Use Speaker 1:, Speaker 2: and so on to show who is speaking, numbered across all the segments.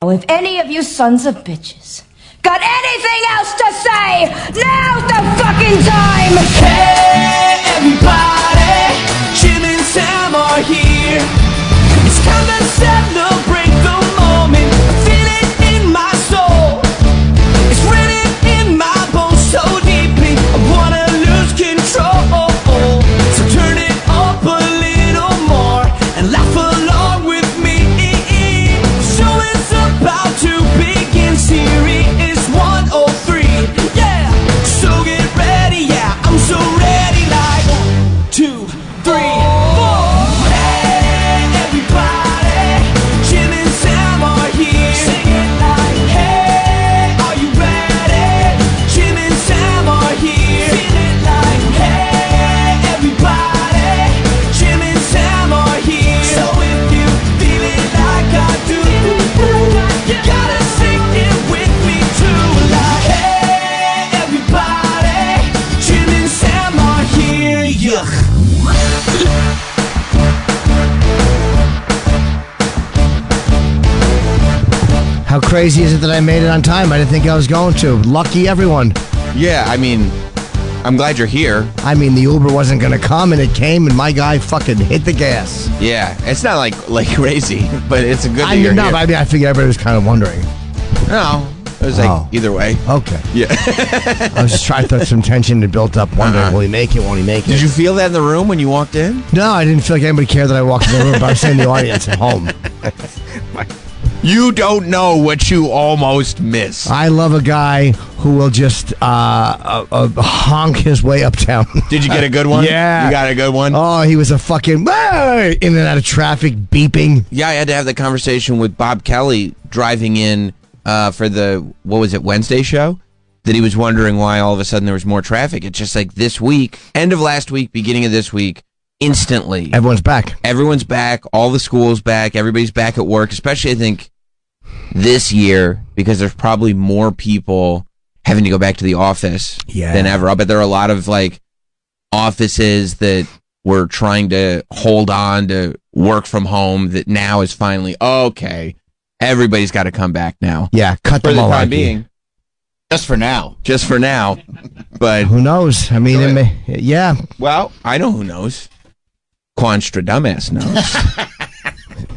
Speaker 1: Well, if any of you sons of bitches got anything else to say, now's the fucking time!
Speaker 2: Hey, everybody, Jim and Sam are here. It's time to celebrate the moment. Feel it in my soul. It's written in my bones so deeply. I wanna lose control. So turn it up a little more and laugh along with me. Show is about to begin. Series 103. Yeah, so get ready. Yeah, I'm so ready. Like one, two, three, four. Hey, everybody, Jim and Sam are here. Sing it like, hey, are you ready? Jim and Sam are here. Feel it like, hey, everybody, Jim and Sam are here. So if you feel it like I do, you gotta sing it with me too. Like, hey, everybody, Jim and Sam are here. Yuck.
Speaker 3: How crazy is it that I made it on time? I didn't think I was going to. Lucky everyone.
Speaker 4: Yeah, I mean, I'm glad you're here.
Speaker 3: I mean, the Uber wasn't going to come, and it came, and my guy fucking hit the gas.
Speaker 4: Yeah, it's not like like crazy, but it's a good. That
Speaker 3: I
Speaker 4: you're
Speaker 3: mean, no,
Speaker 4: here.
Speaker 3: but I mean, I figured everybody was kind of wondering.
Speaker 4: no, it was like
Speaker 3: Oh.
Speaker 4: either way.
Speaker 3: Okay.
Speaker 4: Yeah.
Speaker 3: I was just trying to some tension had built up, wondering,
Speaker 4: Uh-huh.
Speaker 3: will he make it? Won't he make it?
Speaker 4: Did you feel that in the room when you walked in?
Speaker 3: No, I didn't feel like anybody cared that I walked in the room, but I was in the audience at home.
Speaker 4: You don't know what you almost missed.
Speaker 3: I love a guy who will just uh, uh, uh, honk his way uptown.
Speaker 4: Did you get a good one?
Speaker 3: Yeah.
Speaker 4: You got a good one?
Speaker 3: Oh, he was a fucking "Hey!" in and out of traffic beeping.
Speaker 4: Yeah, I had to have the conversation with Bob Kelly driving in uh, for the what was it Wednesday show that he was wondering why all of a sudden there was more traffic. It's just like this week, end of last week, beginning of this week, instantly
Speaker 3: Everyone's back.
Speaker 4: everyone's back, all the schools back, everybody's back at work. Especially I think this year because there's probably more people having to go back to the office
Speaker 3: Yeah.
Speaker 4: than ever. I bet there are a lot of like offices that were trying to hold on to work from home that now is finally okay. Everybody's got to come back now
Speaker 3: Yeah, cut
Speaker 4: for
Speaker 3: them
Speaker 4: the
Speaker 3: all
Speaker 4: time
Speaker 3: out.
Speaker 4: being,
Speaker 5: Just for now.
Speaker 4: just for now. But
Speaker 3: Who knows? I mean, it may, yeah.
Speaker 4: well, I know who knows. Quanstra dumbass knows.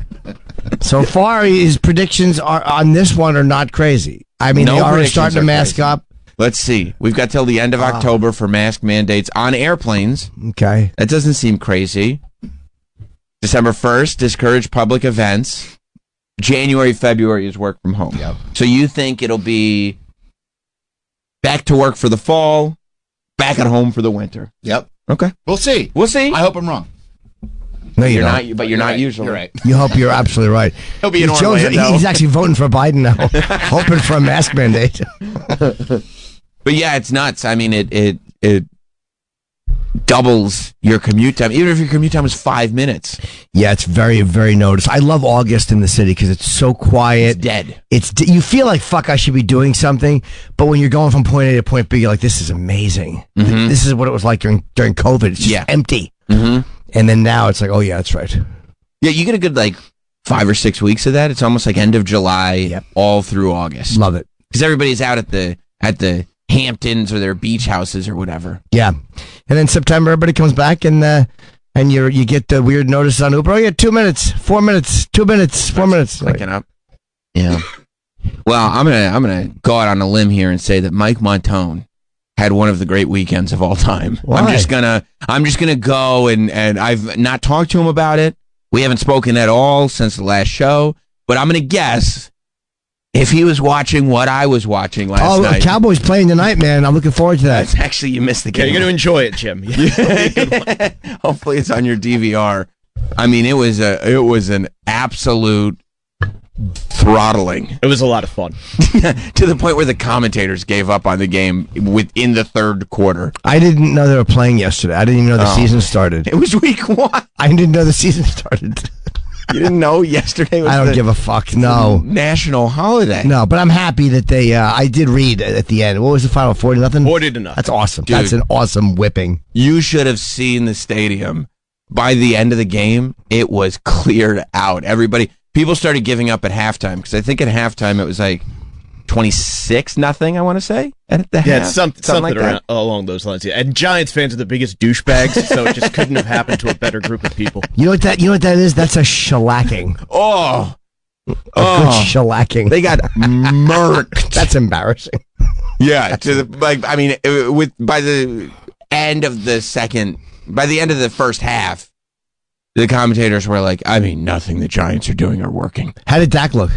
Speaker 3: So far, his predictions are on this one are not crazy. I mean,
Speaker 4: No
Speaker 3: they are
Speaker 4: predictions
Speaker 3: starting to
Speaker 4: are
Speaker 3: mask
Speaker 4: crazy.
Speaker 3: up.
Speaker 4: Let's see. We've got till the end
Speaker 3: Ah.
Speaker 4: of October for mask mandates on airplanes.
Speaker 3: Okay.
Speaker 4: That doesn't seem crazy. December 1st, discourage public events. January, February is work from home.
Speaker 5: Yep.
Speaker 4: So you think it'll be back to work for the fall, back at home for the winter.
Speaker 5: Yep.
Speaker 4: Okay.
Speaker 5: We'll see.
Speaker 4: We'll see.
Speaker 5: I hope I'm wrong.
Speaker 3: No, you
Speaker 4: you're
Speaker 3: don't.
Speaker 4: not, but you're, not
Speaker 5: right.
Speaker 4: usually.
Speaker 5: You're right.
Speaker 3: You hope you're absolutely right.
Speaker 4: He'll be in
Speaker 3: Joe's-
Speaker 4: Orlando.
Speaker 3: He's actually voting for Biden now, hoping for a mask mandate.
Speaker 4: But yeah, it's nuts. I mean, it it it doubles your commute time. Even if your commute time is five minutes,
Speaker 3: Yeah, it's very, very noticed. I love August in the city because it's so quiet.
Speaker 4: it's dead.
Speaker 3: It's d- you feel like fuck, I should be doing something, but when you're going from point A to point B, you're like, this is amazing. Th- This is what it was like during during COVID. It's just
Speaker 4: Mm-hmm. Yeah.
Speaker 3: empty.
Speaker 5: Mm-hmm.
Speaker 3: And then now it's like, oh yeah, that's right.
Speaker 4: Yeah, you get a good like five or six weeks of that. It's almost like end of July,
Speaker 3: Yep.
Speaker 4: all through August,
Speaker 3: Love it.
Speaker 4: because everybody's out at the at the Hamptons or their beach houses or whatever.
Speaker 3: Yeah. And then September, everybody comes back and uh, and you you get the weird notice on Uber. Oh yeah, two minutes, four minutes, two minutes, four minutes. Like,
Speaker 4: Clicking up. Yeah. well, I'm gonna I'm gonna go out on a limb here and say that Mike Montone had one of the great weekends of all time. I'm
Speaker 3: Why?
Speaker 4: just gonna I'm just gonna go and and I've not talked to him about it. We haven't spoken at all since the last show, but I'm gonna guess if he was watching what I was watching last
Speaker 3: oh,
Speaker 4: night.
Speaker 3: Cowboys playing tonight, man. I'm looking forward to that.
Speaker 4: That's actually you missed the
Speaker 5: Yeah,
Speaker 4: game.
Speaker 5: you're going to enjoy it, Jim.
Speaker 4: Hopefully it's on your DVR. I mean, it was a it was an absolute throttling
Speaker 5: It was a lot of fun.
Speaker 4: to the point where the commentators gave up on the game within the third quarter.
Speaker 3: I didn't know they were playing yesterday. I didn't even know the
Speaker 4: Oh.
Speaker 3: season started.
Speaker 4: It was week one.
Speaker 3: I didn't know the season started.
Speaker 4: You didn't know yesterday was
Speaker 3: I don't
Speaker 4: the
Speaker 3: give a fuck. No.
Speaker 4: national holiday.
Speaker 3: No, but I'm happy that they. Uh, I did read at the end. What was the final? Forty nothing.
Speaker 5: 40 to nothing.
Speaker 3: That's awesome.
Speaker 4: Dude.
Speaker 3: That's an awesome whipping.
Speaker 4: You should have seen the stadium. By the end of the game, it was cleared out. Everybody, people started giving up at halftime because I think at halftime it was like twenty six nothing. I want to say at the
Speaker 5: Yeah,
Speaker 4: half,
Speaker 5: it's some, something,
Speaker 4: like that.
Speaker 5: around, along those lines. Yeah. And Giants fans are the biggest douchebags, so it just couldn't have happened to a better group of people.
Speaker 3: You know what that? You know what that is? That's a shellacking. A
Speaker 4: Oh,
Speaker 3: good
Speaker 4: oh,
Speaker 3: shellacking.
Speaker 4: they got murked.
Speaker 3: That's embarrassing.
Speaker 4: Yeah, to the, like I mean, uh, with by the end of the second, by the end of the first half, the commentators were like, "I mean, nothing the Giants are doing are working."
Speaker 3: How did Dak look?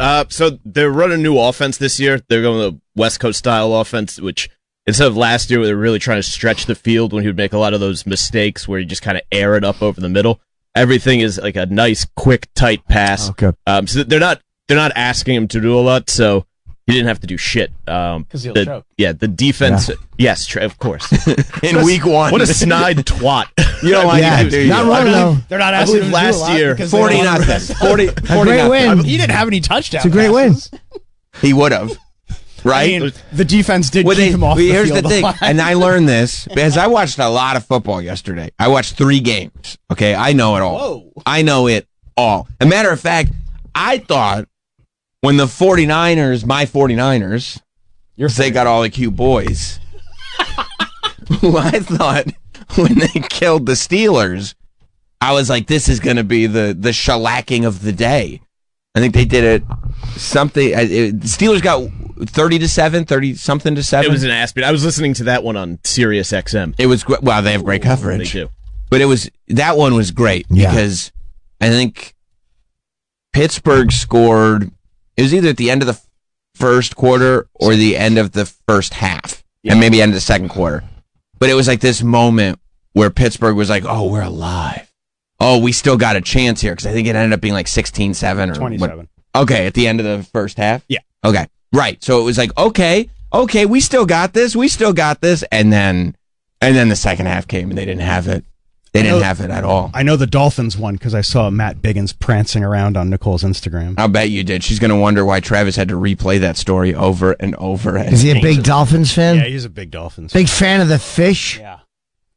Speaker 5: Uh, so they're running new offense this year. They're going the West Coast style offense, which instead of last year, where they're really trying to stretch the field when he would make a lot of those mistakes where you just kind of air it up over the middle. Everything is like a nice, quick, tight pass.
Speaker 3: Okay.
Speaker 5: Um, so they're not they're not asking him to do a lot. So he didn't have to do shit. Um,
Speaker 6: 'Cause he'll
Speaker 5: the-
Speaker 6: choke.
Speaker 5: Yeah, the defense. Yes, tra- of course.
Speaker 4: In week one,
Speaker 5: what a snide twat.
Speaker 4: you don't like
Speaker 3: Yeah,
Speaker 4: that, do you?
Speaker 3: not wrong though.
Speaker 6: They're not
Speaker 5: I
Speaker 6: asking him
Speaker 5: believe
Speaker 6: to do a
Speaker 5: last
Speaker 6: lot
Speaker 5: year,
Speaker 6: because they don't
Speaker 4: Forty
Speaker 6: want to
Speaker 4: nothing.
Speaker 6: rest.
Speaker 4: 40, 40
Speaker 3: A great
Speaker 4: nothing.
Speaker 3: win.
Speaker 6: He didn't have any touchdowns.
Speaker 3: It's a great win.
Speaker 4: He would have, right?
Speaker 6: The defense did
Speaker 4: Well,
Speaker 6: keep
Speaker 4: they-
Speaker 6: him off
Speaker 4: well,
Speaker 6: the
Speaker 4: here's
Speaker 6: field.
Speaker 4: the
Speaker 6: a
Speaker 4: thing,
Speaker 6: lot.
Speaker 4: and I learned this because I watched a lot of football yesterday. I watched three games. Okay, I know it all.
Speaker 6: Whoa.
Speaker 4: I know it all. A matter of fact, I thought when the 49ers, my 49ers, they got all the cute boys. who I thought when they killed the Steelers, I was like, this is going to be the the shellacking of the day. I think they did it something. I- It, the Steelers got 30 to 7, 30 something to 7.
Speaker 5: It was an ass beat. I was listening to that one on Sirius XM.
Speaker 4: It was gr- wow. They have great
Speaker 5: They
Speaker 4: coverage,
Speaker 5: do.
Speaker 4: but it was that one was great
Speaker 3: Yeah.
Speaker 4: because I think Pittsburgh scored. It was either at the end of the f- first quarter or the end of the first half, and maybe end of the second quarter. But it was like this moment where Pittsburgh was like, "Oh, we're alive. Oh, we still got a chance here." Because I think it ended up being like 16-7 or what-
Speaker 6: 27.
Speaker 4: Okay, at the end of the first half.
Speaker 6: Yeah.
Speaker 4: Okay. Right. So it was like, okay, okay, we still got this, we still got this, and then, and then the second half came and they didn't have it. They didn't
Speaker 6: know-
Speaker 4: have it at all.
Speaker 6: I know the Dolphins won because I saw Matt Biggins prancing around on Nicole's Instagram.
Speaker 4: I'll bet you did. She's gonna wonder why Travis had to replay that story over and over.
Speaker 3: Is he
Speaker 4: And
Speaker 3: a big Dolphins fan?
Speaker 6: Yeah, he's a big Dolphins.
Speaker 3: Big fan of the fish.
Speaker 6: Yeah.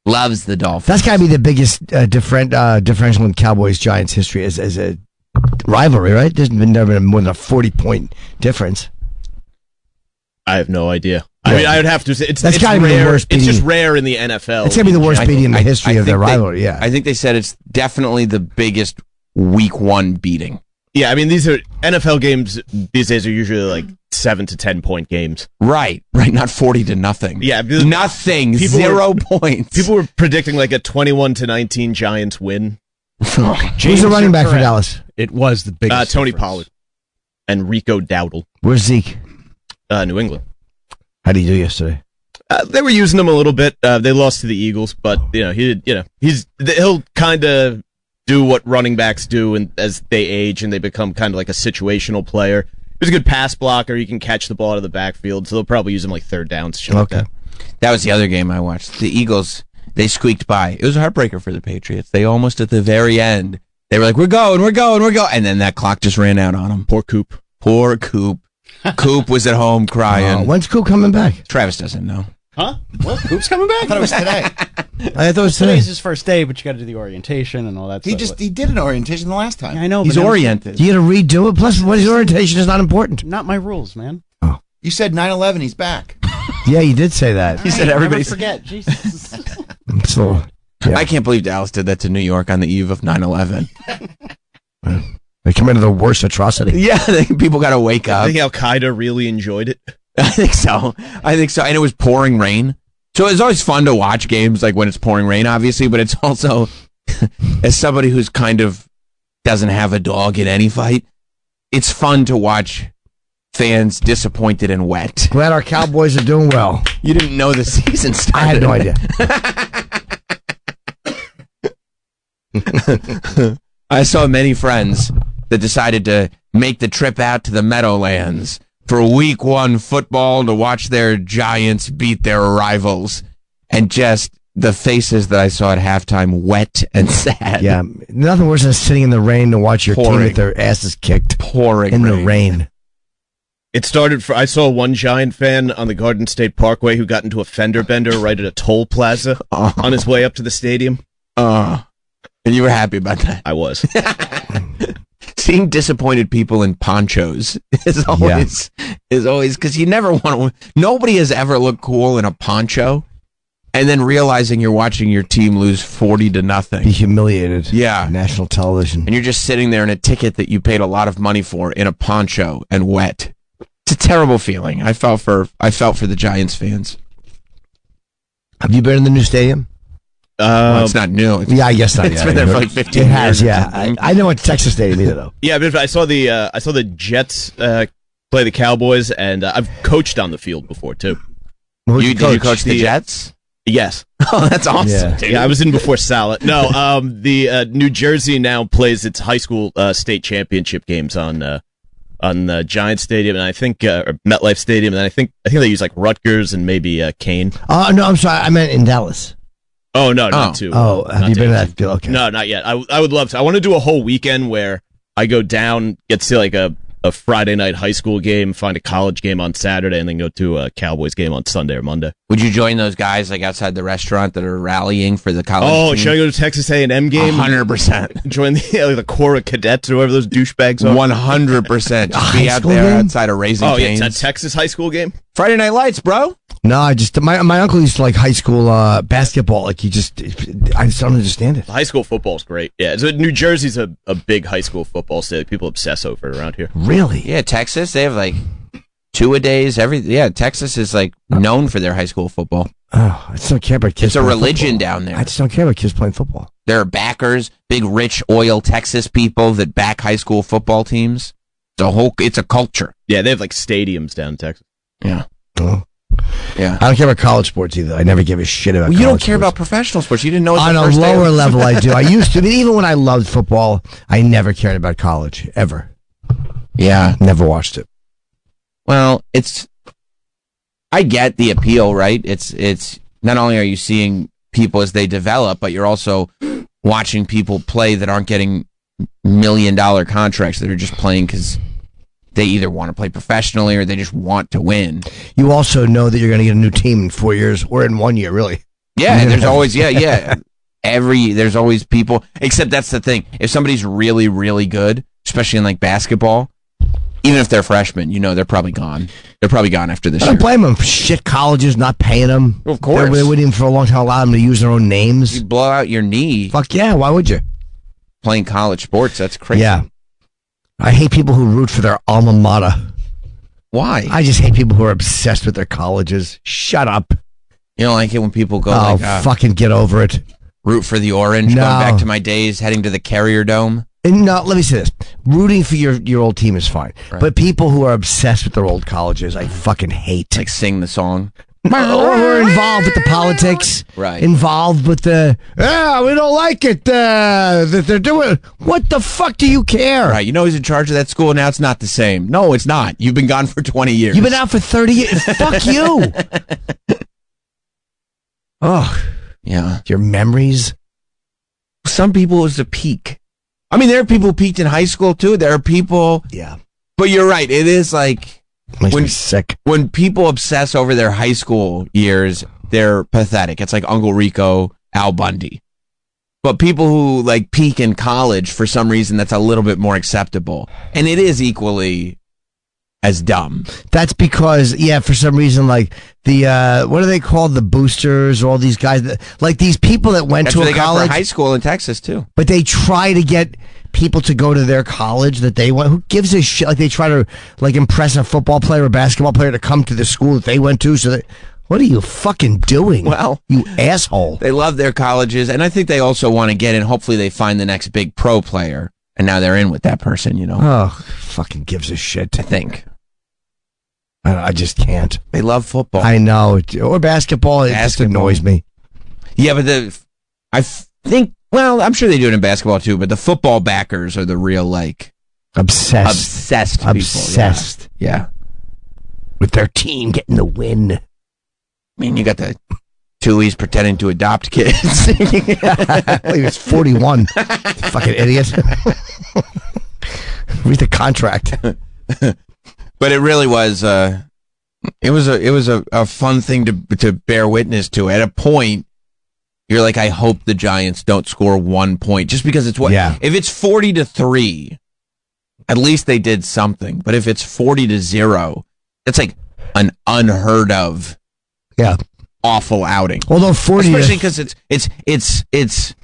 Speaker 4: loves the Dolphins.
Speaker 3: That's got to be the biggest uh, different uh, differential in Cowboys Giants history as as a rivalry, right? There's been never been more than a forty point difference.
Speaker 5: I have no idea. I mean, I would have to say it's,
Speaker 3: That's
Speaker 5: it's
Speaker 3: gotta
Speaker 5: rare.
Speaker 3: be the worst
Speaker 5: it's just
Speaker 3: beating.
Speaker 5: rare in the NFL.
Speaker 3: It's gonna be the worst beating in the
Speaker 4: I-
Speaker 3: history
Speaker 4: I
Speaker 3: of their
Speaker 4: think they-
Speaker 3: rivalry. yeah,
Speaker 4: I think they said it's definitely the biggest week one beating.
Speaker 5: yeah, I mean, these are NFL games these days are usually like seven to ten point games.
Speaker 4: Right. Right. Not forty to nothing.
Speaker 5: Yeah, because
Speaker 4: Nothing.
Speaker 5: people
Speaker 4: Zero points.
Speaker 5: People were predicting like a twenty-one to nineteen Giants win.
Speaker 4: Oh,
Speaker 3: who's
Speaker 6: James,
Speaker 3: the running
Speaker 6: you're
Speaker 3: back for
Speaker 6: correct.
Speaker 3: Dallas?
Speaker 6: It was the biggest.
Speaker 5: Uh, Tony
Speaker 6: difference.
Speaker 5: Pollard and Rico Dowdle,
Speaker 3: Where's Zeke?
Speaker 5: uh, New England.
Speaker 3: How did he do yesterday?
Speaker 5: Uh, they were using him a little bit. Uh, they lost to the Eagles, but you know he, you know he's th- he'll kind of do what running backs do, and as they age and they become kind of like a situational player. He's a good pass blocker. He can catch the ball out of the backfield, so they'll probably use him like third downs. Shit
Speaker 3: Okay.
Speaker 5: Like that.
Speaker 4: That was the other game I watched. The Eagles, they squeaked by. It was a heartbreaker for the Patriots. They almost at the very end, they were like, we're going, we're going, we're going. And then that clock just ran out on them.
Speaker 5: Poor Coop.
Speaker 4: Poor Coop. Coop was at home
Speaker 3: Oh,
Speaker 4: crying.
Speaker 3: when's Coop coming back?
Speaker 4: Travis doesn't know.
Speaker 6: Huh? Well, Coop's coming back. I thought it was today.
Speaker 3: I thought it was today.
Speaker 6: Today's his first day, but you got to do the orientation and all that.
Speaker 7: He
Speaker 6: stuff.
Speaker 7: just he did an orientation the last time.
Speaker 6: Yeah, I know.
Speaker 4: He's
Speaker 6: but that was-
Speaker 4: oriented.
Speaker 3: You got to redo it. Plus, what his orientation is not important.
Speaker 6: Not my rules, man.
Speaker 7: You said 9/11. He's back.
Speaker 3: Yeah, you did say that.
Speaker 4: He said
Speaker 6: Never
Speaker 4: everybody's.
Speaker 6: forget, Jesus.
Speaker 3: It's a little-
Speaker 4: I can't believe Dallas did that to New York on the eve of 9 11.
Speaker 3: they committed the worst atrocity.
Speaker 4: Yeah, they- people got to wake
Speaker 5: I
Speaker 4: up.
Speaker 5: think Al Qaeda really enjoyed it.
Speaker 4: I think so. I think so. And it was pouring rain. So it's always fun to watch games like when it's pouring rain, obviously, but it's also, as somebody who's kind of doesn't have a dog in any fight, it's fun to watch fans disappointed and wet.
Speaker 3: Glad our Cowboys are doing well.
Speaker 4: You didn't know the season
Speaker 3: I had
Speaker 4: started.
Speaker 3: no idea.
Speaker 4: I saw many friends that decided to make the trip out to the Meadowlands for week one football to watch their Giants beat their rivals. And just the faces that I saw at halftime, wet and sad.
Speaker 3: Yeah, nothing worse than sitting in the rain to watch your team
Speaker 4: Pouring.
Speaker 3: get their asses kicked
Speaker 4: Pouring
Speaker 3: in the rain.
Speaker 5: It started for I saw one Giant fan on the Garden State Parkway who got into a fender bender right at a toll plaza
Speaker 4: Oh.
Speaker 5: on his way up to the stadium.
Speaker 4: Uh, and you were happy about that.
Speaker 5: I was.
Speaker 4: seeing disappointed people in ponchos is always is always because you never want to. Nobody has ever looked cool in a poncho, and then realizing you're watching your team lose forty to
Speaker 3: Be
Speaker 4: nothing.
Speaker 3: humiliated.
Speaker 4: Yeah.
Speaker 3: National television.
Speaker 4: And you're just sitting there in a ticket that you paid a lot of money for in a poncho and wet. It's a terrible feeling. I felt for I felt for the Giants fans.
Speaker 3: Have you been in the new stadium?
Speaker 4: Well,
Speaker 5: Uh,
Speaker 4: it's not new. It's,
Speaker 3: Yeah, I guess not.
Speaker 4: it's
Speaker 3: yet.
Speaker 4: been there for like 15
Speaker 3: It has,
Speaker 4: years.
Speaker 3: yeah. I, I know what Texas Stadium either, though.
Speaker 5: yeah, but I saw the uh, I saw the Jets uh, play the Cowboys, and uh, I've coached on the field before too.
Speaker 3: Who'd
Speaker 4: You, did you coach the
Speaker 5: The-
Speaker 4: Jets?
Speaker 5: Yes,
Speaker 4: Oh, that's awesome,
Speaker 3: uh, Yeah.
Speaker 4: dude.
Speaker 5: yeah, I was in before Salah. No, um, the uh, New Jersey now plays its high school uh, state championship games on uh, on uh, Giant Stadium, and I think uh, or MetLife Stadium, and I think I think they use like Rutgers and maybe uh, Kane.
Speaker 3: Oh, no, I'm sorry. I meant in Dallas.
Speaker 5: Oh no,
Speaker 4: Oh.
Speaker 5: not too.
Speaker 3: Oh, have
Speaker 5: not
Speaker 3: you
Speaker 5: too
Speaker 3: been to
Speaker 5: much.
Speaker 3: that field? Okay.
Speaker 5: No, not yet. I, I would love to. I want to do a whole weekend where I go down, get to like a, a Friday night high school game, find a college game on Saturday, and then go to a Cowboys game on Sunday or Monday.
Speaker 4: Would you join those guys like outside the restaurant that are rallying for the college?
Speaker 5: Oh,
Speaker 4: team?
Speaker 5: should I go to Texas A and M game?
Speaker 4: hundred percent,
Speaker 5: Join the like the Corps of Cadets or whoever those douchebags are.
Speaker 4: one hundred percent. Just
Speaker 3: high
Speaker 4: be out
Speaker 3: school
Speaker 4: there
Speaker 3: game?
Speaker 4: outside of raising
Speaker 5: Oh yeah,
Speaker 4: Cane's.
Speaker 5: it's a Texas high school game.
Speaker 4: Friday Night Lights, bro.
Speaker 3: No, I just my my uncle used to like high school uh, basketball. Like he just, I just don't understand it.
Speaker 5: High school football's great. Yeah, so New Jersey's a, a big high school football state. People obsess over it around here.
Speaker 3: Really?
Speaker 4: Yeah, Texas. They have like two a days. Every yeah, Texas is like known for their high school football.
Speaker 3: Oh, I just don't care about kids.
Speaker 4: It's a
Speaker 3: playing
Speaker 4: religion
Speaker 3: football.
Speaker 4: down there.
Speaker 3: I just don't care about kids playing football.
Speaker 4: There are backers, big rich oil Texas people that back high school football teams. The whole it's a culture.
Speaker 5: Yeah, they have like stadiums down in Texas.
Speaker 4: Yeah,
Speaker 3: Oh.
Speaker 4: yeah.
Speaker 3: I don't care about college sports either. I never give a shit about.
Speaker 4: Well, you don't
Speaker 3: college
Speaker 4: care
Speaker 3: sports.
Speaker 4: about professional sports. You didn't know it was
Speaker 3: on
Speaker 4: the
Speaker 3: a
Speaker 4: first day of-
Speaker 3: lower level. I do. I used to, but even when I loved football, I never cared about college ever.
Speaker 4: Yeah.
Speaker 3: Never watched it.
Speaker 4: Well, it's I get the appeal, right? It's it's not only are you seeing people as they develop, but you're also watching people play that aren't getting million dollar contracts that are just playing cuz they either want to play professionally or they just want to win.
Speaker 3: You also know that you're going to get a new team in four years or in one year, really.
Speaker 4: Yeah, there's always yeah, yeah. Every there's always people except that's the thing. If somebody's really really good, especially in like basketball, even if they're freshmen, you know they're probably gone. They're probably gone after this
Speaker 3: I
Speaker 4: year.
Speaker 3: don't blame them. Shit, colleges not paying them.
Speaker 4: Of course.
Speaker 3: they, they wouldn't even for a long time allow them to use their own names.
Speaker 4: you blow out your knee
Speaker 3: Fuck yeah, why would you?
Speaker 4: playing college sports. That's crazy.
Speaker 3: Yeah. I hate people who root for their alma mater.
Speaker 4: Why?
Speaker 3: I just hate people who are obsessed with their colleges. Shut up.
Speaker 4: you don't like it when people go
Speaker 3: oh,
Speaker 4: like uh,
Speaker 3: fucking get over it.
Speaker 4: root for the orange.
Speaker 3: No.
Speaker 4: Going back to my days, heading to the Carrier Dome.
Speaker 3: And no, let me say this. Rooting for your, your old team is fine. But people who are obsessed with their old colleges, I fucking hate.
Speaker 4: Like sing the song.
Speaker 3: or we're involved with the politics,
Speaker 4: Right.
Speaker 3: Involved with the yeah, we don't like it uh, that they're doing. What the fuck do you care?
Speaker 4: Right. You know he's in charge of that school now. It's not the same. No, it's not. You've been gone for twenty years.
Speaker 3: You've been out for thirty years. fuck you. Oh,
Speaker 4: yeah.
Speaker 3: your memories.
Speaker 4: Some people it was a peak. I mean, there are people who peaked in high school too. There are people,
Speaker 3: Yeah,
Speaker 4: but you're right. It is like
Speaker 3: makes
Speaker 4: When-
Speaker 3: me sick.
Speaker 4: when people obsess over their high school years, they're pathetic. It's like Uncle Rico, Al Bundy. But people who like peak in college for some reason, that's a little bit more acceptable, and it is equally as dumb.
Speaker 3: That's because yeah, for some reason, like the uh, what are they called? The boosters, all these guys, that, like these people that went
Speaker 4: That's
Speaker 3: to
Speaker 4: what
Speaker 3: a
Speaker 4: they got
Speaker 3: college,
Speaker 4: for high school in Texas too.
Speaker 3: but they try to get people to go to their college that they went. Who gives a shit? Like they try to like impress a football player or basketball player to come to the school that they went to. So that what are you fucking doing?
Speaker 4: Well-
Speaker 3: you asshole.
Speaker 4: They love their colleges, and I think they also want to get in. Hopefully, they find the next big pro player, and now they're in with that person. You know,
Speaker 3: Oh, fucking gives a shit.
Speaker 4: I think
Speaker 3: I, I just can't.
Speaker 4: they love football.
Speaker 3: I know. Or basketball. It just
Speaker 4: Basketball.
Speaker 3: annoys me.
Speaker 4: Yeah, but the I f- think well, I'm sure they do it in basketball too, but the football backers are the real like
Speaker 3: Obsessed.
Speaker 4: obsessed people.
Speaker 3: Obsessed
Speaker 4: Yeah. yeah.
Speaker 3: with their team getting the win.
Speaker 4: I mean, you got the Tui's pretending to adopt kids.
Speaker 3: I believe it's 41. fucking idiot. Read the contract.
Speaker 4: but it really was uh it was a it was a, a fun thing to to bear witness to. At a point you're like I hope the Giants don't score one point just because it's what
Speaker 3: Yeah.
Speaker 4: if it's 40 to 3 At least they did something. But if it's 40 to 0, that's like an unheard of
Speaker 3: Yeah.
Speaker 4: awful outing.
Speaker 3: Although 40 to-
Speaker 4: Especially because it's it's it's it's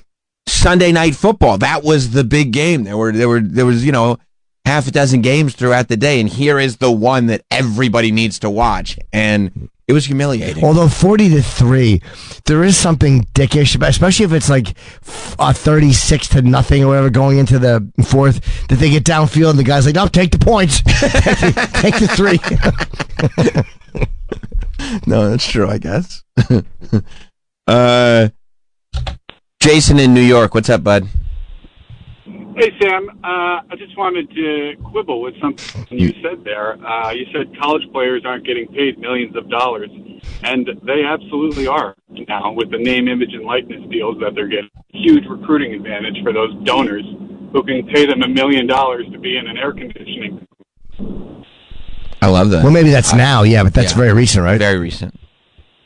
Speaker 4: Sunday night football. That was the big game. There were there were there was you know half a dozen games throughout the day, and here is the one that everybody needs to watch, and it was humiliating.
Speaker 3: Although 40 to 3, there is something dickish, about, especially if it's like f- uh, 36 to nothing or whatever going into the fourth, that they get downfield and the guy's like, no, take the points. take, the, take the three.
Speaker 4: no, that's true, I guess. uh, Jason in New York, what's up, bud?
Speaker 8: Hey, Sam. Uh, I just wanted to quibble with something you said there. Uh, you said college players aren't getting paid millions of dollars, and they absolutely are now with the name, image, and likeness deals that they're getting. Huge recruiting advantage for those donors who can pay them a million dollars to be in an air conditioning.
Speaker 4: I love that.
Speaker 3: well, maybe that's now, yeah, but that's
Speaker 4: Yeah.
Speaker 3: very recent, right?
Speaker 4: Very recent,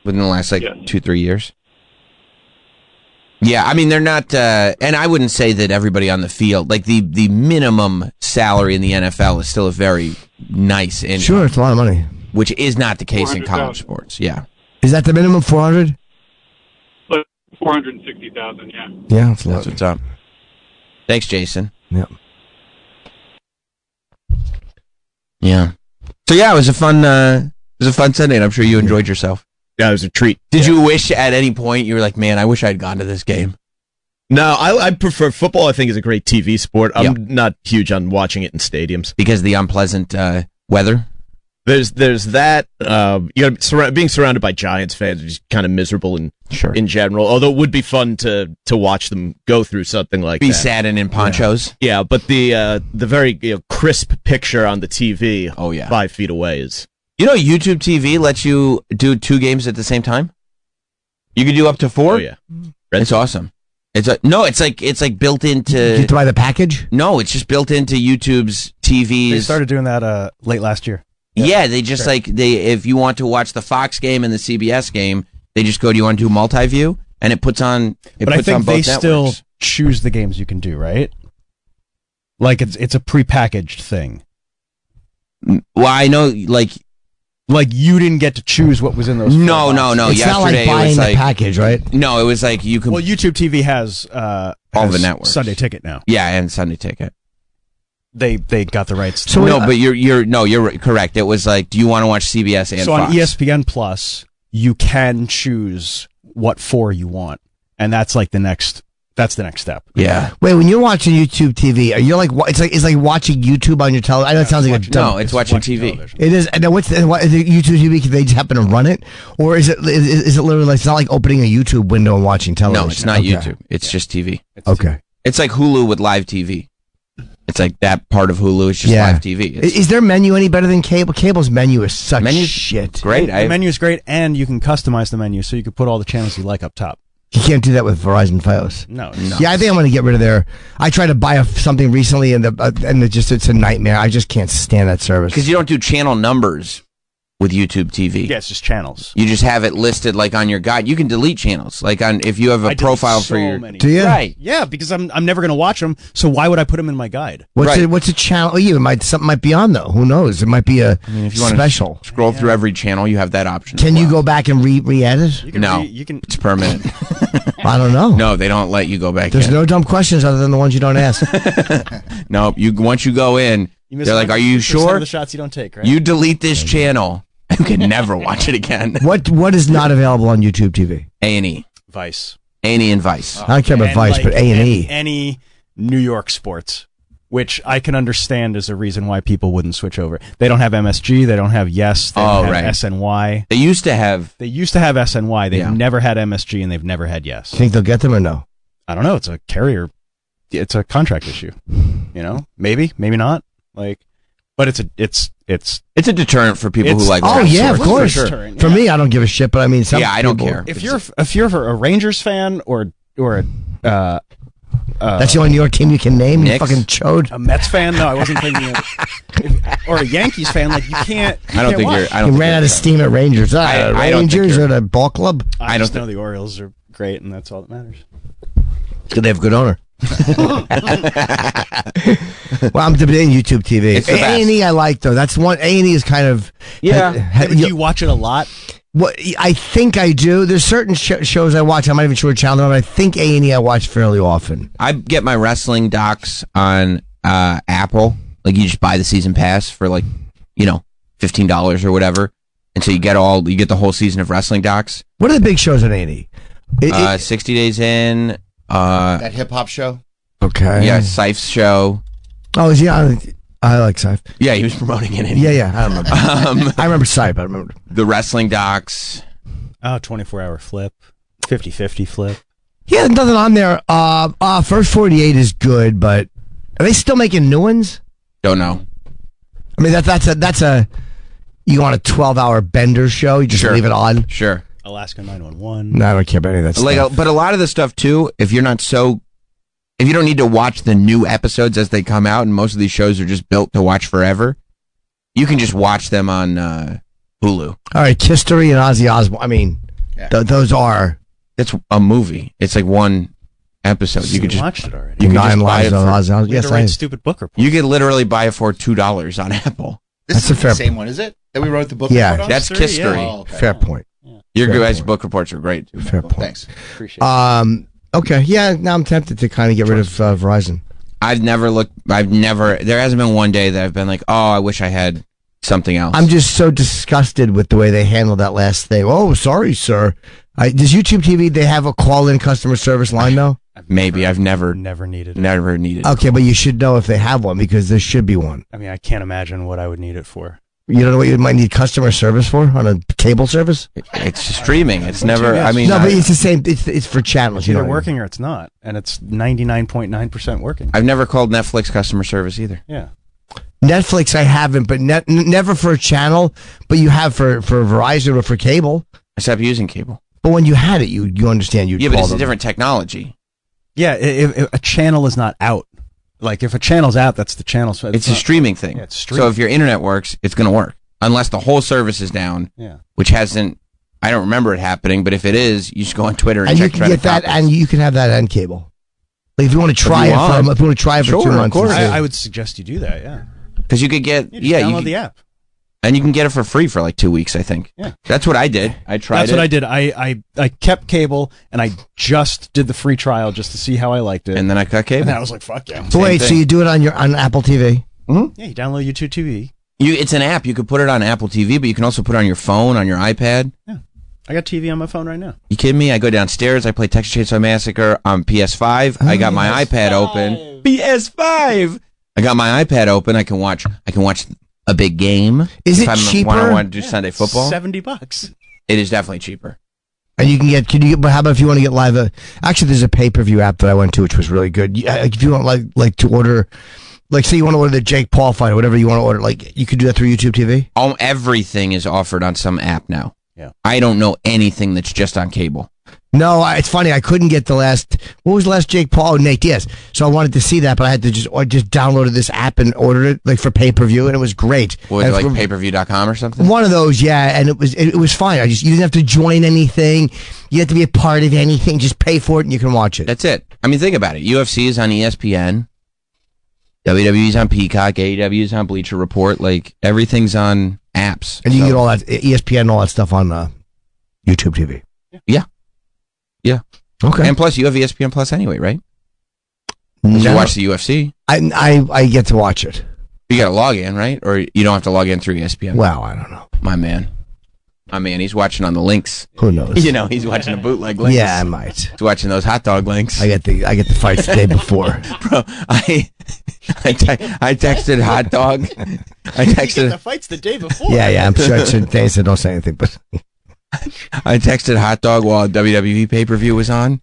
Speaker 4: within the last like
Speaker 8: Yes.
Speaker 4: two three years. Yeah, I mean they're not, uh, and I wouldn't say that everybody on the field like the the minimum salary in the NFL is still a very nice income,
Speaker 3: Sure, it's a lot of money.
Speaker 4: which is not the case in
Speaker 8: 400,000.
Speaker 4: college sports. Yeah,
Speaker 3: Is that the minimum 400?
Speaker 8: But four hundred sixty thousand, yeah.
Speaker 3: Yeah, it's a
Speaker 4: that's
Speaker 3: lot.
Speaker 4: what's up. Thanks, Jason.
Speaker 3: Yeah.
Speaker 4: Yeah. So yeah, it was a fun uh, it was a fun Sunday, and I'm sure you enjoyed yourself.
Speaker 5: Yeah, it was a treat.
Speaker 4: Did you wish at any point you were like, man, I wish I'd gone to this game?
Speaker 5: No, I, I prefer football. I think is a great TV sport. I'm not huge on watching it in stadiums.
Speaker 4: because of the unpleasant uh, weather.
Speaker 5: There's there's that. Um, you know, surra- being surrounded by Giants fans is kind of miserable in
Speaker 4: Sure.
Speaker 5: in general. Although it would be fun to to watch them go through something like
Speaker 4: Be
Speaker 5: that.
Speaker 4: sad and in ponchos.
Speaker 5: Yeah, but the uh, the very you know, crisp picture on the TV,
Speaker 4: Oh, yeah.
Speaker 5: five feet away is
Speaker 4: You know, YouTube TV lets you do two games at the same time. You could do up to four.
Speaker 5: oh yeah. Red
Speaker 4: it's awesome. It's a, no, it's like it's like built
Speaker 3: You have
Speaker 4: into.
Speaker 3: to buy the package?
Speaker 4: No, it's just built into YouTube's TVs.
Speaker 6: They started doing that uh, late last year.
Speaker 4: yeah, they just like they. If you want to watch the Fox game and the CBS game, they just go. Do you want to do multi-view? And it puts on. It
Speaker 6: but
Speaker 4: puts
Speaker 6: I think
Speaker 4: on
Speaker 6: they
Speaker 4: both
Speaker 6: still
Speaker 4: networks.
Speaker 6: choose the games you can do, right? Like it's it's a prepackaged thing.
Speaker 4: Mm, Well, I know. Like
Speaker 6: Like you didn't get to choose what was in those. four
Speaker 4: no, no,
Speaker 6: boxes.
Speaker 4: no.
Speaker 3: it's not
Speaker 4: yesterday
Speaker 3: like buying
Speaker 4: it was
Speaker 3: the
Speaker 4: like
Speaker 3: package, right?
Speaker 4: no, it was like you could.
Speaker 6: Well, YouTube TV has uh,
Speaker 4: All
Speaker 6: has
Speaker 4: the networks.
Speaker 6: Sunday Ticket now.
Speaker 4: yeah, and Sunday Ticket.
Speaker 6: They they got the rights.
Speaker 3: So
Speaker 4: no,
Speaker 3: we-
Speaker 4: but you're you're no, you're right- correct. It was like, do you want to watch CBS and
Speaker 6: so on E
Speaker 4: Fox?
Speaker 6: ESPN Plus, you can choose what four you want, and that's like the next that's the next step.
Speaker 4: Yeah.
Speaker 3: Wait, when you're watching YouTube TV, are you like wa- it's like it's like watching YouTube on your television? I know it sounds like a dumb.
Speaker 4: No, it's watching TV.
Speaker 6: television.
Speaker 3: It is. And then what's the, what, is it YouTube TV? Can they just happen to run it, or is it is, is it literally like it's not like opening a YouTube window and watching television?
Speaker 4: No, it's not
Speaker 3: Okay.
Speaker 4: YouTube. It's just TV.
Speaker 3: Okay.
Speaker 4: It's like Hulu with live TV. It's like that part of Hulu is just
Speaker 3: Yeah.
Speaker 4: live TV.
Speaker 3: Is,
Speaker 4: It's
Speaker 3: is their menu any better than cable? Cable's menu is such
Speaker 4: Menu's
Speaker 3: shit.
Speaker 4: great.
Speaker 6: The
Speaker 4: I,
Speaker 6: menu is great, and you can customize the menu, so you can put all the channels you like up top.
Speaker 3: You can't do that with Verizon Fios.
Speaker 6: No,
Speaker 3: Yeah, I think I'm going to get rid of their. I tried to buy a, something recently, and the uh, and it just it's a nightmare. I just can't stand that service.
Speaker 4: because you don't do channel numbers with YouTube TV.
Speaker 6: yeah, it's just channels.
Speaker 4: You just have it listed like on your guide. You can delete channels like on if you have a
Speaker 6: I delete
Speaker 4: profile
Speaker 6: so
Speaker 4: for your
Speaker 6: many.
Speaker 3: Do you?
Speaker 4: right.
Speaker 6: Yeah, because I'm I'm never gonna watch them, so why would I put them in my guide?
Speaker 3: What's
Speaker 4: Right.
Speaker 3: a, what's a channel? Oh, yeah, it might something might be on though. Who knows? It might be a
Speaker 4: if you wanna-
Speaker 3: special.
Speaker 4: Scroll through every channel. You have that option. as
Speaker 3: Can you
Speaker 4: well.
Speaker 3: go back and re re edit?
Speaker 6: You can
Speaker 4: No.
Speaker 6: re- you can.
Speaker 4: It's permanent.
Speaker 3: I don't know.
Speaker 4: no, they don't let you go back.
Speaker 3: There's
Speaker 4: in.
Speaker 3: no dumb questions other than the ones you don't ask.
Speaker 4: no. You once you go in,
Speaker 6: You
Speaker 4: they're like, "Are you
Speaker 6: 100% of
Speaker 4: sure?"
Speaker 6: The shots you don't take, right?
Speaker 4: You delete this channel. You can never watch it again.
Speaker 3: what what is not available on YouTube TV?
Speaker 4: A and E,
Speaker 6: Vice.
Speaker 4: A and E, and Vice.
Speaker 3: I don't care about
Speaker 6: and,
Speaker 3: Vice,
Speaker 6: like,
Speaker 3: but A and E.
Speaker 6: Any New York sports, which I can understand is a reason why people wouldn't switch over. They don't have MSG. They don't have Yes. They
Speaker 4: Oh,
Speaker 6: don't have
Speaker 4: right.
Speaker 6: SNY.
Speaker 4: They used to have.
Speaker 6: They used to have SNY. They've
Speaker 4: Yeah.
Speaker 6: never had MSG and they've never had Yes.
Speaker 3: Think they'll get them or no?
Speaker 6: I don't know. It's a carrier. It's a contract issue. You know, maybe, maybe not. Like, but it's a it's it's
Speaker 4: It's a deterrent for people who
Speaker 6: It's-
Speaker 4: like.
Speaker 3: Oh
Speaker 4: live
Speaker 3: yeah, of
Speaker 4: sports, for
Speaker 3: course.
Speaker 4: sure.
Speaker 6: Turn,
Speaker 3: For
Speaker 6: yeah.
Speaker 3: me, I don't give a shit. But I mean, some
Speaker 4: Yeah, I don't
Speaker 3: people-
Speaker 4: care.
Speaker 6: if you're if you're a Rangers fan or or a uh, uh,
Speaker 3: That's the only New York team you can name. You
Speaker 4: Knicks?
Speaker 3: fucking chode.
Speaker 6: a Mets fan. No, I wasn't thinking of. Or a Yankees fan. Like you can't. You
Speaker 4: I don't
Speaker 6: can't
Speaker 4: think
Speaker 6: watch.
Speaker 4: you're. I don't
Speaker 3: He
Speaker 4: think
Speaker 3: ran
Speaker 4: you're
Speaker 3: out of
Speaker 4: right.
Speaker 3: steam at Rangers. Uh,
Speaker 4: I- I don't think
Speaker 3: Rangers
Speaker 4: you're-
Speaker 3: or the ball club.
Speaker 4: I
Speaker 6: I
Speaker 4: don't
Speaker 6: just know the Orioles are great, and that's all that matters.
Speaker 3: They have a good owner. Well, I'm debating YouTube TV.
Speaker 4: It's the
Speaker 3: A
Speaker 4: best.
Speaker 3: and E, I like though. That's one. A and E is kind of
Speaker 4: Yeah.
Speaker 3: ha- ha-
Speaker 6: Do you watch it a lot?
Speaker 3: What I think I do. There's certain sh- shows I watch. I'm not even sure which channel, but I think A and E I watch fairly often.
Speaker 4: I get my wrestling docs on uh, Apple. Like you just buy the season pass for like, you know, fifteen dollars or whatever, and so you get all you get the whole season of wrestling docs.
Speaker 3: What are the big shows on A and E? It- it-
Speaker 4: Uh, Sixty days in. Uh,
Speaker 7: That hip hop show.
Speaker 3: okay.
Speaker 4: yeah, Sife's show.
Speaker 3: Oh, is he on? I like Sype.
Speaker 4: Yeah, he was promoting it.
Speaker 3: Yeah, yeah. I remember.
Speaker 4: Um,
Speaker 3: I remember Sype. I remember.
Speaker 4: the wrestling docs.
Speaker 6: Oh, 24 hour flip, 50 50 flip.
Speaker 3: Yeah, there's nothing on there. Uh, uh, first 48 is good, but are they still making new ones?
Speaker 4: Don't know.
Speaker 3: I mean, that that's a that's a you on a 12 hour bender show. You just
Speaker 4: Sure.
Speaker 3: leave it on.
Speaker 4: Sure.
Speaker 6: Alaska 911.
Speaker 3: No, I don't care about any of that
Speaker 4: like,
Speaker 3: stuff.
Speaker 4: a, but a lot of the stuff too. If you're not so, if you don't need to watch the new episodes as they come out, and most of these shows are just built to watch forever, you can just watch them on uh, Hulu.
Speaker 3: All right, Kistery and Ozzy Osbourne. I mean, th- those are
Speaker 4: That's a movie. It's like one episode. You could just
Speaker 6: watched it already.
Speaker 4: you could
Speaker 3: nine
Speaker 4: just buy
Speaker 3: lives
Speaker 4: it
Speaker 3: of
Speaker 4: for,
Speaker 3: Ozzy Osbourne.
Speaker 6: We had to
Speaker 3: Yes,
Speaker 6: write
Speaker 3: I,
Speaker 6: stupid book report.
Speaker 4: you could literally buy it for two dollars on Apple.
Speaker 7: This
Speaker 3: That's
Speaker 7: is
Speaker 3: a fair-
Speaker 7: the same one, is it? That we wrote the book.
Speaker 3: Yeah.
Speaker 7: report on?
Speaker 4: That's
Speaker 6: History, yeah.
Speaker 4: Kistery.
Speaker 7: Oh, okay.
Speaker 3: fair point.
Speaker 4: Your
Speaker 3: Fair
Speaker 4: guys'
Speaker 3: point.
Speaker 4: book reports are great. Too.
Speaker 3: Fair point.
Speaker 7: Thanks.
Speaker 6: Appreciate
Speaker 3: Um, okay, yeah. Now I'm tempted to kind of get rid of uh, Verizon.
Speaker 4: I've never looked. I've never. There hasn't been one day that I've been like, oh, I wish I had something else.
Speaker 3: I'm just so disgusted with the way they handled that last thing. Oh, sorry, sir. I, does YouTube TV they have a call in customer service line though?
Speaker 4: maybe I've never,
Speaker 6: Never needed it.
Speaker 4: never needed.
Speaker 3: Okay, but you should know if they have one because there should be one.
Speaker 6: I mean, I can't imagine what I would need it for.
Speaker 3: You don't know what you might need customer service for on a cable service.
Speaker 4: It's streaming. It's never. I mean,
Speaker 3: no, but
Speaker 4: I-
Speaker 3: it's the same. It's it's for channels.
Speaker 6: It's
Speaker 3: You
Speaker 6: either
Speaker 3: know, what I mean?
Speaker 6: working or it's not. And it's 99.9% working.
Speaker 4: I've never called Netflix customer service either.
Speaker 6: Yeah.
Speaker 3: Netflix I haven't, but net, n- never for a channel. But you have for for Verizon or for cable.
Speaker 4: I stopped using cable.
Speaker 3: But when you had it, you you understand you.
Speaker 4: yeah, but it's a different technology.
Speaker 6: Yeah. i- If, if a channel is not out, like if a channel's out, that's the channel's.
Speaker 4: It's, a
Speaker 6: not-
Speaker 4: streaming thing.
Speaker 6: Yeah, it's
Speaker 4: So
Speaker 6: streaming.
Speaker 4: if your internet works, it's going to work. Unless the whole service is down,
Speaker 6: Yeah.
Speaker 4: which hasn't. I don't remember it happening, but if it is, you just go on Twitter and,
Speaker 3: And you
Speaker 4: check.
Speaker 3: can
Speaker 4: Trending
Speaker 3: get that,
Speaker 4: Topics.
Speaker 3: and you can have that end cable. Like if you want to try
Speaker 4: you
Speaker 3: it for, a
Speaker 4: want.
Speaker 3: month- if you want to try it for
Speaker 4: Sure,
Speaker 3: two
Speaker 4: of
Speaker 3: months,
Speaker 4: course.
Speaker 3: it's-
Speaker 6: I, I would suggest you do that. Yeah.
Speaker 4: because you could get
Speaker 6: You just
Speaker 4: yeah,
Speaker 6: download
Speaker 4: you could-
Speaker 6: the app.
Speaker 4: and you can get it for free for like two weeks. I think.
Speaker 6: Yeah.
Speaker 4: That's what I did. I tried
Speaker 6: That's
Speaker 4: it,
Speaker 6: what I did. I, I I kept cable and I just did the free trial just to see how I liked it.
Speaker 4: and then I cut cable.
Speaker 6: And I was like, fuck yeah.
Speaker 3: So
Speaker 4: Same
Speaker 3: wait, so
Speaker 4: thing. Hmm?
Speaker 3: you do it on your on Apple TV?
Speaker 6: Yeah, you download YouTube TV.
Speaker 4: You, it's an app. You could put it on Apple TV, but you can also put it on your phone, on your iPad.
Speaker 6: I got TV on my phone right now.
Speaker 4: You kidding me? I go downstairs. I play Texas Chainsaw Massacre on PS5. I got my iPad open. PS5. I got my iPad open. I can watch. I can watch a big game.
Speaker 3: Is it
Speaker 4: if I'm, When I
Speaker 3: cheaper?
Speaker 4: want to do Sunday football,
Speaker 6: 70 bucks.
Speaker 4: it is definitely cheaper.
Speaker 3: And you can get. Can you get? But how about if you want to get live? Uh, actually, there's a pay per view app that I went to, which was really good. You- uh, if you want like like to order, like say you want to order the Jake Paul fight or whatever you want to order, like you could do that through YouTube TV.
Speaker 4: All everything is offered on some app now.
Speaker 6: Yeah.
Speaker 4: I don't know anything that's just on cable.
Speaker 3: No, I, it's funny. I couldn't get the last. What was the last Jake Paul? Oh, Nate Diaz. So I wanted to see that, but I had to just I just downloaded this app and ordered it like for pay per view, and it was great.
Speaker 4: What
Speaker 3: And
Speaker 4: was it,
Speaker 3: for-
Speaker 4: like payperview.com or something?
Speaker 3: One of those, yeah, and it was it, it was fine. I just you didn't have to join anything, you had to be a part of anything. Just pay for it and you can watch it.
Speaker 4: That's it. I mean, think about it. UFC is on E ESPN. WWE's E on Peacock. AEW's on Bleacher Report. Like everything's on apps.
Speaker 3: and you
Speaker 4: So-
Speaker 3: can get all that E ESPN and all that stuff on uh, YouTube TV.
Speaker 4: Yeah. Yeah.
Speaker 3: Okay.
Speaker 4: And plus, E you have ESPN Plus anyway, right?
Speaker 3: No,
Speaker 4: You watch the UFC.
Speaker 3: Mm. I, I I get to watch it.
Speaker 4: You got to log in, right? Or you don't have to log in through E ESPN.
Speaker 3: Well, I don't know.
Speaker 4: my man, my man, he's watching on the links.
Speaker 3: Who knows?
Speaker 4: You know, he's watching the bootleg links.
Speaker 3: yeah, I might.
Speaker 4: he's watching those hot dog links.
Speaker 3: I get the I get the fights the day before.
Speaker 4: Bro, I, I, te- I texted hot dog. I texted,
Speaker 6: fights the day before.
Speaker 3: Yeah, yeah. I'm sure it's certain things that don't say anything, but
Speaker 4: I texted hot dog while WWE pay per view was on,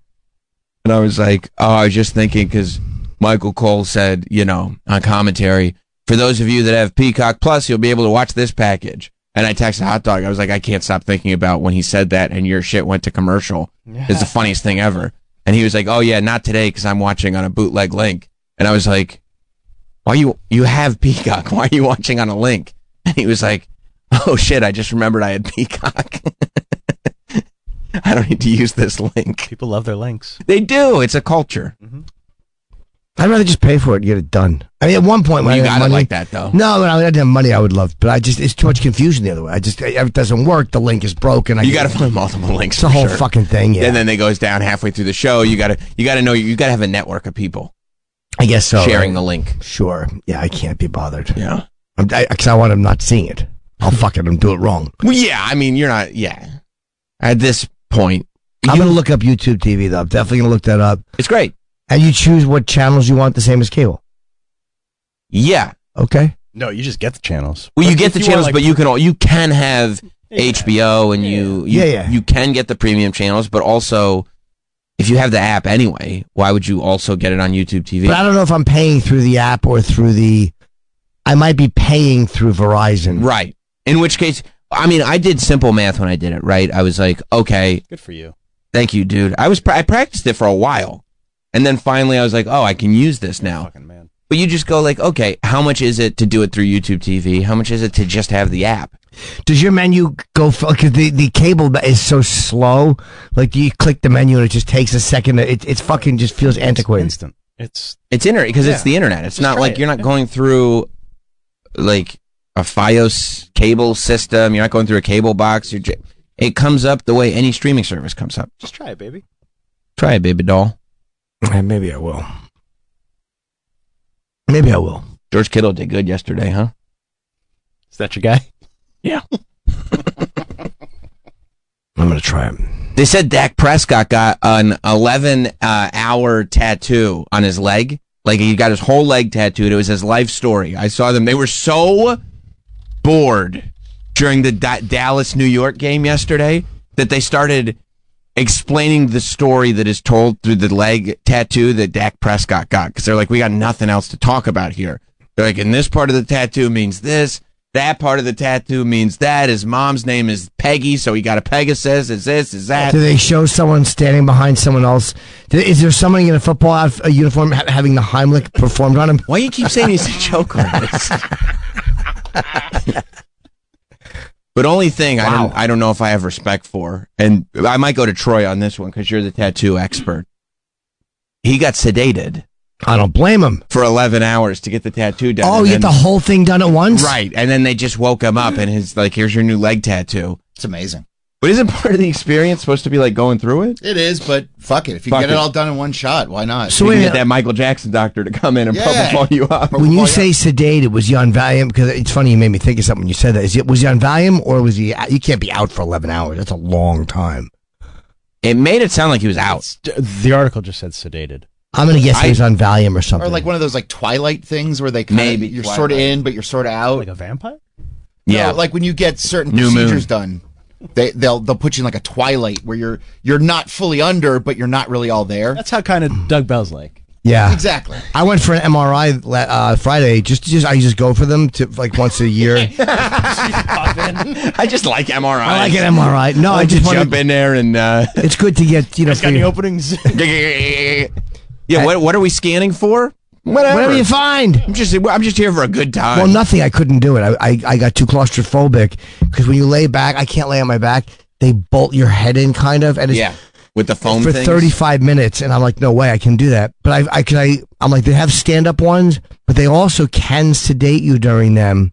Speaker 4: and I was like, oh, I was just thinking because Michael Cole said, you know, on commentary, for those of you that have Peacock Plus, you'll be able to watch this package. And I texted hot dog. I was like, I can't stop thinking about when he said that, and your shit went to commercial. It's the funniest thing ever. And he was like, "Oh yeah, not today because I'm watching on a bootleg link." And I was like, "Why you you have Peacock? Why are you watching on a link?" And he was like, "Oh shit, I just remembered I had Peacock. I don't need to use this link."
Speaker 6: People love their links.
Speaker 3: Mm-hmm.
Speaker 4: They do. It's a culture.
Speaker 3: I'd rather just pay for it and get it done. I mean, at one point when
Speaker 4: Well,
Speaker 3: I
Speaker 4: you
Speaker 3: had
Speaker 4: got it
Speaker 3: money,
Speaker 4: like that, though.
Speaker 3: No, when I didn't have money, I would love, but I just it's too much confusion the other way. I just it doesn't work. The link is broken. I
Speaker 4: You got
Speaker 3: get-
Speaker 4: to find multiple links.
Speaker 3: it's the
Speaker 4: for
Speaker 3: whole
Speaker 4: sure.
Speaker 3: fucking thing. Yeah,
Speaker 4: And then they goes down halfway through the show. You got to you got to know you got to have a network of people
Speaker 3: I guess so.
Speaker 4: sharing the
Speaker 3: right?
Speaker 4: link.
Speaker 3: Sure. Yeah, I can't be bothered.
Speaker 4: Yeah.
Speaker 3: I'm, I, cause I want him not seeing it. I'll fuck it and do it wrong.
Speaker 4: Well, yeah. I mean, you're not. Yeah. At this point,
Speaker 3: I'm
Speaker 4: you-
Speaker 3: gonna look up YouTube TV though. I'm definitely gonna look that up.
Speaker 4: it's great.
Speaker 3: And you choose what channels you want, the same as cable.
Speaker 4: Yeah.
Speaker 3: Okay.
Speaker 6: No, you just get the channels.
Speaker 4: Well, you
Speaker 6: But
Speaker 4: get
Speaker 6: if
Speaker 4: the
Speaker 6: want,
Speaker 4: channels,
Speaker 6: like-
Speaker 4: but you can all you can have HBO and you you,
Speaker 3: Yeah, yeah.
Speaker 4: you can get the premium channels, but also if you have the app anyway, why would you also get it on YouTube TV?
Speaker 3: But I don't know if I'm paying through the app or through the. I might be paying through Verizon.
Speaker 4: Right. In which case, I mean, I did simple math when I did it. Right. I was like, okay,
Speaker 6: Good for you.
Speaker 4: thank you, dude. I was pra- I practiced it for a while, and then finally I was like, oh, I can use this now.
Speaker 6: Fucking man.
Speaker 4: But you just go like, okay, how much is it to do it through YouTube TV? How much is it to just have the app?
Speaker 3: Does your menu go because the the cable ba- is so slow? Like you click the menu and it just takes a second. It it's fucking just feels antiquated.
Speaker 6: Instant. It's
Speaker 4: It's internet because it's the internet. It's not like you're not going through like a FiOS cable system. You're not going through a cable box. You're j- it comes up the way any streaming service comes up.
Speaker 6: just try it, baby.
Speaker 4: Try it, baby doll.
Speaker 3: Maybe I will. Maybe I will.
Speaker 4: George Kittle did good yesterday, huh?
Speaker 6: Is that your guy?
Speaker 3: I'm gonna try it.
Speaker 4: They said Dak Prescott got an 11 uh, hour tattoo on his leg. Like he got his whole leg tattooed. It was his life story. I saw them. They were so bored during the da- Dallas New York game yesterday that they started explaining the story that is told through the leg tattoo that Dak Prescott got because they're like, we got nothing else to talk about here. They're like, and this part of the tattoo means this, that part of the tattoo means that. His mom's name is Peggy, so he got a Pegasus. Is this? Is that?
Speaker 3: Do they show someone standing behind someone else? Do- Is there somebody in a football outf- a uniform ha- having the Heimlich performed on him?
Speaker 4: Why you keep saying he's a joke on this? but only thing I don't I don't know if I have respect for, and I might go to Troy on this one because you're the tattoo expert. He got sedated
Speaker 3: I don't blame him.
Speaker 4: for 11 hours to get the tattoo done.
Speaker 3: Oh,
Speaker 4: and
Speaker 3: you get the
Speaker 4: then-
Speaker 3: whole thing done at once?
Speaker 4: right, and then they just woke him up and his like, here's your new leg tattoo.
Speaker 7: It's amazing.
Speaker 4: But isn't part of the experience supposed to be like going through it?
Speaker 7: It is, but fuck it. If you
Speaker 4: Fuck
Speaker 7: get it.
Speaker 4: it.
Speaker 7: all done in one shot, why not?
Speaker 3: So
Speaker 4: You
Speaker 3: wait
Speaker 4: can
Speaker 3: a
Speaker 4: get
Speaker 3: minute.
Speaker 4: that Michael Jackson doctor to come in and
Speaker 7: Yeah.
Speaker 4: probably blow you up.
Speaker 3: When you
Speaker 7: Well,
Speaker 3: say sedated, was he on Valium? Because it's funny you made me think of something when you said that. Is it, was he on Valium or was he? out- You can't be out for eleven hours. That's a long time.
Speaker 4: It made it sound like he was out.
Speaker 6: The article just said sedated.
Speaker 3: I'm gonna guess
Speaker 4: I-
Speaker 3: he was on Valium or something.
Speaker 7: Or like one of those like Twilight things where they kind
Speaker 4: Maybe
Speaker 7: of you're sort of
Speaker 4: Twilight.
Speaker 7: in, but you're sort of out.
Speaker 6: a vampire?
Speaker 7: No,
Speaker 4: Yeah,
Speaker 7: like when you get certain
Speaker 4: New
Speaker 7: procedures done, they they'll they'll put you in like a Twilight where you're you're not fully under, but you're not really all there.
Speaker 6: That's how kind of Doug Bell's like.
Speaker 3: yeah.
Speaker 7: exactly.
Speaker 3: I went for an MRI la- uh, Friday. Just, just I just go for them to like once a year.
Speaker 4: I just like MRI.
Speaker 3: I like an MRI. No, I
Speaker 4: like to
Speaker 3: just want
Speaker 4: jump
Speaker 3: to.
Speaker 4: in there and uh,
Speaker 3: It's good to get you know for your-
Speaker 6: openings?
Speaker 4: yeah. What what are we scanning for? Whatever.
Speaker 3: whatever you find.
Speaker 4: I'm just I'm just here for a good time.
Speaker 3: Well, nothing. I couldn't do it. I, I, I got too claustrophobic because when you lay back, I can't lay on my back. They bolt your head in, kind of, and it's
Speaker 4: yeah, with the foam
Speaker 3: for
Speaker 4: things.
Speaker 3: 35 minutes. And I'm like, no way, I can do that. But I, I can, I, I'm like, they have stand up ones, but they also can sedate you during them,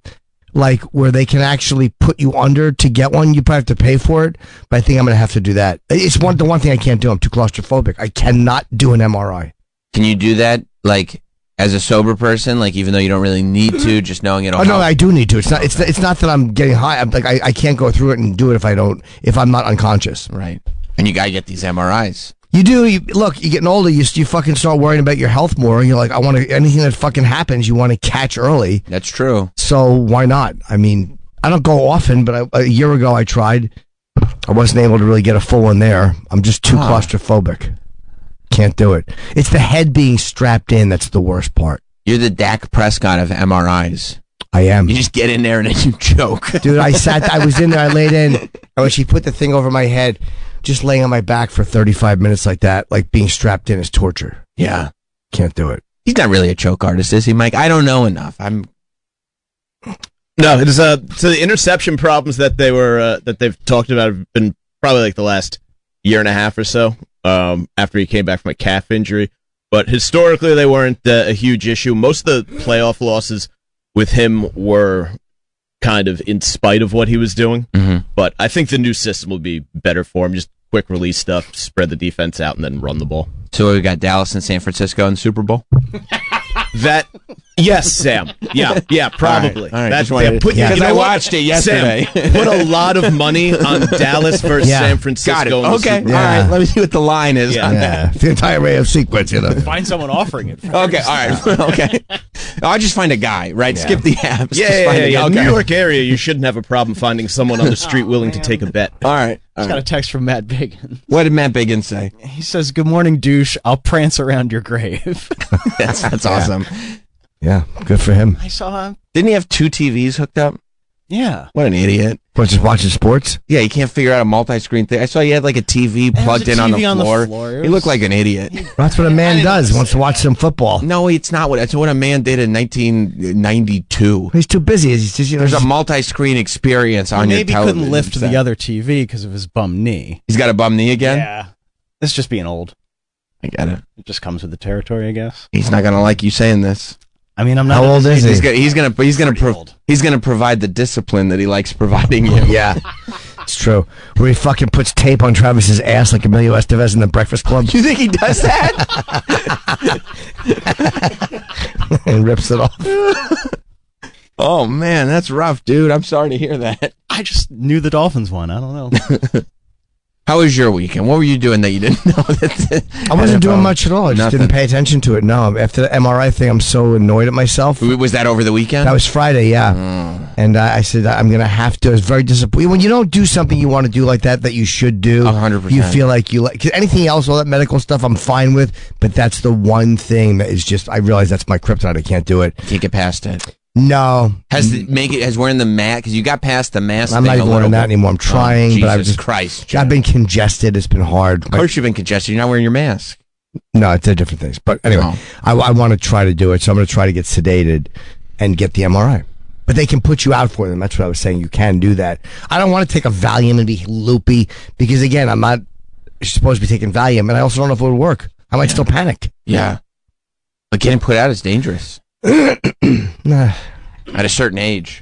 Speaker 3: like where they can actually put you under to get one. You probably have to pay for it, but I think I'm gonna have to do that. It's one the one thing I can't do. I'm too claustrophobic. I cannot do an MRI.
Speaker 4: Can you do that like as a sober person? Like even though you don't really need to, just knowing it.
Speaker 3: Oh no, I do need to. It's not. It's it's not that I'm getting high. I'm like I, I can't go through it and do it if I don't if I'm not unconscious.
Speaker 4: right. And you gotta get these MRIs.
Speaker 3: You do. You, look, you're getting older. You you fucking start worrying about your health more. And you're like, I want to anything that fucking happens. You want to catch early.
Speaker 4: That's true.
Speaker 3: So why not? I mean, I don't go often, but I, a year ago I tried. I wasn't able to really get a full one there. I'm just too claustrophobic. Can't do it. It's the head being strapped in that's the worst part.
Speaker 4: You're the Dak Prescott of MRIs.
Speaker 3: I am.
Speaker 4: You just get in there and then you choke.
Speaker 3: dude. I sat, I was in there, I laid in, and when she put the thing over my head, just laying on my back for 35 minutes like that, like being strapped in is torture.
Speaker 4: yeah.
Speaker 3: Can't do it.
Speaker 4: He's not really a choke artist, is he, Mike? I don't know enough. I'm
Speaker 5: No, it is uh so the interception problems that they were uh, that they've talked about have been probably like the last year and a half or so. Um, after he came back from a calf injury, but historically they weren't uh, a huge issue. Most of the playoff losses with him were kind of in spite of what he was doing.
Speaker 4: Mm-hmm.
Speaker 5: But I think the new system will be better for him. Just quick release stuff, spread the defense out, and then run the ball.
Speaker 4: So we got Dallas and San Francisco in the Super Bowl.
Speaker 5: That yes, Sam. Yeah, yeah, probably.
Speaker 4: All right,
Speaker 5: That's
Speaker 4: just wanted-
Speaker 5: yeah, put-
Speaker 4: yeah.
Speaker 5: you
Speaker 4: 'Cause
Speaker 5: know
Speaker 4: I
Speaker 5: what?
Speaker 4: watched it
Speaker 5: Sam,
Speaker 4: yesterday.
Speaker 5: put a lot of money on Dallas versus
Speaker 3: Yeah.
Speaker 5: San Francisco.
Speaker 4: Got it.
Speaker 5: in the
Speaker 4: Okay.
Speaker 5: Super Bowl.
Speaker 3: Yeah.
Speaker 4: All right. Let me see what the line is.
Speaker 5: Yeah.
Speaker 4: on that.
Speaker 3: Yeah, the entire array of sequence, you know.
Speaker 6: Find someone offering it.
Speaker 4: Okay. All right. okay. I'll Oh, just find a guy. Right. Skip the apps.
Speaker 5: Yeah,
Speaker 4: Just
Speaker 5: yeah,
Speaker 4: find
Speaker 5: yeah,
Speaker 4: a
Speaker 5: yeah.
Speaker 4: guy.
Speaker 5: New
Speaker 4: Okay.
Speaker 5: York area, you shouldn't have a problem finding someone on the street willing to take a bet.
Speaker 4: All right. All
Speaker 9: I got
Speaker 4: right.
Speaker 9: a text from Matt Biggin.
Speaker 4: What did Matt Biggin say?
Speaker 9: He says, "Good morning, douche. I'll prance around your grave."
Speaker 4: That's, that's awesome.
Speaker 3: Yeah, good for him.
Speaker 9: I saw him.
Speaker 4: Didn't he have two TVs hooked up?
Speaker 9: Yeah,
Speaker 4: What an idiot.
Speaker 3: What, just watching sports?
Speaker 4: Yeah, he can't figure out a multi-screen thing. I saw he had like a TV
Speaker 9: was
Speaker 4: plugged
Speaker 9: a
Speaker 4: in on,
Speaker 9: TV
Speaker 4: the
Speaker 9: on the
Speaker 4: floor.
Speaker 9: floor. It
Speaker 4: He
Speaker 9: was-
Speaker 4: looked like an idiot.
Speaker 3: That's what a man does. Wants to watch some football.
Speaker 4: no, it's not what it's what a man did in 1992.
Speaker 3: He's too busy. He's just, you know,
Speaker 4: There's a
Speaker 3: he's-
Speaker 4: multi-screen experience on
Speaker 9: maybe
Speaker 4: your television.
Speaker 9: couldn't lift
Speaker 4: set.
Speaker 9: the other TV because of his bum knee.
Speaker 4: He's got a bum knee again.
Speaker 9: Yeah, that's just being old.
Speaker 4: I get it.
Speaker 9: It just comes with the territory, I guess.
Speaker 4: He's not gonna like you saying this.
Speaker 9: I mean, I'm not.
Speaker 3: how old is
Speaker 4: He's
Speaker 3: he?
Speaker 4: gonna he's gonna he's gonna
Speaker 9: Pretty
Speaker 4: pro-
Speaker 9: old.
Speaker 4: he's gonna provide the discipline that he likes providing you.
Speaker 3: Yeah, it's true. Where he fucking puts tape on Travis's ass like Emilio Estevez in the Breakfast Club
Speaker 4: You think he does that?
Speaker 3: and rips it off.
Speaker 4: oh man, that's rough, dude. I'm sorry to hear that.
Speaker 9: I just knew the Dolphins won. I don't know.
Speaker 4: How was your weekend? What were you doing that you didn't know? That
Speaker 3: I wasn't doing much at all. I just
Speaker 4: Nothing.
Speaker 3: didn't pay attention to it. No, after the MRI thing, I'm so annoyed at myself.
Speaker 4: Was that over the weekend?
Speaker 3: That was Friday, yeah.
Speaker 4: Mm.
Speaker 3: And I, I said I'm gonna have to. I was very disappointed when you don't do something you want to do like that that you should do.
Speaker 4: A hundred percent.
Speaker 3: You feel like you like 'cause anything else, all that medical stuff, I'm fine with. But that's the one thing that is just. I realize that's my kryptonite. I can't do it.
Speaker 4: Can't get past it.
Speaker 3: No,
Speaker 4: Has the, make it has wearing the mat because you got past the mask.
Speaker 3: Mm. I'm not
Speaker 4: thing a
Speaker 3: even wearing
Speaker 4: little
Speaker 3: that
Speaker 4: bit.
Speaker 3: anymore. I'm
Speaker 4: Oh,
Speaker 3: trying, but I've
Speaker 4: Jesus
Speaker 3: just
Speaker 4: Christ,
Speaker 3: I've
Speaker 4: Jack.
Speaker 3: been congested. It's been hard.
Speaker 4: Of course, you've been congested. You're not wearing your mask.
Speaker 3: No, it's a different things. But anyway,
Speaker 4: Oh.
Speaker 3: I, I want to try to do it. So I'm going to try to get sedated and get the MRI. But they can put you out for them. That's what I was saying. You can do that. I don't want to take a Valium and be loopy because again, I'm not supposed to be taking Valium, and I also don't know if it would work. I might still panic.
Speaker 4: Yeah, but getting put out is dangerous
Speaker 3: Nah,
Speaker 4: at a certain age.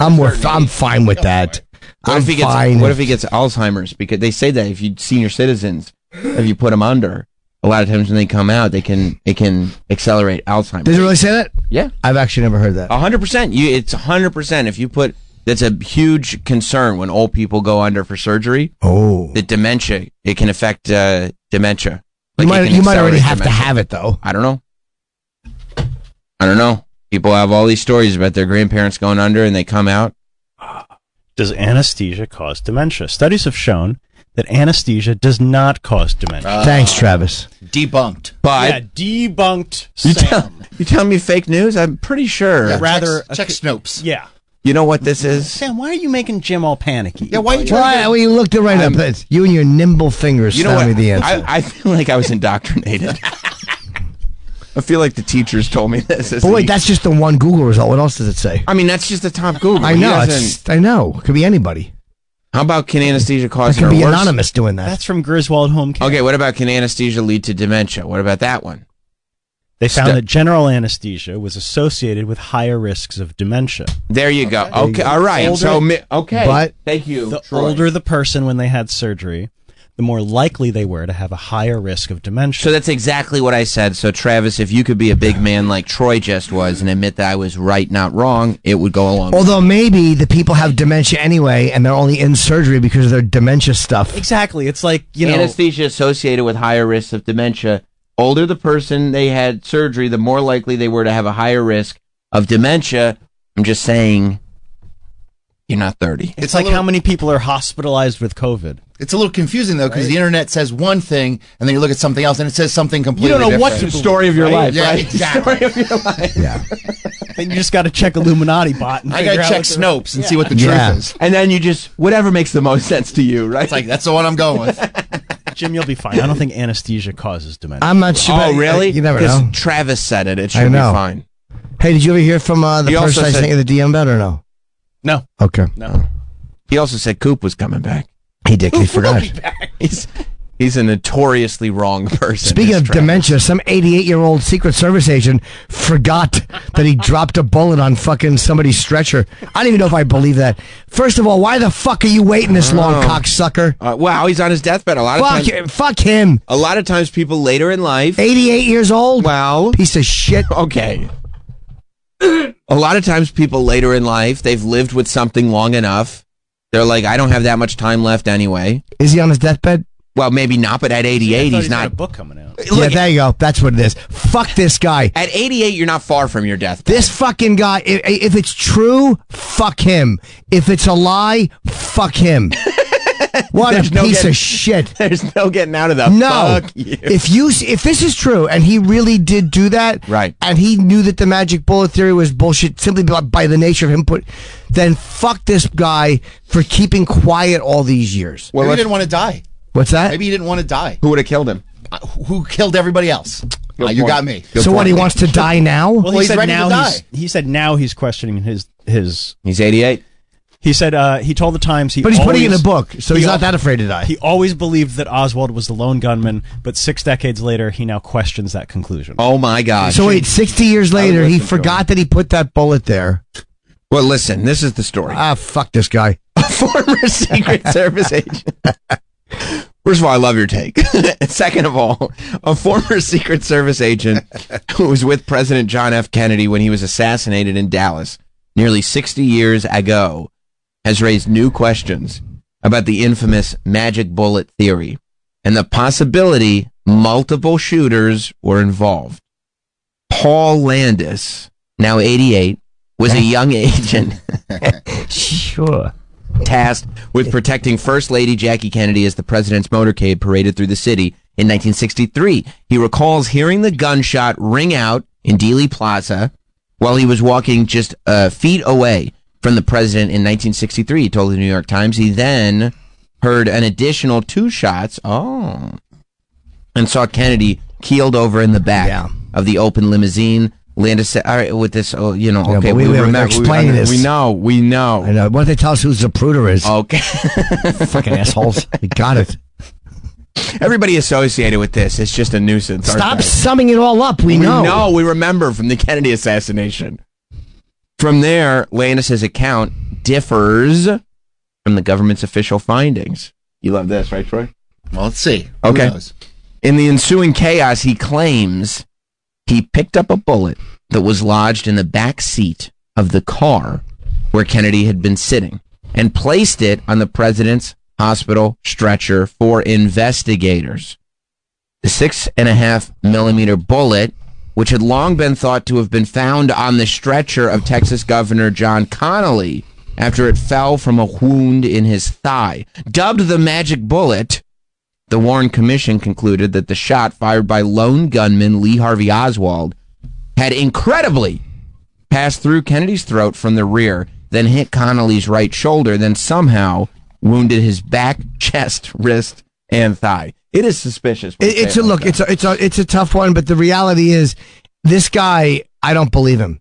Speaker 3: I'm worth, I'm fine with that.
Speaker 4: What
Speaker 3: I'm
Speaker 4: if he gets
Speaker 3: fine.
Speaker 4: What if he gets Alzheimer's? Because they say that if you senior citizens, if you put them under, a lot of times when they come out, they can it can accelerate Alzheimer's.
Speaker 3: Does it really say that?
Speaker 4: Yeah. Uh,
Speaker 3: I've actually never heard that.
Speaker 4: A hundred percent. You, it's a hundred percent. If you put, that's a huge concern when old people go under for surgery.
Speaker 3: Oh,
Speaker 4: The dementia, it can affect uh, dementia. Like,
Speaker 3: you
Speaker 4: it
Speaker 3: might
Speaker 4: can
Speaker 3: you might already
Speaker 4: accelerate
Speaker 3: have to
Speaker 4: dementia.
Speaker 3: have it though.
Speaker 4: I don't know. I don't know. People have all these stories about their grandparents going under and they come out.
Speaker 6: Does anesthesia cause dementia? Studies have shown that anesthesia does not cause dementia.
Speaker 3: Thanks, Travis.
Speaker 7: Debunked.
Speaker 4: Uh, But
Speaker 9: yeah, debunked.
Speaker 4: you
Speaker 9: Sam.
Speaker 4: tell you tell me fake news. I'm pretty sure.
Speaker 7: Yeah,
Speaker 9: rather-
Speaker 7: check, check Snopes.
Speaker 9: yeah,
Speaker 4: er, You know what this is.
Speaker 9: Sam. Why are you making Jim all panicky?
Speaker 7: Yeah, why are you trying
Speaker 3: Why?
Speaker 7: to?
Speaker 3: Well, you looked it right up. It's you and your nimble fingers
Speaker 4: You know
Speaker 3: found
Speaker 4: what?
Speaker 3: me the answer.
Speaker 4: I, I feel like I was indoctrinated. I feel like the teachers told me this.
Speaker 3: but wait, that's just the one Google result. What else does it say?
Speaker 4: I mean, that's just the top Google.
Speaker 3: I
Speaker 4: He
Speaker 3: know.
Speaker 4: doesn't-
Speaker 3: It's, I know. It could be anybody.
Speaker 4: How about can anesthesia
Speaker 3: It
Speaker 4: cause
Speaker 3: could
Speaker 4: an
Speaker 3: be
Speaker 4: worse-
Speaker 3: anonymous doing that.
Speaker 9: That's from Griswold Home Care.
Speaker 4: Okay, what about can anesthesia lead to dementia? What about that one?
Speaker 6: They
Speaker 4: Stu-
Speaker 6: found that
Speaker 9: General anesthesia was associated with higher risks of dementia.
Speaker 4: There you go. Okay, all right.
Speaker 9: Older-
Speaker 4: so mi- okay,
Speaker 3: But-
Speaker 4: thank you.
Speaker 9: The
Speaker 4: Troy.
Speaker 9: older the person when they had surgery, the more likely they were to have a higher risk of dementia.
Speaker 4: So that's exactly what I said. So Travis, if you could be a big man like Troy just was and admit that I was right, not wrong, it would go along.
Speaker 3: Although maybe the people have dementia anyway, and they're only in surgery because of their dementia stuff.
Speaker 9: exactly. It's like, you know,
Speaker 4: anesthesia associated with higher risks of dementia. Older the person they had surgery, the more likely they were to have a higher risk of dementia. I'm just saying, you're not 30.
Speaker 9: it's, like how many people are hospitalized with COVID.
Speaker 7: It's a little confusing though because the internet says one thing and then you look at something else and it says something
Speaker 9: You
Speaker 7: completely.
Speaker 9: don't know what's
Speaker 7: different.
Speaker 9: the story of your life.
Speaker 7: Yeah, exactly.
Speaker 3: Yeah.
Speaker 9: Then you just got to check Illuminati bot. And
Speaker 7: I gotta
Speaker 9: figure out
Speaker 7: check
Speaker 9: what the-
Speaker 7: Snopes and see what the
Speaker 3: Yeah.
Speaker 7: truth is.
Speaker 4: And then you just whatever makes the most sense to you, right?
Speaker 7: It's like that's the one I'm going with.
Speaker 9: Jim, you'll be fine. I don't think anesthesia causes dementia.
Speaker 3: I'm not sure.
Speaker 4: oh,
Speaker 3: but-
Speaker 4: really?
Speaker 3: You never
Speaker 4: 'Cause
Speaker 3: know.
Speaker 4: Travis said it. It
Speaker 3: I
Speaker 4: should be
Speaker 3: know.
Speaker 4: fine.
Speaker 3: Hey, did you ever hear from uh, the
Speaker 4: He also
Speaker 3: person I
Speaker 4: said-
Speaker 3: sent you the DM about or no?
Speaker 9: No.
Speaker 3: Okay.
Speaker 4: He also said Coop was coming back.
Speaker 3: He did. He forgot.
Speaker 4: He's He's a notoriously wrong person.
Speaker 3: Speaking
Speaker 4: is
Speaker 3: of
Speaker 4: Travis.
Speaker 3: dementia, some 88 year old Secret Service agent forgot that he dropped a bullet on fucking somebody's stretcher. I don't even know if I believe that. First of all, why the fuck are you waiting this long, cocksucker?
Speaker 4: Uh, wow, he's on his deathbed. A lot of
Speaker 3: Fuck,
Speaker 4: times,
Speaker 3: him- fuck him.
Speaker 4: a lot of times, people later in life.
Speaker 3: 88 years old?
Speaker 4: Well,
Speaker 3: Piece of shit.
Speaker 4: okay. a lot of times, people later in life, they've lived with something long enough. They're like, I don't have that much time left anyway.
Speaker 3: Is he on his deathbed?
Speaker 4: Well, maybe not, but at 88, he's
Speaker 6: got
Speaker 4: not.
Speaker 6: a book coming out.
Speaker 3: yeah, there you go. That's what it is. Fuck this guy.
Speaker 4: At 88, you're not far from your death.
Speaker 3: This fucking guy, if, if it's true, fuck him. If it's a lie, fuck him. What a
Speaker 4: There's no
Speaker 3: piece
Speaker 4: getting-
Speaker 3: of shit.
Speaker 4: There's no getting out of that.
Speaker 3: No.
Speaker 4: Fuck you.
Speaker 3: If you s- if this is true and he really did do that,
Speaker 4: Right.
Speaker 3: And he knew that the magic bullet theory was bullshit simply by, by the nature of him put, then fuck this guy for keeping quiet all these years.
Speaker 7: Maybe he didn't want to die.
Speaker 3: What's that?
Speaker 7: Maybe he didn't want to die.
Speaker 4: Who would have killed him?
Speaker 7: Uh, Who killed everybody else? Uh,
Speaker 3: Ah,
Speaker 7: you
Speaker 4: point.
Speaker 7: got me.
Speaker 3: so what? He wants to die now?
Speaker 9: Well,
Speaker 7: Well,
Speaker 9: he
Speaker 7: he's
Speaker 9: said
Speaker 7: ready to
Speaker 9: now
Speaker 7: die.
Speaker 9: he's, he said now he's questioning his his.
Speaker 4: He's 88.
Speaker 9: He said uh, he told the Times he.
Speaker 3: but he's putting it in a
Speaker 9: always-
Speaker 3: book, so
Speaker 9: he
Speaker 3: he's
Speaker 9: al-
Speaker 3: not that afraid to die.
Speaker 9: He always believed that Oswald was the lone gunman, but six decades later, he now questions that conclusion.
Speaker 4: Oh my God.
Speaker 3: so wait, sixty years later, he forgot that he put that bullet there.
Speaker 4: well, listen. This is the story. Oh,
Speaker 3: Ah, fuck this guy.
Speaker 4: former Secret Service agent. First of all, I love your take. Second of all, a former Secret Service agent who was with President John F. Kennedy when he was assassinated in Dallas nearly 60 years ago has raised new questions about the infamous magic bullet theory and the possibility multiple shooters were involved. Paul Landis, now 88, was a young agent
Speaker 3: Sure.
Speaker 4: tasked with protecting First Lady Jackie Kennedy as the president's motorcade paraded through the city in 1963. He recalls hearing the gunshot ring out in Dealey Plaza while he was walking just uh, feet away from the president in 1963. He told the New York Times he then heard an additional two shots. Oh, and saw Kennedy keeled over in the back
Speaker 3: Yeah.
Speaker 4: of the open limousine. Landis said, "All right, with this, oh, you know,
Speaker 3: Yeah,
Speaker 4: okay,
Speaker 3: but we- we haven't
Speaker 4: remember-
Speaker 3: explained
Speaker 4: we,
Speaker 3: this.
Speaker 4: we know, we
Speaker 3: I
Speaker 4: know."
Speaker 3: know. Why don't they tell us who Zapruder is?
Speaker 4: Okay.
Speaker 3: Fucking assholes. we got it.
Speaker 4: Everybody associated with this is just a nuisance. aren't
Speaker 3: Stop
Speaker 4: they?
Speaker 3: summing it all up. We,
Speaker 4: We
Speaker 3: know.
Speaker 4: know. We remember from the Kennedy assassination. From there, Landis's account differs from the government's official findings. You love this, right, Troy?
Speaker 7: Well, let's see. Who
Speaker 4: Okay.
Speaker 7: knows?
Speaker 4: In the ensuing chaos, he claims he picked up a bullet that was lodged in the back seat of the car where Kennedy had been sitting and placed it on the president's hospital stretcher for investigators. The six and a half millimeter bullet, which had long been thought to have been found on the stretcher of Texas Governor John Connally after it fell from a wound in his thigh, dubbed the magic bullet. The Warren Commission concluded that the shot fired by lone gunman Lee Harvey Oswald had incredibly passed through Kennedy's throat from the rear, then hit Connolly's right shoulder, then somehow wounded his back, chest, wrist, and thigh. It is suspicious. when
Speaker 3: It,
Speaker 4: you
Speaker 3: it's
Speaker 4: say
Speaker 3: a
Speaker 4: it
Speaker 3: look.
Speaker 4: like that.
Speaker 3: It's a it's a it's a tough one, but the reality is, this guy, I don't believe him.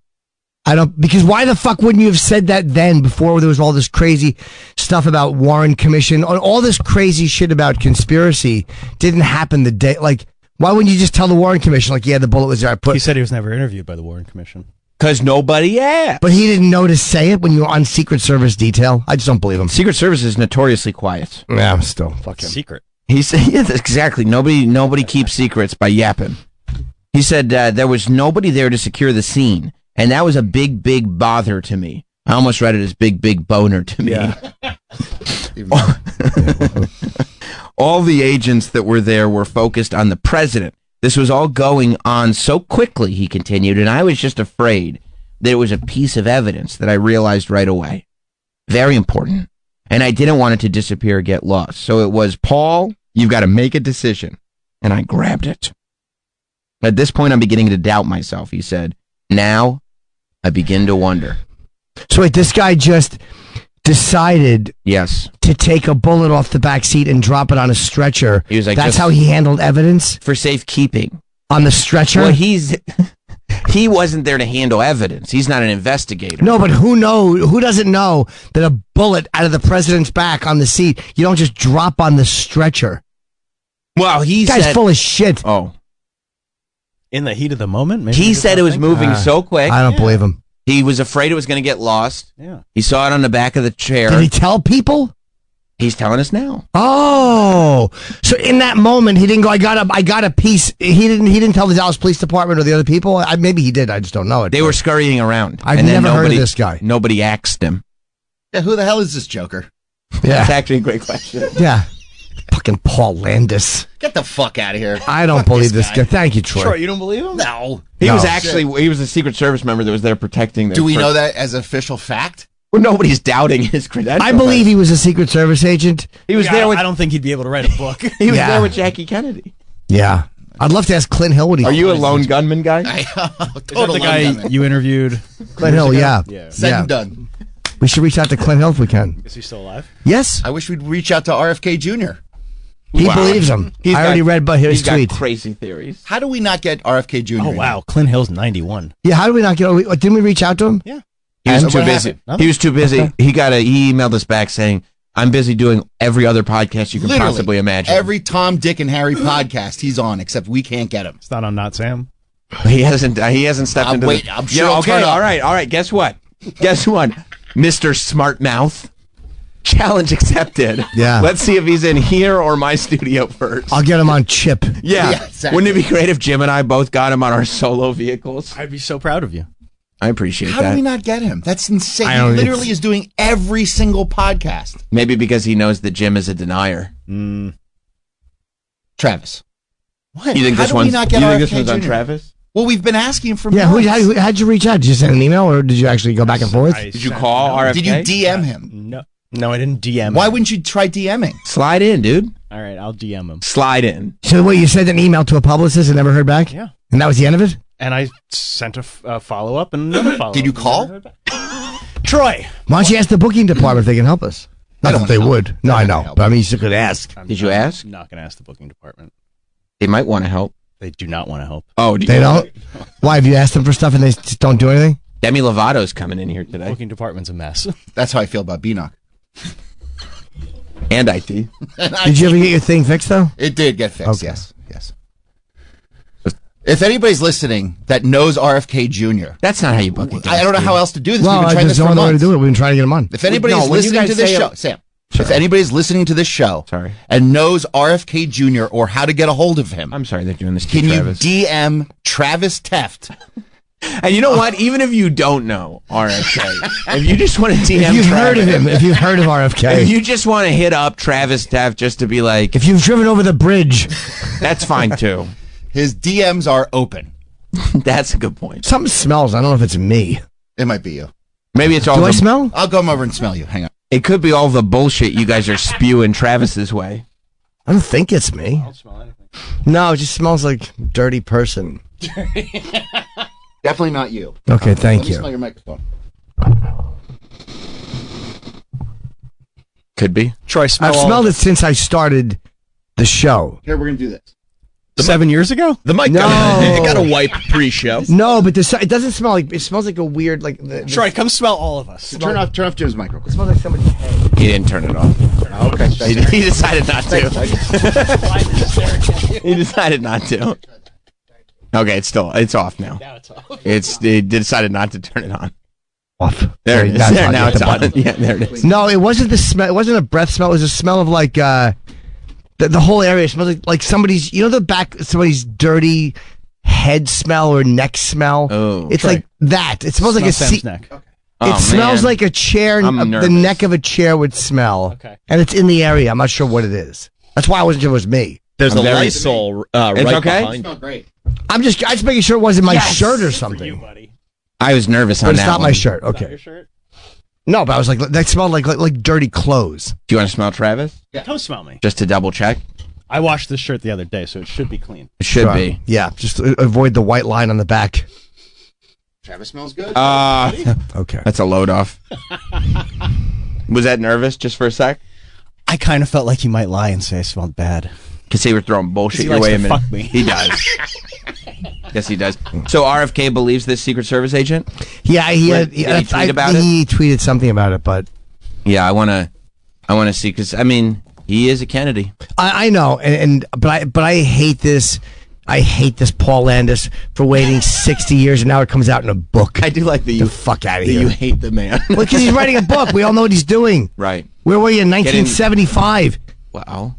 Speaker 3: I don't because why the fuck wouldn't you have said that then before there was all this crazy stuff about Warren Commission all- all this crazy shit about conspiracy didn't happen the day like why wouldn't you just tell the Warren Commission like yeah the bullet was there I
Speaker 9: He
Speaker 3: put
Speaker 9: said he was never interviewed by the Warren Commission.
Speaker 4: Because nobody asked.
Speaker 3: but he didn't know to say it when you were on Secret Service detail I just don't believe him
Speaker 4: Secret Service is notoriously quiet.
Speaker 3: yeah I'm still fuck him
Speaker 9: Secret.
Speaker 4: He said, yeah, that's exactly. Nobody, nobody keeps secrets by yapping. He said uh, there was nobody there to secure the scene, and that was a big, big bother to me. I almost read it as big, big boner to me. all the agents that were there were focused on the president. This was all going on so quickly, he continued, and I was just afraid that it was a piece of evidence that I realized right away. Very important. And I didn't want it to disappear or get lost. So it was, Paul, you've got to make a decision. And I grabbed it. At this point, I'm beginning to doubt myself, he said. Now I begin to wonder.
Speaker 3: so wait this guy just decided
Speaker 4: Yes.
Speaker 3: to take a bullet off the back seat and drop it on a stretcher.
Speaker 4: He was like,
Speaker 3: That's
Speaker 4: just-
Speaker 3: how he handled evidence
Speaker 4: For safekeeping.
Speaker 3: on the stretcher.
Speaker 4: Well, he's he wasn't there to handle evidence. He's not an investigator.
Speaker 3: no, but who know? Who doesn't know that a bullet out of the president's back on the seat you don't just drop on the stretcher?
Speaker 4: Well, he
Speaker 3: Guy's
Speaker 4: said.
Speaker 3: full of shit.
Speaker 4: oh,
Speaker 9: In the heat of the moment, maybe
Speaker 4: he
Speaker 9: did
Speaker 4: said
Speaker 9: not
Speaker 4: it was
Speaker 9: think-
Speaker 4: moving
Speaker 3: Ah,
Speaker 4: so quick.
Speaker 3: I don't believe him.
Speaker 4: He was afraid it was going to get lost.
Speaker 9: Yeah.
Speaker 4: He saw it on the back of the chair.
Speaker 3: Did he tell people?
Speaker 4: He's telling us now.
Speaker 3: Oh, so in that moment, he didn't go. I got a, I got a piece. He didn't. He didn't tell the Dallas Police Department or the other people. I, maybe he did. I just don't know it.
Speaker 4: They were scurrying around.
Speaker 3: I've
Speaker 4: and then
Speaker 3: never heard of
Speaker 4: nobody-
Speaker 3: this guy.
Speaker 4: Nobody axed him.
Speaker 7: Yeah, who the hell is this Joker?
Speaker 4: That's
Speaker 3: Yeah,
Speaker 4: actually a great question.
Speaker 3: yeah. Fucking Paul Landis.
Speaker 7: Get the fuck out of here.
Speaker 3: I don't believe this guy. Thank you, Troy.
Speaker 7: you don't believe him? No.
Speaker 4: He
Speaker 3: No.
Speaker 4: was actually he was a Secret Service member that was there protecting. Them
Speaker 7: Do we
Speaker 4: for-
Speaker 7: know that as official fact?
Speaker 4: Well, nobody's doubting his credentials.
Speaker 3: I believe he was a Secret Service agent.
Speaker 4: he was
Speaker 9: Yeah, I
Speaker 4: there
Speaker 9: don't-
Speaker 4: with
Speaker 9: I don't think he'd be able to write a book.
Speaker 4: he was
Speaker 3: Yeah.
Speaker 4: there with Jackie Kennedy.
Speaker 3: Yeah, I'd love to ask Clint Hill what he.
Speaker 4: Are you a lone gunman guy?
Speaker 7: I
Speaker 3: uh,
Speaker 9: Not
Speaker 7: total
Speaker 9: the guy
Speaker 7: undone.
Speaker 9: you interviewed.
Speaker 3: Clint Hill? Yeah,
Speaker 6: Yeah.
Speaker 7: Said and done.
Speaker 3: We should reach out to Clint Hill if we can.
Speaker 9: Is he still alive?
Speaker 3: Yes,
Speaker 7: I wish we'd reach out to RFK Jr.
Speaker 3: he
Speaker 4: Wow.
Speaker 3: believes him.
Speaker 4: He's
Speaker 3: I
Speaker 4: got-
Speaker 3: already read about his
Speaker 4: He's
Speaker 3: tweet.
Speaker 4: got crazy theories.
Speaker 7: How do we not get RFK Jr.?
Speaker 9: Oh
Speaker 7: in?
Speaker 9: wow, Clint Hill's ninety-one.
Speaker 3: yeah, how did we not get? we- Didn't we reach out to him?
Speaker 4: He was
Speaker 3: And
Speaker 4: too
Speaker 3: what
Speaker 4: busy.
Speaker 3: happened? Nothing.
Speaker 4: He was too busy. He got a he emailed us back saying, "I'm busy doing every other podcast you can
Speaker 7: Literally,
Speaker 4: possibly imagine."
Speaker 7: Every Tom, Dick, and Harry podcast he's on, except we can't get him.
Speaker 9: It's not on Not Sam.
Speaker 4: he hasn't he hasn't stepped
Speaker 7: Uh,
Speaker 4: into
Speaker 7: wait,
Speaker 4: the,
Speaker 7: I'm
Speaker 4: Yeah,
Speaker 7: sure it'll
Speaker 4: okay,
Speaker 7: turn up.
Speaker 4: all right, all right. Guess what? Guess what? Mr. Smart Mouth. Challenge accepted.
Speaker 3: Yeah.
Speaker 4: Let's see if he's in here or my studio 1st
Speaker 3: I'll get him on chip.
Speaker 4: yeah.
Speaker 7: Yeah, exactly.
Speaker 4: Wouldn't it be great if Jim and I both got him on our solo vehicles?
Speaker 9: I'd be so proud of you.
Speaker 4: I appreciate
Speaker 7: How
Speaker 4: that.
Speaker 7: do we not get him? That's insane.
Speaker 3: I
Speaker 7: He
Speaker 3: don't-
Speaker 7: literally is doing every single podcast.
Speaker 4: Maybe because he knows that Jim is a denier.
Speaker 7: Travis. What?
Speaker 4: You think
Speaker 7: How
Speaker 4: this
Speaker 7: do
Speaker 4: one's
Speaker 7: we not get
Speaker 4: you think
Speaker 7: RFK
Speaker 4: this one's on
Speaker 7: Jr.?
Speaker 4: Travis?
Speaker 7: Well, we've been asking him for
Speaker 3: Yeah, who,
Speaker 7: months.
Speaker 3: how, how'd you reach out? Did you send an email or did you actually go back and forth?
Speaker 9: I
Speaker 4: Did you
Speaker 9: sent-
Speaker 4: call
Speaker 9: no,
Speaker 4: RFK?
Speaker 7: Did you DM him?
Speaker 9: No, no, I didn't DM.
Speaker 7: Why
Speaker 9: him.
Speaker 7: wouldn't you try DMing?
Speaker 4: Slide in, dude.
Speaker 9: All right, I'll DM him.
Speaker 4: Slide in.
Speaker 3: So wait, you sent an email to a publicist and never heard back?
Speaker 9: Yeah.
Speaker 3: And that was the end of it?
Speaker 9: And I sent a f- a follow-up and another follow-up.
Speaker 7: Did you call?
Speaker 9: Troy?
Speaker 3: Why don't you ask the booking department if they can help us? Not
Speaker 7: don't
Speaker 3: that they
Speaker 7: wanna help.
Speaker 3: would. No,
Speaker 7: They're
Speaker 3: I
Speaker 7: not gonna
Speaker 3: know.
Speaker 7: help.
Speaker 3: But I mean, you could ask.
Speaker 9: I'm
Speaker 4: Did you
Speaker 9: not-
Speaker 4: ask?
Speaker 9: Not going to ask the booking department.
Speaker 4: They might want to help.
Speaker 9: They do not want to help.
Speaker 4: Oh, do
Speaker 3: They
Speaker 4: you-
Speaker 3: don't? Why? Have you asked them for stuff and they just don't do anything?
Speaker 4: Demi Lovato's coming in here today,
Speaker 9: Booking department's a mess.
Speaker 7: That's how I feel about Beanock.
Speaker 4: and IT.
Speaker 3: Did you ever get your thing fixed, though?
Speaker 7: It did get fixed.
Speaker 3: Okay.
Speaker 7: Yes. Yes. If anybody's listening that knows RFK Jr.,
Speaker 4: That's not how you book a guest.
Speaker 7: I I don't know how else to do this.
Speaker 3: Well,
Speaker 7: We've been
Speaker 3: I
Speaker 7: trying this
Speaker 3: just
Speaker 7: for
Speaker 3: don't know how to
Speaker 7: months.
Speaker 3: do it. We've been trying to get them on.
Speaker 7: If anybody's
Speaker 4: No, when you
Speaker 7: listening
Speaker 4: guys
Speaker 7: to this
Speaker 4: say
Speaker 7: show,
Speaker 4: it-
Speaker 7: Sam, if anybody's listening to this show
Speaker 4: Sorry.
Speaker 7: and knows RFK Jr. or how to get a hold of him,
Speaker 4: I'm sorry they're doing this to
Speaker 7: can
Speaker 4: you, Travis.
Speaker 7: you DM Travis Teft?
Speaker 4: and you know what? Even if you don't know RFK, if you just want to DM
Speaker 3: If you've heard
Speaker 4: Travis,
Speaker 3: of him, if you've heard of
Speaker 4: if
Speaker 3: RFK,
Speaker 4: you just want to hit up Travis Taff just to be like,
Speaker 3: if you've driven over the bridge,
Speaker 4: that's fine too.
Speaker 7: His DMs are open.
Speaker 4: That's a good point.
Speaker 3: something smells. I don't know if it's me.
Speaker 7: It might be you.
Speaker 4: Maybe it's all
Speaker 3: Do I
Speaker 4: the,
Speaker 3: smell?
Speaker 7: I'll come over and smell you. Hang on.
Speaker 4: it could be all the bullshit you guys are spewing Travis's way.
Speaker 3: I don't think it's me. No, it just smells like dirty person.
Speaker 7: Definitely not you.
Speaker 3: Okay, thank you.
Speaker 7: your microphone.
Speaker 4: Could be.
Speaker 9: Troy, smell
Speaker 3: I've
Speaker 9: all-
Speaker 3: smelled it since I started the show.
Speaker 7: Here, we're going to do this.
Speaker 9: seven years ago.
Speaker 5: The mic
Speaker 3: No.
Speaker 5: got, it got a wipe pre-show.
Speaker 3: No, but the, s- it doesn't smell like it smells like a weird like the, the-
Speaker 9: Troy, come smell all of us.
Speaker 7: Turn off, turn off Jim's microphone.
Speaker 3: it smells like somebody's head.
Speaker 4: He didn't turn it off.
Speaker 7: Okay.
Speaker 4: He, he decided not to. he decided not to. Okay, it's still it's off now. Now it's off. It's he decided not to turn it on.
Speaker 3: Off.
Speaker 4: There it is.
Speaker 3: That's
Speaker 4: There,
Speaker 3: not
Speaker 4: now
Speaker 3: yet
Speaker 4: it's
Speaker 3: the
Speaker 4: on.
Speaker 3: button.
Speaker 4: Yeah, there it is.
Speaker 3: No, it wasn't the smell. It wasn't a breath smell. It was a smell of like uh, the the whole area smells like like somebody's you know the back somebody's dirty head smell or neck smell.
Speaker 4: Oh.
Speaker 3: it's
Speaker 9: Troy.
Speaker 3: like that. It smells like a
Speaker 9: Sam's
Speaker 3: seat.
Speaker 9: neck.
Speaker 3: It
Speaker 5: Oh,
Speaker 3: smells like a chair.
Speaker 4: I'm
Speaker 3: uh, the
Speaker 4: nervous.
Speaker 3: neck of a chair would smell.
Speaker 9: Okay.
Speaker 3: And it's in the area. I'm not sure what it is. That's why I wasn't sure it was me.
Speaker 5: There's
Speaker 4: I'm
Speaker 5: a
Speaker 4: very-
Speaker 5: Lysol uh,
Speaker 4: It's
Speaker 5: right
Speaker 4: okay?
Speaker 5: behind.
Speaker 7: Oh,
Speaker 5: you.
Speaker 3: I'm just I'm just making sure it wasn't my shirt or something.
Speaker 9: buddy.
Speaker 4: I was nervous
Speaker 3: But
Speaker 4: on
Speaker 3: it's
Speaker 4: that.
Speaker 3: not my
Speaker 4: one.
Speaker 3: shirt. Okay.
Speaker 9: shirt?
Speaker 3: No, but I was like that smelled like like, like dirty clothes.
Speaker 4: Do you want to smell Travis?
Speaker 9: Come smell me.
Speaker 4: Just to double check.
Speaker 9: I washed this shirt the other day, so it should be clean.
Speaker 4: It should be.
Speaker 3: Yeah, just a- avoid the white line on the back.
Speaker 7: Travis smells good.
Speaker 4: Uh
Speaker 3: Okay.
Speaker 4: that's a load off. was that nervous just for a sec?
Speaker 9: I kind of felt like he might lie and say I smelled bad.
Speaker 4: Because they were throwing bullshit
Speaker 9: He
Speaker 4: your
Speaker 9: likes
Speaker 4: way
Speaker 9: to
Speaker 4: a minute.
Speaker 9: fuck me.
Speaker 4: He does. yes, he does. So RFK believes this Secret Service agent.
Speaker 3: Yeah, he
Speaker 4: Wait,
Speaker 3: had, he,
Speaker 4: did he tweet
Speaker 3: I-
Speaker 4: about it?
Speaker 3: he tweeted something about it, but
Speaker 4: Yeah, I want to. I want to see because I mean, He is a Kennedy.
Speaker 3: I, I know, and, and but I but I hate this. I hate this Paul Landis for waiting sixty years, and now it comes out in a book.
Speaker 4: I do like that
Speaker 3: the
Speaker 4: you,
Speaker 3: fuck out of
Speaker 4: that
Speaker 3: here.
Speaker 4: you hate the man.
Speaker 3: because he's writing a book. We all know what he's doing.
Speaker 4: right.
Speaker 3: Where were you in
Speaker 4: in.
Speaker 3: 1975?
Speaker 4: Wow.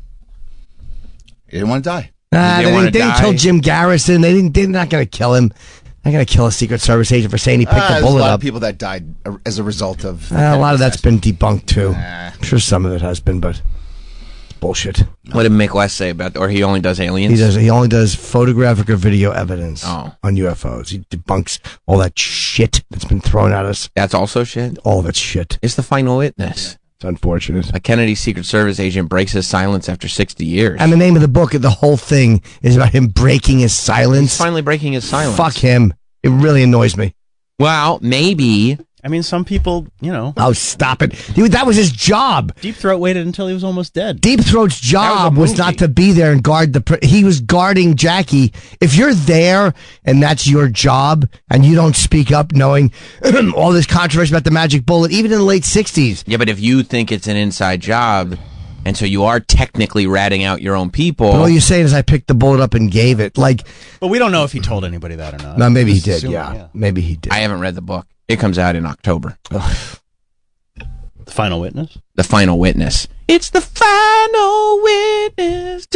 Speaker 7: You didn't want to die.
Speaker 3: Nah,
Speaker 4: Did they
Speaker 3: Ah, they,
Speaker 4: wanna
Speaker 3: didn't, they didn't kill
Speaker 4: die?
Speaker 3: Jim Garrison. They didn't. They're not going to kill him. They're going to kill a Secret Service agent for saying he picked
Speaker 7: Ah,
Speaker 3: a
Speaker 7: there's a
Speaker 3: bullet
Speaker 7: lot
Speaker 3: up.
Speaker 7: of people that died uh, as a result of.
Speaker 3: Uh, a lot of that's been debunked too. I'm sure some of it has been, but it's bullshit.
Speaker 4: What did Mick West say about? Or he only does aliens.
Speaker 3: He does. He only does photographic or video evidence
Speaker 4: Oh.
Speaker 3: on UFOs. He debunks all that shit that's been thrown at us.
Speaker 4: That's also shit.
Speaker 3: All of it's shit.
Speaker 4: It's the final witness.
Speaker 3: It's unfortunate.
Speaker 4: A Kennedy Secret Service agent breaks his silence after 60 years.
Speaker 3: And the name of the book, the whole thing is about him breaking his
Speaker 4: He's
Speaker 3: silence.
Speaker 4: finally breaking his silence.
Speaker 3: Fuck him. It really annoys me.
Speaker 4: Well, maybe.
Speaker 6: I mean, some people, you know,
Speaker 3: Oh, stop it. Dude, that was his job.
Speaker 9: Deep Throat waited until he was almost dead.
Speaker 3: Deep Throat's job was, not to be there and guard the. Pr- he was guarding Jackie. If you're there and that's your job and you don't speak up, knowing all this controversy about the magic bullet, even in the late 60s,
Speaker 4: Yeah, but if you think it's an inside job, and so you are technically ratting out your own people.
Speaker 7: Oh.
Speaker 3: all you're saying is I picked the bullet up and gave it. Like,
Speaker 9: But we don't know if he told anybody that or not.
Speaker 3: no, maybe he
Speaker 9: Just
Speaker 3: did.
Speaker 9: assuming,
Speaker 3: Yeah, Maybe he did.
Speaker 4: I haven't read the book. It comes out in October.
Speaker 9: The final witness.
Speaker 4: The Final Witness. It's the final witness.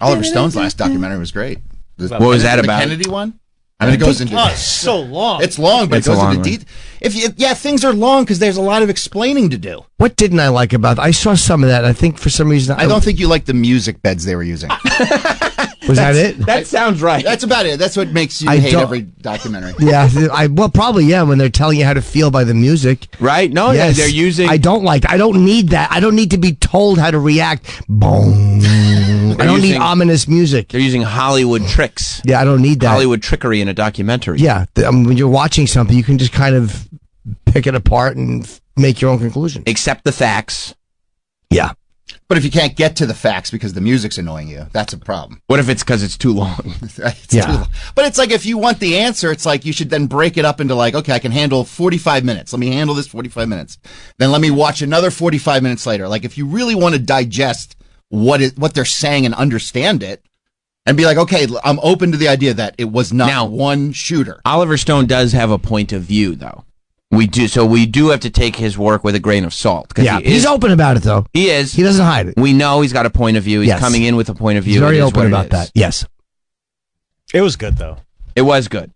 Speaker 7: Oliver Stone's last documentary was great. The-
Speaker 4: What was that
Speaker 7: the
Speaker 4: about?
Speaker 7: Kennedy one. I mean, it goes into
Speaker 9: so long.
Speaker 7: It's long, but
Speaker 4: It's a
Speaker 7: it goes
Speaker 4: long
Speaker 7: into
Speaker 4: one.
Speaker 7: detail. If you, yeah, things are long because there's a lot of explaining to do.
Speaker 3: What didn't I like about? I saw some of that. I think for some reason
Speaker 7: I don't think you like the music beds they were using.
Speaker 3: was that it.
Speaker 4: That sounds right.
Speaker 7: That's about it. That's what makes you
Speaker 3: I
Speaker 7: hate
Speaker 3: don't-
Speaker 7: every documentary.
Speaker 3: Yeah, I well probably yeah when they're telling you how to feel by the music.
Speaker 4: Right? No, yeah,
Speaker 3: Yes.
Speaker 4: they're using.
Speaker 3: I don't like. I don't need that. I don't need to be told how to react. Boom. I don't need
Speaker 4: using-
Speaker 3: ominous music.
Speaker 4: They're using Hollywood tricks,
Speaker 3: Yeah, I don't need that.
Speaker 4: Hollywood trickery in a documentary.
Speaker 3: Yeah, th- um, when you're watching something, you can just kind of pick it apart and f- make your own conclusion.
Speaker 4: Except the facts.
Speaker 3: Yeah.
Speaker 7: But if you can't get to the facts because the music's annoying you, that's a problem.
Speaker 4: What if it's because it's too long?
Speaker 7: It's
Speaker 3: Yeah.
Speaker 7: too long. But it's like if you want the answer, it's like you should then break it up into like, okay, I can handle 45 minutes. Let me handle this 45 minutes. Then let me watch another 45 minutes later. Like if you really want to digest what it, what they're saying and understand it and be like, okay, l- I'm open to the idea that it was not
Speaker 4: Now-
Speaker 7: one shooter.
Speaker 4: Oliver Stone does have a point of view, though. We do. So we do have to take his work with a grain of salt. 'cause
Speaker 3: Yeah,
Speaker 4: He
Speaker 3: he's
Speaker 4: is,
Speaker 3: open about it though.
Speaker 4: he is.
Speaker 3: He doesn't hide it.
Speaker 4: We know he's got a point of view. He's
Speaker 3: Yes.
Speaker 4: coming in with a point of view.
Speaker 3: He's
Speaker 4: It
Speaker 3: very
Speaker 4: is what
Speaker 3: open
Speaker 4: it
Speaker 3: about
Speaker 4: is.
Speaker 3: that. Yes.
Speaker 9: It was good though.
Speaker 4: It was good.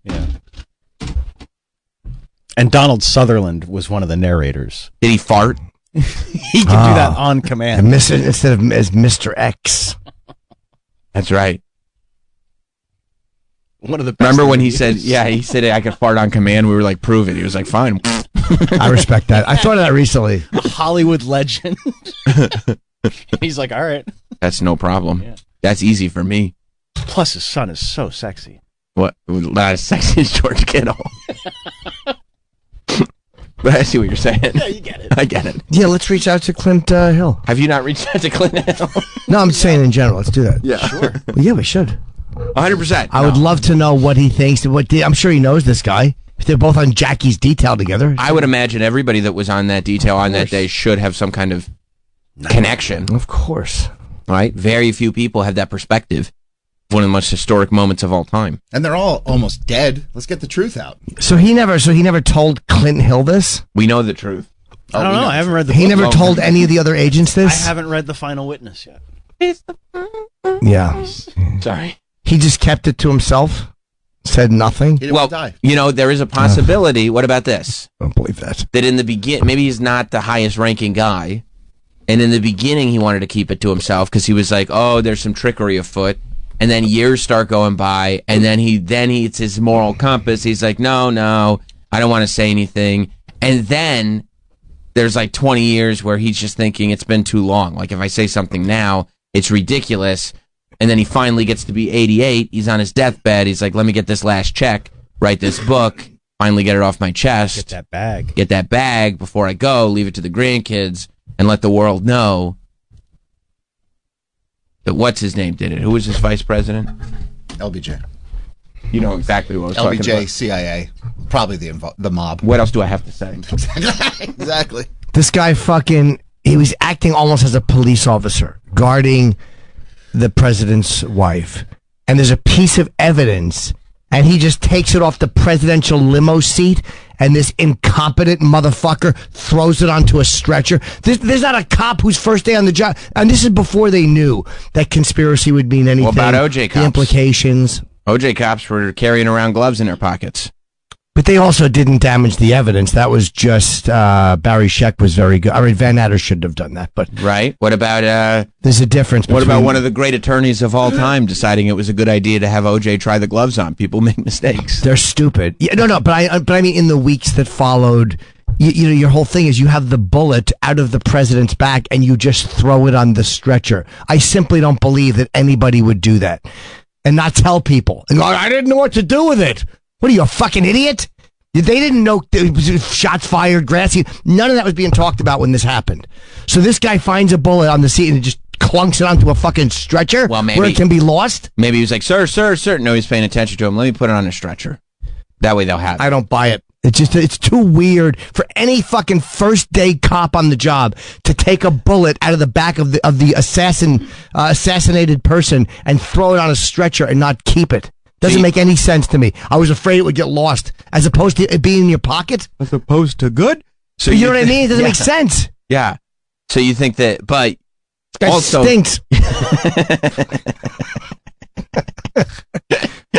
Speaker 9: And Donald Sutherland was one of the narrators.
Speaker 4: Did he fart?
Speaker 9: He can do that on
Speaker 3: And
Speaker 9: command.
Speaker 3: Ah. miss it instead of as Mr. X.
Speaker 4: That's right.
Speaker 6: one of the best
Speaker 4: Remember when he said, "Yeah, he said I could fart on command." We were like, "Prove it." He was like, "Fine."
Speaker 3: I respect that. I thought of that recently.
Speaker 9: Hollywood legend. He's like, all right.
Speaker 4: That's no problem. That's easy for me.
Speaker 6: Plus, his son is so sexy.
Speaker 4: What? Not as sexy as George Kittle. but I see what you're saying. Yeah, you get it. I get it.
Speaker 3: Yeah, let's reach out to Clint uh, Hill.
Speaker 4: Have you not reached out to Clint Hill?
Speaker 3: No, I'm just saying in general. Let's do that.
Speaker 4: yeah, sure.
Speaker 3: Well, yeah, we should.
Speaker 4: 100. percent
Speaker 3: I would love to know what he thinks. What the, I'm sure he knows this guy. If they're both on Jackie's detail together.
Speaker 4: I would imagine everybody that was on that detail on that day should have some kind of connection.
Speaker 3: of course.
Speaker 4: Right? Very few people have that perspective. One of the most historic moments of all time.
Speaker 7: And they're all almost dead. Let's get the truth out.
Speaker 3: So he never. So he never told Clint Hill this.
Speaker 4: We know the truth. Oh,
Speaker 9: I don't know. I haven't read the.
Speaker 3: Oh, He
Speaker 9: book.
Speaker 3: never
Speaker 4: Well,
Speaker 3: told any of the other agents
Speaker 9: I
Speaker 3: this.
Speaker 9: haven't read the final witness yet.
Speaker 3: Yeah.
Speaker 4: Sorry.
Speaker 3: He just kept it to himself. Said nothing.
Speaker 7: He didn't
Speaker 4: Well,
Speaker 7: want to die.
Speaker 4: you know, there is a possibility. What about this?
Speaker 3: I don't believe that.
Speaker 4: That in the begin, maybe he's not the highest ranking guy, and in the beginning he wanted to keep it to himself because he was like, "Oh, there's some trickery afoot." And then years start going by, and then he then he it's his moral compass. He's like, "No, no, I don't want to say anything." And then there's like 20 years where he's just thinking it's been too long. Like if I say something now, it's ridiculous. And then he finally gets to be 88. He's on his deathbed. He's like, let me get this last check, write this book, finally get it off my chest,
Speaker 9: Get
Speaker 4: get that,
Speaker 9: that bag.
Speaker 4: bag before I go, leave it to the grandkids, and let the world know that what's his name did it. Who was his vice president?
Speaker 7: LBJ.
Speaker 4: You know exactly what I was talking
Speaker 7: LBJ,
Speaker 4: about.
Speaker 7: CIA, probably the invo- the mob.
Speaker 4: What else do I have to say?
Speaker 7: exactly.
Speaker 3: This guy fucking he was acting almost as a police officer guarding the president's wife and there's a piece of evidence and he just takes it off the presidential limo seat and this incompetent motherfucker throws it onto a stretcher there's, there's not a cop whose first day on the job and this is before they knew that conspiracy would mean anything
Speaker 4: about OJ cops?
Speaker 3: the implications
Speaker 4: OJ cops were carrying around gloves in their pockets.
Speaker 3: but they also didn't damage the evidence. That was just uh, Barry Sheck was very good. I mean, Van Natter shouldn't have done that, but
Speaker 4: Right? What about uh
Speaker 3: there's a difference.
Speaker 4: what about one of the great attorneys of all time deciding it was a good idea to have OJ try the gloves on? People make mistakes.
Speaker 3: They're stupid. Yeah, no, no. But I, uh, but I mean, in the weeks that followed, you, you know, your whole thing is you have the bullet out of the president's back and you just throw it on the stretcher. I simply don't believe that anybody would do that and not tell people. And go, I didn't know what to do with it. What are you, a fucking idiot? They didn't know it was shots fired, grassy. None of that was being talked about when this happened. So this guy finds a bullet on the seat and just clunks it onto a fucking stretcher
Speaker 4: Well,
Speaker 3: where
Speaker 4: maybe-
Speaker 3: it can be lost.
Speaker 4: Maybe he was like, Sir, sir, sir. No, he's paying attention to him. Let me put it on a stretcher. That way they'll have it.
Speaker 3: I don't buy it. It's just it's too weird for any fucking first day cop on the job to take a bullet out of the back of the of the assassin uh, assassinated person and throw it on a stretcher and not keep it. Doesn't
Speaker 4: See-
Speaker 3: make any sense to me. I was afraid it would get lost, as opposed to it being in your pocket.
Speaker 4: As opposed to good? So
Speaker 3: you know what I
Speaker 4: thi-
Speaker 3: mean? It doesn't
Speaker 4: yeah.
Speaker 3: make sense.
Speaker 4: Yeah. So you think that but
Speaker 3: That
Speaker 4: Also-
Speaker 3: stinks.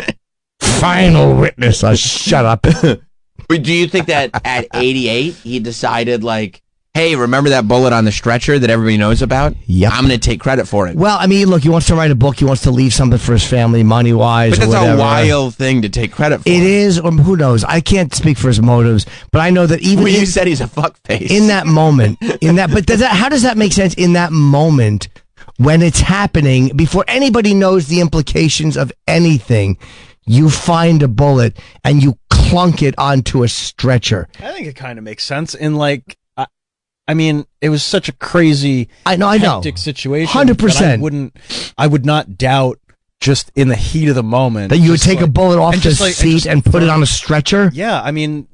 Speaker 3: Final witness. Oh, shut up.
Speaker 4: But do you think that at 88 he decided like, hey, remember that bullet on the stretcher that everybody knows about?
Speaker 3: Yep.
Speaker 4: I'm going to take credit for it.
Speaker 3: well, I mean, look, he wants to write a book. He wants to leave something for his family, money wise.
Speaker 4: but that's
Speaker 3: whatever.
Speaker 4: a wild thing to take credit for.
Speaker 3: It is, or who knows? I can't speak for his motives, but I know that even
Speaker 4: Well, you
Speaker 3: in,
Speaker 4: said he's a fuckface.
Speaker 3: in that moment, in that, but does that, how does that make sense in that moment when it's happening before anybody knows the implications of anything? You find a bullet and you clunk it onto a stretcher.
Speaker 6: I think it kind of makes sense in like, I, I mean, it was such a crazy,
Speaker 3: I know, I know.
Speaker 6: hectic situation.
Speaker 3: 100%.
Speaker 6: that I wouldn't, I would not doubt just in the heat of the moment
Speaker 3: That you would
Speaker 6: just
Speaker 3: take a
Speaker 6: like-
Speaker 3: bullet off
Speaker 6: and
Speaker 3: the
Speaker 6: just like- and
Speaker 3: seat
Speaker 6: just
Speaker 3: and put it on a stretcher.
Speaker 6: Yeah, I mean,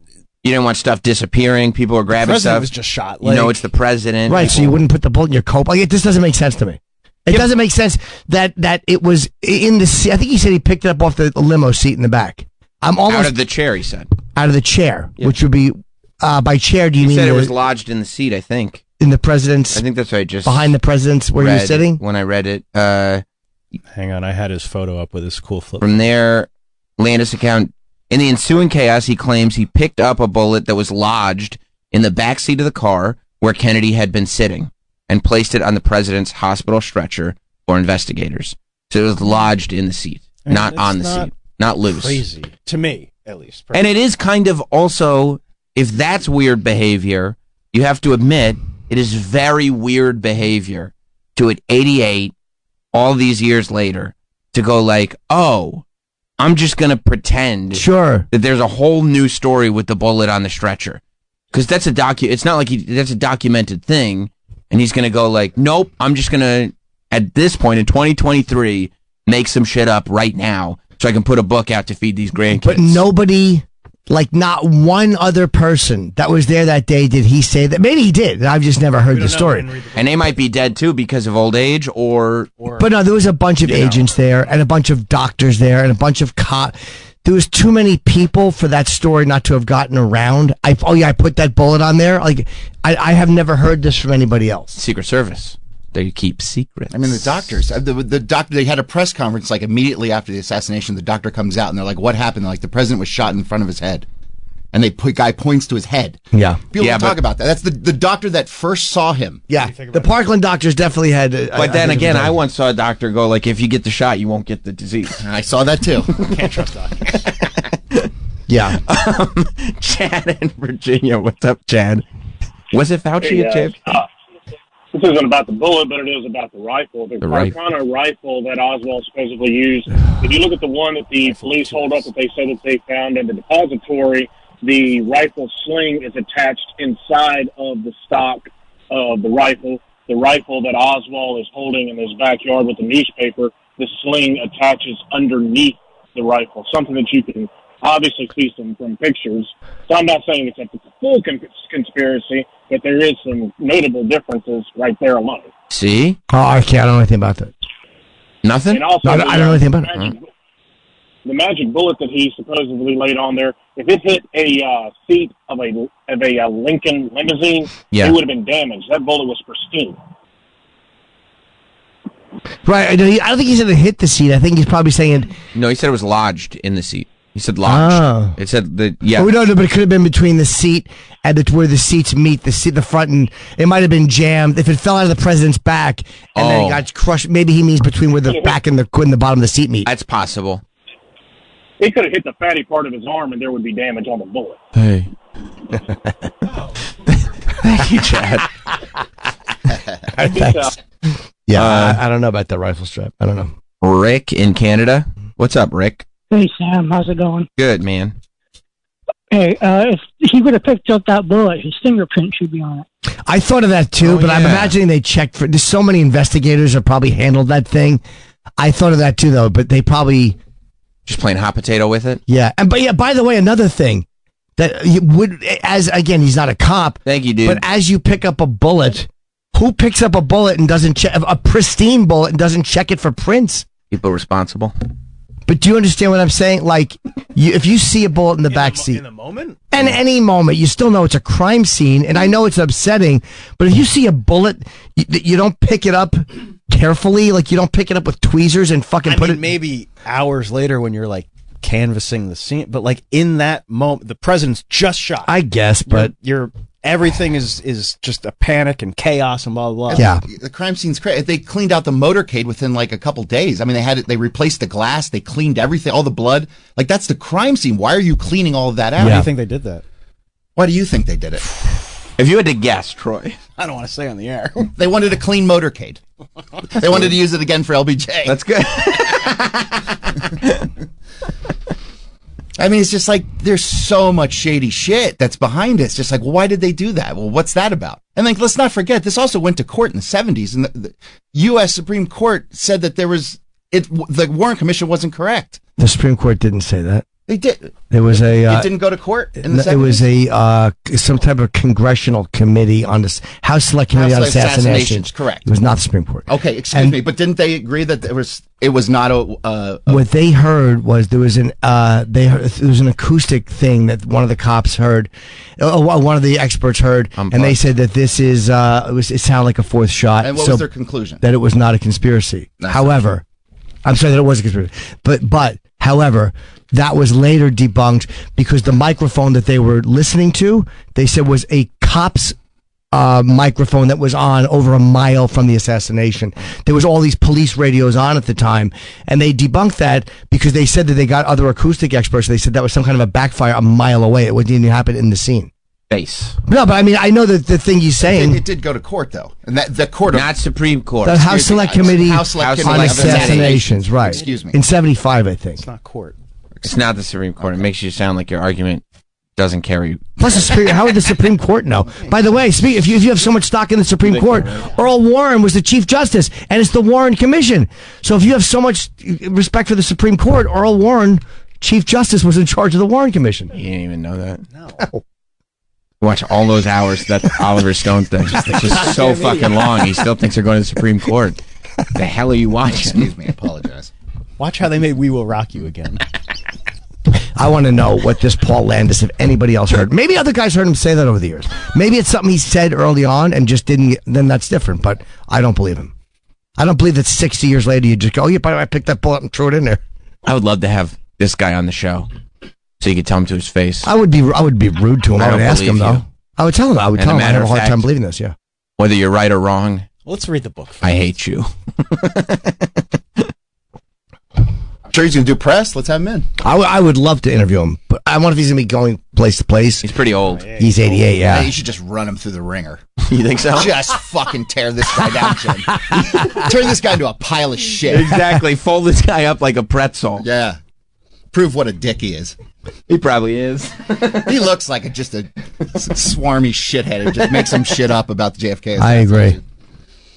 Speaker 4: you didn't want stuff disappearing. People were grabbing
Speaker 6: president
Speaker 4: stuff.
Speaker 6: was just shot.
Speaker 4: you know,
Speaker 6: like-
Speaker 4: it's the president.
Speaker 3: Right, so you wouldn't put the bullet in your coat. Like it just doesn't make sense to me. It doesn't make sense that that it was in the. se- I think he said he picked it up off the limo seat in the back. I'm
Speaker 4: out
Speaker 3: almost out
Speaker 4: of
Speaker 3: of
Speaker 4: the chair, he said.
Speaker 3: the, chair, which would be uh, by chair. Do you
Speaker 4: He
Speaker 3: mean
Speaker 4: said it
Speaker 3: the-
Speaker 4: was lodged in the seat, I think.
Speaker 3: in the president's
Speaker 4: I think that's right. Just
Speaker 3: behind the president's where
Speaker 4: read
Speaker 3: you're sitting?
Speaker 4: When I read it. Uh,
Speaker 9: Hang on, I had his photo up with his cool flip.
Speaker 4: from there, Landis' account. In the ensuing chaos, he claims he picked up a bullet that was lodged in the back seat of the car where Kennedy had been sitting and placed it on the president's hospital stretcher for investigators. So it was lodged in the seat,
Speaker 6: mean,
Speaker 4: not
Speaker 6: it's
Speaker 4: on the
Speaker 6: not
Speaker 4: seat, not loose.
Speaker 6: crazy to me, at least.
Speaker 4: And it is kind of also, if that's weird behavior, you have to admit it is very weird behavior to at 88, all these years later, to go like, oh, I'm just going to pretend
Speaker 3: Sure.
Speaker 4: that there's a whole new story with the bullet on the stretcher. Because that's a docu, it's not like he, that's a documented thing. And he's going to go like, nope, I'm just going to, at this point in 2023, make some shit up right now so I can put a book out to feed these grandkids.
Speaker 3: But nobody, like not one other person that was there that day, did he say that? Maybe he did. I've just never heard the story.
Speaker 4: And they might be dead too because of old age or
Speaker 3: But no, there was a bunch of agents there and a bunch of doctors there and a bunch of cop. There was too many people for that story not to have gotten around. I oh yeah, I put that bullet on there. Like I, I have never heard this from anybody else.
Speaker 4: Secret Service. They keep secrets.
Speaker 7: I mean, the doctors, uh, the, the doctor, they had a press conference like immediately after the assassination. The doctor comes out and they're like, what happened? They're like, the president was shot in front of his head. And they put guy points to his head.
Speaker 3: Yeah.
Speaker 7: People
Speaker 4: Yeah,
Speaker 7: don't talk
Speaker 4: but-
Speaker 7: about that. That's the, the doctor that first saw him.
Speaker 3: Yeah, the Parkland doctors definitely had. uh,
Speaker 4: But
Speaker 3: I- I
Speaker 4: then
Speaker 3: think it was
Speaker 4: again, I
Speaker 3: them.
Speaker 4: once saw a doctor go like, "If you get the shot, you won't get the disease."
Speaker 7: I saw that too.
Speaker 3: yeah.
Speaker 4: Um, Chad in Virginia, what's up, Chad? Was it Fauci,
Speaker 8: Hey, uh,
Speaker 4: Chad?
Speaker 8: uh, This isn't about the bullet, but it is about the rifle. The,
Speaker 4: The rifle.
Speaker 8: Carcano rifle. that Oswald supposedly used. If you look at the one that the police hold up that they said that they found in the depository, the rifle sling is attached inside of the stock of the rifle. The rifle that Oswald is holding in his backyard with the newspaper, the sling attaches underneath the rifle, something that you can
Speaker 10: obviously see some from pictures. So I'm not saying it's a full con- conspiracy, but there is some notable differences right there alone.
Speaker 4: See?
Speaker 3: Oh, okay. I don't know anything about that.
Speaker 4: Nothing?
Speaker 10: And also,
Speaker 3: No, I don't- I don't know anything about it.
Speaker 10: magic- The magic bullet that he supposedly laid on there, if it hit a uh, seat of a of a uh, Lincoln limousine,
Speaker 4: Yeah.
Speaker 10: it would have been damaged. That bullet was pristine.
Speaker 3: Right. I, know he, I don't think he said it hit the seat. I think he's probably saying it.
Speaker 4: No, he said it was lodged in the seat. He said lodged.
Speaker 3: Oh.
Speaker 4: It said the yeah.
Speaker 3: Well, we don't know, but it could have been between the seat and the, where the seats meet, the seat, the front, and it might have been jammed. If it fell out of the president's back and then
Speaker 4: Oh.
Speaker 3: it got crushed, maybe he means between where the back and the and the bottom of the seat meet.
Speaker 4: That's possible.
Speaker 10: It could have hit the fatty part of his arm, and there would be damage on the bullet.
Speaker 4: Hey. Thank you, Chad.
Speaker 3: Thanks. Yeah, I, I don't know about that rifle strap. I don't know.
Speaker 4: Uh, Rick in Canada. What's up, Rick?
Speaker 11: Hey Sam, how's it going?
Speaker 4: Good man.
Speaker 11: Hey, uh, if he would have picked up that bullet, his fingerprint should be on it.
Speaker 3: I thought of that too,
Speaker 4: Oh,
Speaker 3: but I'm
Speaker 4: yeah.
Speaker 3: imagining they checked for. There's so many investigators that probably handled that thing. I thought of that too, though, but they probably
Speaker 4: Just playing hot potato with it.
Speaker 3: yeah. And but yeah, by the way, another thing that you would as again, he's not a cop,
Speaker 4: Thank you, dude.
Speaker 3: but as you pick up a bullet, who picks up a bullet and doesn't check a pristine bullet and doesn't check it for prints?
Speaker 4: People responsible.
Speaker 3: But do you understand what I'm saying? Like, you, if you see a bullet in the back seat,
Speaker 6: In the moment?
Speaker 3: and any moment you still know it's a crime scene and i know it's upsetting but if you see a bullet you, that you don't pick it up carefully like you don't pick it up with tweezers and fucking
Speaker 9: I
Speaker 3: put
Speaker 9: mean,
Speaker 3: it
Speaker 9: maybe hours later when you're like canvassing the scene, but like in that moment, the president's just shot.
Speaker 3: i guess but
Speaker 9: but you're everything is is just a panic and chaos and blah blah. blah.
Speaker 3: yeah
Speaker 7: The crime scene's crazy. They cleaned out the motorcade within like a couple days. I mean, they had it. They replaced the glass. They cleaned everything. All the blood. Like that's the crime scene. Why are you cleaning all of that out?
Speaker 9: How do
Speaker 3: Yeah.
Speaker 9: you think they did that?
Speaker 7: Why do you think they did it?
Speaker 4: If you had to guess, Troy,
Speaker 9: I don't want to say on the air.
Speaker 7: They wanted a clean motorcade. They wanted to use it again for LBJ.
Speaker 4: that's good.
Speaker 7: I mean, it's just like there's so much shady shit that's behind it. It's just like, why did they do that? Well, what's that about? And like, let's not forget, this also went to court in the 70s, and the, the U.S. Supreme Court said that there was it. The Warren Commission wasn't correct.
Speaker 3: the supreme court didn't say that
Speaker 7: They did.
Speaker 3: there was a uh,
Speaker 7: it didn't go to court in
Speaker 3: no,
Speaker 7: the 70s.
Speaker 3: it was a uh, c- some type of congressional committee on this House Select Committee
Speaker 7: House
Speaker 3: on
Speaker 7: Select
Speaker 3: assassinations.
Speaker 7: Assassinations, correct.
Speaker 3: It was not the Supreme Court.
Speaker 7: okay. Excuse
Speaker 3: And-
Speaker 7: me, but didn't they agree that there was it was not a uh,
Speaker 3: what they heard was there was an uh, they heard, there was an acoustic thing that one of the cops heard, uh, one of the experts heard, and they
Speaker 4: Unplugged.
Speaker 3: said that this is uh, it, was, it sounded like a fourth shot.
Speaker 7: and what
Speaker 3: so
Speaker 7: was their conclusion?
Speaker 3: that it was not a conspiracy.
Speaker 7: That's
Speaker 3: however, I'm sorry that it was a conspiracy, but but however, that was later debunked because the microphone that they were listening to, they said was a cop's uh, microphone that was on over a mile from the assassination. There was all these police radios on at the time, and they debunked that because they said that they got other acoustic experts. They said that was some kind of a backfire a mile away. It didn't even happen in the scene.
Speaker 4: Face.
Speaker 3: No, but I mean, I know that the thing he's
Speaker 7: it,
Speaker 3: saying.
Speaker 7: it did go to court though, and that the court
Speaker 4: Not Supreme Court.
Speaker 3: The House
Speaker 7: Excuse me,
Speaker 3: Select
Speaker 7: I-
Speaker 3: Committee
Speaker 7: House Select
Speaker 4: House
Speaker 3: on
Speaker 4: Select
Speaker 3: assassinations,
Speaker 7: Assassinations.
Speaker 3: right?
Speaker 7: Excuse me.
Speaker 3: In '75, I think.
Speaker 9: It's not court.
Speaker 4: It's not the Supreme Court. It makes you sound like your argument doesn't carry.
Speaker 3: Plus, the Supreme, how would the Supreme Court know? By the way, speak, if you if you have so much stock in the Supreme Court, Earl Warren was the Chief Justice, and it's the Warren Commission. So, if you have so much uh, respect for the Supreme Court, Earl Warren, Chief Justice, was in charge of the Warren Commission.
Speaker 4: You didn't even know that. No. Watch all those hours that Oliver Stone thing. It's just, so fucking long. He still thinks they're going to the Supreme Court. The hell are you watching?
Speaker 7: Excuse me, I apologize.
Speaker 9: Watch how they made "We Will Rock You" again.
Speaker 3: I want to know what this Paul Landis, if anybody else heard. Maybe other guys heard him say that over the years. Maybe it's something he said early on and just didn't. get- Then that's different. But I don't believe him. I don't believe that 60 years later you just go, oh, yeah, by the way, I picked that bullet and threw it in there.
Speaker 4: I would love to have this guy on the show so you could tell him to his face.
Speaker 3: I would be I would be rude to him.
Speaker 4: I
Speaker 3: I, would
Speaker 4: don't
Speaker 3: ask him
Speaker 4: believe
Speaker 3: though.
Speaker 4: you.
Speaker 3: I would tell him. I would
Speaker 4: And
Speaker 3: tell
Speaker 4: a
Speaker 3: him. I
Speaker 4: matter
Speaker 3: have a
Speaker 4: of
Speaker 3: hard
Speaker 4: fact-
Speaker 3: time believing this. Yeah.
Speaker 4: Whether you're right or wrong,
Speaker 9: Let's read the book. First.
Speaker 4: I hate you.
Speaker 7: I'm sure he's gonna do press. Let's have him in.
Speaker 3: I would- I would love to interview him, but I wonder if he's gonna be going place to place.
Speaker 4: He's pretty old.
Speaker 3: He's 88.
Speaker 7: Hey,
Speaker 3: Yeah.
Speaker 7: you should just run him through the ringer.
Speaker 4: You think so?
Speaker 7: Just fucking tear this guy down, Jim. Turn this guy into a pile of shit.
Speaker 4: exactly. Fold this guy up like a pretzel.
Speaker 7: Yeah. Prove what a dick he is.
Speaker 4: He probably is.
Speaker 7: He looks like a, just a s- swarmy shithead who just makes some shit up about the JFK.
Speaker 3: I agree.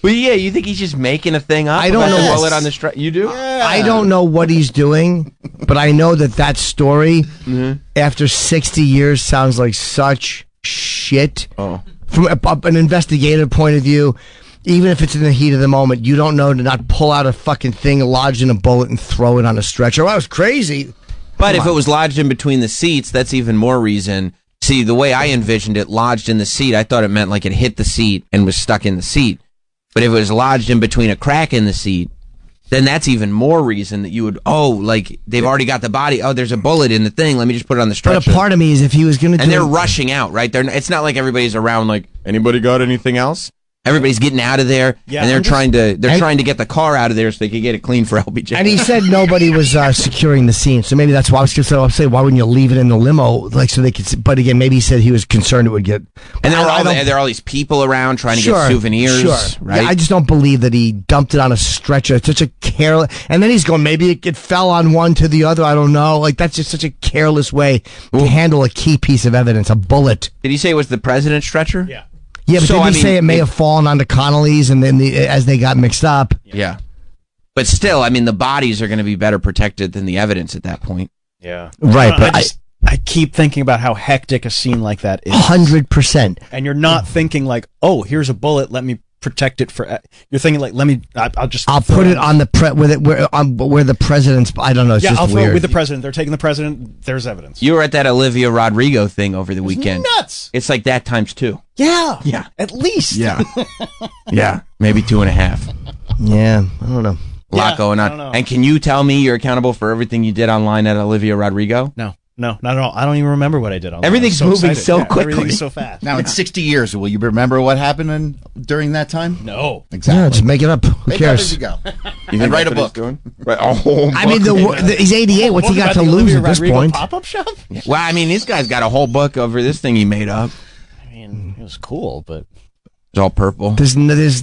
Speaker 4: Well, yeah, you think he's just making a thing up?
Speaker 3: I don't
Speaker 4: about
Speaker 3: know
Speaker 4: the
Speaker 3: what-
Speaker 4: bullet on the strap. You do?
Speaker 3: I don't know what he's doing, but I know that that story,
Speaker 4: Mm-hmm.
Speaker 3: after 60 years, sounds like such shit.
Speaker 4: Oh.
Speaker 3: From a, a- an investigative point of view, even if it's in the heat of the moment, you don't know to not pull out a fucking thing, lodge in a bullet, and throw it on a stretcher. Well, I was crazy.
Speaker 4: But
Speaker 3: Come
Speaker 4: if
Speaker 3: on.
Speaker 4: it was lodged in between the seats, that's even more reason. See, the way I envisioned it, lodged in the seat, I thought it meant like it hit the seat and was stuck in the seat. But if it was lodged in between a crack in the seat, then that's even more reason that you would, oh, like they've already got the body. Oh, there's a bullet in the thing. Let me just put it on the
Speaker 3: But
Speaker 4: stretcher.
Speaker 3: a part of me is if he was going to do
Speaker 4: and they're
Speaker 3: it-
Speaker 4: rushing out, right? They're, it's not like everybody's around. Like anybody got anything else? Everybody's getting out of there,
Speaker 3: Yeah,
Speaker 4: and they're
Speaker 3: I'm just-
Speaker 4: trying to they're
Speaker 3: And-
Speaker 4: trying to get the car out of there so they can get it clean for LBJ.
Speaker 3: And he said nobody was uh, securing the scene, so maybe that's why I was concerned. I'll say, why wouldn't you leave it in the limo, like so they could? See? But again, maybe he said he was concerned it would get.
Speaker 4: and there
Speaker 3: I-
Speaker 4: are
Speaker 3: I
Speaker 4: all
Speaker 3: don't-
Speaker 4: the, there are all these people around trying to get souvenirs,
Speaker 3: sure.
Speaker 4: right?
Speaker 3: Yeah, I just don't believe that he dumped it on a stretcher. It's such a careless. And then he's going, maybe it, it fell on one to the other. I don't know. Like that's just such a careless way to handle a key piece of evidence, a bullet.
Speaker 4: Did he say it was the president's stretcher? Yeah.
Speaker 3: Yeah, but
Speaker 4: So,
Speaker 3: did he
Speaker 4: I mean,
Speaker 3: say it may
Speaker 4: it-
Speaker 3: have fallen onto Connolly's and then the, as they got mixed up?
Speaker 4: Yeah. But still, I mean, the bodies are going to be better protected than the evidence at that point.
Speaker 6: Yeah.
Speaker 3: Right, but
Speaker 9: Uh, I, just, I keep thinking about how hectic a scene like that is.
Speaker 3: Hundred percent.
Speaker 9: and you're not thinking like, oh, here's a bullet. Let me protect it for. uh, You're thinking like, let me. I, I'll just.
Speaker 3: I'll
Speaker 9: throw
Speaker 3: put it on the pre with it where on where the president's. I don't know. It's
Speaker 9: yeah,
Speaker 3: just
Speaker 9: I'll throw
Speaker 3: weird.
Speaker 9: it with the president. They're taking the president. There's evidence.
Speaker 4: You were at that Olivia Rodrigo thing over the weekend.
Speaker 9: nuts.
Speaker 4: It's like that times two.
Speaker 9: Yeah.
Speaker 4: Yeah.
Speaker 9: At least.
Speaker 4: Yeah. yeah. Maybe two and a half.
Speaker 3: yeah, I don't know.
Speaker 4: A lot going on. And can you tell me you're accountable for everything you did online at Olivia Rodrigo?
Speaker 9: No. No, not at all. I don't even remember what I did. online.
Speaker 4: Everything's
Speaker 9: I'm
Speaker 4: moving
Speaker 9: excited.
Speaker 4: so
Speaker 9: Yeah,
Speaker 4: quickly.
Speaker 9: Everything's so fast.
Speaker 7: Now, in 60 years, will you remember what happened in, during that time?
Speaker 9: No.
Speaker 7: Exactly.
Speaker 3: Yeah, just make it up. Who
Speaker 7: Make it up
Speaker 3: cares?
Speaker 7: as you go.
Speaker 4: You
Speaker 7: and write
Speaker 4: that's
Speaker 7: a
Speaker 4: what
Speaker 7: book.
Speaker 4: he's doing? Right. Oh,
Speaker 3: I mean, the, wor- the, he's 88. What's he
Speaker 9: What about
Speaker 3: got to
Speaker 9: the
Speaker 3: lose
Speaker 9: Olivia
Speaker 3: at this
Speaker 9: Rodrigo
Speaker 3: point?
Speaker 9: Pop-up shop.
Speaker 4: well, I mean, this guy's got a whole book over this thing he made up.
Speaker 9: I mean, it was cool, but
Speaker 4: It's all purple.
Speaker 3: There's, no, there's,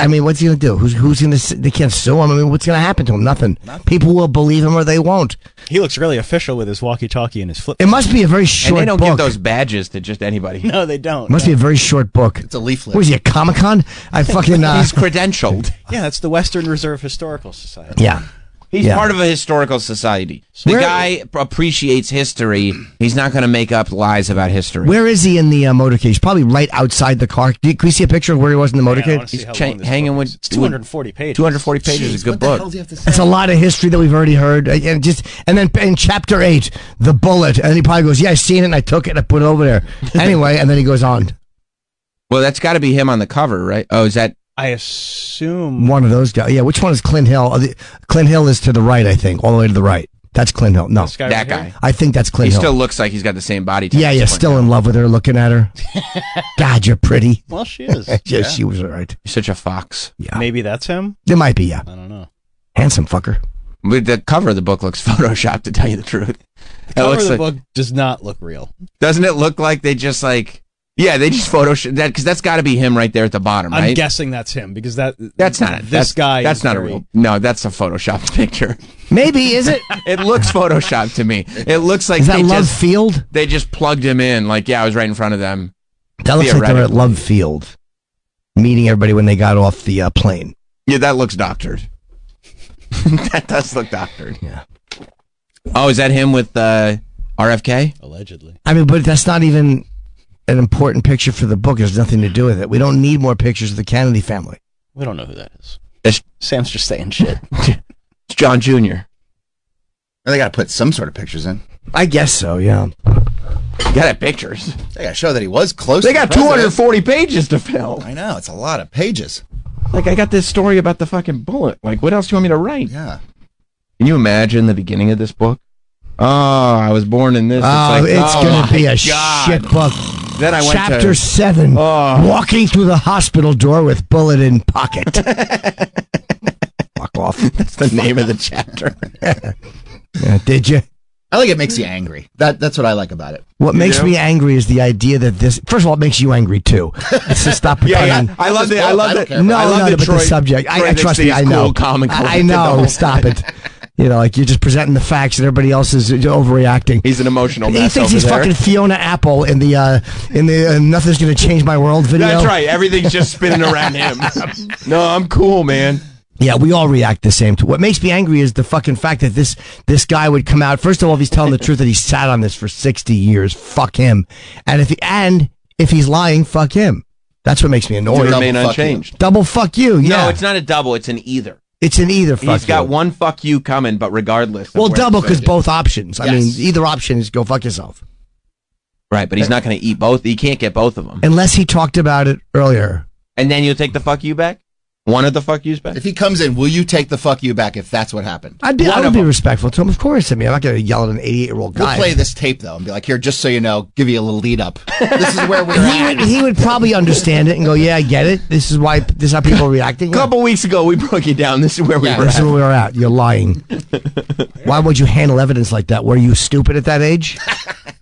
Speaker 3: I mean, what's he gonna do? Who's, who's gonna? s- They can't sue him. I mean, what's gonna happen to him? Nothing. People will believe him or they won't.
Speaker 9: he looks really official with his walkie-talkie and his flip.
Speaker 3: It must be a very
Speaker 4: And
Speaker 3: short
Speaker 4: they don't
Speaker 3: book.
Speaker 4: give those badges to just anybody.
Speaker 9: No, they don't.
Speaker 3: must
Speaker 9: No.
Speaker 3: be a very short book.
Speaker 7: It's a leaflet.
Speaker 3: Was he a Comic Con? I fucking. Uh,
Speaker 4: He's credentialed.
Speaker 9: Yeah, that's the Western Reserve Historical Society.
Speaker 3: yeah.
Speaker 4: He's
Speaker 3: Yeah.
Speaker 4: part of a historical society. The
Speaker 3: Where-
Speaker 4: guy appreciates history. He's not going to make up lies about history.
Speaker 3: Where is he in the uh, motorcade? He's probably right outside the car. Did, can we see a picture of where he was in the
Speaker 9: Man, I
Speaker 3: motorcade?
Speaker 9: wanna see how
Speaker 4: cha-
Speaker 9: long this
Speaker 4: hanging
Speaker 9: book
Speaker 4: with-
Speaker 9: is. It's 240 pages.
Speaker 4: 240 pages is a
Speaker 7: Jeez,
Speaker 4: good
Speaker 7: what the hell
Speaker 4: book.
Speaker 7: do you have to say?
Speaker 3: That's a lot of history that we've already heard, Uh, and just and then in chapter eight, the bullet, and he probably goes, "Yeah, I seen it, and I took it, and I put it over there." Anyway, and then he goes on.
Speaker 4: Well, that's got to be him on the cover, right? Oh, is that?
Speaker 9: I assume
Speaker 3: One of those guys. Yeah, which one is Clint Hill? Oh, the- Clint Hill is to the right, I think, all the way to the right. That's Clint Hill. No,
Speaker 9: this guy
Speaker 4: That
Speaker 9: over here?
Speaker 4: guy.
Speaker 3: I think that's
Speaker 4: He
Speaker 3: Clint Hill.
Speaker 4: still looks like he's got the same body type.
Speaker 3: yeah,
Speaker 4: at
Speaker 3: yeah,
Speaker 4: this point.
Speaker 3: still in love with her, looking at her. God, you're pretty.
Speaker 9: Well, she is.
Speaker 3: Yeah, she was all right.
Speaker 4: He's such a fox.
Speaker 3: Yeah,
Speaker 9: Maybe that's him.
Speaker 3: there might be. Yeah,
Speaker 9: I don't know.
Speaker 3: handsome fucker.
Speaker 4: But the cover of the book looks photoshopped, to tell you the truth. It
Speaker 9: Cover
Speaker 4: looks
Speaker 9: of the
Speaker 4: like-
Speaker 9: book does not look real.
Speaker 4: Doesn't it look like they just like? Yeah, they just photoshopped that because that's got to be him right there at the bottom,
Speaker 9: I'm
Speaker 4: right?
Speaker 9: guessing that's him because that
Speaker 4: that's not
Speaker 9: this
Speaker 4: that's,
Speaker 9: guy.
Speaker 4: That's
Speaker 9: is
Speaker 4: not
Speaker 9: very-
Speaker 4: a real. No, that's a photoshopped picture.
Speaker 3: Maybe is it?
Speaker 4: It looks photoshopped to me. It looks like
Speaker 3: Is that
Speaker 4: they
Speaker 3: Love
Speaker 4: just
Speaker 3: Field?
Speaker 4: they just plugged him in. Like, yeah, I was right in front of them.
Speaker 3: That looks like they're at Love Field, meeting everybody when they got off the uh, plane.
Speaker 4: Yeah, that looks doctored. that does look doctored.
Speaker 3: Yeah.
Speaker 4: Oh, is that him with uh, RFK?
Speaker 9: allegedly.
Speaker 3: I mean, but that's not even an important picture for the book. It has nothing to do with it. We don't need more pictures of the Kennedy family.
Speaker 9: We don't know who that is.
Speaker 4: It's,
Speaker 9: Sam's just saying shit.
Speaker 4: it's John Jr.
Speaker 7: They got to put some sort of pictures in.
Speaker 3: I guess so. Yeah.
Speaker 4: You got pictures.
Speaker 7: They got to show that he was close.
Speaker 4: They
Speaker 7: to the
Speaker 4: got
Speaker 7: president.
Speaker 4: 240 pages to fill.
Speaker 7: I know it's a lot of pages.
Speaker 4: Like, I got this story about the fucking bullet. Like, what else do you want me to write?
Speaker 7: Yeah,
Speaker 4: Can you imagine the beginning of this book? Oh, I was born in this. It's
Speaker 3: Oh,
Speaker 4: like,
Speaker 3: it's,
Speaker 4: oh
Speaker 3: gonna
Speaker 4: my
Speaker 3: be a
Speaker 4: God.
Speaker 3: shit book.
Speaker 4: Then I went
Speaker 3: Chapter
Speaker 4: to
Speaker 3: seven:
Speaker 4: Oh.
Speaker 3: Walking through the hospital door with bullet in pocket. Fuck off.
Speaker 4: That's the name of the chapter.
Speaker 3: Yeah, did you?
Speaker 7: I think it makes you angry. That that's what I like about it.
Speaker 3: What makes
Speaker 4: do?
Speaker 3: me angry is the idea that this. First of all, it makes you angry too. It's to stop pretending.
Speaker 4: I love
Speaker 7: this
Speaker 4: that. I
Speaker 7: book,
Speaker 4: love
Speaker 7: I
Speaker 4: that.
Speaker 7: don't care
Speaker 3: No,
Speaker 4: I love
Speaker 3: no,
Speaker 4: that
Speaker 3: but
Speaker 4: Troy-
Speaker 3: the subject. I,
Speaker 4: Troy
Speaker 3: I
Speaker 4: thinks
Speaker 3: trust
Speaker 4: that
Speaker 3: me.
Speaker 4: he's
Speaker 3: I know.
Speaker 4: cool, calm, and
Speaker 3: I I
Speaker 4: collected the
Speaker 3: know.
Speaker 4: whole-
Speaker 3: Stop it. You know, like you're just presenting the facts and everybody else is overreacting.
Speaker 5: He's an emotional
Speaker 3: He
Speaker 5: mess
Speaker 3: thinks
Speaker 5: over
Speaker 3: he's
Speaker 5: there.
Speaker 3: fucking Fiona Apple in the uh, in the uh, "Nothing's Gonna Change My World" video.
Speaker 5: That's right. Everything's just spinning around him. No, I'm cool, man.
Speaker 3: Yeah, we all react the same. To what makes me angry is the fucking fact that this this guy would come out. First of all, if he's telling the truth that he sat on this for sixty years, fuck him. And if he, and if he's lying, fuck him. That's what makes me annoyed.
Speaker 4: To remain Double fuck unchanged.
Speaker 3: You. Double fuck you. Oh, Yeah,
Speaker 4: No, it's not a double. It's an either.
Speaker 3: it's an either
Speaker 4: He's
Speaker 3: fuck. you.
Speaker 4: got one fuck you coming, but regardless. of
Speaker 3: well,
Speaker 4: where
Speaker 3: double
Speaker 4: it's
Speaker 3: because
Speaker 4: at.
Speaker 3: both options. I mean,
Speaker 4: Yes.
Speaker 3: either option is go fuck yourself.
Speaker 4: Right, but he's not going to eat both. He can't get both of them.
Speaker 3: Unless he talked about it earlier.
Speaker 4: And then you'll take the fuck you back. One of the fuck yous back.
Speaker 7: If he comes in, will you take the fuck you back if that's what happened?
Speaker 3: I'd be, I would be respectful to him, of course. I mean, I'm not going to yell at an 88 year old
Speaker 7: We'll
Speaker 3: guy.
Speaker 7: play this tape though and be like, here, just so you know, give you a little lead up. This is where we're
Speaker 3: he, would, he would probably understand it and go, "Yeah, I get it. This is why this is how people are reacting." A
Speaker 4: couple weeks ago, we broke it down. This is where we were
Speaker 3: This is
Speaker 4: at.
Speaker 3: where we were at. You're lying. why would you handle evidence like that? Were you stupid at that age?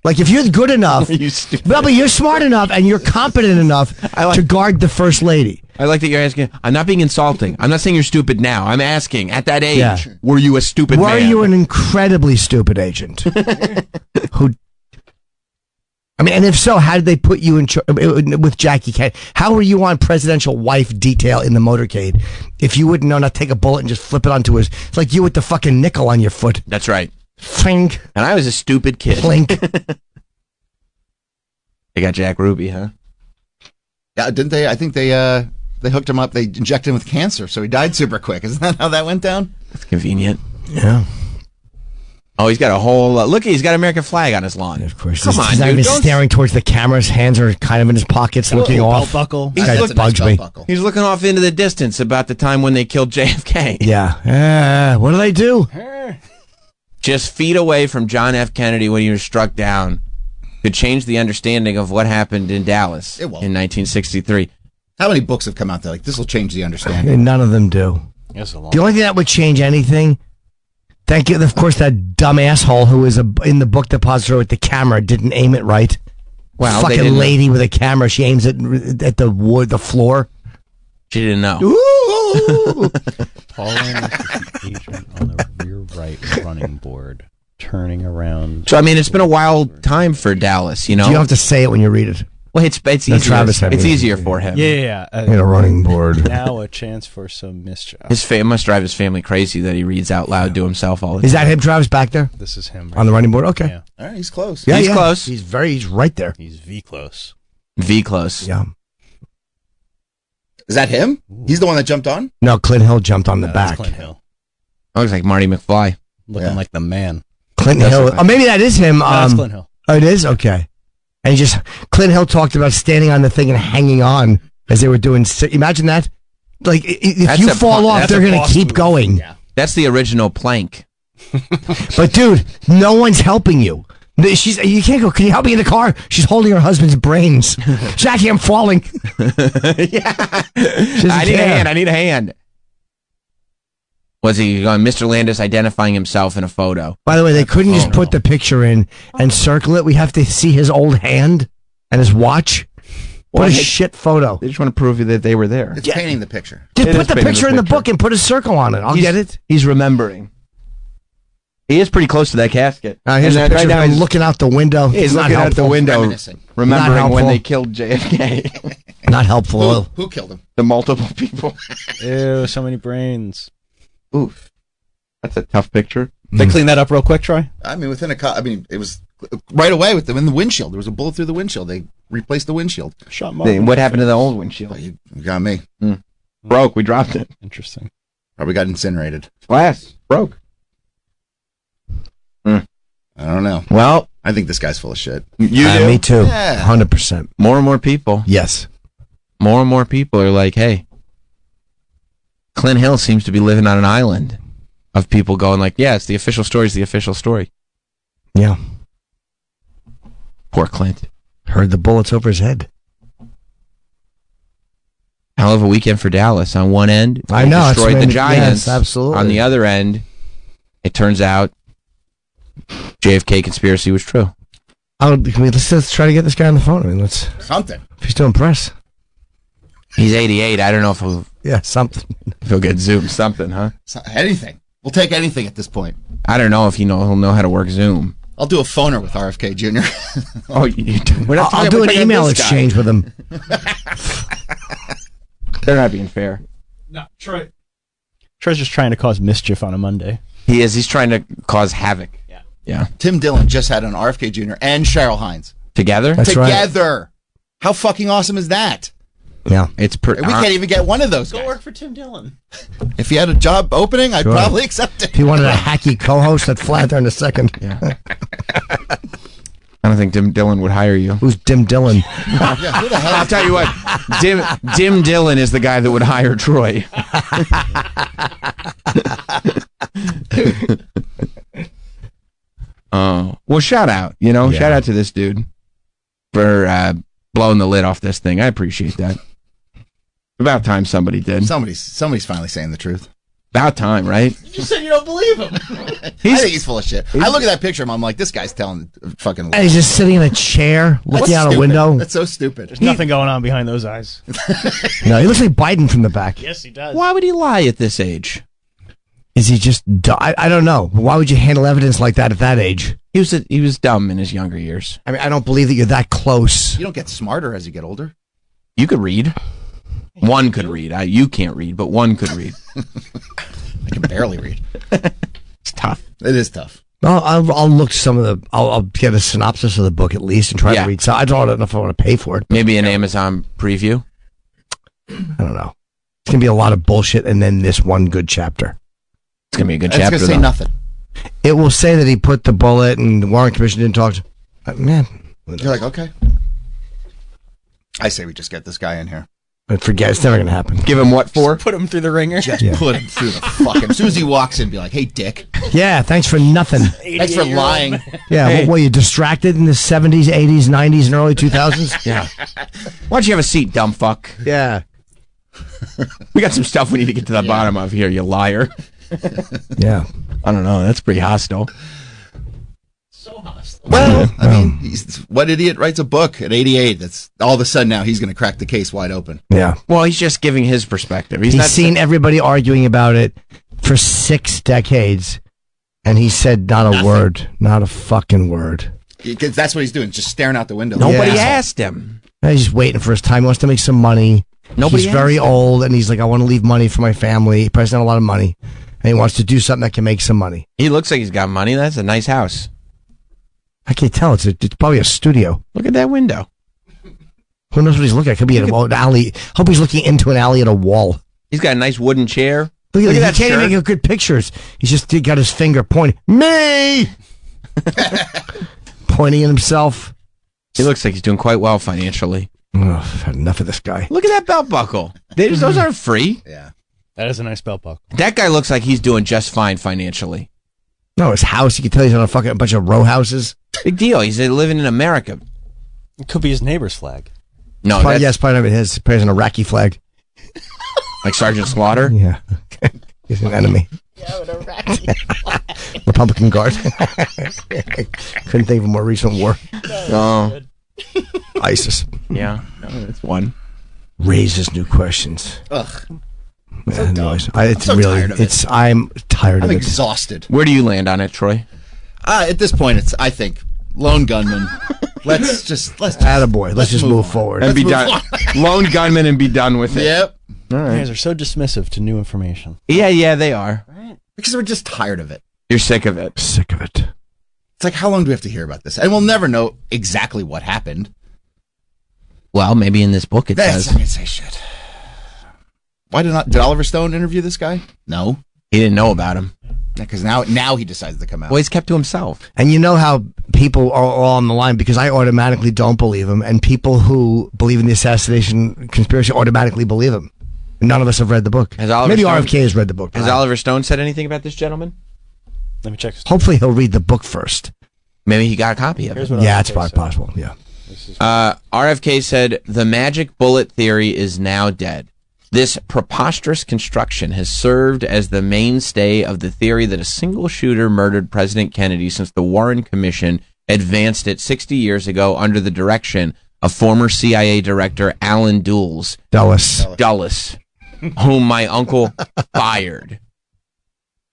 Speaker 3: Like if you're good enough, you stupid. but you're smart enough and you're competent enough to guard the first lady.
Speaker 4: I like that you're asking. I'm not being insulting. I'm not saying you're stupid now. I'm asking at that age,
Speaker 3: Yeah.
Speaker 4: were you a stupid
Speaker 3: Were
Speaker 4: man?
Speaker 3: you an incredibly stupid agent? Who? I mean, and if so, how did they put you in char- uh, with Jackie Kennedy? How were you on presidential wife detail in the motorcade if you wouldn't know not to take a bullet and just flip it onto his? It's like you with the fucking nickel on your foot.
Speaker 4: That's right.
Speaker 3: Flink,
Speaker 4: And I was a stupid kid.
Speaker 3: flink.
Speaker 4: They got Jack Ruby, huh?
Speaker 7: Yeah, didn't they? I think they uh they hooked him up. They injected him with cancer, so he died super quick. Isn't that how that went down?
Speaker 4: It's convenient.
Speaker 3: Yeah.
Speaker 4: Oh, he's got a whole. Uh, look, he's got American flag on his lawn. Of
Speaker 3: course,
Speaker 4: come
Speaker 3: he's,
Speaker 4: on,
Speaker 3: he's not
Speaker 4: dude.
Speaker 3: even
Speaker 4: don't-
Speaker 3: staring towards the camera. His hands are kind of in his pockets, looking
Speaker 4: Little belt
Speaker 3: off.
Speaker 4: buckle.
Speaker 3: This
Speaker 4: He's
Speaker 3: guy
Speaker 4: look-
Speaker 3: just bugs me.
Speaker 4: He's looking off into the distance about the time when they killed JFK.
Speaker 3: Yeah. Uh, what do they do?
Speaker 4: just feet away from John F. Kennedy when he was struck down could change the understanding of what happened in Dallas in 1963.
Speaker 7: How many books have come out there? Like this will change the understanding.
Speaker 3: And none of them do. The only thing that would change anything, thank you. Of course, that dumb asshole who is a, in the book depository with the camera didn't aim it right.
Speaker 4: Well, they
Speaker 3: fucking
Speaker 4: didn't-
Speaker 3: lady with a camera, she aims it at the wood, the floor.
Speaker 4: She didn't know.
Speaker 3: Ooh.
Speaker 6: Rear right running board, turning around.
Speaker 4: So I mean, it's been a wild time for Dallas. You know,
Speaker 3: You don't have to say it when you read it.
Speaker 4: Well, it's it's
Speaker 3: No,
Speaker 4: easier.
Speaker 3: Travis had
Speaker 4: it's
Speaker 3: me.
Speaker 4: easier for him.
Speaker 6: Yeah, yeah, yeah. Uh,
Speaker 3: In a running board.
Speaker 6: Now a chance for some mischief.
Speaker 4: His fa- it must drive his family crazy that he reads out loud to himself all the time.
Speaker 3: Is that him, Travis, back there?
Speaker 6: This is him.
Speaker 3: On the running board? Okay.
Speaker 7: All right, he's close.
Speaker 3: Yeah,
Speaker 4: he's
Speaker 3: yeah.
Speaker 4: close.
Speaker 3: He's very. He's right there.
Speaker 6: He's V close.
Speaker 4: V close.
Speaker 3: Yeah.
Speaker 7: Is that him? He's the one that jumped on.
Speaker 3: No, Clint Hill jumped on the back. Clint,
Speaker 6: Hill.
Speaker 4: Looks like Marty McFly.
Speaker 6: Looking like the man.
Speaker 3: Clinton
Speaker 6: That's
Speaker 3: Hill.
Speaker 6: right.
Speaker 3: Oh, maybe that is him.
Speaker 6: No,
Speaker 3: um,
Speaker 6: that's Clint Hill.
Speaker 3: Oh, it is okay. And he just Clint Hill talked about standing on the thing and hanging on as they were doing. si- Imagine that. Like i- i- if
Speaker 4: That's
Speaker 3: you
Speaker 4: a
Speaker 3: fall
Speaker 4: pun-
Speaker 3: off,
Speaker 4: that's a
Speaker 3: they're gonna
Speaker 4: boss
Speaker 3: keep
Speaker 4: move.
Speaker 3: going.
Speaker 4: That's the original plank.
Speaker 3: But dude, no one's helping you. N- She's you can't go. Can you help me in the car? She's holding her husband's brains. Jackie, I'm falling.
Speaker 4: I need
Speaker 3: care.
Speaker 4: a hand. I need a hand. Was he going? Mr. Landis identifying himself in a photo.
Speaker 3: By the way, they couldn't just put the picture in and circle it. We have to see his old hand and his watch. What
Speaker 4: Well,
Speaker 3: a
Speaker 4: they-
Speaker 3: shit photo.
Speaker 4: They just want to prove that they were there.
Speaker 7: It's painting the picture.
Speaker 3: Just
Speaker 4: It
Speaker 3: put
Speaker 4: is
Speaker 3: the
Speaker 4: bigger than
Speaker 3: picture in
Speaker 4: the
Speaker 3: the book and put a circle on it. I'll
Speaker 4: He's-
Speaker 3: get it.
Speaker 4: He's remembering. He is pretty close to that casket.
Speaker 3: Uh, here's
Speaker 4: And
Speaker 3: a
Speaker 4: that-
Speaker 3: picture
Speaker 4: right now
Speaker 3: of him
Speaker 4: he's-
Speaker 3: looking out the window.
Speaker 4: He's
Speaker 3: It's not
Speaker 4: looking out the
Speaker 3: helpful.
Speaker 4: window,
Speaker 7: Reminiscing.
Speaker 4: remembering when
Speaker 3: helpful.
Speaker 4: they killed JFK.
Speaker 3: Not helpful.
Speaker 7: Who, who killed him?
Speaker 4: the multiple people.
Speaker 6: Ew, so many brains.
Speaker 4: Oof, that's a tough picture.
Speaker 6: They clean that up real quick, Troy.
Speaker 7: I mean, within a co- I mean, it was right away with them in the windshield. There was a bullet through the windshield. They replaced the windshield.
Speaker 6: Shot
Speaker 4: Then
Speaker 6: Martin.
Speaker 4: What happened to the old
Speaker 7: Oh,
Speaker 4: windshield? Hmm.
Speaker 7: you you got me.
Speaker 4: Broke. We dropped it.
Speaker 6: Interesting.
Speaker 7: Probably got incinerated.
Speaker 4: Glass broke. Hmm.
Speaker 7: I don't know.
Speaker 4: Well,
Speaker 7: I think this guy's full of shit.
Speaker 4: you
Speaker 3: Uh,
Speaker 4: do.
Speaker 3: me too.
Speaker 7: Yeah.
Speaker 3: Hundred percent.
Speaker 4: More and more people.
Speaker 3: Yes.
Speaker 4: More and more people are like, "Hey, Clint Hill seems to be living on an island of people going like, yeah, it's the official story. It's the official story.'
Speaker 3: Yeah.
Speaker 4: Poor Clint.
Speaker 3: Heard the bullets over his head.
Speaker 4: Hell of a weekend for Dallas. On one end,
Speaker 3: I
Speaker 4: they
Speaker 3: know, it's
Speaker 4: destroyed the
Speaker 3: been-
Speaker 4: Giants.
Speaker 3: yes, absolutely.
Speaker 4: On the other end, it turns out JFK conspiracy was true.
Speaker 3: I would, can we, let's, let's try to get this guy on the phone. I mean, let's.
Speaker 7: Something.
Speaker 3: If he's doing press.
Speaker 4: He's 88. I don't know if he'll,
Speaker 3: Yeah, something.
Speaker 4: if he'll get zoomed something, huh?
Speaker 7: So- anything. We'll take anything at this point.
Speaker 4: I don't know if he know he'll know how to work Zoom.
Speaker 7: I'll do a phoner with RFK Jr.
Speaker 4: oh, you, we're
Speaker 3: I'll,
Speaker 4: not
Speaker 3: I'll
Speaker 4: talking-
Speaker 3: do
Speaker 4: we're
Speaker 3: an
Speaker 4: talking about
Speaker 3: email
Speaker 4: this guy.
Speaker 3: exchange with him.
Speaker 4: They're not being fair.
Speaker 9: No, Troy. Troy's just trying to cause mischief on a Monday.
Speaker 4: He is. He's trying to cause havoc. Yeah. Yeah.
Speaker 7: Tim Dillon just had an RFK Jr. and Cheryl Hines
Speaker 4: Together.
Speaker 7: together. How fucking awesome is that?
Speaker 3: Yeah.
Speaker 4: It's pretty.
Speaker 7: We can't even get one of those.
Speaker 9: Go
Speaker 7: guys.
Speaker 9: work for Tim Dillon.
Speaker 7: If you had a job opening, I'd
Speaker 3: Sure.
Speaker 7: probably accept it.
Speaker 3: If he wanted a hacky co-host, that flat there in a second.
Speaker 4: I don't think Dim Dillon would hire you.
Speaker 3: Who's Dim Dillon?
Speaker 7: Yeah, who the hell
Speaker 4: I'll tell you what. Dim Dim Dillon is the guy that would hire Troy. Oh well, shout out. You know,
Speaker 3: Yeah.
Speaker 4: shout out to this dude for uh, blowing the lid off this thing. I appreciate that. About time somebody did.
Speaker 7: Somebody's somebody's finally saying the truth.
Speaker 4: About time, right?
Speaker 5: You said you don't believe him.
Speaker 7: I think he's full of shit. I look at that picture, and I'm like, this guy's telling fucking.
Speaker 3: And he's just sitting in a chair,
Speaker 7: That's
Speaker 3: looking out a
Speaker 7: stupid.
Speaker 3: window.
Speaker 7: That's so stupid.
Speaker 9: There's nothing going on behind those eyes.
Speaker 3: No, he looks like Biden from the back.
Speaker 9: yes, he does.
Speaker 4: Why would he lie at this age?
Speaker 3: Is he just? du- I, I don't know. Why would you handle evidence like that at that age?
Speaker 4: He was a, he was dumb in his younger years.
Speaker 3: I mean, I don't believe that you're that close.
Speaker 7: You don't get smarter as you get older.
Speaker 4: You could read. One could read. I, you can't read, but one could read.
Speaker 7: I can barely read.
Speaker 4: It's tough.
Speaker 7: It is tough.
Speaker 3: I'll, I'll, I'll look some of the. I'll, I'll get a synopsis of the book at least and try
Speaker 4: Yeah.
Speaker 3: to read. So I don't know if I want to pay for it.
Speaker 4: Maybe an Amazon preview.
Speaker 3: I don't know. It's gonna be a lot of bullshit, and then this one good chapter.
Speaker 4: It's gonna be a good
Speaker 7: It's
Speaker 4: chapter.
Speaker 7: gonna say
Speaker 4: though.
Speaker 7: nothing.
Speaker 3: It will say that he put the bullet, and the Warren Commission didn't talk. to uh, Man,
Speaker 7: You're like, okay. I say we just get this guy in here.
Speaker 3: but forget. It's never gonna happen.
Speaker 4: Give him what for?
Speaker 5: Put him through the ringer.
Speaker 7: Just put him through the fucking. As soon as he walks in, be like, hey, dick.
Speaker 3: Yeah, thanks for nothing.
Speaker 7: Thanks for lying.
Speaker 3: Yeah,
Speaker 4: Hey.
Speaker 3: what were you distracted in the seventies, eighties, nineties, and early two thousands?
Speaker 4: Yeah. Why don't you have a seat, dumb fuck?
Speaker 3: yeah,
Speaker 4: We got some stuff we need to get to the bottom of here, you liar.
Speaker 3: yeah.
Speaker 4: I don't know. That's pretty hostile.
Speaker 7: Well, I mean, he's, what idiot writes a book at 88? That's all of a sudden now he's going to crack the case wide open.
Speaker 3: Yeah.
Speaker 4: Well, he's just giving his perspective. He's,
Speaker 3: He's,
Speaker 4: not
Speaker 3: seen everybody arguing about it for six decades, and he said not a word, not a fucking word.
Speaker 7: Because that's what he's doing, just staring out the window.
Speaker 4: Nobody
Speaker 3: Yeah.
Speaker 4: asked him.
Speaker 3: Now He's just waiting for his time. He wants to make some money.
Speaker 4: Nobody
Speaker 3: He's very
Speaker 4: asked him.
Speaker 3: old, and he's like, I want to leave money for my family. He probably not a lot of money, and he wants to do something that can make some money.
Speaker 4: He looks like he's got money. That's a nice house.
Speaker 3: I can't tell. It's, a, it's probably a studio.
Speaker 4: Look at that window.
Speaker 3: Who knows what he's looking at? Could be at a wall- an alley. Hope he's looking into an alley at a wall.
Speaker 4: He's got a nice wooden chair.
Speaker 3: Look,
Speaker 4: Look
Speaker 3: at
Speaker 4: at
Speaker 3: he
Speaker 4: that
Speaker 3: can't
Speaker 4: shirt.
Speaker 3: even get good pictures. He's just he got his finger pointing. Me! pointing at himself.
Speaker 4: He looks like he's doing quite well financially.
Speaker 3: Ugh, I've had enough of this guy.
Speaker 4: Look at that belt buckle. They just, those aren't free.
Speaker 7: Yeah.
Speaker 6: That is a nice belt buckle.
Speaker 4: That guy looks like he's doing just fine financially.
Speaker 3: No, his house. You can tell he's on a fucking bunch of row houses.
Speaker 4: Big deal. He's uh, living in America.
Speaker 9: It could be his neighbor's flag.
Speaker 4: No,
Speaker 3: probably,
Speaker 4: that's
Speaker 3: yes, probably not even his. Probably has an Iraqi flag.
Speaker 4: like Sergeant Slaughter.
Speaker 3: Yeah. he's an enemy. Republican Guard. Couldn't think of a more recent war.
Speaker 4: Oh,
Speaker 3: ISIS
Speaker 4: yeah. No, that's one.
Speaker 3: raises new questions.
Speaker 7: Ugh.
Speaker 3: Yeah, no, it's- I, it's
Speaker 7: so
Speaker 3: really.
Speaker 7: tired of it.
Speaker 3: It's. I'm tired
Speaker 7: I'm
Speaker 3: of it.
Speaker 7: exhausted.
Speaker 4: Where do you land on it, Troy?
Speaker 7: Uh, at this point, it's, I think, lone gunman. let's just, let's just.
Speaker 3: Attaboy. Let's, just move,
Speaker 7: on.
Speaker 3: forward.
Speaker 4: and be
Speaker 7: move
Speaker 4: done. Lone gunman and be done with it.
Speaker 7: Yep.
Speaker 9: You guys are so dismissive to new information.
Speaker 4: Yeah, yeah, they are.
Speaker 7: Because we're just tired of it.
Speaker 4: You're sick of it.
Speaker 3: Sick of it.
Speaker 7: It's like, how long do we have to hear about this? And we'll never know exactly what happened.
Speaker 4: Well, maybe in this book it
Speaker 7: That's, I
Speaker 4: says
Speaker 7: mean, say shit. Why did not, did Oliver Stone interview this guy? No.
Speaker 4: he didn't know about him.
Speaker 7: Because now, now he decides to come out.
Speaker 4: Well, he's kept to himself.
Speaker 3: And you know how people are all on the line because I automatically don't believe him, and people who believe in the assassination conspiracy automatically believe him. None of us have read the book.
Speaker 4: Has Oliver
Speaker 3: Maybe
Speaker 4: Stone-
Speaker 3: RFK has read the book. but
Speaker 4: Has
Speaker 3: I-
Speaker 4: Oliver Stone said anything about this gentleman?
Speaker 9: Let me check. his-
Speaker 3: Hopefully, he'll read the book first.
Speaker 4: Maybe he got a copy of
Speaker 9: Here's
Speaker 4: it.
Speaker 9: what
Speaker 3: yeah,
Speaker 9: I'll
Speaker 3: it's
Speaker 9: say,
Speaker 3: probably
Speaker 9: so-
Speaker 3: possible. Yeah.
Speaker 4: Uh, RFK said the magic bullet theory is now dead. This preposterous construction has served as the mainstay of the theory that a single shooter murdered President Kennedy since the Warren Commission advanced it 60 years ago under the direction of former CIA director Alan Dulles.
Speaker 3: Dulles.
Speaker 4: Dulles, whom my uncle fired.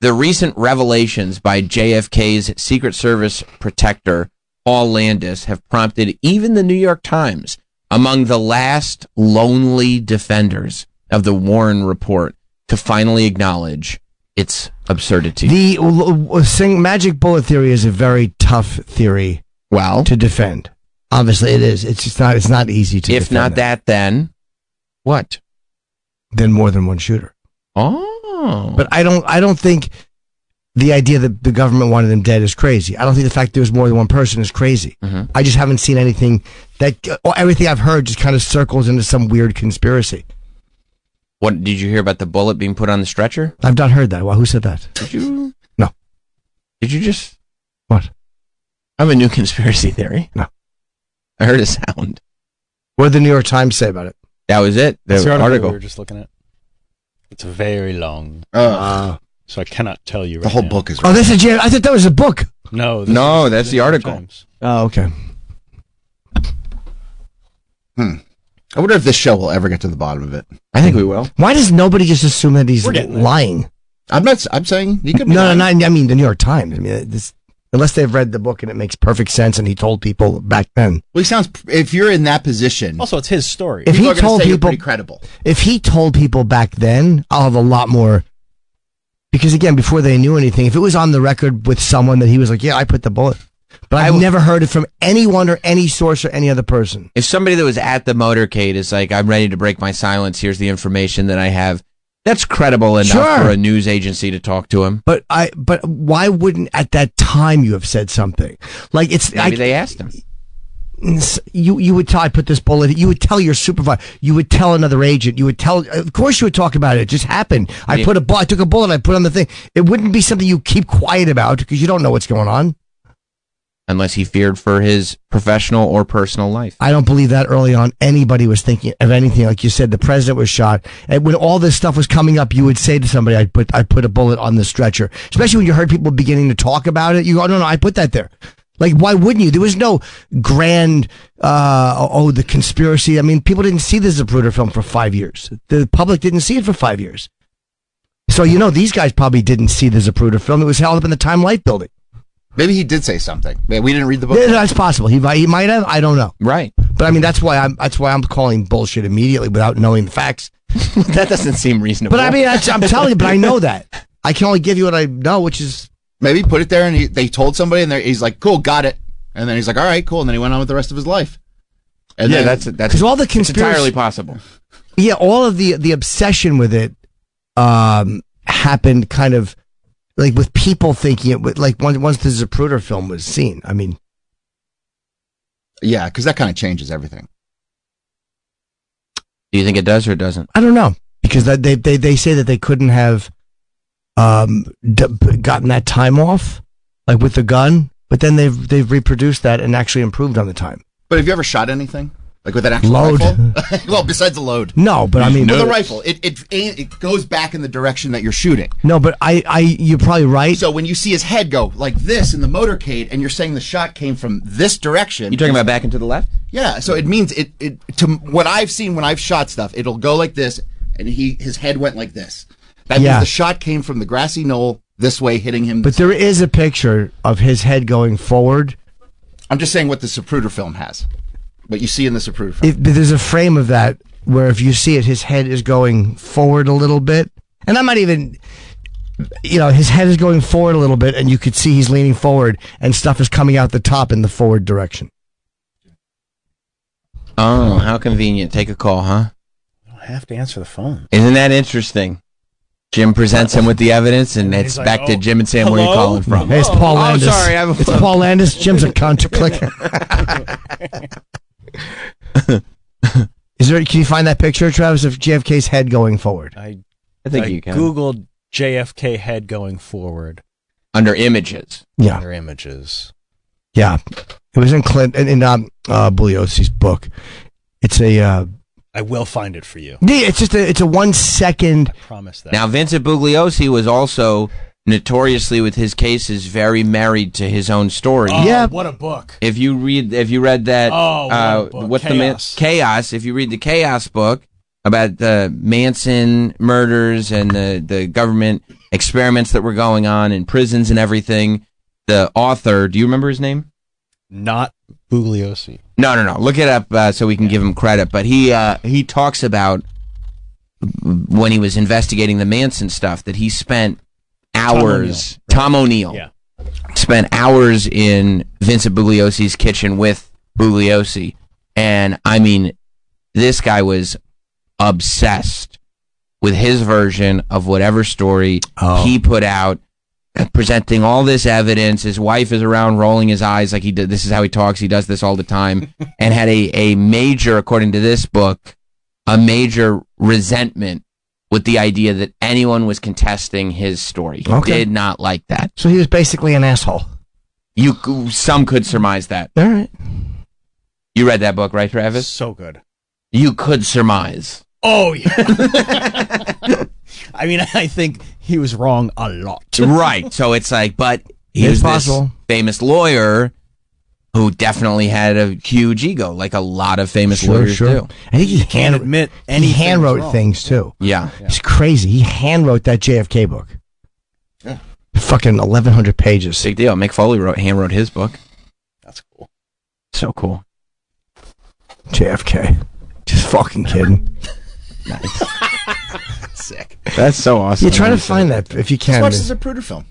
Speaker 4: the recent revelations by JFK's Secret Service protector, Paul Landis, have prompted even the New York Times among the last lonely defenders of the Warren report to finally acknowledge its absurdity.
Speaker 3: The l- l- sing, magic bullet theory is a very tough theory.
Speaker 4: Well,
Speaker 3: to defend, obviously it is. It's just not. It's not easy to.
Speaker 4: if not that, then what?
Speaker 3: Then more than one shooter.
Speaker 4: Oh,
Speaker 3: but I don't. I don't think the idea that the government wanted them dead is crazy. I don't think the fact there was more than one person is crazy.
Speaker 4: Mm-hmm.
Speaker 3: I just haven't seen anything that. or Everything I've heard just kind of circles into some weird conspiracy.
Speaker 4: What did you hear about the bullet being put on the stretcher?
Speaker 3: I've not heard that. Well, who said that?
Speaker 4: Did you?
Speaker 3: No.
Speaker 4: Did you just?
Speaker 3: What?
Speaker 4: I have a new conspiracy theory.
Speaker 3: No.
Speaker 4: I heard a sound.
Speaker 3: What did the New York Times say about it?
Speaker 4: That was it. The
Speaker 6: That's the article, we
Speaker 4: article.
Speaker 6: were just looking at. It's very long,
Speaker 4: Ugh.
Speaker 6: so I cannot tell you. Right now.
Speaker 3: Oh, this is. Jan- I thought that was a book.
Speaker 6: no, this
Speaker 4: No,
Speaker 6: is-
Speaker 4: that's
Speaker 6: this
Speaker 4: the
Speaker 6: is
Speaker 4: article.
Speaker 6: Times.
Speaker 3: Oh, okay.
Speaker 7: Hmm. I wonder if this show will ever get to the bottom of it.
Speaker 4: I think we will.
Speaker 3: Why does nobody just assume that he's lying?
Speaker 7: I'm not. s- I'm saying you could. Be
Speaker 3: No, no,
Speaker 7: lying.
Speaker 3: not, I mean the New York Times. I mean, this, unless they've read the book and it makes perfect sense, and he told people back then.
Speaker 7: Well, he sounds. If you're in that position,
Speaker 9: Also, it's his story.
Speaker 3: If
Speaker 7: people
Speaker 3: he
Speaker 7: are gonna
Speaker 3: told
Speaker 7: say you're
Speaker 3: people-
Speaker 7: pretty credible.
Speaker 3: If he told people back then, I'll have a lot more. Because again, before they knew anything, if it was on the record with someone that he was like, "Yeah, I put the bullet," but I've never heard it from anyone or any source or any other person.
Speaker 4: If somebody that was at the motorcade is like, I'm ready to break my silence, here's the information that I have, that's credible enough
Speaker 3: Sure.
Speaker 4: for a news agency to talk to him.
Speaker 3: But I, but why wouldn't at that time you have said something? Like it's
Speaker 4: Maybe
Speaker 3: I,
Speaker 4: they asked him.
Speaker 3: s- you you would tell I put this bullet. You would tell your supervisor. You would tell another agent. You would tell. Of course, you would talk about it. It just happened. I
Speaker 4: Yeah.
Speaker 3: put a bu- I took a bullet. I put it on the thing. It wouldn't be something you keep quiet about because you don't know what's going on.
Speaker 4: Unless he feared for his professional or personal life.
Speaker 3: I don't believe that early on anybody was thinking of anything. Like you said, the president was shot, and when all this stuff was coming up, you would say to somebody, "I put I put a bullet on the stretcher." Especially when you heard people beginning to talk about it, you go, "Oh, "No, no, I put that there." Like, why wouldn't you? There was no grand, uh, oh, the conspiracy. I mean, people didn't see the Zapruder film for five years. The public didn't see it for five years. So, you know, these guys probably didn't see the Zapruder film. It was held up in the Time Light building.
Speaker 7: Maybe he did say something. Maybe we didn't read the book.
Speaker 3: Yeah, That's possible. He might, he might have. I don't know.
Speaker 4: Right.
Speaker 3: But I mean, that's why I'm that's why I'm calling bullshit immediately without knowing the facts.
Speaker 4: that doesn't seem reasonable.
Speaker 3: But I mean, that's, I'm telling you, but I know that I can only give you what I know, which is
Speaker 7: Maybe he put it there, and he, they told somebody, and they're- he's like, "Cool, got it." And then he's like, "All right, cool." And then he went on with the rest of his life. And
Speaker 4: yeah,
Speaker 7: then-
Speaker 4: that's that's
Speaker 3: because all the
Speaker 4: it's
Speaker 3: conspiracy,
Speaker 4: entirely possible.
Speaker 3: yeah, all of the the obsession with it um, happened kind of like with people thinking it would- like once once the Zapruder film was seen. I mean,
Speaker 7: yeah, because that kind of changes everything.
Speaker 4: Do you think it does or it doesn't?
Speaker 3: I don't know because that they they they say that they couldn't have um d- gotten that time off like with the gun, but then they've they've reproduced that and actually improved on the time.
Speaker 7: But have you ever shot anything like with an actual
Speaker 3: Load.
Speaker 7: rifle? well, besides the load,
Speaker 3: No, but I mean,
Speaker 7: with a rifle, it, it aim- it goes back in the direction that you're shooting.
Speaker 3: No, but I, I, you're probably right.
Speaker 7: So when you see his head go like this in the motorcade, and you're saying the shot came from this direction,
Speaker 4: You talking about back and to the left?
Speaker 7: Yeah, so it means it, it to what I've seen when I've shot stuff, it'll go like this, and he his head went like this. That
Speaker 3: Yeah.
Speaker 7: means the shot came from the grassy knoll this way, hitting him.
Speaker 3: but there is a picture of his head going forward.
Speaker 7: I'm just saying what the Sapruder film has, what you see in the Sapruder film.
Speaker 3: If, there's a frame of that where if you see it, his head is going forward a little bit, and I'm not even, you know, his head is going forward a little bit, and you could see he's leaning forward, and stuff is coming out the top in the forward direction.
Speaker 4: Oh, how convenient. Take a call, huh?
Speaker 6: I don't have to answer the phone.
Speaker 4: Isn't that interesting? Jim presents him with the evidence, and it's
Speaker 6: like,
Speaker 4: back to
Speaker 6: "Oh,
Speaker 4: Jim and Sam. Where are you
Speaker 6: hello?"
Speaker 4: calling from?
Speaker 3: Hey, it's Paul
Speaker 4: Oh,
Speaker 3: Landis.
Speaker 4: sorry, I'm-
Speaker 3: it's Paul Landis. Jim's a cunt. Click. Is there? Can you find that picture, Travis, of JFK's head going forward?
Speaker 6: I
Speaker 4: I think you can
Speaker 6: googled JFK head going forward.
Speaker 4: under images.
Speaker 3: Yeah.
Speaker 6: Their images.
Speaker 3: Yeah, it was in Clint in, in um, uh, Bugliosi's book. It's a uh,
Speaker 6: I will find it for you.
Speaker 3: yeah, it's just a it's a one second.
Speaker 6: Promise that.
Speaker 4: Now, Vincent Bugliosi was also notoriously with his cases very married to his own story.
Speaker 6: oh,
Speaker 3: yeah.
Speaker 6: What a book.
Speaker 4: If you read, if you read that,
Speaker 6: Oh,
Speaker 4: uh,
Speaker 6: what book?
Speaker 4: what's the man,
Speaker 6: Chaos.
Speaker 4: chaos? If you read the chaos book about the Manson murders and the the government experiments that were going on in prisons and everything. The author, do you remember his name?
Speaker 6: Not Bugliosi.
Speaker 4: No, no, no. Look it up uh, so we can give him credit. But he uh, he talks about when he was investigating the Manson stuff that he spent hours. Tom O'Neill, spent hours in Vincent Bugliosi's kitchen with Bugliosi, and I mean, this guy was obsessed with his version of whatever story he put out, presenting all this evidence. His wife is around rolling his eyes like he did. This is how he talks. He does this all the time, and had a, a major, according to this book, a major resentment with the idea that anyone was contesting his story. He
Speaker 3: Okay.
Speaker 4: did not like that.
Speaker 3: So he was basically an asshole.
Speaker 4: You c- some could surmise that.
Speaker 3: All right.
Speaker 4: You read that book, right, Travis?
Speaker 6: So good.
Speaker 4: You could surmise.
Speaker 9: Oh yeah. I mean, I think he was wrong a lot.
Speaker 4: right. So it's like, but here's this
Speaker 9: possible.
Speaker 4: famous lawyer who definitely had a huge ego, like a lot of famous
Speaker 3: Sure,
Speaker 4: lawyers
Speaker 3: sure.
Speaker 4: do.
Speaker 3: I think he hand
Speaker 9: admit
Speaker 3: he hand wrote things too.
Speaker 4: Yeah.
Speaker 3: It's crazy. He hand wrote that JFK book.
Speaker 4: Yeah.
Speaker 3: Fucking eleven hundred pages.
Speaker 4: Big deal. Mick Foley wrote hand wrote his book.
Speaker 6: That's
Speaker 4: cool. So cool.
Speaker 3: JFK. Just fucking kidding.
Speaker 7: Sick.
Speaker 6: That's so awesome.
Speaker 3: You try to find that if you
Speaker 7: As
Speaker 3: can.
Speaker 7: much as a Zapruder film.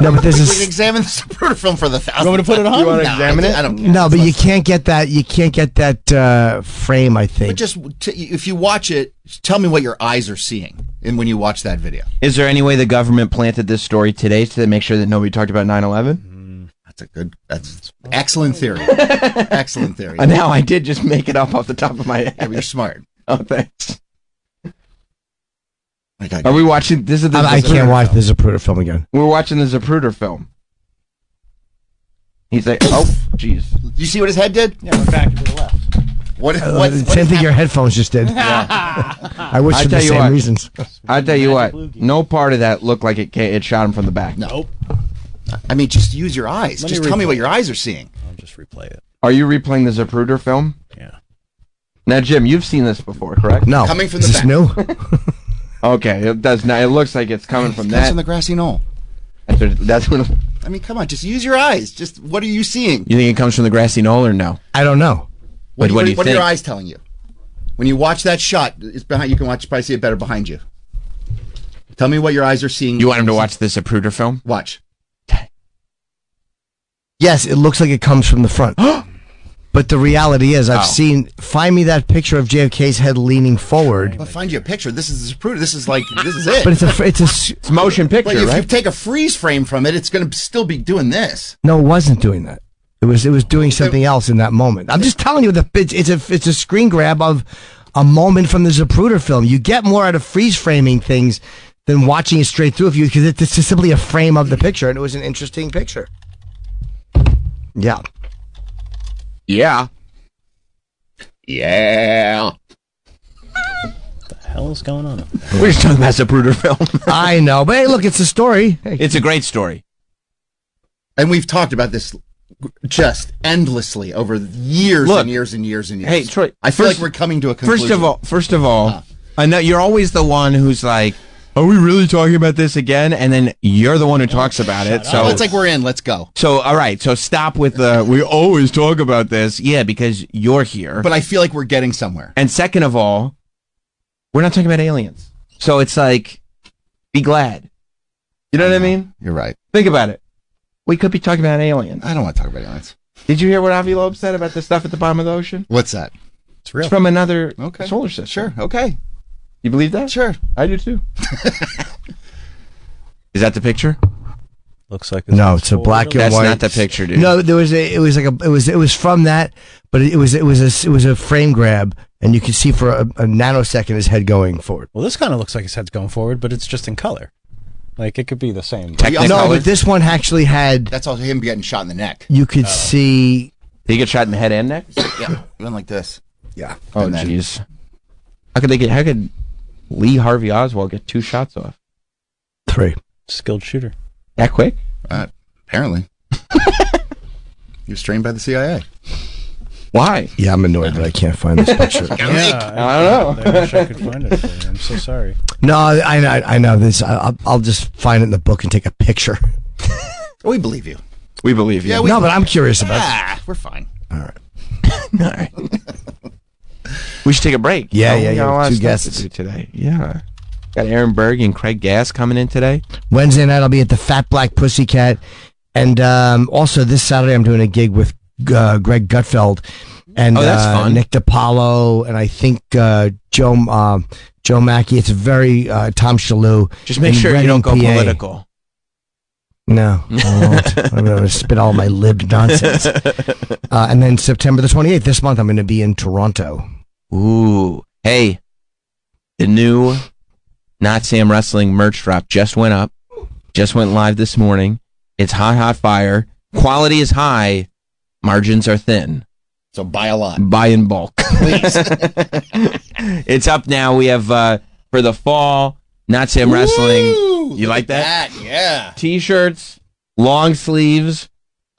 Speaker 3: No, but this
Speaker 7: we
Speaker 3: is-
Speaker 7: can examine the Zapruder film for the thousand.
Speaker 6: want me to put it on? You wanna
Speaker 7: Nah,
Speaker 6: examine
Speaker 7: I,
Speaker 6: it?
Speaker 7: I don't care.
Speaker 3: No, but you can't get that. You can't get that uh, frame. I think.
Speaker 7: But just t- if you watch it, tell me what your eyes are seeing, and when you watch that video,
Speaker 4: Is there any way the government planted this story today to make sure that nobody talked about 9 11?
Speaker 7: Mm, that's a good. That's excellent theory. excellent theory.
Speaker 4: Uh, Now I did just make it up off the top of my head.
Speaker 7: Yeah, but you're smart.
Speaker 4: Oh, thanks.
Speaker 7: My God.
Speaker 4: Are we watching? This is the
Speaker 3: I, I can't watch the Zapruder film again.
Speaker 4: We're watching the Zapruder film. He's like, oh, jeez.
Speaker 7: You see what his head did?
Speaker 9: Yeah, we're back to the left.
Speaker 7: What?
Speaker 4: Oh,
Speaker 3: Uh,
Speaker 7: what,
Speaker 3: same
Speaker 7: what
Speaker 3: thing your headphones just did. I wish
Speaker 4: I
Speaker 3: for the
Speaker 4: tell you
Speaker 3: same
Speaker 4: what.
Speaker 3: reasons.
Speaker 4: I tell you what, no part of that looked like it. ca- It shot him from the back.
Speaker 7: No. I mean, just use your eyes.
Speaker 9: Let me
Speaker 7: just tell me
Speaker 9: replay
Speaker 7: what your eyes are seeing.
Speaker 9: I'll just replay it.
Speaker 4: Are you replaying the Zapruder film?
Speaker 9: Yeah.
Speaker 4: Now, Jim, you've seen this before, correct?
Speaker 3: No,
Speaker 7: Coming from
Speaker 3: is
Speaker 7: the
Speaker 3: this
Speaker 7: back.
Speaker 3: new?
Speaker 4: Okay, it does. Now it looks like it's coming from
Speaker 7: That's
Speaker 4: that.
Speaker 7: on the grassy knoll.
Speaker 4: That's what- that's what.
Speaker 7: I mean, come on, just use your eyes. Just what are you seeing?
Speaker 4: You think it comes from the grassy knoll or no?
Speaker 3: I don't know.
Speaker 4: What,
Speaker 7: do
Speaker 4: what do you
Speaker 7: what
Speaker 4: think?
Speaker 7: are your eyes telling you? When you watch that shot, it's behind. You can watch. Probably see it better behind you. Tell me what your eyes are seeing.
Speaker 4: You want him to watch the Zapruder film?
Speaker 7: Watch.
Speaker 3: Yes, it looks like it comes from the front. but the reality is, I've
Speaker 4: Oh.
Speaker 3: seen. Find me that picture of JFK's head leaning forward.
Speaker 7: I'll find you a picture. This is Zapruder. This is like this is it.
Speaker 3: But it's a. fr- It's a. s-
Speaker 4: It's motion
Speaker 7: Like,
Speaker 4: picture,
Speaker 7: if you
Speaker 4: right?
Speaker 7: take a freeze frame from it, it's going to still be doing this.
Speaker 3: No, it wasn't doing that. It was. It was doing something else in that moment. I'm just telling you. The it's, it's a. It's a screen grab of a moment from the Zapruder film. You get more out of freeze framing things than watching it straight through. If you because it's just simply a frame of the picture, and it was an interesting picture. Yeah.
Speaker 4: Yeah.
Speaker 7: Yeah.
Speaker 9: Hell is going on?
Speaker 4: We're just talking about Zapruder film.
Speaker 3: I know, but hey, look, it's a story. Hey,
Speaker 4: it's a great story.
Speaker 7: And we've talked about this just endlessly over years
Speaker 4: Look.
Speaker 7: and years and years and years.
Speaker 4: Hey, Troy,
Speaker 7: I feel
Speaker 4: first-
Speaker 7: like we're coming to a conclusion. Ah.
Speaker 4: First of all, first of all, I know you're always the one who's like, "Are we really talking about this again?" And then you're the one who talks about it. So
Speaker 7: Well, Oh, it's like we're in. Let's go.
Speaker 4: So, all right. So, stop with the. We always talk about this. Yeah, because you're here.
Speaker 7: But I feel like we're getting somewhere.
Speaker 4: and second of all, we're not talking about aliens. So it's like, be glad. You know what I mean?
Speaker 7: You're right.
Speaker 4: Think about it. We could be talking about aliens.
Speaker 7: I don't want to talk about aliens.
Speaker 4: Did you hear what Avi Loeb said about the stuff at the bottom of the ocean?
Speaker 7: What's that?
Speaker 6: It's real.
Speaker 4: It's from another
Speaker 7: Okay.
Speaker 4: solar system.
Speaker 7: Sure. Okay.
Speaker 4: You believe that?
Speaker 7: Sure.
Speaker 4: I do too. Is that the picture?
Speaker 9: Looks like
Speaker 3: No, it's a black and
Speaker 4: That's
Speaker 3: white.
Speaker 4: not the picture, dude.
Speaker 3: No, there was a. It was like a. It was. It was from that, but it was. It was a. s- It was a frame grab, and you could see for a, a nanosecond his head going forward.
Speaker 9: Well, this kind of looks like his head's going forward, but it's just in color. Like it could be the same.
Speaker 4: Technicolor.
Speaker 3: No, but this one actually had.
Speaker 7: That's also him getting shot in the neck.
Speaker 3: You
Speaker 4: Uh,
Speaker 9: Oh.
Speaker 3: could see.
Speaker 4: He get shot in the head and neck.
Speaker 7: yeah. Went like this. Yeah.
Speaker 4: Oh, jeez. How could they get? How could Lee Harvey Oswald get two shots off
Speaker 3: Three.
Speaker 9: Skilled shooter.
Speaker 4: that quick?
Speaker 7: Uh, Apparently. You're strained by the CIA.
Speaker 4: Why?
Speaker 3: Yeah, I'm annoyed that I can't find this picture.
Speaker 4: I don't know.
Speaker 6: I wish I could find it. For you. I'm so sorry.
Speaker 3: No, I, I, I know this. I, I'll- I'll just find it in the book and take a picture.
Speaker 7: We believe you.
Speaker 4: We believe you.
Speaker 7: we-
Speaker 3: no, but I'm curious about.
Speaker 7: Ah, we're fine.
Speaker 4: We should take a break.
Speaker 3: Yeah, yeah,
Speaker 4: we
Speaker 3: yeah,
Speaker 4: got a lot of
Speaker 3: two
Speaker 4: stuff
Speaker 3: guests.
Speaker 4: to do today. Yeah, got Aaron Berg and Craig Gass coming in today.
Speaker 3: Wednesday night I'll be at the Fat Black Pussycat, and um, also this Saturday I'm doing a gig with uh, Greg Gutfeld and
Speaker 4: Oh, that's
Speaker 3: uh,
Speaker 4: fun.
Speaker 3: Nick DiPaolo, and I think uh, Joe uh, Joe Mackey. It's very uh, Tom Shalhoub.
Speaker 4: Just make
Speaker 3: in
Speaker 4: sure you
Speaker 3: Reading,
Speaker 4: don't go
Speaker 3: PA.
Speaker 4: political.
Speaker 3: No, I won't. I'm going to spit all my lib nonsense. Uh, and then September the 28th this month, I'm going to be in Toronto.
Speaker 4: Ooh, hey, the new Not Sam Wrestling merch drop just went up. Just went live this morning. It's hot, hot fire. Quality is high. Margins are thin.
Speaker 7: So buy a lot.
Speaker 4: Buy in bulk. it's up now. We have uh, for the fall. Not Sam Wrestling. you like that?
Speaker 7: That, yeah.
Speaker 4: T-shirts, long sleeves,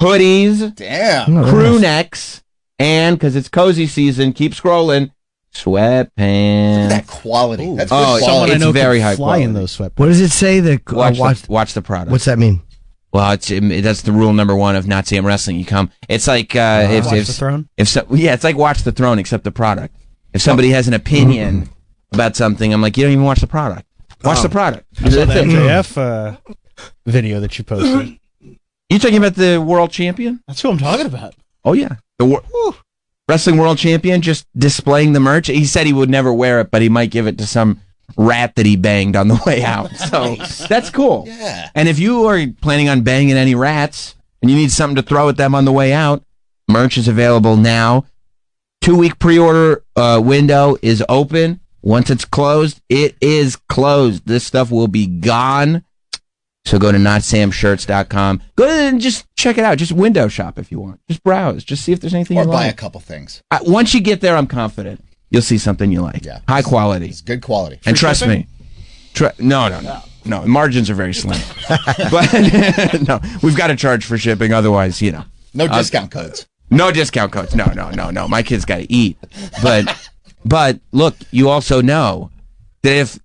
Speaker 4: hoodies,
Speaker 7: Damn.
Speaker 4: crew necks, and because it's cozy season, keep scrolling. Sweatpants.
Speaker 7: That quality. That's good
Speaker 4: Oh,
Speaker 7: quality.
Speaker 4: it's very
Speaker 9: could
Speaker 4: high
Speaker 9: fly
Speaker 4: quality.
Speaker 9: in those sweatpants.
Speaker 3: What does it say? The, uh,
Speaker 4: Watch,
Speaker 3: watch-
Speaker 4: the, watch the product.
Speaker 3: what's that mean?
Speaker 4: Well, it's it, that's the rule number one of Nazi Am Wrestling. You come. It's like uh, if,
Speaker 9: Watch
Speaker 4: if,
Speaker 9: the throne?
Speaker 4: if so, yeah, it's like watch the throne except the product. If somebody has an opinion
Speaker 9: Mm-hmm.
Speaker 4: about something, I'm like, you don't even watch the product. Watch the product.
Speaker 6: I saw the MJF uh, video that you posted.
Speaker 4: You talking about the world champion?
Speaker 6: That's who I'm talking about.
Speaker 4: Oh yeah, the wor- wrestling world champion just displaying the merch. He said he would never wear it, but he might give it to some rat that he banged on the way out. So that's cool.
Speaker 7: Yeah.
Speaker 4: And if you are planning on banging any rats and you need something to throw at them on the way out, merch is available now. Two week pre order uh, window is open. Once it's closed, it is closed. This stuff will be gone. So go to notsamshirts.com. Go to and just check it out. Just window shop if you want. Just browse. Just see if there's anything
Speaker 7: Or
Speaker 4: you
Speaker 7: buy a
Speaker 4: like.
Speaker 7: couple things.
Speaker 4: I, once you get there, I'm confident you'll see something you like.
Speaker 7: Yeah.
Speaker 4: High quality.
Speaker 7: It's good quality.
Speaker 4: and trust me, tr- no, no, no, no. the Margins are very slim. but no, we've got to charge for shipping. Otherwise, you know, Uh,
Speaker 7: No discount codes.
Speaker 4: no discount codes. No, no, no, no. My kids got to eat. But, but look, you also know that if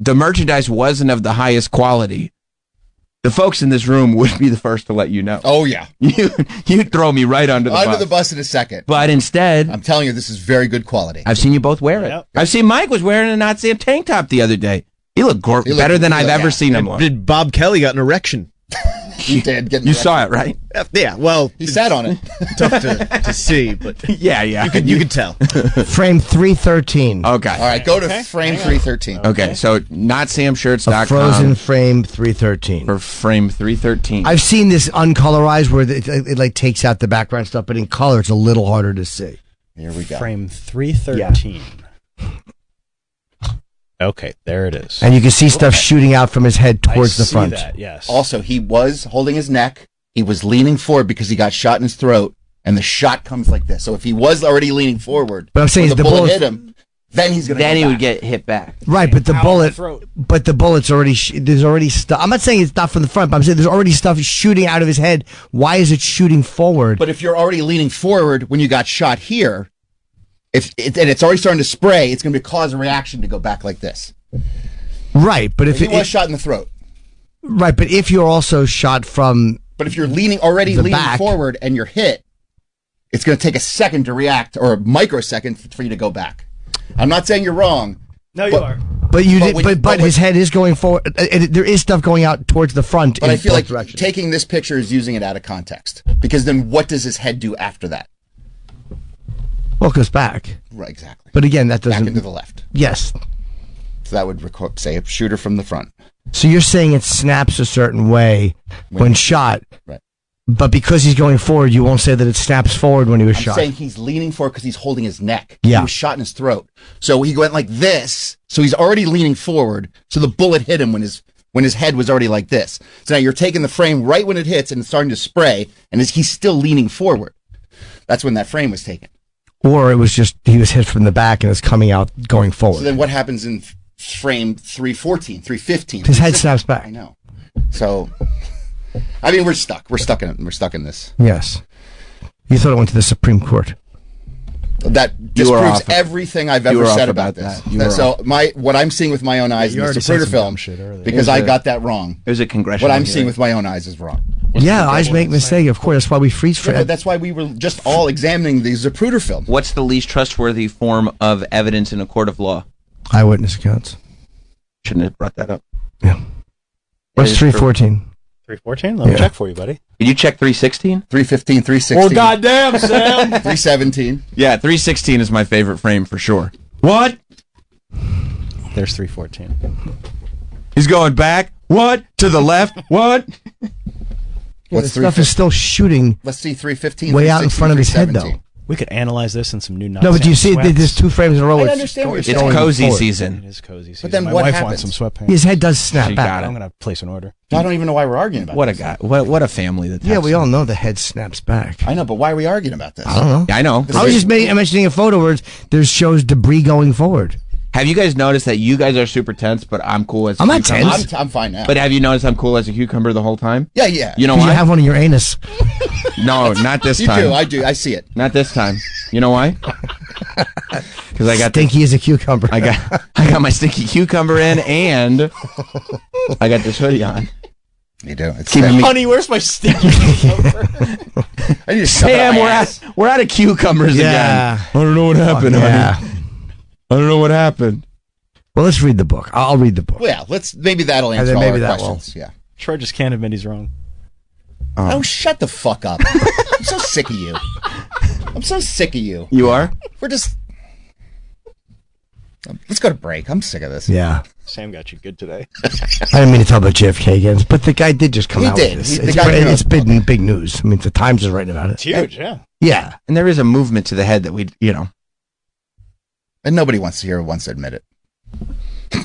Speaker 4: the merchandise wasn't of the highest quality, the folks in this room would be the first to let you know.
Speaker 7: Oh, yeah.
Speaker 4: You, you'd throw me right under the
Speaker 7: Under
Speaker 4: bus.
Speaker 7: the bus in a second.
Speaker 4: But instead,
Speaker 7: I'm telling you, this is very good quality.
Speaker 4: I've seen you both wear it. I've seen Mike was wearing a Nazi tank top the other day. He looked gor-
Speaker 7: He looked-
Speaker 4: better than
Speaker 7: he
Speaker 4: I've
Speaker 7: looked-
Speaker 4: ever
Speaker 7: yeah.
Speaker 4: seen him look.
Speaker 5: Did Bob Kelly got an erection?
Speaker 7: You did. Get in
Speaker 4: You
Speaker 7: the-
Speaker 4: saw it, right?
Speaker 5: Uh, Yeah, well,
Speaker 7: He sat on it.
Speaker 5: tough to, to see, but
Speaker 4: Yeah, yeah.
Speaker 5: you could, you could tell.
Speaker 3: Frame 313.
Speaker 4: okay.
Speaker 7: All right, go to frame 313.
Speaker 4: Okay, so not
Speaker 3: a
Speaker 4: samshirts.com
Speaker 3: frozen frame 313.
Speaker 4: for frame 313.
Speaker 3: I've seen this uncolorized where it, it, like takes out the background stuff, but in color it's a little harder to see.
Speaker 7: Here we go.
Speaker 6: Frame three thirteen. Okay, there it is.
Speaker 3: And you can see stuff shooting out from his head
Speaker 6: I
Speaker 3: towards the
Speaker 6: see
Speaker 3: front.
Speaker 6: that, yes.
Speaker 7: Also, he was holding his neck. He was leaning forward because he got shot in his throat, and the shot comes like this. So if he was already leaning forward,
Speaker 3: But I'm saying
Speaker 7: when
Speaker 3: the
Speaker 7: the bullet
Speaker 3: bullet-
Speaker 7: hit him, then he's gonna.
Speaker 4: then
Speaker 7: go
Speaker 4: he would
Speaker 7: back.
Speaker 4: get hit back.
Speaker 3: Right, but the
Speaker 6: Out of the
Speaker 3: bullet,
Speaker 6: throat.
Speaker 3: but the bullet's already. Sh- there's already stuff. I'm not saying it's not from the front, but I'm saying there's already stuff shooting out of his head. Why is it shooting forward?
Speaker 7: But if you're already leaning forward when you got shot here, if it, and it's already starting to spray, it's gonna be cause a reaction to go back like this.
Speaker 3: right, but if
Speaker 7: He
Speaker 3: it,
Speaker 7: was shot in the throat.
Speaker 3: right, but if you're also shot from
Speaker 7: But if you're leaning already
Speaker 3: The
Speaker 7: leaning
Speaker 3: back.
Speaker 7: forward and you're hit, it's going to take a second to react or a microsecond for you to go back. I'm not saying you're wrong.
Speaker 9: No, you
Speaker 7: But-
Speaker 9: are.
Speaker 3: But you
Speaker 7: But
Speaker 3: did,
Speaker 7: when-
Speaker 3: but,
Speaker 7: but
Speaker 3: but
Speaker 7: when-
Speaker 3: his head is going forward. uh, And it- there is stuff going out towards the front.
Speaker 7: But
Speaker 3: in
Speaker 7: I feel
Speaker 3: both
Speaker 7: like
Speaker 3: directions.
Speaker 7: taking this picture is using it out of context because then what does his head do after that?
Speaker 3: well, it goes back.
Speaker 7: Right, exactly.
Speaker 3: But again, that
Speaker 7: Back
Speaker 3: doesn't.
Speaker 7: into the left.
Speaker 3: yes.
Speaker 7: So that would record, say a shooter from the front.
Speaker 3: So you're saying it snaps a certain way when, shot,
Speaker 7: Right.
Speaker 3: but because he's going forward, you won't say that it snaps forward when he was
Speaker 7: I'm
Speaker 3: shot.
Speaker 7: saying he's leaning forward because he's holding his neck.
Speaker 3: Yeah.
Speaker 7: He was shot in his throat. So he went like this. So he's already leaning forward. So the bullet hit him when his when his head was already like this. So now you're taking the frame right when it hits and it's starting to spray, and it's, he's still leaning forward. That's when that frame was taken.
Speaker 3: or it was just he was hit from the back and it's coming out going
Speaker 7: So
Speaker 3: forward.
Speaker 7: then what happens in f- frame 314, 315?
Speaker 3: His head snaps
Speaker 7: I
Speaker 3: back.
Speaker 7: know. So I mean we're stuck. We're stuck in it. We're stuck in this.
Speaker 3: Yes. You thought it went to the Supreme Court.
Speaker 7: that
Speaker 4: You were
Speaker 7: disproves
Speaker 4: off-
Speaker 7: everything I've
Speaker 4: you
Speaker 7: ever
Speaker 4: were off
Speaker 7: said about
Speaker 4: about
Speaker 7: this.
Speaker 4: that. You were
Speaker 7: so my what I'm seeing with my own eyys
Speaker 4: you
Speaker 7: in
Speaker 4: already
Speaker 7: this
Speaker 4: said
Speaker 7: Zapruder
Speaker 4: some
Speaker 7: film
Speaker 4: dumb shit earlier.
Speaker 7: because
Speaker 4: It was
Speaker 7: I
Speaker 4: a-
Speaker 7: got that wrong.
Speaker 4: It was a congressional.
Speaker 7: What I'm
Speaker 4: hearing.
Speaker 7: seeing with my own eyes is wrong.
Speaker 3: yeah, eyes make mistakes. Of course, that's why we freeze
Speaker 7: Yeah,
Speaker 3: frame.
Speaker 7: but that's why we were just all examining the Zapruder film.
Speaker 4: What's the least trustworthy form of evidence in a court of law?
Speaker 3: Eyewitness accounts.
Speaker 4: Shouldn't have brought that up.
Speaker 3: What's
Speaker 4: It is true.
Speaker 3: three fourteen?
Speaker 6: 314? Let me
Speaker 3: Yeah.
Speaker 6: check for you, buddy.
Speaker 4: Did you check 316?
Speaker 7: 315, 316.
Speaker 6: Well, goddamn, Sam.
Speaker 7: 317.
Speaker 4: Yeah, 316 is my favorite frame for sure. What?
Speaker 6: There's 314.
Speaker 4: He's going back. What? To the left. What?
Speaker 3: Yeah, this
Speaker 7: What's
Speaker 3: stuff is still shooting
Speaker 7: Let's see 315.
Speaker 3: way out in front of his head, though.
Speaker 9: We could analyze this in some new.
Speaker 3: No, but do you see it? There's two frames in a row.
Speaker 7: I
Speaker 3: It's
Speaker 7: understand what
Speaker 3: going-
Speaker 7: you're saying.
Speaker 3: going
Speaker 4: cozy
Speaker 3: forward.
Speaker 4: season.
Speaker 9: It is cozy. Season.
Speaker 7: But then
Speaker 9: my
Speaker 7: what
Speaker 9: wife
Speaker 7: happens?
Speaker 9: wants some sweatpants.
Speaker 3: His head does snap
Speaker 4: She
Speaker 3: back.
Speaker 4: got
Speaker 9: I'm gonna place an order.
Speaker 7: I don't even know why we're arguing about
Speaker 4: What a
Speaker 7: this.
Speaker 4: guy. What, what a family that
Speaker 3: Yeah, we
Speaker 4: has-
Speaker 3: all know the head snaps back.
Speaker 7: I know, but why are we arguing about this?
Speaker 3: I don't know.
Speaker 4: Yeah, I know.
Speaker 3: I was just ma- mentioning a photo where there shows debris going forward.
Speaker 4: Have you guys noticed that you guys are super tense, but I'm cool as a
Speaker 3: I'm not
Speaker 4: cucumber?
Speaker 7: I'm,
Speaker 3: tense.
Speaker 7: I'm fine now.
Speaker 4: But have you noticed I'm cool as a cucumber the whole time?
Speaker 7: yeah, yeah.
Speaker 4: You know
Speaker 3: You
Speaker 4: why?
Speaker 3: have one in your anus.
Speaker 4: no, not this
Speaker 7: you
Speaker 4: time.
Speaker 7: do. I do. I see it.
Speaker 4: not this time. You know why? Because I got the,
Speaker 3: Stinky as a cucumber.
Speaker 4: I got I got my stinky cucumber in, and I got this hoodie on.
Speaker 7: You do. It's
Speaker 4: Keeping me-
Speaker 6: Honey, where's my stinky? Oh.
Speaker 7: I need to shove it
Speaker 4: Damn,
Speaker 7: up my
Speaker 4: we're
Speaker 7: ass.
Speaker 4: out we're out of cucumbers
Speaker 3: Yeah.
Speaker 4: again. I don't know what happened,
Speaker 3: yeah.
Speaker 4: I don't know what happened.
Speaker 3: Well, let's read the book. I'll read the book.
Speaker 7: Well, yeah, let's maybe that'll
Speaker 3: And
Speaker 7: answer
Speaker 3: then
Speaker 7: all
Speaker 3: maybe
Speaker 7: our
Speaker 3: that will.
Speaker 7: questions. Yeah.
Speaker 9: Troy just can't admit he's wrong.
Speaker 7: Oh, shut the fuck up! I'm so sick of you. I'm so sick of you.
Speaker 4: You are?
Speaker 7: We're just. Um, Let's go to break. I'm sick of this.
Speaker 3: Yeah.
Speaker 6: Sam got you good today.
Speaker 3: I didn't mean to talk about JFK again, but the guy did just come
Speaker 7: He
Speaker 3: out
Speaker 7: did.
Speaker 3: with
Speaker 7: He-
Speaker 3: this.
Speaker 7: the
Speaker 3: it's
Speaker 7: guy
Speaker 3: been-
Speaker 7: came out
Speaker 3: it's
Speaker 7: with
Speaker 3: been big news. I mean, the Times is writing about
Speaker 6: It's
Speaker 3: it.
Speaker 6: huge, yeah.
Speaker 3: Yeah.
Speaker 4: And there is a movement to the head that we you know.
Speaker 7: And nobody wants to hear wants to admit it.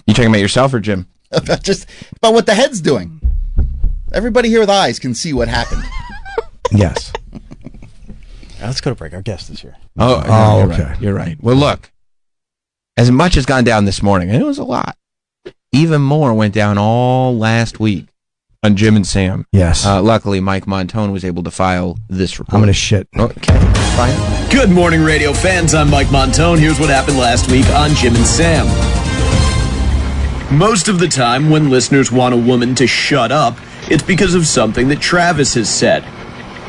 Speaker 4: You talking about yourself or Jim?
Speaker 7: About just about what the head's doing. Everybody here with eyes can see what happened.
Speaker 3: Yes.
Speaker 9: All right, let's go to break. Our guest is here.
Speaker 4: Oh,
Speaker 3: Oh,
Speaker 4: you're
Speaker 3: okay.
Speaker 4: Right. You're right. Well, look, as much has gone down this morning, and it was a lot. Even more went down all last week on Jim and Sam.
Speaker 3: Yes.
Speaker 4: Uh, luckily, Mike Montone was able to file this report.
Speaker 3: I'm going to shit.
Speaker 4: Okay, fine.
Speaker 12: Good morning, radio fans. I'm Mike Montone. Here's what happened last week on Jim and Sam. Most of the time, when listeners want a woman to shut up, it's because of something that Travis has said.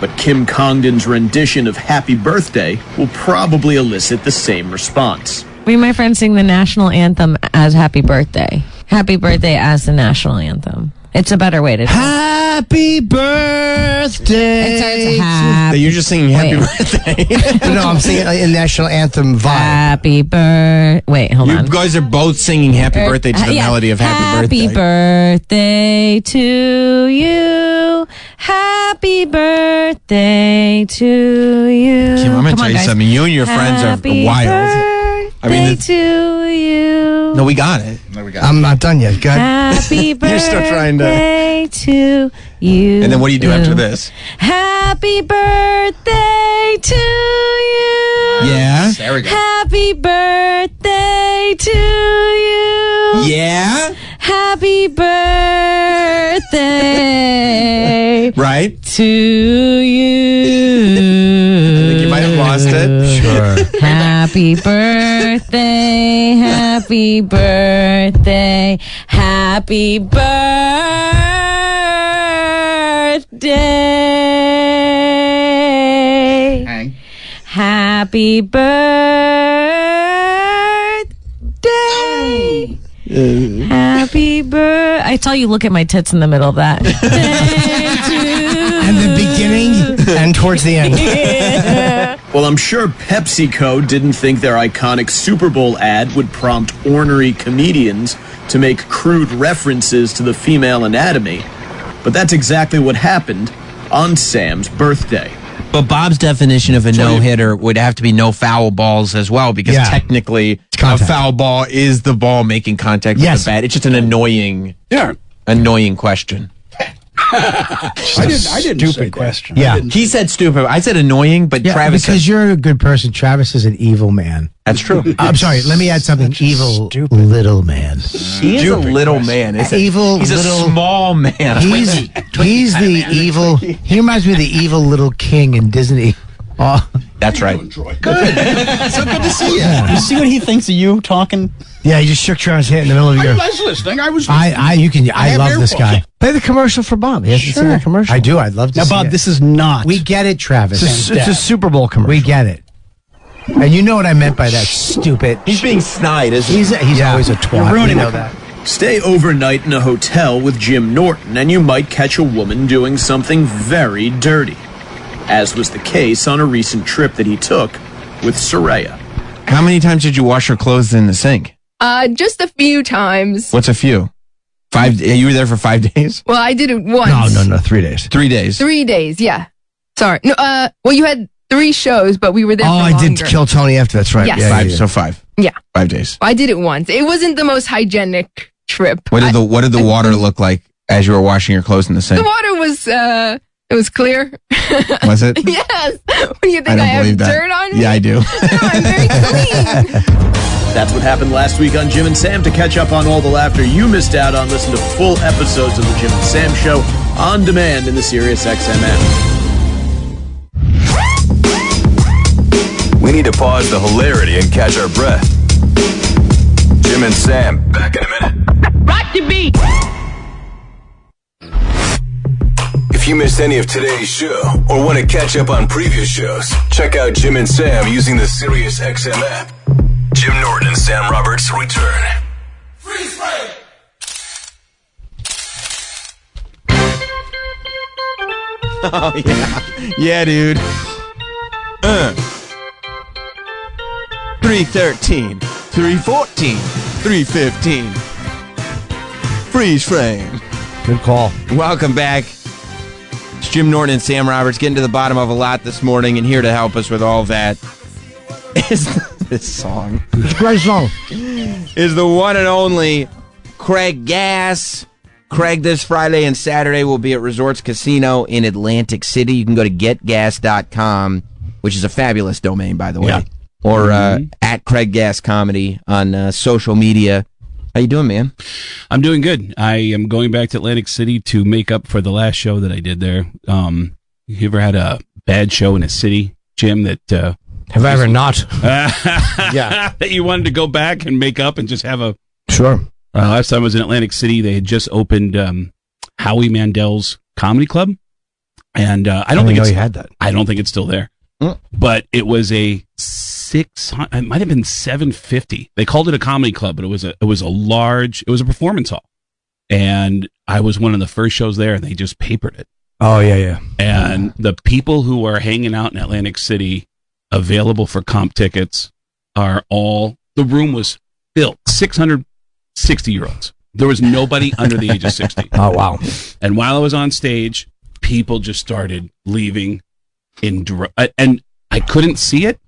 Speaker 12: But Kim Congdon's rendition of Happy Birthday will probably elicit the same response.
Speaker 13: Me and my friends sing the national anthem as Happy Birthday. Happy Birthday as the national anthem. It's a better way to do it.
Speaker 3: Happy birthday.
Speaker 13: It starts happy.
Speaker 4: You're just singing happy birthday.
Speaker 3: no, I'm singing a national anthem vibe.
Speaker 13: Happy birthday. Wait, hold
Speaker 4: you
Speaker 13: on.
Speaker 4: guys are both singing happy birthday to the
Speaker 13: Yeah.
Speaker 4: melody of happy, birthday.
Speaker 13: birthday to you. Happy birthday to you.
Speaker 4: Kim, I'm gonna
Speaker 13: Come
Speaker 4: tell
Speaker 13: on,
Speaker 4: you
Speaker 13: guys.
Speaker 4: something. You and your friends are
Speaker 13: Happy
Speaker 4: wild. I
Speaker 13: Birthday
Speaker 4: mean, the-
Speaker 13: to you.
Speaker 4: no, we got it.
Speaker 7: There we go.
Speaker 3: I'm not done yet. Go ahead.
Speaker 13: Happy birthday
Speaker 4: You're still trying to-
Speaker 13: to you.
Speaker 4: And then what do you do after this?
Speaker 13: Happy birthday to you.
Speaker 4: Yeah.
Speaker 7: there we go.
Speaker 13: Happy birthday to you.
Speaker 4: Yeah.
Speaker 13: Happy birthday
Speaker 4: Right.
Speaker 13: to you.
Speaker 4: I think you might have lost it.
Speaker 3: Sure.
Speaker 13: Happy birthday, happy birthday, happy birthday.
Speaker 7: Hang.
Speaker 13: Happy birthday. Happy birthday. I tell you, look at my tits in the middle of that.
Speaker 3: and the beginning and towards the end.
Speaker 12: Well, I'm sure PepsiCo didn't think their iconic Super Bowl ad would prompt ornery comedians to make crude references to the female anatomy, but that's exactly what happened on Sam's birthday.
Speaker 4: But Bob's definition of a no hitter would have to be no foul balls as well, because
Speaker 3: Yeah.
Speaker 4: technically a
Speaker 3: contact.
Speaker 4: foul ball is the ball making contact with
Speaker 3: Yes.
Speaker 4: the bat. It's just an annoying,
Speaker 10: Yeah.
Speaker 4: annoying question.
Speaker 10: I didn't, I didn't say
Speaker 9: Stupid
Speaker 10: that.
Speaker 9: question.
Speaker 10: I
Speaker 3: Yeah.
Speaker 10: didn't-
Speaker 4: He said stupid. I said annoying, but Travis
Speaker 14: because
Speaker 4: said,
Speaker 14: you're a good person. Travis is an evil man. Uh,
Speaker 4: that's true.
Speaker 14: I'm sorry. Let me add something. Evil
Speaker 9: stupid-
Speaker 14: little man.
Speaker 4: He is a little man. It's a-
Speaker 14: Evil
Speaker 4: He's
Speaker 14: little-
Speaker 4: a small man.
Speaker 14: He's he's the evil. He reminds me of the evil little king in Disney. Oh,
Speaker 4: That's right.
Speaker 15: Good. so good to see you.
Speaker 14: You see what he thinks of you talking?
Speaker 3: Yeah, he just shook Trevor's hand in the middle of
Speaker 15: I
Speaker 3: your.
Speaker 15: was listening. I was.
Speaker 14: I, I, you can. I,
Speaker 15: have
Speaker 14: love this
Speaker 15: earplugs.
Speaker 14: guy.
Speaker 3: Play the commercial for Bob. He hasn't seen the commercial.
Speaker 14: I do. I'd love to.
Speaker 3: Now,
Speaker 14: see
Speaker 3: Bob,
Speaker 14: it.
Speaker 3: this
Speaker 14: is not. We get it, Travis.
Speaker 3: It's a- it's a Super Bowl commercial.
Speaker 14: We get it. And you know what I meant by that. Stupid. He's being snide, isn't he's, he? He's always a twat. You know that.
Speaker 12: Stay overnight in a hotel with Jim Norton, and you might catch a woman doing something very dirty, as was the case on a recent trip that he took with Soraya.
Speaker 4: How many times did you wash your clothes in the sink?
Speaker 16: Uh, just a few times.
Speaker 4: What's a few? Five. You were there for five days.
Speaker 16: Well, I did it once.
Speaker 3: no, three days.
Speaker 4: Three days.
Speaker 16: Three days. Yeah. Sorry. No. Uh. Well, you had three shows, but we were there.
Speaker 3: Oh,
Speaker 16: for
Speaker 3: I did
Speaker 16: longer.
Speaker 3: kill Tony after. That's right.
Speaker 16: Yes.
Speaker 3: Yeah,
Speaker 4: five.
Speaker 3: yeah, yeah.
Speaker 4: So five.
Speaker 16: Yeah.
Speaker 4: Five days.
Speaker 16: I did it once. It wasn't the most hygienic trip.
Speaker 4: What did the What did the water look like as you were washing your clothes in the
Speaker 16: The
Speaker 4: sink?
Speaker 16: water was. Uh. It was clear.
Speaker 4: Was it?
Speaker 16: yes. What do you think? I,
Speaker 4: I don't
Speaker 16: have
Speaker 4: believe that.
Speaker 16: dirt on me.
Speaker 4: Yeah, I do.
Speaker 12: That's what happened last week on Jim and Sam. To catch up on all the laughter you missed out on, listen to full episodes of the Jim and Sam Show on demand in the SiriusXM app.
Speaker 17: We need to pause the hilarity and catch our breath. Jim and Sam, back in a minute.
Speaker 15: Rock the beat.
Speaker 17: If you missed any of today's show or want to catch up on previous shows, check out Jim and Sam using the Sirius XM app. Jim Norton and Sam Roberts return.
Speaker 4: Oh yeah, yeah, dude. Uh. Three thirteen, three fourteen, three fifteen. Freeze frame.
Speaker 3: Good call.
Speaker 4: Welcome back. It's Jim Norton and Sam Roberts getting to the bottom of a lot this morning, and here to help us with all that is this song.
Speaker 3: It's a great song.
Speaker 4: Is the one and only Craig Gass. Craig, this Friday and Saturday will be at Resorts Casino in Atlantic City. You can go to getgas.com, which is a fabulous domain, by the way. Or uh,
Speaker 18: Mm-hmm.
Speaker 4: at Craig Gass Comedy on uh, social media. How you doing, man?
Speaker 18: I'm doing good. I am going back to Atlantic City to make up for the last show that I did there. Um, you ever had a bad show in a city, Jim? That uh,
Speaker 3: Have I ever not?
Speaker 18: yeah, that you wanted to go back and make up and just have a
Speaker 3: Sure.
Speaker 18: Uh, last time I was in Atlantic City, they had just opened um, Howie Mandel's Comedy Club, and uh, I
Speaker 3: I
Speaker 18: don't
Speaker 3: didn't
Speaker 18: think
Speaker 3: know
Speaker 18: it's,
Speaker 3: you had that. Mm.
Speaker 18: I don't think it's still there, but it was a six. hun- It might have been seven fifty. They called it a comedy club, but it was a it was a large. It was a performance hall, and I was one of the first shows there, and they just papered it.
Speaker 3: Oh yeah, yeah.
Speaker 18: And the people who are hanging out in Atlantic City available for comp tickets are all the room was filled 660 year olds. There was nobody under the age of 60.
Speaker 3: Oh wow.
Speaker 18: And while I was on stage, people just started leaving in dr- I- and I couldn't see it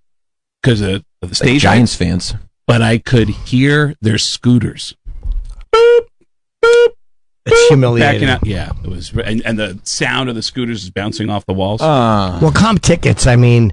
Speaker 18: because of of the stage light,
Speaker 4: Giants fans.
Speaker 18: but I could hear their scooters.
Speaker 3: It's
Speaker 18: Backing
Speaker 3: humiliating.
Speaker 18: out, yeah, it was, and, and the sound of the scooters is bouncing off the walls.
Speaker 4: Uh-huh.
Speaker 3: well, comp tickets. I mean,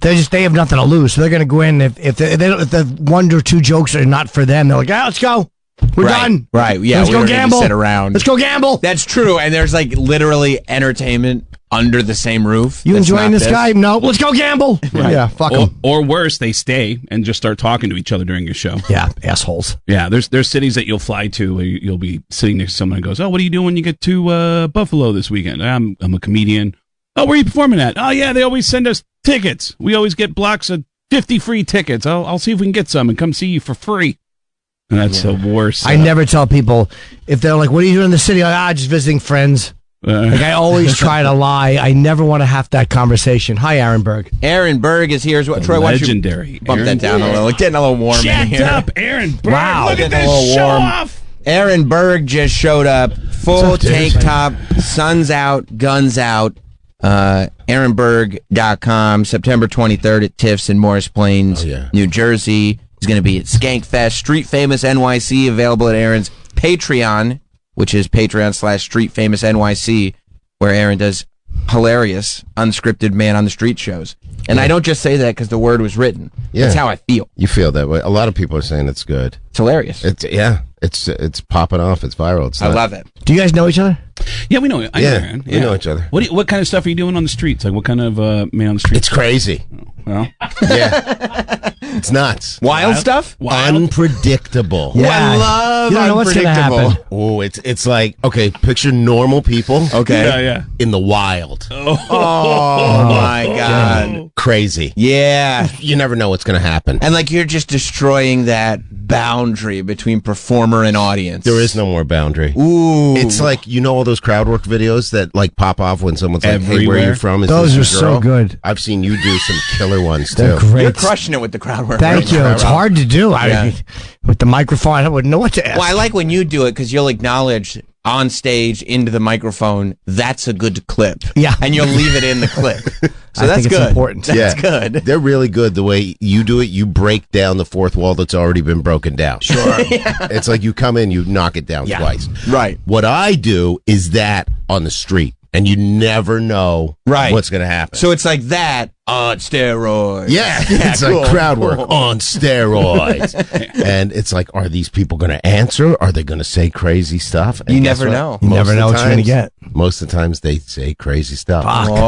Speaker 3: they just they have nothing to lose, so they're going to go in. If if, they, if, they don't, if the one or two jokes are not for them, they're like, ah, let's go. We're
Speaker 4: Right,
Speaker 3: done.
Speaker 4: Right. Yeah.
Speaker 3: Let's
Speaker 4: we
Speaker 3: go
Speaker 4: don't need to
Speaker 3: gamble.
Speaker 4: Sit around.
Speaker 3: Let's go gamble.
Speaker 4: That's true. And there's like literally entertainment under the same roof.
Speaker 3: You
Speaker 4: That's
Speaker 3: enjoying
Speaker 4: not
Speaker 3: this, guy? No. Let's go gamble. Yeah. Fuck
Speaker 18: or,
Speaker 3: 'em.
Speaker 18: or worse, they stay and just start talking to each other during your show.
Speaker 3: Yeah, assholes.
Speaker 18: Yeah, there's there's cities that you'll fly to where you- you'll be sitting next to someone and goes, "Oh, what are you doing when you get to uh, Buffalo this weekend?" "Ah, I'm I'm a comedian. Oh, where are you performing at? Oh, yeah, they always send us tickets. We always get blocks of fifty free tickets. I'll I'll see if we can get some and come see you for free. And that's the worst.
Speaker 3: I
Speaker 18: uh,
Speaker 3: never tell people if they're like, "What are you doing in the city?" Like, ah, just visiting friends.
Speaker 18: Uh-huh.
Speaker 3: like I always try to lie. I never want to have that conversation. Hi, Aaron Berg.
Speaker 4: Aaron Berg is here as well. Troy, why don't you
Speaker 18: legendary
Speaker 4: Bump
Speaker 18: Aaron
Speaker 4: that down a
Speaker 18: Berg.
Speaker 4: little. Getting a little warm in
Speaker 18: Jacked
Speaker 4: here.
Speaker 18: up, Aaron. Burr,
Speaker 4: Wow,
Speaker 18: look at
Speaker 4: getting a
Speaker 18: this.
Speaker 4: little
Speaker 18: Show
Speaker 4: warm.
Speaker 18: off.
Speaker 4: Aaron Berg just showed up, full
Speaker 18: up, dude?
Speaker 4: tank top, suns out, guns out. Uh, AaronBerg.com, September 23rd at Tiff's in Morris Plains, New Jersey. He's going to be at Skankfest, Street Famous NYC, available at Aaron's Patreon, which is Patreon slash Street Famous NYC, where Aaron does hilarious, unscripted man on the street shows. And I don't just say that because the word was written. That's how I feel.
Speaker 19: You feel that way. A lot of people are saying it's good.
Speaker 4: It's hilarious.
Speaker 19: It's yeah. It's it's popping off. It's viral. It's
Speaker 3: I
Speaker 19: not-
Speaker 3: love it. Do you guys know each other?
Speaker 18: Yeah, we know. I
Speaker 19: Yeah,
Speaker 18: know, man.
Speaker 19: we know each other.
Speaker 18: What do you, what kind of stuff are you doing on the streets? Like what kind of uh, man on the street? It's
Speaker 19: crazy.
Speaker 18: Well,
Speaker 19: It's nuts.
Speaker 18: Wild stuff?
Speaker 19: Unpredictable.
Speaker 18: Yeah. I love You don't know what's gonna unpredictable. happen.
Speaker 19: Oh, it's it's like okay, picture normal people.
Speaker 4: Okay. Yeah, yeah.
Speaker 19: In the wild.
Speaker 18: Oh,
Speaker 2: Oh,
Speaker 4: my God.
Speaker 19: Crazy.
Speaker 4: Yeah.
Speaker 19: You never know what's going to happen.
Speaker 4: And like you're just destroying that boundary between performer and audience.
Speaker 19: There is no more boundary.
Speaker 4: Ooh.
Speaker 19: It's like you know all those crowd work videos that like pop off when someone's like, "Hey, where are
Speaker 4: Everywhere.
Speaker 19: you from?"
Speaker 4: Those
Speaker 19: this
Speaker 4: are
Speaker 19: your girl?"
Speaker 4: so good.
Speaker 19: I've seen you do some killer ones
Speaker 3: They're
Speaker 19: too.
Speaker 3: great.
Speaker 4: You're crushing it with the crowd work.
Speaker 3: Thank you. It's hard to do. I,
Speaker 4: Yeah.
Speaker 3: with the microphone, I wouldn't know what to ask.
Speaker 4: Well, I like when you do it because you'll acknowledge on stage into the microphone, that's a good clip.
Speaker 3: Yeah.
Speaker 4: And you'll leave it in the clip. So that's good. That's good.
Speaker 19: They're really good the way you do it. You break down the fourth wall that's already been broken down. Sure. It's like you come in, you knock it down
Speaker 4: Yeah.
Speaker 19: twice.
Speaker 4: Right.
Speaker 19: What I do is that on the street, and you never know
Speaker 4: Right.
Speaker 19: what's going to happen.
Speaker 4: So it's like that on steroids.
Speaker 19: Yeah, it's
Speaker 4: cool.
Speaker 19: like crowd work on steroids, and it's like, are these people going to answer? Are they going to say crazy stuff? And
Speaker 4: You
Speaker 19: guess
Speaker 4: never
Speaker 19: what?
Speaker 4: know. You never
Speaker 19: of the
Speaker 4: know what you're gonna
Speaker 19: times-
Speaker 4: get.
Speaker 19: Most of the times, they say crazy stuff.
Speaker 4: Fuck. Whoa.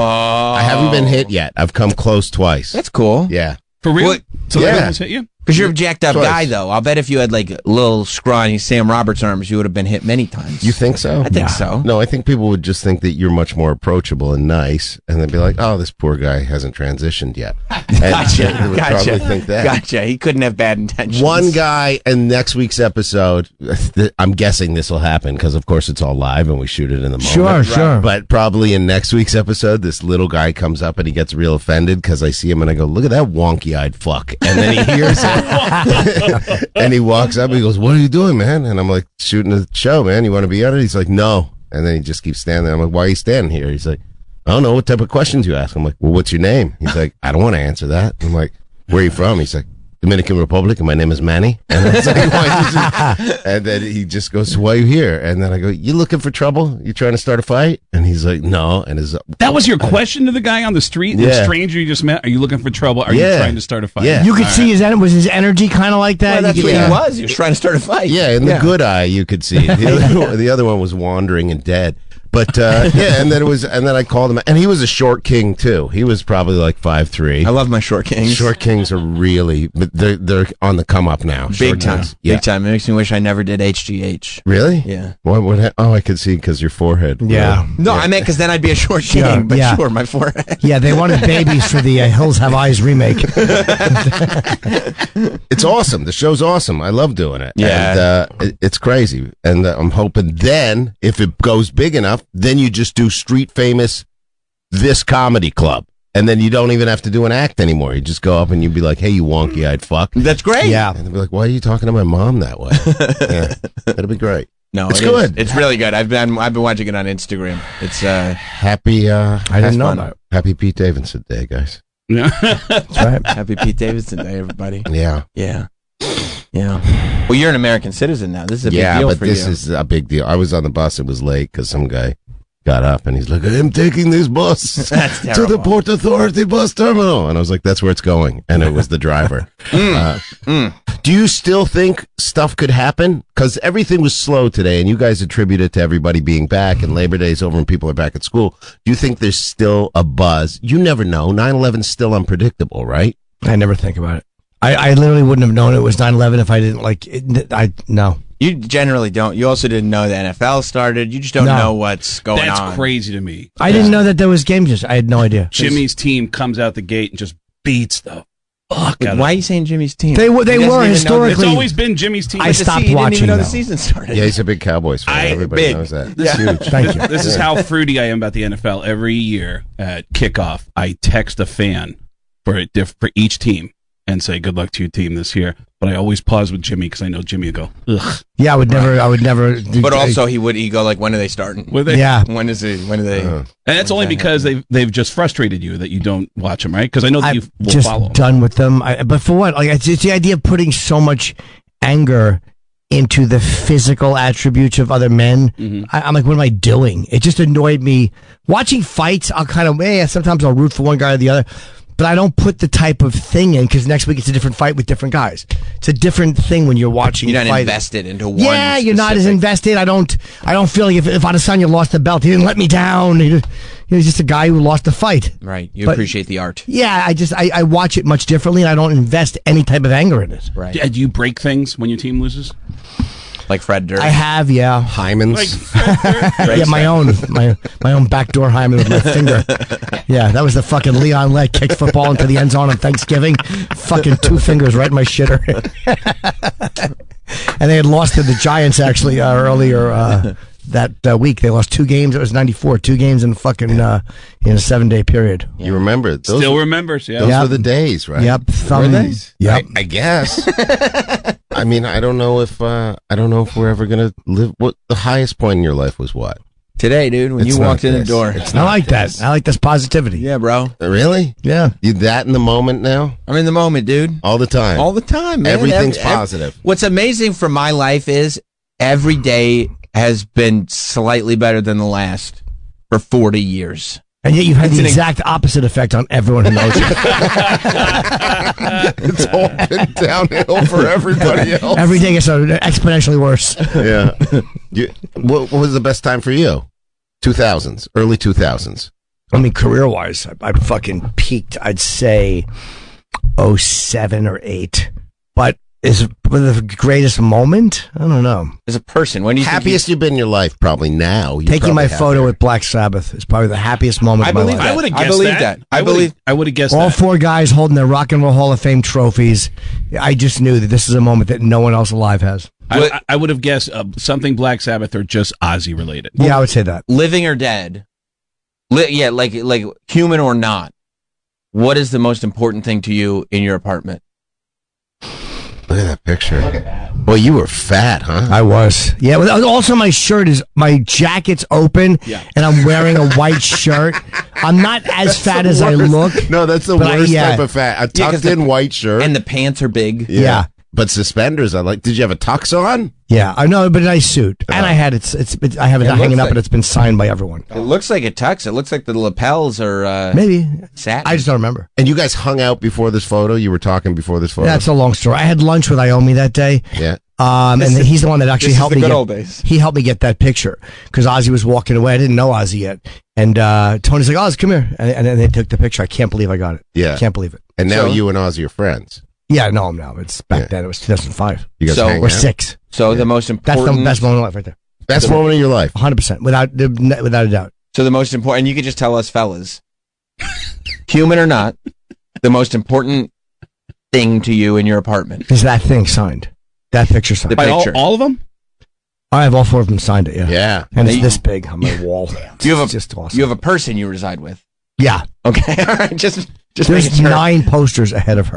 Speaker 19: I haven't been hit yet. I've come close twice. That's
Speaker 4: cool.
Speaker 19: Yeah,
Speaker 18: for real.
Speaker 4: What-
Speaker 18: So
Speaker 4: Yeah.
Speaker 18: they almost hit you?
Speaker 4: Because you're a jacked up
Speaker 18: Twice.
Speaker 4: guy, though. I'll bet if you had like little scrawny Sam Roberts arms, you would have been hit many times.
Speaker 19: You think so?
Speaker 4: I think so.
Speaker 19: No, I think people would just think that you're much more approachable and nice, and then be like, "Oh, this poor guy hasn't transitioned yet." And
Speaker 4: Gotcha.
Speaker 19: they would
Speaker 4: Gotcha.
Speaker 19: probably think that.
Speaker 4: Gotcha. He couldn't have bad intentions.
Speaker 19: One guy, and next week's episode, th- I'm guessing this will happen because, of course, it's all live and we shoot it in the moment.
Speaker 3: Sure, sure.
Speaker 19: But probably in next week's episode, this little guy comes up and he gets real offended because I see him and I go, "Look at that wonky-eyed fuck," and then he hears it, and he walks up and he goes, "What are you doing, man?" And I'm like, "Shooting a show, man. You want to be on it?" He's like, "No," and then he just keeps standing. there. I'm like, "Why are you standing here?" He's like. I don't know what type of questions you ask. I'm like, well, what's your name? He's like, I don't want to answer that. I'm like, where are you from? He's like, Dominican Republic, and my name is Manny. And, I was like, why did you- and then he just goes, why are you here? And then I go, you looking for trouble? You trying to start a fight? And he's like, no. And his
Speaker 18: That was your question to the guy on the street, the
Speaker 19: Yeah.
Speaker 18: stranger you just met. Are you looking for trouble? Are you
Speaker 19: Yeah.
Speaker 18: trying to start a fight?
Speaker 3: You could
Speaker 18: All
Speaker 3: see his en- was his energy kind of like that. You could tell.
Speaker 4: He was trying to start a fight.
Speaker 19: Yeah, in the
Speaker 3: Yeah.
Speaker 19: good eye, you could see. it. The other, one, the other one was wandering and dead. But uh, yeah, and then it was, and then I called him, and he was a short king too. He was probably like five three. I
Speaker 4: love my short kings.
Speaker 19: Short kings are really, but they're they're on the come up
Speaker 18: Oh,
Speaker 19: now.
Speaker 4: Big
Speaker 19: short
Speaker 4: time.
Speaker 19: kings. Yeah.
Speaker 4: Big time. It makes me wish I never did HGH.
Speaker 19: Really?
Speaker 4: Yeah.
Speaker 19: What would? Ha- oh, I could see because your forehead.
Speaker 3: Yeah.
Speaker 4: No, I meant because then I'd be a short king,
Speaker 3: Yeah,
Speaker 4: but
Speaker 3: yeah.
Speaker 4: sure, my forehead.
Speaker 3: Yeah, they wanted babies for the uh, Hills Have Eyes remake.
Speaker 19: it's awesome. The show's awesome. I love doing it.
Speaker 4: Yeah.
Speaker 19: and, uh, it- it's crazy, and uh, I'm hoping then if it goes big enough, then you just do street famous this comedy club. And then you don't even have to do an act anymore. You just go up and you'd be like, "Hey, you wonky-eyed fuck."
Speaker 4: That's great.
Speaker 19: Yeah. And they'd be like, "Why are you talking to my mom that way?" yeah, that'd be great.
Speaker 4: No,
Speaker 19: it's
Speaker 4: it is.
Speaker 19: good.
Speaker 4: It's really good. I've been I've been watching it on Instagram. It's uh
Speaker 19: Happy. Uh,
Speaker 4: I didn't know
Speaker 19: happy-
Speaker 4: that.
Speaker 19: Happy Pete Davidson Day, guys.
Speaker 4: Happy Pete Davidson Day, everybody.
Speaker 19: Yeah.
Speaker 4: Yeah. Yeah. Well, you're an American citizen now. This is a big
Speaker 19: yeah,
Speaker 4: deal
Speaker 19: but
Speaker 4: for
Speaker 19: this
Speaker 4: you.
Speaker 19: is a big deal. I was on the bus. It was late because some guy got up and he's like, "I'm taking this bus
Speaker 15: That's
Speaker 19: to the Port Authority bus terminal," and I was like, "That's where it's going." And it was the driver.
Speaker 4: Mm.
Speaker 19: Uh, Do you still think stuff could happen? Because everything was slow today, and you guys attribute it to everybody being back, and Labor Day's over, and people are back at school. Do you think there's still a buzz? You never know. 9/11's still unpredictable, right?
Speaker 3: I never think about it. I, I literally wouldn't have known it was 9-11 if I didn't like. It, I no.
Speaker 4: You generally don't. You also didn't know the NFL started. You just don't
Speaker 3: No.
Speaker 4: know what's going
Speaker 18: That's
Speaker 4: on.
Speaker 18: crazy to me.
Speaker 3: I didn't know that there was game just. I had no idea.
Speaker 18: Jimmy's team comes out the gate and just beats the fuck out of
Speaker 4: Why are you saying Jimmy's team?
Speaker 3: They were- they
Speaker 4: He doesn't
Speaker 3: were
Speaker 4: even know-
Speaker 3: historically-
Speaker 18: It's always been Jimmy's team.
Speaker 3: I stopped
Speaker 4: he Didn't
Speaker 3: watching,
Speaker 4: even know the
Speaker 3: though.
Speaker 4: season started.
Speaker 19: Yeah, he's a big Cowboys fan. everybody
Speaker 18: big.
Speaker 19: knows that.
Speaker 18: This,
Speaker 19: It's huge.
Speaker 18: This, this is how fruity I am about the NFL. Every year at kickoff, I text a fan for a diff- for each team and say, "Good luck to your team this year." But I always pause with Jimmy because I know Jimmy will go, "Ugh."
Speaker 3: Yeah, I would never. I would never. do-
Speaker 4: But also, he would. He go like, when are they starting?
Speaker 18: Were they- Yeah.
Speaker 4: When is it? When are they?
Speaker 18: And that's only because they've they've just frustrated you that you don't watch them, right? Because I know that you f- will
Speaker 3: just
Speaker 18: follow. 'em.
Speaker 3: done with them. I, but for what? Like it's, it's the idea of putting so much anger into the physical attributes of other men.
Speaker 4: Mm-hmm.
Speaker 3: I, I'm like, what am I eh, doing? It just annoyed me. Watching fights, I'll kind of yeah. Sometimes I'll root for one guy or the other. but I don't put the type of thing in because next week it's a different fight with different guys. It's a different thing when you're watching.
Speaker 4: You're not
Speaker 3: fighting.
Speaker 4: invested into one.
Speaker 3: Yeah, you're not as invested. I don't. I don't feel like if, if Adesanya lost the belt, he didn't let me down. He, he was just a guy who lost the fight.
Speaker 4: Right. You
Speaker 3: But-
Speaker 4: appreciate the art.
Speaker 3: Yeah, I just I, I watch it much differently, and I don't invest any type of anger in it.
Speaker 4: Right.
Speaker 18: Do you break things when your team loses?
Speaker 4: Like Fred Durst.
Speaker 3: I have, yeah,
Speaker 19: Hymens.
Speaker 3: yeah, my own, my my own backdoor hymen with my finger. Yeah, that was the fucking Leon Lett kicked football into the end zone on Thanksgiving. Fucking two fingers right in my shitter. and they had lost to the Giants actually uh, earlier uh, that uh, week. They lost two games. It was ninety four, two games in fucking uh, in a seven day period.
Speaker 19: You remember it. Those
Speaker 18: Still
Speaker 19: were-
Speaker 18: remembers, yeah.
Speaker 19: Those
Speaker 3: Yep.
Speaker 19: were the days, right?
Speaker 3: Yep,
Speaker 19: Were
Speaker 3: thumb-
Speaker 19: they?
Speaker 3: yep.
Speaker 19: I, I guess. I mean, I don't know if uh, I don't know if we're ever gonna live. What the highest point in your life was what?
Speaker 4: Today, dude, when you walked in the door.
Speaker 3: I like that. I like this positivity.
Speaker 4: Yeah, bro.
Speaker 19: Really?
Speaker 3: Yeah.
Speaker 19: You that in the moment now?
Speaker 4: I'm in the moment, dude.
Speaker 19: All the time.
Speaker 4: All the time, man.
Speaker 19: Everything's
Speaker 4: Ev- ev-
Speaker 19: positive.
Speaker 4: what's amazing for my life is every day has been slightly better than the last for 40 years.
Speaker 3: And yet you've had
Speaker 4: It's
Speaker 3: the
Speaker 4: an-
Speaker 3: exact opposite effect on everyone who knows you.
Speaker 19: it's all been downhill for everybody else.
Speaker 3: Every day gets uh, exponentially worse.
Speaker 19: yeah. You, what, what was the best time for you? Two thousands, early two thousands.
Speaker 3: I mean, career wise, I, I fucking peaked, I'd say 07 or 8. But is the greatest moment? I don't know.
Speaker 4: As a person, when do you think
Speaker 19: happiest you, have been in your life? Probably now. You're
Speaker 3: Taking my
Speaker 19: probably
Speaker 3: photo with Black Sabbath is probably the happiest moment
Speaker 19: I
Speaker 3: of my
Speaker 19: believe
Speaker 3: life.
Speaker 19: that.
Speaker 18: I would have
Speaker 19: I
Speaker 18: guessed
Speaker 19: believe
Speaker 18: that.
Speaker 19: that. I
Speaker 18: would've-
Speaker 19: believe-
Speaker 18: I would have guessed
Speaker 3: All
Speaker 18: that.
Speaker 3: four guys holding their Rock and Roll Hall of Fame trophies. I just knew that this is a moment that no one else alive has.
Speaker 18: I, I- I would have guessed uh, something Black Sabbath or just Ozzy related.
Speaker 3: yeah, I would say that.
Speaker 4: Living or dead? Li- yeah, like like human or not. What is the most important thing to you in your apartment?
Speaker 19: happy. Look at that picture. Well, you were fat, huh?
Speaker 3: I was. Yeah. well, Also, my shirt is my jacket's open,
Speaker 19: Yeah.
Speaker 3: and I'm wearing a white shirt. I'm not as
Speaker 19: That's
Speaker 3: fat
Speaker 19: the
Speaker 3: as I
Speaker 19: worst.
Speaker 3: look.
Speaker 19: No, that's the
Speaker 3: but I-
Speaker 19: worst
Speaker 3: yeah.
Speaker 19: type of fat. A
Speaker 4: Yeah,
Speaker 19: tucked
Speaker 4: 'cause the-
Speaker 19: in white shirt.
Speaker 4: And the pants are big.
Speaker 3: Yeah.
Speaker 19: But suspenders, I like. Did you have a tux on?
Speaker 3: Yeah, I know, but a nice suit, and
Speaker 19: Uh,
Speaker 3: I had it's it's, it's I have it,
Speaker 4: It
Speaker 3: hanging
Speaker 4: looks
Speaker 3: up,
Speaker 4: like-
Speaker 3: and it's been signed by everyone.
Speaker 4: It looks like a tux. It looks like the lapels are uh,
Speaker 3: Maybe
Speaker 4: satin.
Speaker 3: I just don't remember.
Speaker 19: And you guys hung out before this photo. You were talking before this photo.
Speaker 3: That's a long story. I had lunch with Iomi that day.
Speaker 19: yeah.
Speaker 3: Um, and
Speaker 19: This is-
Speaker 3: he's the one that
Speaker 19: this
Speaker 3: actually
Speaker 19: is
Speaker 3: helped
Speaker 19: the
Speaker 3: me.
Speaker 19: good
Speaker 3: get,
Speaker 19: old days.
Speaker 3: He helped me get that picture because Ozzy was walking away. I didn't know Ozzy yet, and uh, Tony's like, "Oz, come here," and, and then they took the picture. I can't believe I got it.
Speaker 19: Yeah.
Speaker 3: can't believe it.
Speaker 19: And now
Speaker 3: So-
Speaker 19: you and Ozzy are friends.
Speaker 3: Yeah, no, I'm now. It's back then. It was 2005.
Speaker 19: You guys
Speaker 4: So-
Speaker 19: hang
Speaker 3: or
Speaker 19: out?
Speaker 3: six.
Speaker 4: So the most
Speaker 3: That's
Speaker 4: important.
Speaker 3: the best moment of my life, right there.
Speaker 19: Best moment of your life.
Speaker 3: 100 percent, without without a doubt.
Speaker 4: So the most important. And you could just tell us, fellas, human or not, the most important thing to you in your apartment.
Speaker 3: Is that thing signed? That picture signed.
Speaker 4: The
Speaker 18: By all,
Speaker 4: picture.
Speaker 18: all of them?
Speaker 3: I have all four of them signed it. Yeah.
Speaker 19: Yeah.
Speaker 3: And it's
Speaker 4: They-
Speaker 3: this big on my wall.
Speaker 4: Do you have a
Speaker 3: just awesome.
Speaker 4: you have a person you reside with?
Speaker 3: Yeah.
Speaker 4: Okay, all right. Just just making
Speaker 3: There's
Speaker 4: sure.
Speaker 3: nine posters ahead of her.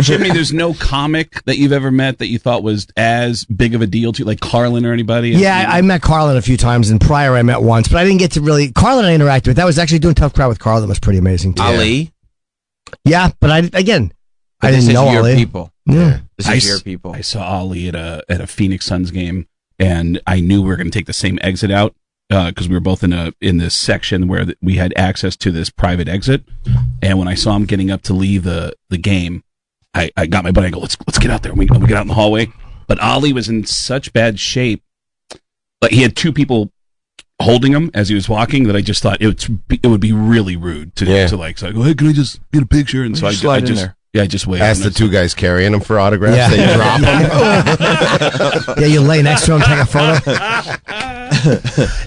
Speaker 18: Jimmy, there's no comic that you've ever met that you thought was as big of a deal to you, like Carlin or anybody?
Speaker 3: Yeah, I, I met Carlin a few times, and prior I met once, but I didn't get to really. Carlin I interacted with. That was actually doing tough crowd with Carlin was pretty amazing too.
Speaker 4: Ali.
Speaker 3: Yeah, but I again,
Speaker 4: But
Speaker 3: I
Speaker 4: this
Speaker 3: didn't
Speaker 4: is
Speaker 3: know
Speaker 4: your
Speaker 3: Ali.
Speaker 4: people.
Speaker 3: Yeah.
Speaker 4: This
Speaker 18: I
Speaker 4: is
Speaker 18: s-
Speaker 4: your people.
Speaker 18: I saw Ali at a at a Phoenix Suns game, and I knew we were going to take the same exit out because we were both in a in this section where th- we had access to this private exit. And when I saw him getting up to leave the the game, I, I got my buddy. I go, let's let's get out there. And we we get out in the hallway, but Ali was in such bad shape, but he had two people holding him as he was walking that I just thought it's it would be really rude to
Speaker 19: Yeah.
Speaker 18: to like so I go, hey, can I just get a picture? And so I,
Speaker 4: just
Speaker 18: ju- I
Speaker 4: slide in
Speaker 18: just
Speaker 4: there.
Speaker 18: yeah, I just wait.
Speaker 19: Ask the two guys carrying them for autographs.
Speaker 3: Yeah.
Speaker 19: They drop them.
Speaker 3: Yeah, you lay next to him, take a photo.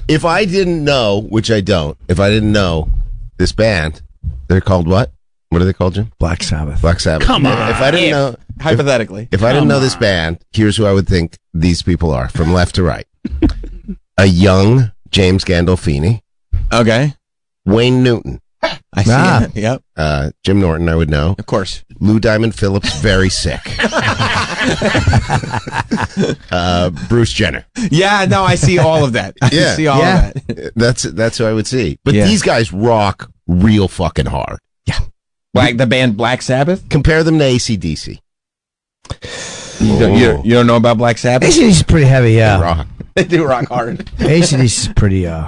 Speaker 19: if I didn't know, which I don't, if I didn't know this band, they're called what? What are they called, Jim?
Speaker 3: Black Sabbath.
Speaker 19: Black Sabbath.
Speaker 18: Come on.
Speaker 19: If I didn't
Speaker 4: If-
Speaker 19: know,
Speaker 4: hypothetically.
Speaker 19: if I didn't know this band, here's who I would think these people are from left to right: a young James Gandolfini,
Speaker 4: Okay.
Speaker 19: Wayne Newton,
Speaker 4: I see.
Speaker 3: Ah.
Speaker 4: it. Yep.
Speaker 19: uh, Jim Norton. I would know
Speaker 4: Of course.
Speaker 19: Lou Diamond Phillips, very sick. uh, Bruce Jenner.
Speaker 4: Yeah. No, I see all of that. I
Speaker 19: Yeah.
Speaker 4: see all
Speaker 3: Yeah.
Speaker 4: of that.
Speaker 19: That's that's who I would see. But
Speaker 4: Yeah.
Speaker 19: these guys rock real fucking hard.
Speaker 4: Black the band Black Sabbath.
Speaker 19: Compare them to ACDC.
Speaker 4: You don't, you, you don't know about Uh, Black Sabbath?
Speaker 3: ACDC's pretty heavy, yeah.
Speaker 19: Rock.
Speaker 4: they do rock hard.
Speaker 3: ACDC's pretty uh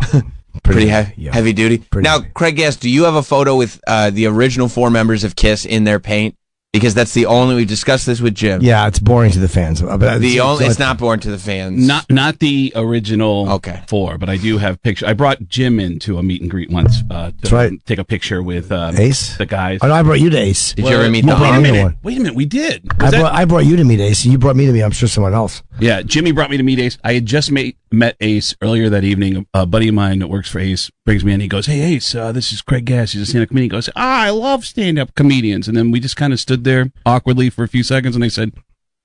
Speaker 4: pretty, hea- heavy duty. now, Craig Guest, do you have a photo with uh, the original four members of Kiss in their paint? Because that's the only we've discussed this with Jim.
Speaker 3: Yeah, it's boring to the fans. But it's-
Speaker 4: the only
Speaker 3: it's-
Speaker 4: it's not born to the fans.
Speaker 18: Not not the original four, but I do have pictures. I brought Jim into a meet and greet once uh, to
Speaker 3: That's right.
Speaker 18: take a picture with uh,
Speaker 3: Ace?
Speaker 18: the guys.
Speaker 3: Oh, no, I brought you to Ace. Did you ever meet
Speaker 18: well,
Speaker 3: the
Speaker 18: Wait a
Speaker 3: Hunger
Speaker 18: minute.
Speaker 3: one?
Speaker 18: Wait a minute. We did.
Speaker 3: I
Speaker 18: Was that-
Speaker 3: brought, I brought you to meet Ace. and You brought me to me. I'm sure someone else.
Speaker 18: Yeah, Jimmy brought me to meet Ace. I had just made, met Ace earlier that evening. A buddy of mine that works for Ace brings me in. He goes, "Hey, Ace, uh, this is Craig Gass. He's a stand-up comedian." He goes, "Ah, I love stand-up comedians." And then we just kind of stood there awkwardly for a few seconds, and I said,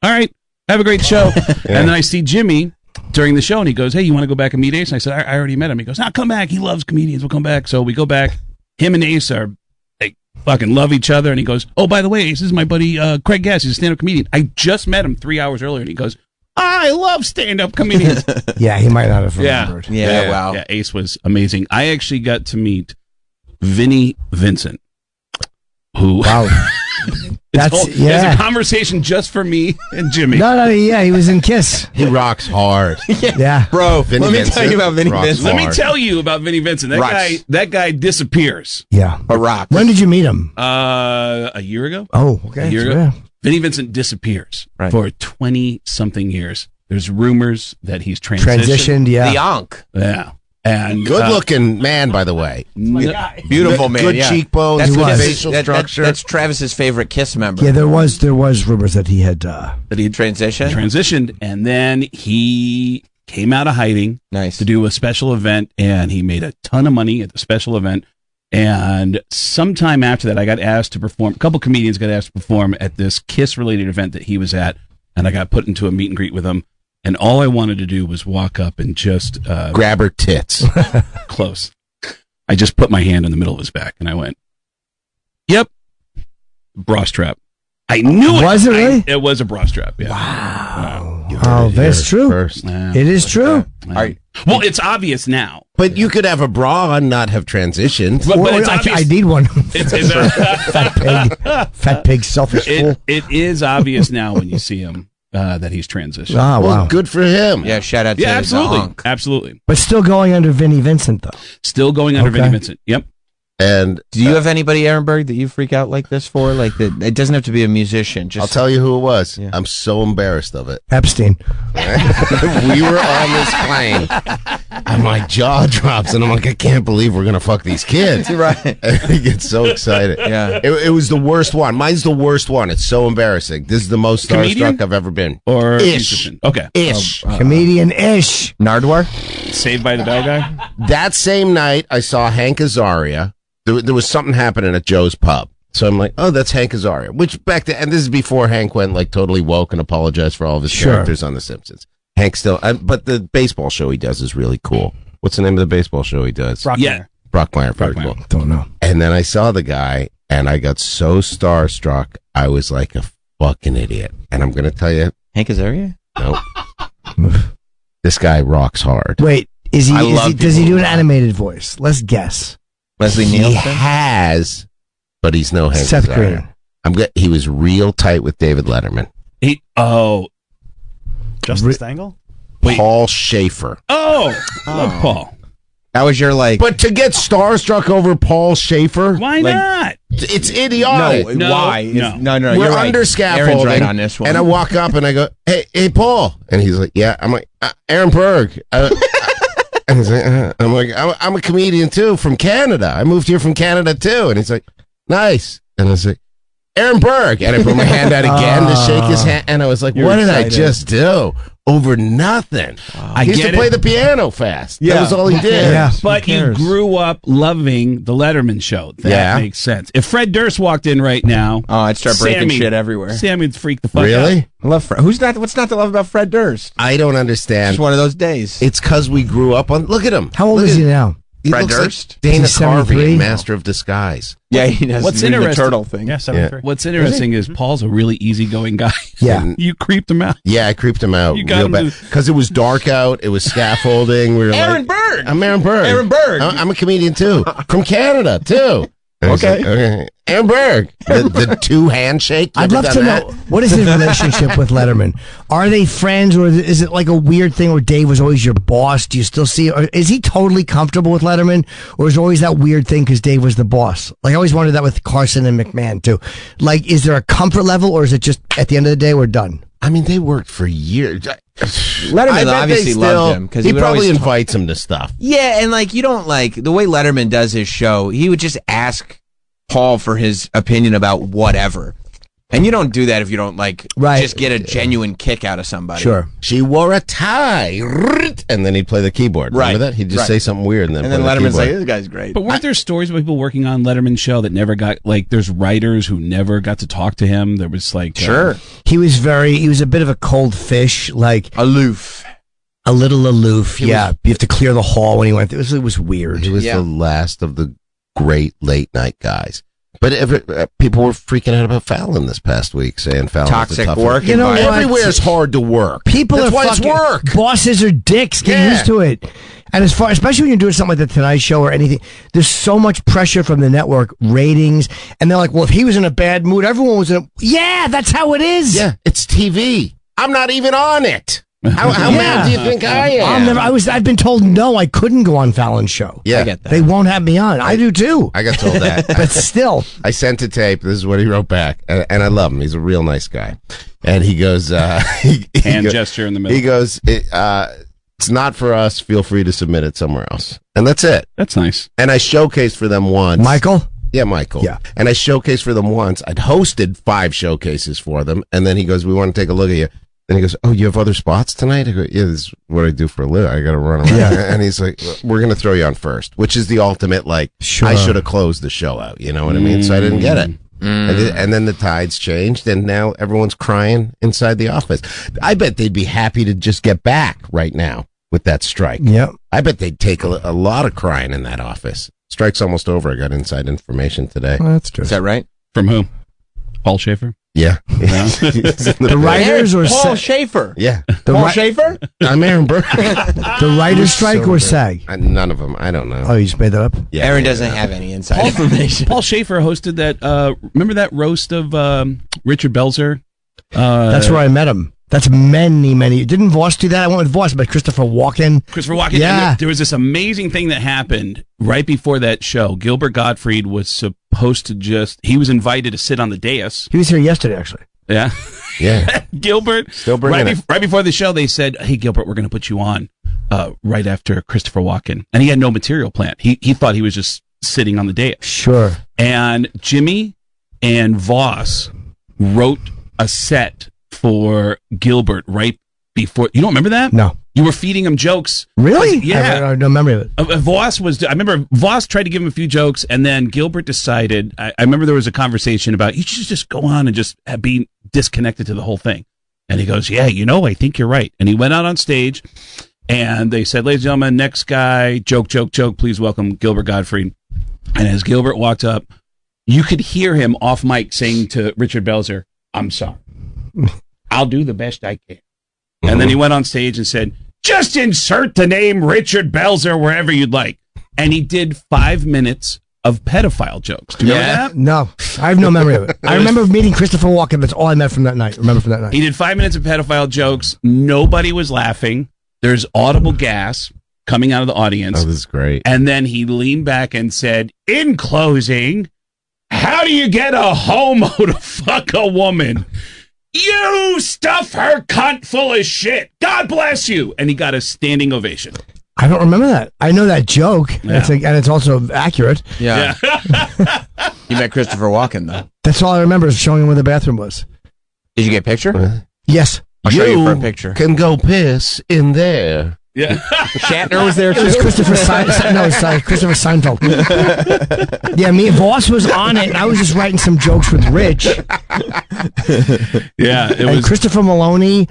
Speaker 18: "All right, have a great show." And then I see Jimmy during the show, and he goes, "Hey, you want to go back and meet Ace?" And I said, "I, I already met him." He goes, "Now come back. He loves comedians. We'll come back." So we go back. Him and Ace are they fucking love each other. And he goes, Oh, by the way, this is my buddy uh, Craig Gass. He's a stand up comedian. I just met him three hours earlier. And he goes, I love stand up comedians.
Speaker 3: Yeah, he might not have
Speaker 18: yeah.
Speaker 3: remembered.
Speaker 18: yeah. Wow. Yeah. Ace was amazing. I actually got to meet Vinny Vincent, who. Wow.
Speaker 3: That's- yeah.
Speaker 18: It's a conversation just for me and Jimmy.
Speaker 3: No, no, yeah, he was in Kiss.
Speaker 19: he rocks hard.
Speaker 3: yeah.
Speaker 4: Bro,
Speaker 19: Vinny
Speaker 18: let me
Speaker 19: Vincent
Speaker 18: tell you about Vinny
Speaker 19: rocks
Speaker 18: Vincent. Let me
Speaker 19: hard.
Speaker 18: tell you about Vinny Vincent. That
Speaker 19: Rocks.
Speaker 18: guy that guy disappears.
Speaker 3: Yeah.
Speaker 4: A rock.
Speaker 3: When did you meet him?
Speaker 18: Uh, a year ago.
Speaker 3: Oh, okay.
Speaker 18: A year ago.
Speaker 3: Yeah.
Speaker 18: Vinnie Vincent disappears for 20 something years. There's rumors that he's transitioned.
Speaker 3: Transitioned, yeah. The
Speaker 4: Ankh.
Speaker 18: Yeah. And
Speaker 19: Good
Speaker 18: uh,
Speaker 19: looking man, by the way.
Speaker 4: Beautiful man.
Speaker 19: Good
Speaker 4: yeah.
Speaker 19: cheekbones,
Speaker 4: That's
Speaker 19: good
Speaker 4: what-
Speaker 19: facial
Speaker 4: that- that-
Speaker 19: structure.
Speaker 4: that's Travis's favorite Kiss member.
Speaker 3: Yeah, there was there was rumors that he had. Uh,
Speaker 4: that he transitioned.
Speaker 18: Transitioned, and then he came out of hiding.
Speaker 4: Nice
Speaker 18: to do a special event, and he made a ton of money at the special event. And sometime after that, I got asked to perform. A couple comedians got asked to perform at this Kiss related event that he was at, and I got put into a meet and greet with him. And all I wanted to do was walk up and just uh,
Speaker 19: grab her tits.
Speaker 18: Close. I just put my hand in the middle of his back, and I went, "Yep, bra strap." I knew it.
Speaker 3: Was it
Speaker 18: I-
Speaker 3: really?
Speaker 18: it was a bra strap. Yeah.
Speaker 3: oh, that's true. It is true.
Speaker 18: All right. Well, it's obvious now.
Speaker 19: But you could have a bra and not have transitioned.
Speaker 18: But- but Well, it's I- obvious-
Speaker 3: I need one.
Speaker 18: It's, it's, uh,
Speaker 3: fat pig, fat pig, selfish fool.
Speaker 18: it, it is obvious now when you see him uh, that he's transitioned.
Speaker 3: Ah, Well, wow.
Speaker 19: good for him.
Speaker 4: Yeah, shout out to
Speaker 18: yeah,
Speaker 4: the
Speaker 18: absolutely,
Speaker 4: Ankh.
Speaker 18: absolutely.
Speaker 3: But still going under Vinnie Vincent though.
Speaker 18: Still going under
Speaker 3: Okay.
Speaker 18: Vinnie Vincent. Yep.
Speaker 19: And
Speaker 4: do you have anybody, Ehrenberg, that you freak out like this for? Like that? It doesn't have to be a musician. Just
Speaker 19: I'll tell you who it was. I'm so embarrassed of it.
Speaker 3: Epstein.
Speaker 19: we were on this plane, and my jaw drops, and I'm like, I can't believe we're gonna fuck these kids.
Speaker 4: right?
Speaker 19: I get so excited.
Speaker 4: Yeah.
Speaker 19: It, it was the worst one. Mine's the worst one. It's so embarrassing. This is the most
Speaker 18: Comedian?
Speaker 19: starstruck I've ever been.
Speaker 18: Or
Speaker 19: ish.
Speaker 18: Okay. Oh, uh,
Speaker 19: Ish.
Speaker 3: Comedian ish.
Speaker 4: Nardwar.
Speaker 18: Saved by the Bell guy.
Speaker 19: That same night, I saw Hank Azaria. There, there was something happening at Joe's Pub. So I'm like, oh, that's Hank Azaria. Which back then, and this is before Hank went like totally woke and apologized for all of his
Speaker 3: Sure.
Speaker 19: characters on The Simpsons. Hank still, uh, but the baseball show he does is really cool. What's the name of the baseball show he does?
Speaker 18: Brockmire. Yeah.
Speaker 19: Brockmire. Very cool.
Speaker 3: Don't know.
Speaker 19: And then I saw the guy, and I got so starstruck. I was like a fucking idiot. And I'm going to tell you,
Speaker 4: Hank Azaria.
Speaker 19: No, this guy rocks hard.
Speaker 3: Wait, is he?
Speaker 19: I
Speaker 3: Is
Speaker 19: love
Speaker 3: he does he
Speaker 19: people
Speaker 3: do an
Speaker 19: who rock.
Speaker 3: animated voice? Let's guess.
Speaker 4: Leslie
Speaker 19: he
Speaker 4: Nielsen?
Speaker 19: has, but he's no Hank
Speaker 3: Seth
Speaker 19: Azaria.
Speaker 3: Green.
Speaker 19: I'm good. He was real tight with David Letterman.
Speaker 18: He oh
Speaker 9: Justin Stangle?
Speaker 19: Paul Schaefer.
Speaker 18: Oh, love Paul.
Speaker 4: That was your like.
Speaker 19: But to get starstruck over Paul Schaefer,
Speaker 18: Why
Speaker 19: like,
Speaker 18: not?
Speaker 19: It's idiotic.
Speaker 4: No, why? It's- no, no,
Speaker 19: We're
Speaker 4: you're right.
Speaker 19: under
Speaker 4: Aaron's
Speaker 19: scaffolding.
Speaker 4: right on this one.
Speaker 19: And I walk up and I go, "Hey, hey, Paul!" And he's like, "Yeah." I'm like, uh, "Aaron Berg." Uh, and he's like, uh, "I'm like, I'm, I'm a comedian too from Canada. I moved here from Canada too." And he's like, "Nice." And I was like, "Aaron Berg." And I put my hand out again to shake
Speaker 4: Ah.
Speaker 19: his hand. And I was like,
Speaker 18: You're
Speaker 19: "What
Speaker 18: excited.
Speaker 19: did I just do?" Over nothing.
Speaker 18: I
Speaker 19: he used
Speaker 18: get
Speaker 19: to play
Speaker 18: it.
Speaker 19: the piano fast. That was all he did.
Speaker 18: But you grew up loving the Letterman show. That
Speaker 19: Yeah.
Speaker 18: makes sense. If Fred Durst walked in right now,
Speaker 4: oh, I'd start breaking shit everywhere.
Speaker 18: Sammy'd freak the fuck
Speaker 19: Really?
Speaker 18: out.
Speaker 4: I love Fred. Who's not? What's not to love about Fred Durst?
Speaker 19: I don't understand.
Speaker 4: It's one of those days.
Speaker 19: It's because we grew up on. Look at him.
Speaker 3: How old
Speaker 19: Look
Speaker 3: is he
Speaker 19: at-
Speaker 3: now?
Speaker 19: He
Speaker 4: Fred
Speaker 19: looks
Speaker 4: Durst?
Speaker 19: Like Dana
Speaker 3: Is he 73?
Speaker 19: Carvey, in Master of Disguise.
Speaker 4: Yeah, he does
Speaker 18: What's
Speaker 4: do the
Speaker 18: interesting?
Speaker 4: turtle thing.
Speaker 9: Yeah,
Speaker 19: 73.
Speaker 18: What's interesting is Paul's a really easygoing guy.
Speaker 3: Yeah.
Speaker 18: you creeped him out.
Speaker 19: Yeah, I creeped him out
Speaker 18: You got
Speaker 19: real
Speaker 18: him
Speaker 19: bad
Speaker 18: to-
Speaker 19: because it was dark out. It was scaffolding. We were like,
Speaker 4: Aaron Berg.
Speaker 19: I'm Aaron Berg.
Speaker 4: Aaron Berg.
Speaker 19: I- I'm a comedian too, from Canada too. And he's
Speaker 3: Okay.
Speaker 19: like, okay. Amberg, the, the two handshake. You
Speaker 3: I'd
Speaker 19: ever
Speaker 3: love
Speaker 19: done
Speaker 3: to
Speaker 19: that?
Speaker 3: know what is his relationship with Letterman. Are they friends, or is it like a weird thing where Dave was always your boss? Do you still see? Or is he totally comfortable with Letterman, or is always that weird thing because Dave was the boss? Like I always wondered that with Carson and McMahon too. Like, is there a comfort level, or is it just at the end of the day we're done?
Speaker 19: I mean, they worked for years.
Speaker 4: Letterman
Speaker 19: I bet they
Speaker 4: obviously
Speaker 19: still-
Speaker 4: loved him because
Speaker 19: he,
Speaker 4: would
Speaker 19: probably
Speaker 4: always
Speaker 19: invites him to stuff.
Speaker 4: Yeah, and like you don't like the way Letterman does his show, he would just ask Paul for his opinion about whatever. And you don't do that if you don't like just get a genuine kick out of somebody.
Speaker 19: She wore a tie, and then he'd play the keyboard.
Speaker 4: Right.
Speaker 19: Remember that? He'd just
Speaker 4: Right.
Speaker 19: say something weird, and then
Speaker 4: And then
Speaker 19: play the
Speaker 4: Letterman's like,
Speaker 19: keyboard.
Speaker 4: "This guy's great."
Speaker 18: But weren't there stories about people working on Letterman's show that never got like? There's writers who never got to talk to him. There was like uh,
Speaker 3: he was very. He was a bit of a cold fish, like
Speaker 4: aloof,
Speaker 3: a little aloof.
Speaker 19: He
Speaker 3: yeah,
Speaker 19: was-
Speaker 3: you have to clear the hall when he went. It was it was weird.
Speaker 19: He was the last of the great late night guys. But every, uh, people were freaking out about Fallon this past week, saying Fallon
Speaker 4: Toxic work You know environment. what?
Speaker 19: Everywhere's hard to work.
Speaker 3: People
Speaker 19: That's
Speaker 3: are
Speaker 19: why
Speaker 3: fucking
Speaker 19: it's work.
Speaker 3: bosses are dicks. Get
Speaker 19: Yeah.
Speaker 3: used to it. And as far, especially when you're doing something like the Tonight Show or anything, there's so much pressure from the network ratings, and they're like, "Well, if he was in a bad mood, everyone was in." A, yeah, that's how it is. Yeah,
Speaker 19: it's TV. I'm not even on it. How, how mad do you think I am?
Speaker 3: I'm never, I was. I've been told no, I couldn't go on Fallon's show.
Speaker 19: Yeah. I get that.
Speaker 3: They won't have me on. I do too.
Speaker 19: I got told that.
Speaker 3: but still,
Speaker 19: I sent a tape. This is what he wrote back, and, and I love him. He's a real nice guy. And he goes, uh, he, he
Speaker 18: Hand
Speaker 19: go-
Speaker 18: gesture in the middle.
Speaker 19: He goes, it, uh, "It's not for us. Feel free to submit it somewhere else." And that's it.
Speaker 18: That's nice.
Speaker 19: And I showcased for them once,
Speaker 3: Michael.
Speaker 19: Yeah, Michael. Yeah. And I showcased for them once. I'd hosted five showcases for them, and then he goes, "We want to take a look at you." And he goes, "Oh, you have other spots tonight?" I go, "Yeah, this is what I do for a living. I got to run around."
Speaker 6: Yeah.
Speaker 19: And he's like, uh, "We're going to throw you on first, which is the ultimate. Like, I
Speaker 6: Sure.
Speaker 19: should have closed the show out. You know what I mean? So I didn't get it. I did- and then the tides changed, and now everyone's crying inside the office. I bet they'd be happy to just get back right now with that strike.
Speaker 3: Yep.
Speaker 19: I bet they'd take a, a lot of crying in that office. Strike's almost over. I got inside information today.
Speaker 3: Well, that's good. Is that
Speaker 4: right?
Speaker 18: From whom? Paul Schaefer.
Speaker 19: Yeah.
Speaker 3: The writers or
Speaker 4: Paul
Speaker 3: sa-
Speaker 4: Schaefer.
Speaker 19: Yeah.
Speaker 3: The
Speaker 4: Paul
Speaker 3: ri-
Speaker 4: Schaefer?
Speaker 19: I'm Aaron Burr.
Speaker 3: the writers' strike or SAG?
Speaker 19: I, none of them. I don't know.
Speaker 3: Oh, you just made that up.
Speaker 19: Yeah,
Speaker 4: Aaron
Speaker 19: yeah,
Speaker 4: doesn't
Speaker 19: yeah.
Speaker 4: have any inside
Speaker 18: Paul,
Speaker 4: information.
Speaker 18: Paul Schaefer hosted that. Uh, remember that roast of um, Richard Belzer? Uh,
Speaker 3: That's where I met him. That's many, many. Didn't Voss do that? I went with Voss, but Christopher Walken.
Speaker 18: Christopher Walken.
Speaker 3: Yeah.
Speaker 18: And there was this amazing thing that happened right before that show. Gilbert Gottfried was supposed to just, he was invited to sit on the dais.
Speaker 3: He was here yesterday, actually.
Speaker 18: Yeah.
Speaker 19: Yeah.
Speaker 18: Gilbert.
Speaker 19: Still
Speaker 18: right,
Speaker 19: bringing it.
Speaker 18: bef- right before the show, they said, Hey, Gilbert, we're going to put you on uh, right after Christopher Walken. And he had no material plan. He, he thought he was just sitting on the dais.
Speaker 3: Sure.
Speaker 18: And Jimmy and Voss wrote a set for Gilbert right before. You don't remember that?
Speaker 3: No.
Speaker 18: You were feeding him jokes.
Speaker 3: Really?
Speaker 18: Yeah.
Speaker 3: I have, I have no memory of it.
Speaker 18: Uh, uh, Voss was. I remember Voss tried to give him a few jokes, and then Gilbert decided. I, I remember there was a conversation about you should just go on and just uh, be disconnected to the whole thing. And he goes, "Yeah, you know, I think you're right." And he went out on stage, and they said, "Ladies and gentlemen, next guy, joke, joke, joke. Please welcome Gilbert Gottfried." And as Gilbert walked up, you could hear him off mic saying to Richard Belzer, "I'm sorry, I'll do the best I can." And then he went on stage and said, just insert the name Richard Belzer wherever you'd like. And he did five minutes of pedophile jokes. Do you remember that?
Speaker 3: No, I have no memory of it. I remember meeting Christopher Walken. That's all I met from that night. Remember from that night.
Speaker 18: He did five minutes of pedophile jokes. Nobody was laughing. There's audible gas coming out of the audience.
Speaker 19: Oh, this is great.
Speaker 18: And then he leaned back and said, In closing, how do you get a homo to fuck a woman? You stuff her cunt full of shit. God bless you. And he got a standing ovation.
Speaker 3: I don't remember that. I know that joke.
Speaker 18: Yeah.
Speaker 3: It's like, and it's also accurate.
Speaker 4: Yeah. you met Christopher Walken though.
Speaker 3: That's all I remember is showing him where the bathroom was.
Speaker 4: Did you get a picture?
Speaker 3: Yes.
Speaker 4: I'll show you for a picture.
Speaker 19: can go piss in there.
Speaker 18: Yeah.
Speaker 4: Shatner was there
Speaker 3: It was
Speaker 4: too.
Speaker 3: Christopher Seinfeld. No, sorry, Christopher Seinfeld. yeah, me Voss was on it, and I was just writing some jokes with Rich.
Speaker 18: Yeah, it
Speaker 3: and
Speaker 18: was.
Speaker 3: Christopher Maloney.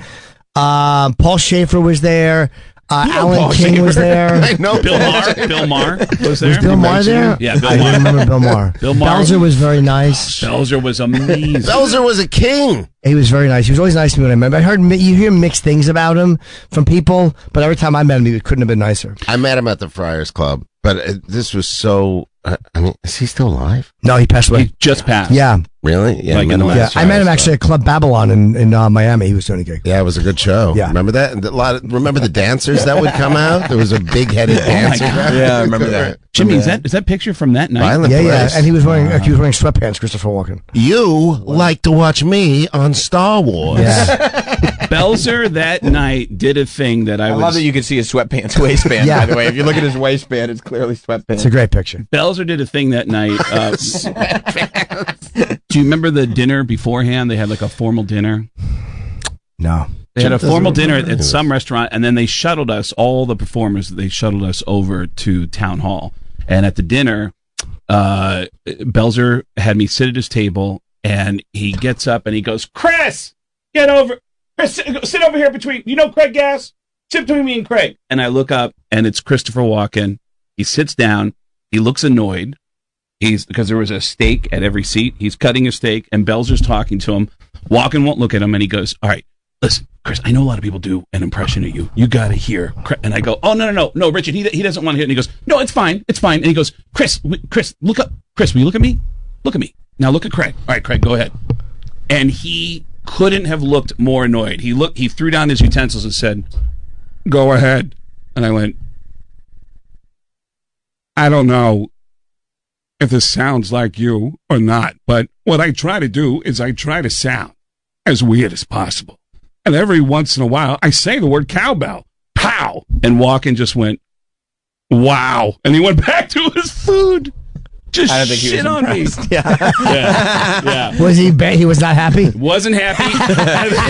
Speaker 3: Um, Paul Schaefer was there. Uh, Alan
Speaker 18: Paul
Speaker 3: King was
Speaker 18: Schaefer.
Speaker 3: there.
Speaker 18: I know. Bill Maher- Bill Maher was there.
Speaker 3: Was Bill
Speaker 18: You
Speaker 3: Maher
Speaker 18: mentioned
Speaker 3: there?
Speaker 18: him. Yeah, Bill
Speaker 3: I
Speaker 18: Maher.
Speaker 3: didn't remember Bill Maher.
Speaker 18: Bill Maher-
Speaker 3: Belzer was very nice.
Speaker 18: Belzer was amazing.
Speaker 19: Belzer was a king.
Speaker 3: He was very nice. He was always nice to me when I met him. I heard mi- you hear mixed things about him from people, but every time I met him, he couldn't have been nicer.
Speaker 19: I met him at the Friars Club, but uh, this was so I, I mean, is he still alive?
Speaker 3: No, he passed away.
Speaker 18: He just passed.
Speaker 3: Yeah.
Speaker 19: Really? Yeah.
Speaker 3: Like in the
Speaker 19: at
Speaker 3: yeah, I met him actually at Club Babylon in, in uh, Miami. He was doing a gig.
Speaker 19: Yeah, it was a good show. Yeah. Remember that? And a lot of, remember the dancers that would come out? There was a big headed dancer.
Speaker 18: Jimmy, is that is that picture from that night?
Speaker 19: Violent
Speaker 3: yeah, yeah,
Speaker 19: place.
Speaker 3: and he was wearing he was wearing sweatpants. Christopher Walken.
Speaker 19: You like to watch me on Star Wars.
Speaker 18: Belzer that night did a thing that I,
Speaker 4: I
Speaker 18: was.
Speaker 4: love that you can see his sweatpants waistband.
Speaker 18: Yeah.
Speaker 4: By the way, if you look at his waistband, it's clearly sweatpants.
Speaker 3: It's a great picture.
Speaker 18: Belzer did a thing that night. Uh, do you remember the dinner beforehand? They had like a formal dinner.
Speaker 3: No.
Speaker 18: They had a
Speaker 3: Jim doesn't
Speaker 18: formal dinner
Speaker 3: remember.
Speaker 18: at some restaurant, and then they shuttled us, all the performers, they shuttled us over to town hall. And at the dinner, uh, Belzer had me sit at his table, and he gets up and he goes, Chris, get over, Chris, sit, sit over here between, you know, Craig Gass? Sit between me and Craig. And I look up, and it's Christopher Walken. He sits down, he looks annoyed. He's because there was a steak at every seat. He's cutting a steak, and Belzer's talking to him. Walken won't look at him, and he goes, "All right, listen, Chris. I know a lot of people do an impression of you. You got to hear." Cra-" And I go, "Oh no, no, no, no, Richard. He, he doesn't want to hear." it." And he goes, "No, it's fine, it's fine." And he goes, "Chris, w- Chris, look up. Chris, will you look at me? Look at me. Now look at Craig. All right, Craig, go ahead." And he couldn't have looked more annoyed. He looked. He threw down his utensils and said, "Go ahead." And I went, I don't know if this sounds like you or not, but what I try to do is I try to sound as weird as possible. And every once in a while, I say the word cowbell, pow, and Walken just went, wow. And he went back to his food. Just
Speaker 15: I don't think he
Speaker 18: shit
Speaker 15: was
Speaker 18: on me.
Speaker 15: impressed.
Speaker 18: Yeah. yeah.
Speaker 3: Was he? Ba- he was not happy.
Speaker 18: Wasn't happy.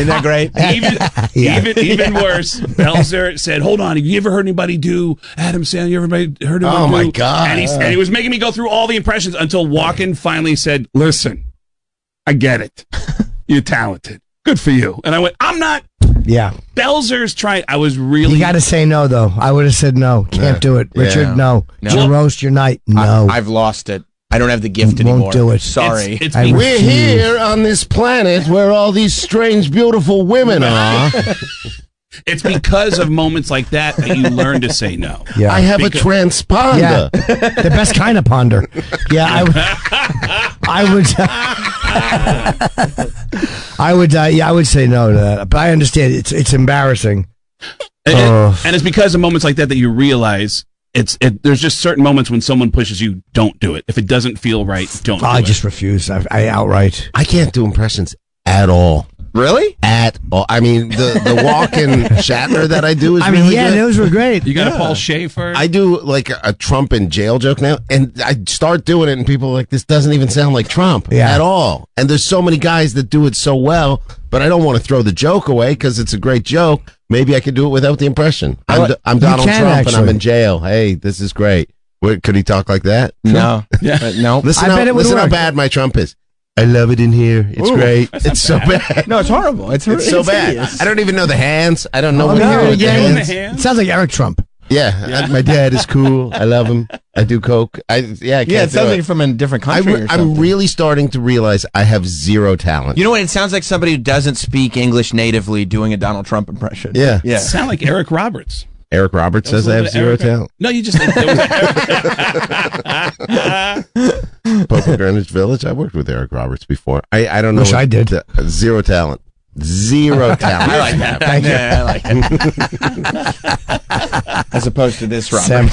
Speaker 18: Isn't
Speaker 4: that great?
Speaker 18: Even,
Speaker 3: Yeah.
Speaker 18: even, even
Speaker 3: Yeah.
Speaker 18: worse, Belzer said, "Hold on, have you ever heard anybody do Adam Sandler? You ever made- heard him?
Speaker 19: Oh,
Speaker 18: do-"
Speaker 19: my God.
Speaker 18: And he, and he was making me go through all the impressions until Walken finally said, "Listen, I get it. You're talented. Good for you." And I went, "I'm not."
Speaker 3: Yeah.
Speaker 18: Belzer's trying. I was really.
Speaker 3: You got to say no though. I would have said no. Can't
Speaker 4: Yeah.
Speaker 3: do it, Richard.
Speaker 4: Yeah.
Speaker 3: No.
Speaker 4: No.
Speaker 3: Your roast, your night. No.
Speaker 4: I've lost it. I don't have the gift
Speaker 3: You
Speaker 4: anymore.
Speaker 3: won't do it.
Speaker 4: Sorry.
Speaker 3: It's- it's I
Speaker 19: We're here on this planet where all these strange, beautiful women are.
Speaker 18: It's because of moments like that that you learn to say no.
Speaker 3: Yeah.
Speaker 19: I have
Speaker 18: Because-
Speaker 19: a transponder.
Speaker 3: yeah. the best kind of ponder. Yeah, I would. I would. I would. Uh, yeah, I would say no to that. But I understand it's it's embarrassing.
Speaker 18: And, and-
Speaker 3: Oh.
Speaker 18: and it's because of moments like that that you realize it's it, there's just certain moments when someone pushes you, don't do it. If it doesn't feel right, don't.
Speaker 3: I
Speaker 18: do
Speaker 3: just refuse. I, I outright.
Speaker 19: I can't do impressions at all.
Speaker 4: Really?
Speaker 19: At all. I mean, the the walk-in Shatner that I do is.
Speaker 3: I mean,
Speaker 19: really
Speaker 3: yeah,
Speaker 19: good.
Speaker 3: those were great.
Speaker 18: You got
Speaker 19: Yeah.
Speaker 18: a Paul Schaefer.
Speaker 19: I do like a, a Trump in jail joke now, and I start doing it, and people are like, "This doesn't even sound like Trump
Speaker 3: Yeah.
Speaker 19: at all." And there's so many guys that do it so well, but I don't want to throw the joke away because it's a great joke. Maybe I could do it without the impression. I'm, D- I'm
Speaker 3: You
Speaker 19: Donald
Speaker 3: can,
Speaker 19: Trump, and I'm
Speaker 3: actually.
Speaker 19: in jail. Hey, this is great. Wait, could he talk like that? No,
Speaker 4: Yeah. no.
Speaker 19: Listen,
Speaker 4: I
Speaker 19: how,
Speaker 4: bet it would
Speaker 19: listen how
Speaker 4: work.
Speaker 19: bad my Trump is. I love it in here. It's
Speaker 4: Ooh,
Speaker 19: great.
Speaker 4: that's not
Speaker 19: It's so
Speaker 4: bad.
Speaker 19: bad.
Speaker 4: No, it's horrible. It's,
Speaker 19: It's so bad.
Speaker 4: hideous.
Speaker 19: I don't even know the hands. I don't know
Speaker 3: Oh,
Speaker 19: what
Speaker 3: no,
Speaker 19: happened with
Speaker 3: yeah,
Speaker 19: the
Speaker 3: yeah.
Speaker 19: hands.
Speaker 3: It sounds like Eric Trump.
Speaker 19: Yeah, I- my dad is cool. I love him. I do coke. I yeah, I can't
Speaker 4: Yeah, it
Speaker 19: do
Speaker 4: sounds like you're from a different country
Speaker 19: I
Speaker 4: or
Speaker 19: am
Speaker 4: something.
Speaker 19: really starting to realize I have zero talent.
Speaker 4: You know what? It sounds like somebody who doesn't speak English natively doing a Donald Trump impression.
Speaker 19: Yeah.
Speaker 4: Yeah.
Speaker 18: Sound like Eric Roberts.
Speaker 19: Eric Roberts
Speaker 18: That was
Speaker 19: says
Speaker 18: a
Speaker 19: I have
Speaker 18: little
Speaker 19: zero
Speaker 18: bit Eric-
Speaker 19: talent.
Speaker 18: No, you just. there was
Speaker 19: Pope of Greenwich Village. I worked with Eric Roberts before. I, I don't know.
Speaker 3: Wish
Speaker 19: what-
Speaker 3: I did.
Speaker 19: the- zero talent. Zero talent.
Speaker 4: I like that.
Speaker 19: Thank you.
Speaker 4: Yeah, I like that. As opposed to this, Robert.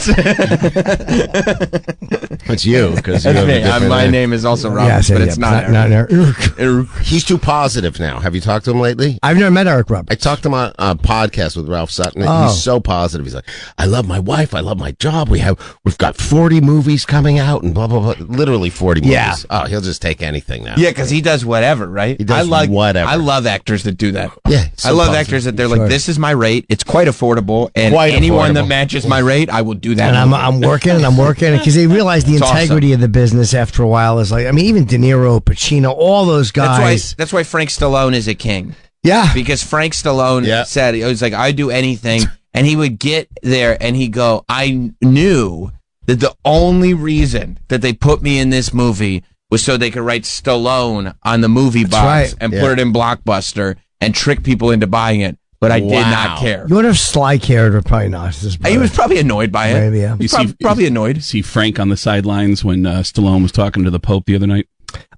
Speaker 19: It's you because
Speaker 4: That's me. Uh, my name is also Robert,
Speaker 3: Yeah, I said,
Speaker 4: but
Speaker 3: yeah,
Speaker 4: it's
Speaker 3: but
Speaker 4: not,
Speaker 3: not-
Speaker 4: Eric.
Speaker 19: He's too positive now. Have you talked to him lately?
Speaker 3: I've never met Eric Roberts.
Speaker 19: I talked to him on a podcast with Ralph Sutton. and
Speaker 3: Oh.
Speaker 19: He's so positive. He's like, I love my wife. I love my job. We have, we've got 40 movies coming out and blah, blah, blah. Literally 40 movies.
Speaker 4: Yeah.
Speaker 19: Oh, he'll just take anything now.
Speaker 4: Yeah, because he does whatever, right? He
Speaker 19: does
Speaker 4: I like,
Speaker 19: whatever.
Speaker 4: I love actors that do that.
Speaker 19: Yeah,
Speaker 4: I
Speaker 19: so
Speaker 4: love
Speaker 19: positive.
Speaker 4: actors that they're
Speaker 19: Sure.
Speaker 4: like, this is my rate. It's quite affordable, and
Speaker 19: Quite
Speaker 4: anyone
Speaker 19: affordable.
Speaker 4: that matches my rate, I will do that.
Speaker 3: and I'm, I'm working and I'm working because they realize the
Speaker 4: It's awesome.
Speaker 3: integrity of the business after a while is like I mean even De Niro, Pacino, all those
Speaker 4: That's why.
Speaker 3: guys.
Speaker 4: That's why Frank Stallone is a king.
Speaker 3: Yeah.
Speaker 4: because Frank Stallone said he was like, "I do anything," and he would get there and he go, "I knew that the only reason that they put me in this movie was so they could write Stallone on the movie box
Speaker 3: right.
Speaker 4: and
Speaker 3: Yeah.
Speaker 4: put it in Blockbuster and trick people into buying it." but I did not care.
Speaker 3: You would have Sly cared or probably not. It's his
Speaker 4: He
Speaker 3: brother.
Speaker 4: was probably annoyed by it.
Speaker 3: Maybe, yeah.
Speaker 18: You
Speaker 4: Prob-
Speaker 18: see, probably annoyed. See Frank on the sidelines when uh, Stallone was talking to the Pope the other night.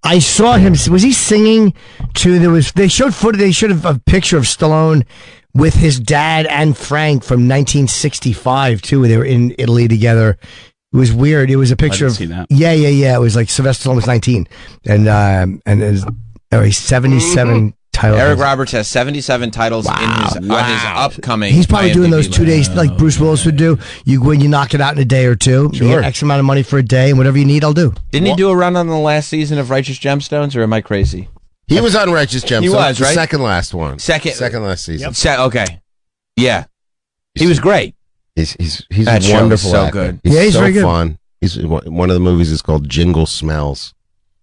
Speaker 3: I saw him. Was he singing to? There was. They showed footage. They showed a picture of Stallone with his dad and Frank from 1965 too. They were in Italy together. It was weird. It was a picture
Speaker 18: didn't
Speaker 3: of.
Speaker 18: see that.
Speaker 3: Yeah, yeah, yeah. It was like Sylvester Stallone was 19, and um, and is or he's 77 title.
Speaker 4: Eric Roberts has 77 titles in his, on his upcoming.
Speaker 3: He's probably doing
Speaker 4: IMDb
Speaker 3: those two
Speaker 4: list.
Speaker 3: days like Bruce Willis would do. You when you knock it out in a day or two, you
Speaker 4: Sure.
Speaker 3: get X amount of money for a day, and whatever you need, I'll do.
Speaker 4: Didn't he do a run on the last season of Righteous Gemstones, or am I crazy?
Speaker 19: He was on Righteous Gemstones.
Speaker 4: He was
Speaker 19: the
Speaker 4: right.
Speaker 19: Second last one.
Speaker 4: Second,
Speaker 19: second last season.
Speaker 4: Se- okay, yeah, he was great.
Speaker 19: He's he's he's
Speaker 4: That
Speaker 19: a
Speaker 4: show
Speaker 19: wonderful.
Speaker 4: is so
Speaker 19: actor.
Speaker 4: good.
Speaker 19: He's
Speaker 4: Yeah, he's
Speaker 19: so
Speaker 4: very good.
Speaker 19: fun. He's one of the movies is called Jingle Smells.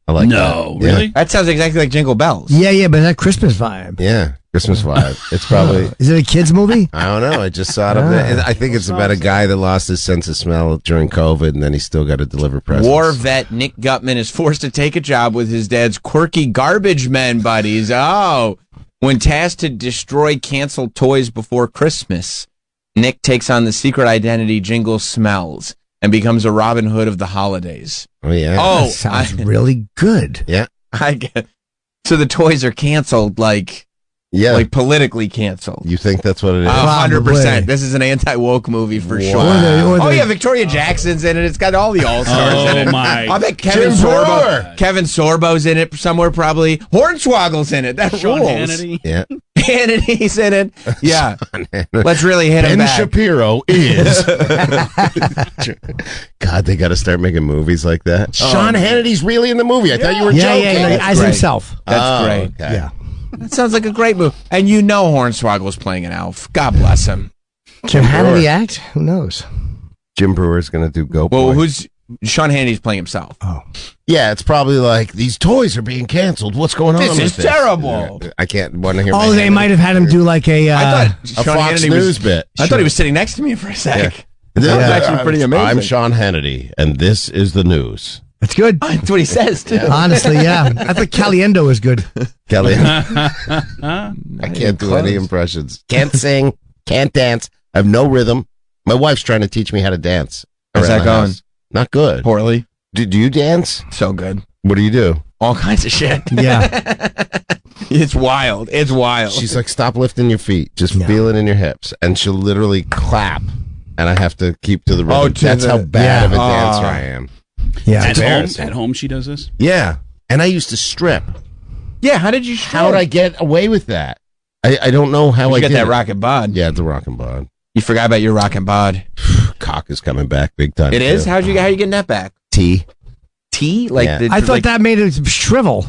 Speaker 19: I like that. Yeah.
Speaker 4: That sounds exactly like Jingle Bells.
Speaker 3: Yeah, yeah, but that Christmas vibe.
Speaker 19: Yeah, Christmas vibe. It's probably.
Speaker 3: Is it a kids movie?
Speaker 19: I don't know. I just saw it up there. And I think it's about a guy that lost his sense of smell during COVID, and then he still got to deliver presents.
Speaker 4: War vet Nick Gutman is forced to take a job with his dad's quirky garbage men buddies. Oh, when tasked to destroy canceled toys before Christmas, Nick takes on the secret identity Jingle Smells and becomes a Robin Hood of the holidays.
Speaker 19: Oh yeah.
Speaker 4: Oh,
Speaker 3: that sounds
Speaker 4: I-
Speaker 3: really good.
Speaker 19: Yeah.
Speaker 4: I get. So the toys are canceled, like
Speaker 19: yeah,
Speaker 4: like politically canceled.
Speaker 19: You think that's what it is?
Speaker 4: A hundred percent. This is an anti woke movie for sure.
Speaker 19: Or they- or
Speaker 4: oh
Speaker 19: they-
Speaker 4: yeah, Victoria Jackson's in it. It's got all the all stars
Speaker 18: Oh,
Speaker 4: in it.
Speaker 18: my.
Speaker 4: I bet Kevin
Speaker 18: Jim
Speaker 4: Sorbo. Kevin Sorbo's in it somewhere probably. Hornswoggle's in it. That
Speaker 18: Sean
Speaker 4: rules.
Speaker 18: Hannity.
Speaker 19: Yeah.
Speaker 4: Hannity's in it. Yeah. Let's really hit
Speaker 19: Ben
Speaker 4: him back.
Speaker 19: Shapiro is. God, they got to start making movies like that. Oh, Sean Hannity's really in the movie. I thought you were
Speaker 3: Yeah,
Speaker 19: joking.
Speaker 3: yeah, yeah, as himself.
Speaker 4: That's
Speaker 19: Oh,
Speaker 4: great.
Speaker 19: okay. Yeah.
Speaker 4: That sounds like a great movie. And you know Hornswoggle's playing an elf. God bless him.
Speaker 3: Can Hannity act? Who knows?
Speaker 19: Jim Brewer's going to do Go
Speaker 4: Well,
Speaker 19: Boy.
Speaker 4: who's Sean Hannity's playing himself?
Speaker 19: Yeah, it's probably like these toys are being canceled. What's going on?
Speaker 4: Oh, This
Speaker 19: with
Speaker 4: is terrible.
Speaker 19: I can't want to hear.
Speaker 3: Oh, they might have had him do like a. Uh,
Speaker 19: I thought- A Fox News bit.
Speaker 4: I thought
Speaker 19: Sure.
Speaker 4: he was sitting next to me for a sec.
Speaker 19: Yeah.
Speaker 4: That was
Speaker 19: Yeah.
Speaker 4: actually pretty amazing.
Speaker 19: I'm Sean Hannity, and this is the news.
Speaker 3: That's good.
Speaker 4: That's what he says too.
Speaker 3: Honestly, yeah. I thought Caliendo was good.
Speaker 19: Kelly, I
Speaker 18: Huh?
Speaker 19: can't do any impressions. Can't sing. Can't dance. I have no rhythm. My wife's trying to teach me how to dance.
Speaker 4: How's
Speaker 19: around
Speaker 4: that
Speaker 19: the
Speaker 4: going?
Speaker 19: house. Not good.
Speaker 4: Poorly.
Speaker 19: Do, do you dance?
Speaker 4: So good.
Speaker 19: What do you do?
Speaker 4: All kinds of shit.
Speaker 3: Yeah.
Speaker 4: it's wild. It's wild.
Speaker 19: She's like, stop lifting your feet. Just feel it in your hips. And she'll literally clap. And I have to keep to the rhythm.
Speaker 18: Oh, to
Speaker 19: That's
Speaker 18: the-
Speaker 19: how bad
Speaker 18: yeah.
Speaker 19: of a
Speaker 18: Ah.
Speaker 19: dancer I am.
Speaker 18: At
Speaker 19: It's embarrassing.
Speaker 18: home, at home, she does this.
Speaker 19: Yeah. And I used to strip.
Speaker 4: Yeah. How did you?
Speaker 19: How did I get away with that? I, I don't know how
Speaker 4: You
Speaker 19: I
Speaker 4: got
Speaker 19: did
Speaker 4: that
Speaker 19: it.
Speaker 4: rock and bod.
Speaker 19: Yeah, the rock and bod.
Speaker 4: You forgot about your rock and bod.
Speaker 19: Cock is coming back big time.
Speaker 4: It is.
Speaker 19: too.
Speaker 4: How'd you? How you getting that back?
Speaker 19: T.
Speaker 4: T. Like
Speaker 19: Yeah.
Speaker 4: the,
Speaker 3: I thought
Speaker 4: like-
Speaker 3: that made it shrivel.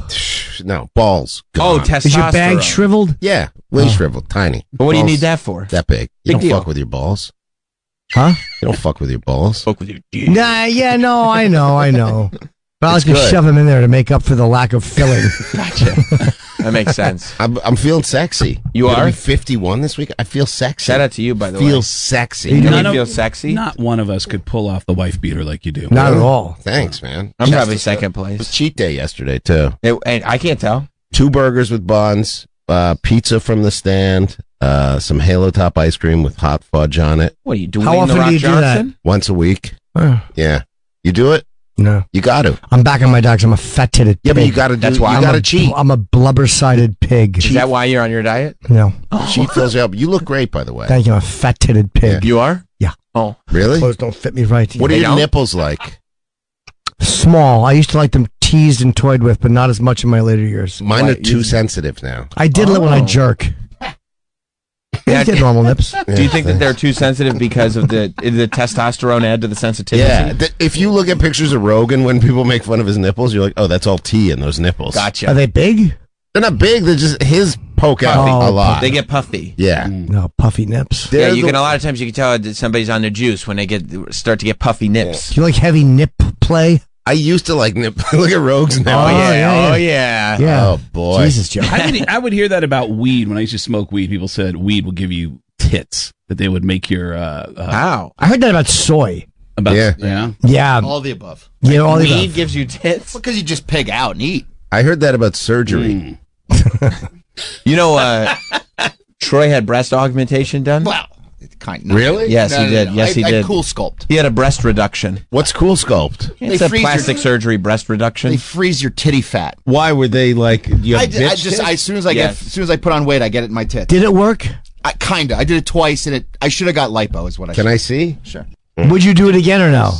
Speaker 19: No balls.
Speaker 4: Oh,
Speaker 19: Gone.
Speaker 3: Is your bag shriveled?
Speaker 19: Yeah, way shriveled, tiny.
Speaker 4: But what do you
Speaker 19: Balls
Speaker 4: need that for?
Speaker 19: That big. You
Speaker 4: Big
Speaker 19: don't
Speaker 4: deal.
Speaker 19: fuck with your balls,
Speaker 3: huh?
Speaker 19: You don't fuck with your balls.
Speaker 4: Fuck with your
Speaker 3: Nah, yeah, no, I know, I know. But I was
Speaker 19: It's
Speaker 3: gonna
Speaker 19: good.
Speaker 3: shove him in there to make up for the lack of filling.
Speaker 4: That makes sense.
Speaker 19: I'm, I'm feeling sexy.
Speaker 4: You
Speaker 19: I'm gonna
Speaker 4: are?
Speaker 19: be 51 this week. I feel sexy.
Speaker 4: Shout out to you, by the way.
Speaker 19: Feel sexy.
Speaker 18: None
Speaker 4: Don't you
Speaker 18: of-
Speaker 4: feel sexy?
Speaker 18: Not one of us could pull off the wife beater like you do.
Speaker 19: Yeah. Thanks, man.
Speaker 4: I'm
Speaker 19: Just
Speaker 4: probably
Speaker 19: a-
Speaker 4: second
Speaker 19: It
Speaker 4: place.
Speaker 19: was cheat day yesterday too.
Speaker 4: It- and I can't tell.
Speaker 19: Two burgers with buns, uh, pizza from the stand, uh, some Halo Top ice cream with hot fudge on it.
Speaker 4: What are you doing? How often do you do that?
Speaker 19: Once a week.
Speaker 3: Oh.
Speaker 19: Yeah, you do it.
Speaker 3: No,
Speaker 19: you got to.
Speaker 3: I'm back on my dogs. I'm a fat titted.
Speaker 19: Yeah, but you gotta do- That's why. you
Speaker 3: I'm
Speaker 19: gotta
Speaker 3: a-
Speaker 19: cheat.
Speaker 3: I'm a blubber sided pig.
Speaker 4: Is that why you're on your diet?
Speaker 3: No,
Speaker 19: She Oh. fills you up. You look great, by the way.
Speaker 3: thank you. I'm a fat titted pig.
Speaker 4: You are?
Speaker 3: Yeah.
Speaker 4: Oh,
Speaker 19: really?
Speaker 3: Clothes don't fit me right.
Speaker 19: What are
Speaker 3: They
Speaker 19: your
Speaker 3: don't?
Speaker 19: nipples like?
Speaker 3: Small. I used to like them teased and toyed with, but not as much in my later years.
Speaker 19: Mine are too sensitive now.
Speaker 3: I did it when I
Speaker 4: Oh.
Speaker 3: jerk. I did normal nips.
Speaker 4: Do you think that they're too sensitive because of the the testosterone add to the sensitivity?
Speaker 19: Yeah, th- if you look at pictures of Rogan when people make fun of his nipples, you're like, oh, that's all T in those nipples.
Speaker 4: Gotcha.
Speaker 3: Are they big?
Speaker 19: They're not big. They're just his poke out a
Speaker 3: Oh,
Speaker 19: lot.
Speaker 4: They get puffy.
Speaker 19: yeah. Mm.
Speaker 3: No, Oh, puffy nips.
Speaker 4: yeah,
Speaker 19: They're
Speaker 4: you
Speaker 19: the-
Speaker 4: can. A lot of times you can tell that somebody's on their juice when they get start to get puffy nips.
Speaker 3: Do you like heavy nip play?
Speaker 19: I used to like nip. look at Rogues now.
Speaker 4: Oh, yeah,
Speaker 3: yeah,
Speaker 4: oh yeah.
Speaker 3: Yeah.
Speaker 19: Oh boy.
Speaker 3: Jesus, Joe.
Speaker 18: I would, I would hear that about weed when I used to smoke weed. People said weed will give you tits. That they would make your uh, uh
Speaker 4: Wow.
Speaker 3: I heard that about soy.
Speaker 18: about
Speaker 19: Yeah.
Speaker 18: yeah.
Speaker 3: Yeah.
Speaker 7: All the above.
Speaker 3: yeah, all the
Speaker 4: Weed
Speaker 3: above.
Speaker 4: gives you tits.
Speaker 7: Because you just pig out and eat.
Speaker 4: Mm.
Speaker 19: I heard that about surgery.
Speaker 4: You know, uh, Troy had breast augmentation done. Wow.
Speaker 7: Kind
Speaker 4: Really? Yes,
Speaker 7: No,
Speaker 4: he
Speaker 7: no,
Speaker 4: did.
Speaker 7: no.
Speaker 4: Yes,
Speaker 7: I-
Speaker 4: he
Speaker 7: I
Speaker 4: did.
Speaker 7: cool sculpt.
Speaker 4: He had a breast reduction.
Speaker 19: What's cool sculpt?
Speaker 4: It's
Speaker 7: They
Speaker 4: a
Speaker 7: freeze your-
Speaker 4: plastic surgery breast reduction.
Speaker 7: They freeze your titty fat.
Speaker 19: Why were they like? You
Speaker 7: I,
Speaker 19: have
Speaker 7: ju- I
Speaker 19: bitch
Speaker 7: just
Speaker 19: tits?
Speaker 7: I, as soon as I
Speaker 19: Yes.
Speaker 7: get as soon as I put on weight, I get it in my tits.
Speaker 3: Did it work?
Speaker 7: I, kinda. I did it twice, and it I should have got lipo. Is what I
Speaker 19: Can
Speaker 7: should-
Speaker 19: I see? Mm.
Speaker 7: Sure.
Speaker 3: Would you do it again or no?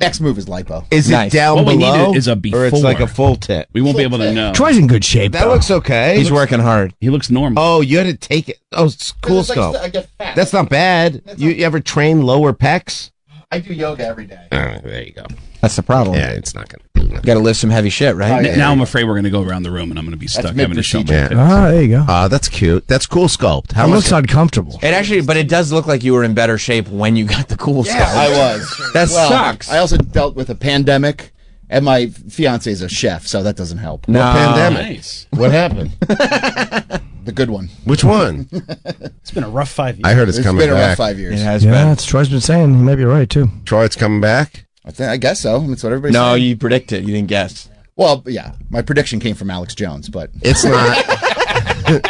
Speaker 7: Next move is lipo.
Speaker 19: Is it down
Speaker 3: What we
Speaker 19: below?
Speaker 3: needed is a
Speaker 19: Or it's like a
Speaker 3: before.
Speaker 19: full tit.
Speaker 18: We won't be able to know.
Speaker 3: Troy's in good shape.
Speaker 19: That
Speaker 3: though.
Speaker 19: looks okay.
Speaker 3: He's
Speaker 19: working
Speaker 4: hard.
Speaker 18: He looks normal.
Speaker 19: Oh, you had to take it. Oh, it's cool
Speaker 7: It's like
Speaker 19: sculpt.
Speaker 7: I get fat.
Speaker 19: That's not bad. you, you ever train lower pecs?
Speaker 7: I do yoga every day.
Speaker 19: there you go.
Speaker 4: That's the problem.
Speaker 19: Yeah, it's not gonna. Oh,
Speaker 4: Got to lift some heavy shit, right?
Speaker 18: N- now I'm afraid we're going to go around the room and I'm going to be stuck having to show my
Speaker 19: Yeah.
Speaker 18: tits.
Speaker 3: there you go.
Speaker 19: Ah, that's cute. That's cool sculpt. How
Speaker 4: It
Speaker 19: much-
Speaker 4: looks
Speaker 3: uncomfortable.
Speaker 4: It actually, but it does look like you were in better shape when you got the cool
Speaker 7: Yeah,
Speaker 4: sculpt.
Speaker 7: I was.
Speaker 4: That
Speaker 7: Well,
Speaker 4: sucks.
Speaker 7: I also dealt with a pandemic, and my fiance is a chef, so that doesn't help.
Speaker 4: No.
Speaker 19: What pandemic? What happened?
Speaker 7: The good one.
Speaker 19: Which one?
Speaker 9: It's been a rough five years.
Speaker 19: I heard it's, coming
Speaker 7: been
Speaker 19: back.
Speaker 7: a rough five years.
Speaker 3: yeah, that's Troy's been saying. He may be right too.
Speaker 19: Troy, it's coming back.
Speaker 7: I, think, I guess so. That's what everybody's
Speaker 4: No,
Speaker 7: saying.
Speaker 4: you predicted. You didn't guess.
Speaker 7: Well, yeah, my prediction came from Alex Jones, but
Speaker 19: it's not.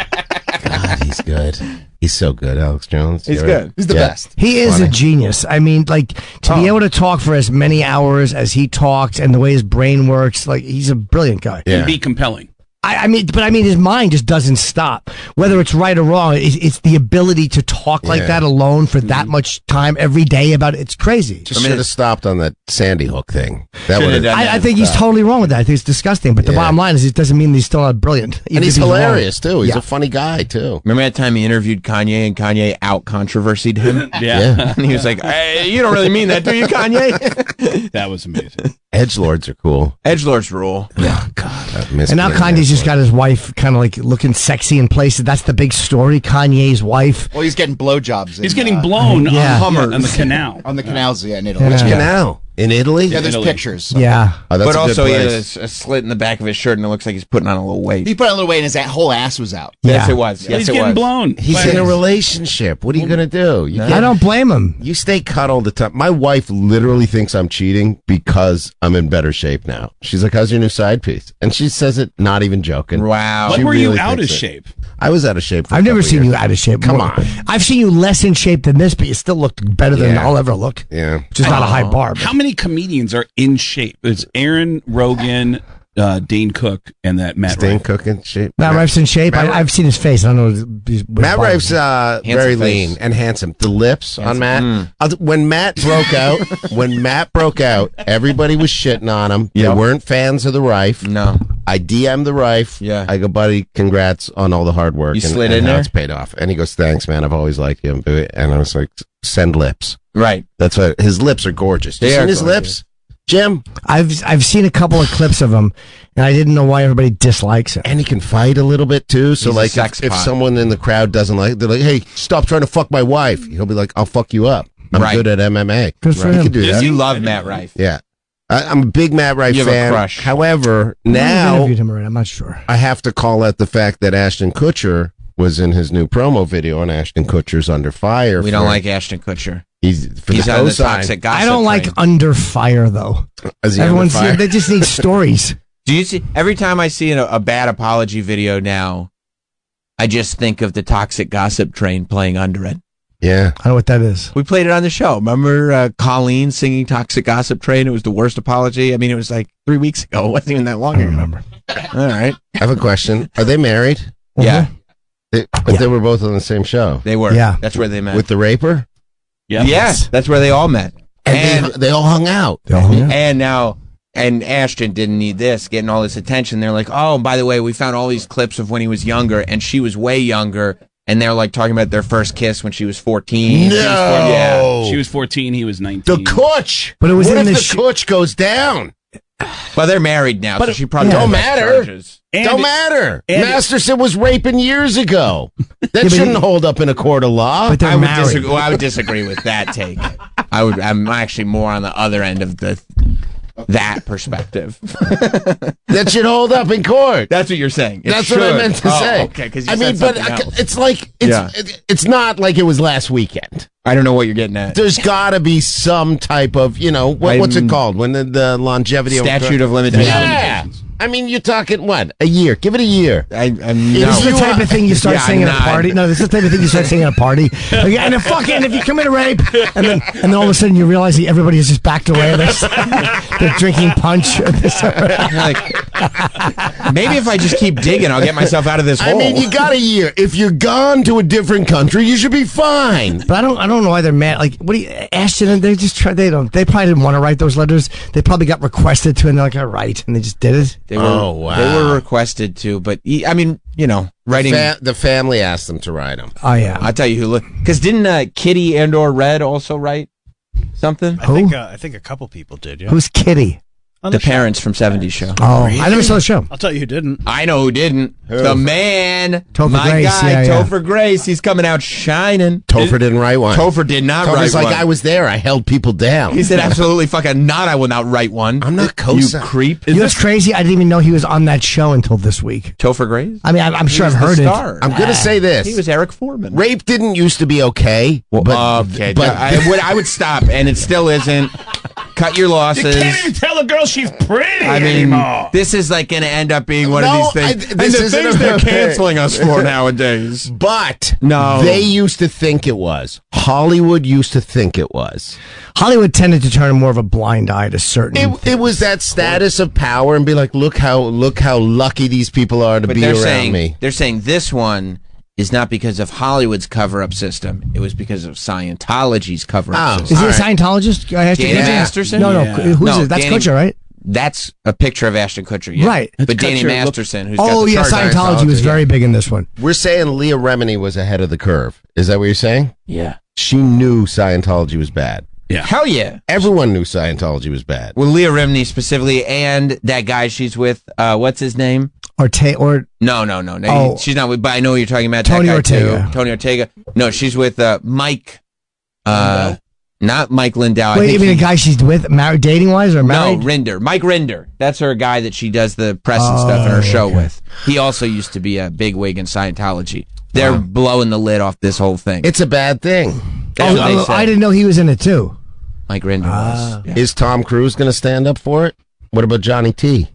Speaker 19: God, he's good. He's so good, Alex Jones.
Speaker 7: He's
Speaker 19: You're-
Speaker 7: good. He's the
Speaker 19: Yeah.
Speaker 7: best. Oh.
Speaker 3: He is a genius. I mean, like to be able to talk for as many hours as he talked, and the way his brain works, like he's a brilliant guy.
Speaker 18: And be compelling.
Speaker 3: I, I mean, but I mean, his mind just doesn't stop. Whether it's right or wrong, it's, it's the ability to talk like
Speaker 19: Yeah.
Speaker 3: that alone for that
Speaker 7: Mm-hmm.
Speaker 3: much time every day about it. It's crazy.
Speaker 19: Just should have stopped on that Sandy Hook thing. That
Speaker 3: I,
Speaker 19: would
Speaker 3: I think he's totally wrong with that. I think it's disgusting. But the
Speaker 19: Yeah.
Speaker 3: bottom line is, it doesn't mean he's still not brilliant. even
Speaker 19: And he's
Speaker 3: if wrong.
Speaker 19: hilarious too. He's
Speaker 3: Yeah.
Speaker 19: a funny guy too.
Speaker 4: Remember that time he interviewed Kanye and Kanye out controversied him?
Speaker 19: Yeah.
Speaker 4: and he was like, hey, you don't really mean that, do you, Kanye?
Speaker 18: That was amazing.
Speaker 19: Edge lords are cool.
Speaker 4: Edgelords rule.
Speaker 3: Yeah,
Speaker 19: God. I miss
Speaker 3: and now
Speaker 19: being an
Speaker 3: Kanye's just
Speaker 19: edgelord.
Speaker 3: got his wife kind of like looking sexy in places. That's the big story. Kanye's wife.
Speaker 7: well, he's getting blowjobs. in,
Speaker 18: He's getting
Speaker 7: uh,
Speaker 18: blown
Speaker 3: Yeah.
Speaker 18: on,
Speaker 3: Hummers.
Speaker 18: on the canal.
Speaker 7: on the canals, yeah, in Italy.
Speaker 3: Which
Speaker 7: Yeah.
Speaker 19: canal in Italy?
Speaker 7: Yeah, there's
Speaker 18: Italy.
Speaker 7: pictures.
Speaker 3: Yeah.
Speaker 19: Oh, that's a
Speaker 4: but
Speaker 19: good
Speaker 4: also, he
Speaker 19: place.
Speaker 4: has a slit in the back of his shirt, and it looks like he's putting on a little weight.
Speaker 7: He put on a little weight, and his a- whole ass was out.
Speaker 4: Yes, it was. Yes,
Speaker 18: He's
Speaker 4: it
Speaker 18: getting
Speaker 4: was.
Speaker 18: blown.
Speaker 19: He's
Speaker 18: Like,
Speaker 19: in a relationship. What are you gonna do? You
Speaker 3: I
Speaker 19: can't-
Speaker 3: don't blame him.
Speaker 19: You stay cut all the time. My wife literally thinks I'm cheating because I'm in better shape now. She's like, "How's your new side piece?" And she says it, not even joking.
Speaker 4: Wow.
Speaker 18: When
Speaker 19: She
Speaker 18: were
Speaker 19: really
Speaker 18: you out of
Speaker 19: thinks it.
Speaker 18: shape?
Speaker 19: I was out of shape. For a
Speaker 3: I've never
Speaker 19: couple
Speaker 3: seen
Speaker 19: years.
Speaker 3: you out of shape.
Speaker 19: Come
Speaker 3: More-
Speaker 19: on.
Speaker 3: I've seen you less in shape than this, but you still look better than
Speaker 19: Yeah.
Speaker 3: I'll ever look.
Speaker 19: Yeah.
Speaker 3: Which is not a high bar. but-
Speaker 18: Uh-huh. How many comedians are in shape? It's Aaron Rogan, uh, Dane Cook, and that Matt
Speaker 19: Stain
Speaker 18: Rife.
Speaker 19: cooking shape.
Speaker 3: Matt Rife's in shape.
Speaker 19: Matt
Speaker 3: I,
Speaker 19: Rife-
Speaker 3: I've seen his face. I don't know. what his- what his
Speaker 19: Matt
Speaker 3: body-
Speaker 19: Rife's uh, very
Speaker 4: face. Mm.
Speaker 19: lean and handsome. The lips on Matt. I'll- When Matt broke out, when Matt broke out, everybody was shitting on him. They
Speaker 4: Yep.
Speaker 19: weren't fans of the Rife.
Speaker 4: No.
Speaker 19: I DM the Rife.
Speaker 4: Yeah.
Speaker 19: I go, buddy, congrats on all the hard work.
Speaker 4: You
Speaker 19: and,
Speaker 4: slid
Speaker 19: and
Speaker 4: in
Speaker 19: how
Speaker 4: there?
Speaker 19: It's paid off. And he goes, thanks, man. I've always liked you. And I was like, send lips.
Speaker 4: Right.
Speaker 19: That's what his lips are gorgeous. You
Speaker 4: They
Speaker 19: seen
Speaker 4: are
Speaker 19: his
Speaker 4: gorgeous.
Speaker 19: lips, Jim?
Speaker 3: I've I've seen a couple of clips of him, and I didn't know why everybody dislikes him.
Speaker 19: And he can fight a little bit too. So
Speaker 4: He's a
Speaker 19: like,
Speaker 4: sex
Speaker 19: if, if
Speaker 4: pot.
Speaker 19: someone in the crowd doesn't like, they're like, hey, stop trying to fuck my wife. He'll be like, I'll fuck you up. I'm
Speaker 4: Right.
Speaker 19: good at MMA.
Speaker 3: Good for
Speaker 19: He
Speaker 3: him.
Speaker 19: can do that.
Speaker 4: You love Matt Rife.
Speaker 19: Yeah. I, I'm a big Matt Rife
Speaker 4: You have a
Speaker 19: fan.
Speaker 4: crush.
Speaker 19: However,
Speaker 3: I might have
Speaker 19: now
Speaker 3: interviewed him already. I'm not sure.
Speaker 19: I have to call out the fact that Ashton Kutcher was in his new promo video, and Ashton Kutcher's under fire.
Speaker 4: We
Speaker 19: for-
Speaker 4: don't like Ashton Kutcher.
Speaker 19: He's for
Speaker 4: He's
Speaker 19: the
Speaker 4: on the
Speaker 19: cosign.
Speaker 4: toxic gossip
Speaker 3: I don't like
Speaker 4: train.
Speaker 3: under fire though.
Speaker 19: Is he under
Speaker 3: Everyone's
Speaker 19: fire?
Speaker 3: they just need stories.
Speaker 4: Do you see every time I see a, a bad apology video now, I just think of the toxic gossip train playing under it.
Speaker 19: Yeah.
Speaker 3: I don't know what that is.
Speaker 4: We played it on the show. Remember uh, Colleen singing "Toxic Gossip Train"? It was the worst apology. I mean, it was like three weeks ago. It wasn't even that long ago.
Speaker 3: remember.
Speaker 4: All right.
Speaker 19: I have a question. Are they married?
Speaker 4: Yeah,
Speaker 19: They, but they were both on the same show
Speaker 4: they were.
Speaker 3: Yeah.
Speaker 4: that's where they met.
Speaker 19: with the raper,
Speaker 18: Yeah.
Speaker 4: yes, that's where they all met.
Speaker 19: and,
Speaker 4: And
Speaker 19: they, they all hung out.
Speaker 4: and now and Ashton didn't need this, getting all this attention. They're like, oh, and by the way, we found all these clips of when he was younger, and she was way younger, and they're like talking about their first kiss when she was fourteen.
Speaker 19: No.
Speaker 4: yeah.
Speaker 18: She was 14, he was 19.
Speaker 19: The Kutch.
Speaker 3: But it was
Speaker 19: what
Speaker 3: in
Speaker 19: if
Speaker 3: the
Speaker 19: the
Speaker 3: sh-
Speaker 19: Kutch goes down?
Speaker 4: Well, they're married now, so she probably
Speaker 19: Don't
Speaker 4: has
Speaker 19: matter.
Speaker 4: charges.
Speaker 18: And-
Speaker 19: don't matter.
Speaker 18: and-
Speaker 19: Masterson was raping years ago. That
Speaker 3: but
Speaker 19: shouldn't
Speaker 3: he-
Speaker 19: hold up in a court of law.
Speaker 3: But they're
Speaker 4: I would
Speaker 3: married.
Speaker 4: disagree. well, I would disagree with that take. I would. I'm actually more on the other end of the that perspective.
Speaker 19: that should hold up in court.
Speaker 4: That's what you're saying. It
Speaker 19: That's what I
Speaker 4: should.
Speaker 19: meant to
Speaker 4: Oh,
Speaker 19: say.
Speaker 4: Okay, because
Speaker 19: I mean, but I- it's like it's
Speaker 4: Yeah.
Speaker 19: it, it's not like it was last weekend.
Speaker 4: I don't know what you're getting at.
Speaker 19: There's got to be some type of you know what, what's it
Speaker 4: I'm-
Speaker 19: called when the, the longevity of-
Speaker 4: Statute of limitations.
Speaker 19: Yeah, I mean, you're talking what? A year. Give it a year. I, I'm
Speaker 3: This is the type of thing you start singing at a party. No, this is the type of thing you start singing at a party. Like, and if fucking if you commit a rape, and then and then all of a sudden you realize that everybody has just backed away. They're, they're drinking punch.
Speaker 4: Maybe if I just keep digging, I'll get myself out of this
Speaker 19: I
Speaker 4: hole.
Speaker 19: mean, you got a year. If you're gone to a different country, you should be fine.
Speaker 3: But I don't. I don't know why they're mad. Like, what do you, Ashton? and They just try. They don't. They probably didn't want to write those letters. They probably got requested to, and they're like, all right, and they just did it.
Speaker 4: They were,
Speaker 19: Oh,
Speaker 4: They were requested to, but e- I mean, you know, writing.
Speaker 19: fa- the family asked them to write them.
Speaker 3: Oh yeah,
Speaker 4: I tell you who. Because didn't uh, Kitty and or Red also write something?
Speaker 9: I think uh, I think a couple people did. Yeah.
Speaker 3: Who's Kitty?
Speaker 9: On
Speaker 4: the
Speaker 9: the show.
Speaker 4: parents from '70s show.
Speaker 3: Oh, I never saw the show.
Speaker 9: I'll tell you who didn't.
Speaker 4: I know who didn't. The man,
Speaker 3: Topher
Speaker 4: my
Speaker 3: Grace,
Speaker 4: guy,
Speaker 3: yeah, yeah.
Speaker 4: Topher Grace. He's coming out shining.
Speaker 19: Topher didn't write one.
Speaker 4: Topher did not
Speaker 19: Topher's
Speaker 4: write
Speaker 19: like,
Speaker 4: one.
Speaker 19: I was there. I held people down.
Speaker 4: He said, "Absolutely fucking not. I will not write one. I'm not You
Speaker 19: cosign-
Speaker 4: creep.
Speaker 3: you know what's crazy? I didn't even know he was on that show until this week.
Speaker 4: Topher Grace.
Speaker 3: I mean, I'm, I'm
Speaker 4: He
Speaker 3: sure I've
Speaker 4: was
Speaker 3: heard
Speaker 4: the
Speaker 3: it. Ah.
Speaker 4: star.
Speaker 19: I'm gonna say this.
Speaker 4: He was Eric Foreman.
Speaker 19: Rape didn't used to be okay, but
Speaker 4: uh, Okay,
Speaker 19: but
Speaker 4: I would I would stop, and it still isn't. Cut your losses.
Speaker 15: even tell a girl she's pretty
Speaker 4: I mean, this is like going to end up being one
Speaker 19: No,
Speaker 4: of these things.
Speaker 19: I-
Speaker 4: and
Speaker 19: this
Speaker 4: the
Speaker 19: isn't
Speaker 4: things
Speaker 19: a-
Speaker 4: they're canceling us for nowadays.
Speaker 19: But
Speaker 4: no,
Speaker 19: they used to think it was. Hollywood used to think it was.
Speaker 3: Hollywood tended to turn more of a blind eye to certain.
Speaker 19: It, it was that status of power and be like, look how look how lucky these people are to
Speaker 4: but
Speaker 19: be
Speaker 4: they're
Speaker 19: around
Speaker 4: saying
Speaker 19: me.
Speaker 4: they're saying this one is not because of Hollywood's cover-up system. It was because of Scientology's cover-up
Speaker 3: is
Speaker 4: system.
Speaker 3: he a Scientologist? Uh, Ashton
Speaker 4: Oh, Danny
Speaker 3: Kutcher?
Speaker 4: Masterson?
Speaker 3: No, no.
Speaker 4: Yeah.
Speaker 3: Who's
Speaker 4: No,
Speaker 3: it? That's
Speaker 4: Danny-
Speaker 3: Kutcher, right?
Speaker 4: That's a picture of Ashton Kutcher, yeah.
Speaker 3: Right.
Speaker 4: But Danny
Speaker 19: Kutcher look-
Speaker 4: Masterson, who's got
Speaker 3: Oh
Speaker 4: the
Speaker 3: yeah,
Speaker 4: chart on
Speaker 3: Scientology was
Speaker 4: Scientology.
Speaker 3: very big in this one.
Speaker 19: We're saying Leah Remini was ahead of the curve. Is that what you're saying?
Speaker 4: Yeah.
Speaker 19: She knew Scientology was bad.
Speaker 18: Yeah.
Speaker 4: Hell yeah.
Speaker 19: Everyone knew Scientology was bad.
Speaker 4: Well, Leah Remini specifically, and that guy she's with, uh, what's his name?
Speaker 3: Or ta- or
Speaker 4: No, no, no, no.
Speaker 3: Oh.
Speaker 4: She's not with. But I know what you're talking about.
Speaker 3: Tony
Speaker 4: that guy
Speaker 3: Ortega.
Speaker 4: Too. Tony Ortega. No, she's with uh, Mike. Uh, not Mike Lindau. Uh, I
Speaker 3: wait, you
Speaker 4: think
Speaker 3: mean
Speaker 4: he-
Speaker 3: a guy she's with, married, dating wise, or
Speaker 4: no,
Speaker 3: married?
Speaker 4: Rinder. Mike Rinder. That's her guy that she does the press and stuff in her
Speaker 3: Oh,
Speaker 4: show with. He also used to be a big wig in Scientology. They're blowing the lid off this whole thing.
Speaker 19: It's a bad thing.
Speaker 4: That's
Speaker 3: Oh,
Speaker 4: what they
Speaker 3: oh,
Speaker 4: said.
Speaker 3: I didn't know he was in it too. Ah.
Speaker 4: Mike Rinder was. Yeah.
Speaker 19: Is Tom Cruise going to stand up for it? What about Johnny T?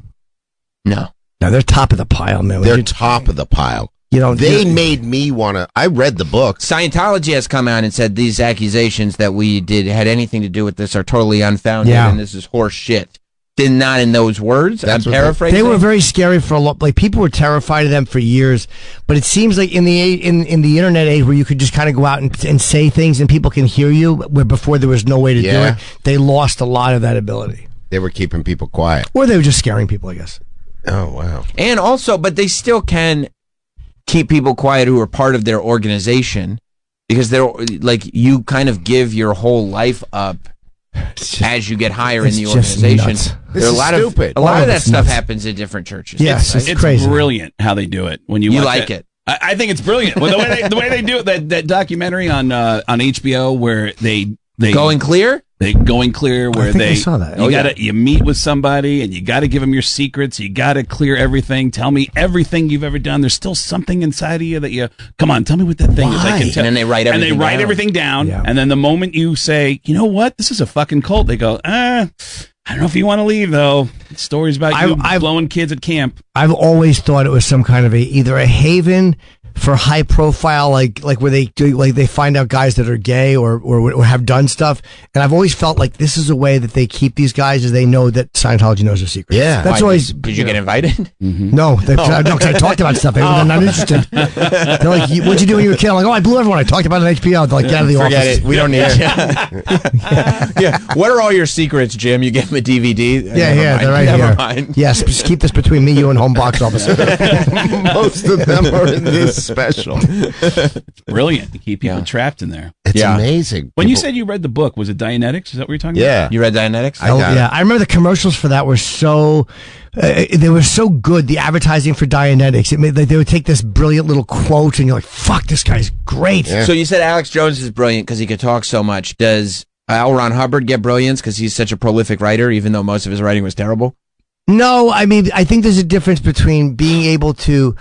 Speaker 4: No.
Speaker 3: No, they're top of the pile, man.
Speaker 19: They're top of the pile.
Speaker 3: You know,
Speaker 19: They
Speaker 3: you-
Speaker 19: made me want to. I read the book.
Speaker 4: Scientology has come out and said these accusations that we did had anything to do with this are totally unfounded
Speaker 3: Yeah.
Speaker 4: and this is horse shit. Did not in those words. I'm paraphrasing.
Speaker 3: They were very scary for a lot. Like people were terrified of them for years. But it seems like in the a- in in the internet age where you could just kind of go out and, and say things and people can hear you, where before there was no way to
Speaker 19: Yeah.
Speaker 3: do it, they lost a lot of that ability,
Speaker 19: They were keeping people quiet.
Speaker 3: or they were just scaring people. I guess.
Speaker 19: Oh wow.
Speaker 4: And also, but they still can keep people quiet who are part of their organization because they're like you kind of give your whole life up as you get higher in
Speaker 3: it's
Speaker 4: the
Speaker 3: just
Speaker 4: organization.
Speaker 3: nuts.
Speaker 4: There
Speaker 19: This
Speaker 4: are a
Speaker 19: is
Speaker 4: lot
Speaker 19: stupid.
Speaker 4: of a lot
Speaker 3: All
Speaker 4: of
Speaker 3: of
Speaker 4: that
Speaker 3: it's
Speaker 4: stuff
Speaker 3: nuts.
Speaker 4: happens at different churches.
Speaker 3: Yes, it's crazy.
Speaker 18: brilliant how they do it when you,
Speaker 4: You
Speaker 18: watch
Speaker 4: like it.
Speaker 18: I, I think it's brilliant. Well, the way they, the way they do it, that, that documentary on uh, on HBO where they they
Speaker 4: Going clear?
Speaker 18: they going clear where
Speaker 3: think I
Speaker 18: they
Speaker 3: saw that.
Speaker 18: You
Speaker 3: Oh, yeah.
Speaker 18: gotta you meet with somebody and you gotta give them your secrets. You gotta clear everything. Tell me everything you've ever done. There's still something inside of you that you come on. Tell me what that thing is. I
Speaker 3: Why?
Speaker 18: can tell.
Speaker 4: And then they write
Speaker 18: and
Speaker 4: everything
Speaker 18: they write
Speaker 4: down.
Speaker 18: everything down.
Speaker 3: Yeah.
Speaker 18: And then the moment you say, you know what, this is a fucking cult, they go, ah. I don't know if you want to leave though. Stories about you blowing kids at camp.
Speaker 3: I've always thought it was some kind of a either a haven for high profile, like like where they do, like they find out guys that are gay or, or or have done stuff. And I've always felt like this is a way that they keep these guys, as they know that Scientology knows their secrets.
Speaker 19: Yeah.
Speaker 3: that's
Speaker 4: Why, Mm-hmm.
Speaker 3: always.
Speaker 4: Did you get invited? Oh.
Speaker 3: No, they, no, 'cause I talked about stuff. They, are not interested. They're like, "You- "What'd you do when you were a kid?" I'm like, "Oh, I blew everyone. I talked about it on HBO." They're like, "Get out of the
Speaker 4: Forget
Speaker 3: office."
Speaker 4: it. We don't need it. yeah. What are all your secrets, Jim? You give him a
Speaker 3: Yeah,
Speaker 4: DVD. Never
Speaker 3: yeah,
Speaker 4: mind.
Speaker 3: they're right
Speaker 4: Never
Speaker 3: here.
Speaker 4: mind.
Speaker 3: Yes, just keep this between me, you, and home box office.
Speaker 19: Most of them are in this special.
Speaker 18: Brilliant to keep people trapped in there.
Speaker 19: It's
Speaker 4: Yeah.
Speaker 19: amazing.
Speaker 18: When you
Speaker 19: People-
Speaker 18: said you read the book, was it Dianetics? Is that what you're talking
Speaker 19: yeah,
Speaker 4: You read Dianetics? Oh,
Speaker 19: I got
Speaker 3: yeah, I remember the commercials for that were so uh, they were so good. The advertising for Dianetics, it made like, they would take this brilliant little quote, and you're like, "Fuck, this guy's great."
Speaker 19: Yeah.
Speaker 4: So you said Alex Jones is brilliant because he could talk so much. Does uh, L. Ron Hubbard get brilliance because he's such a prolific writer, even though most of his writing was terrible?
Speaker 3: No, I mean, I think there's a difference between being able to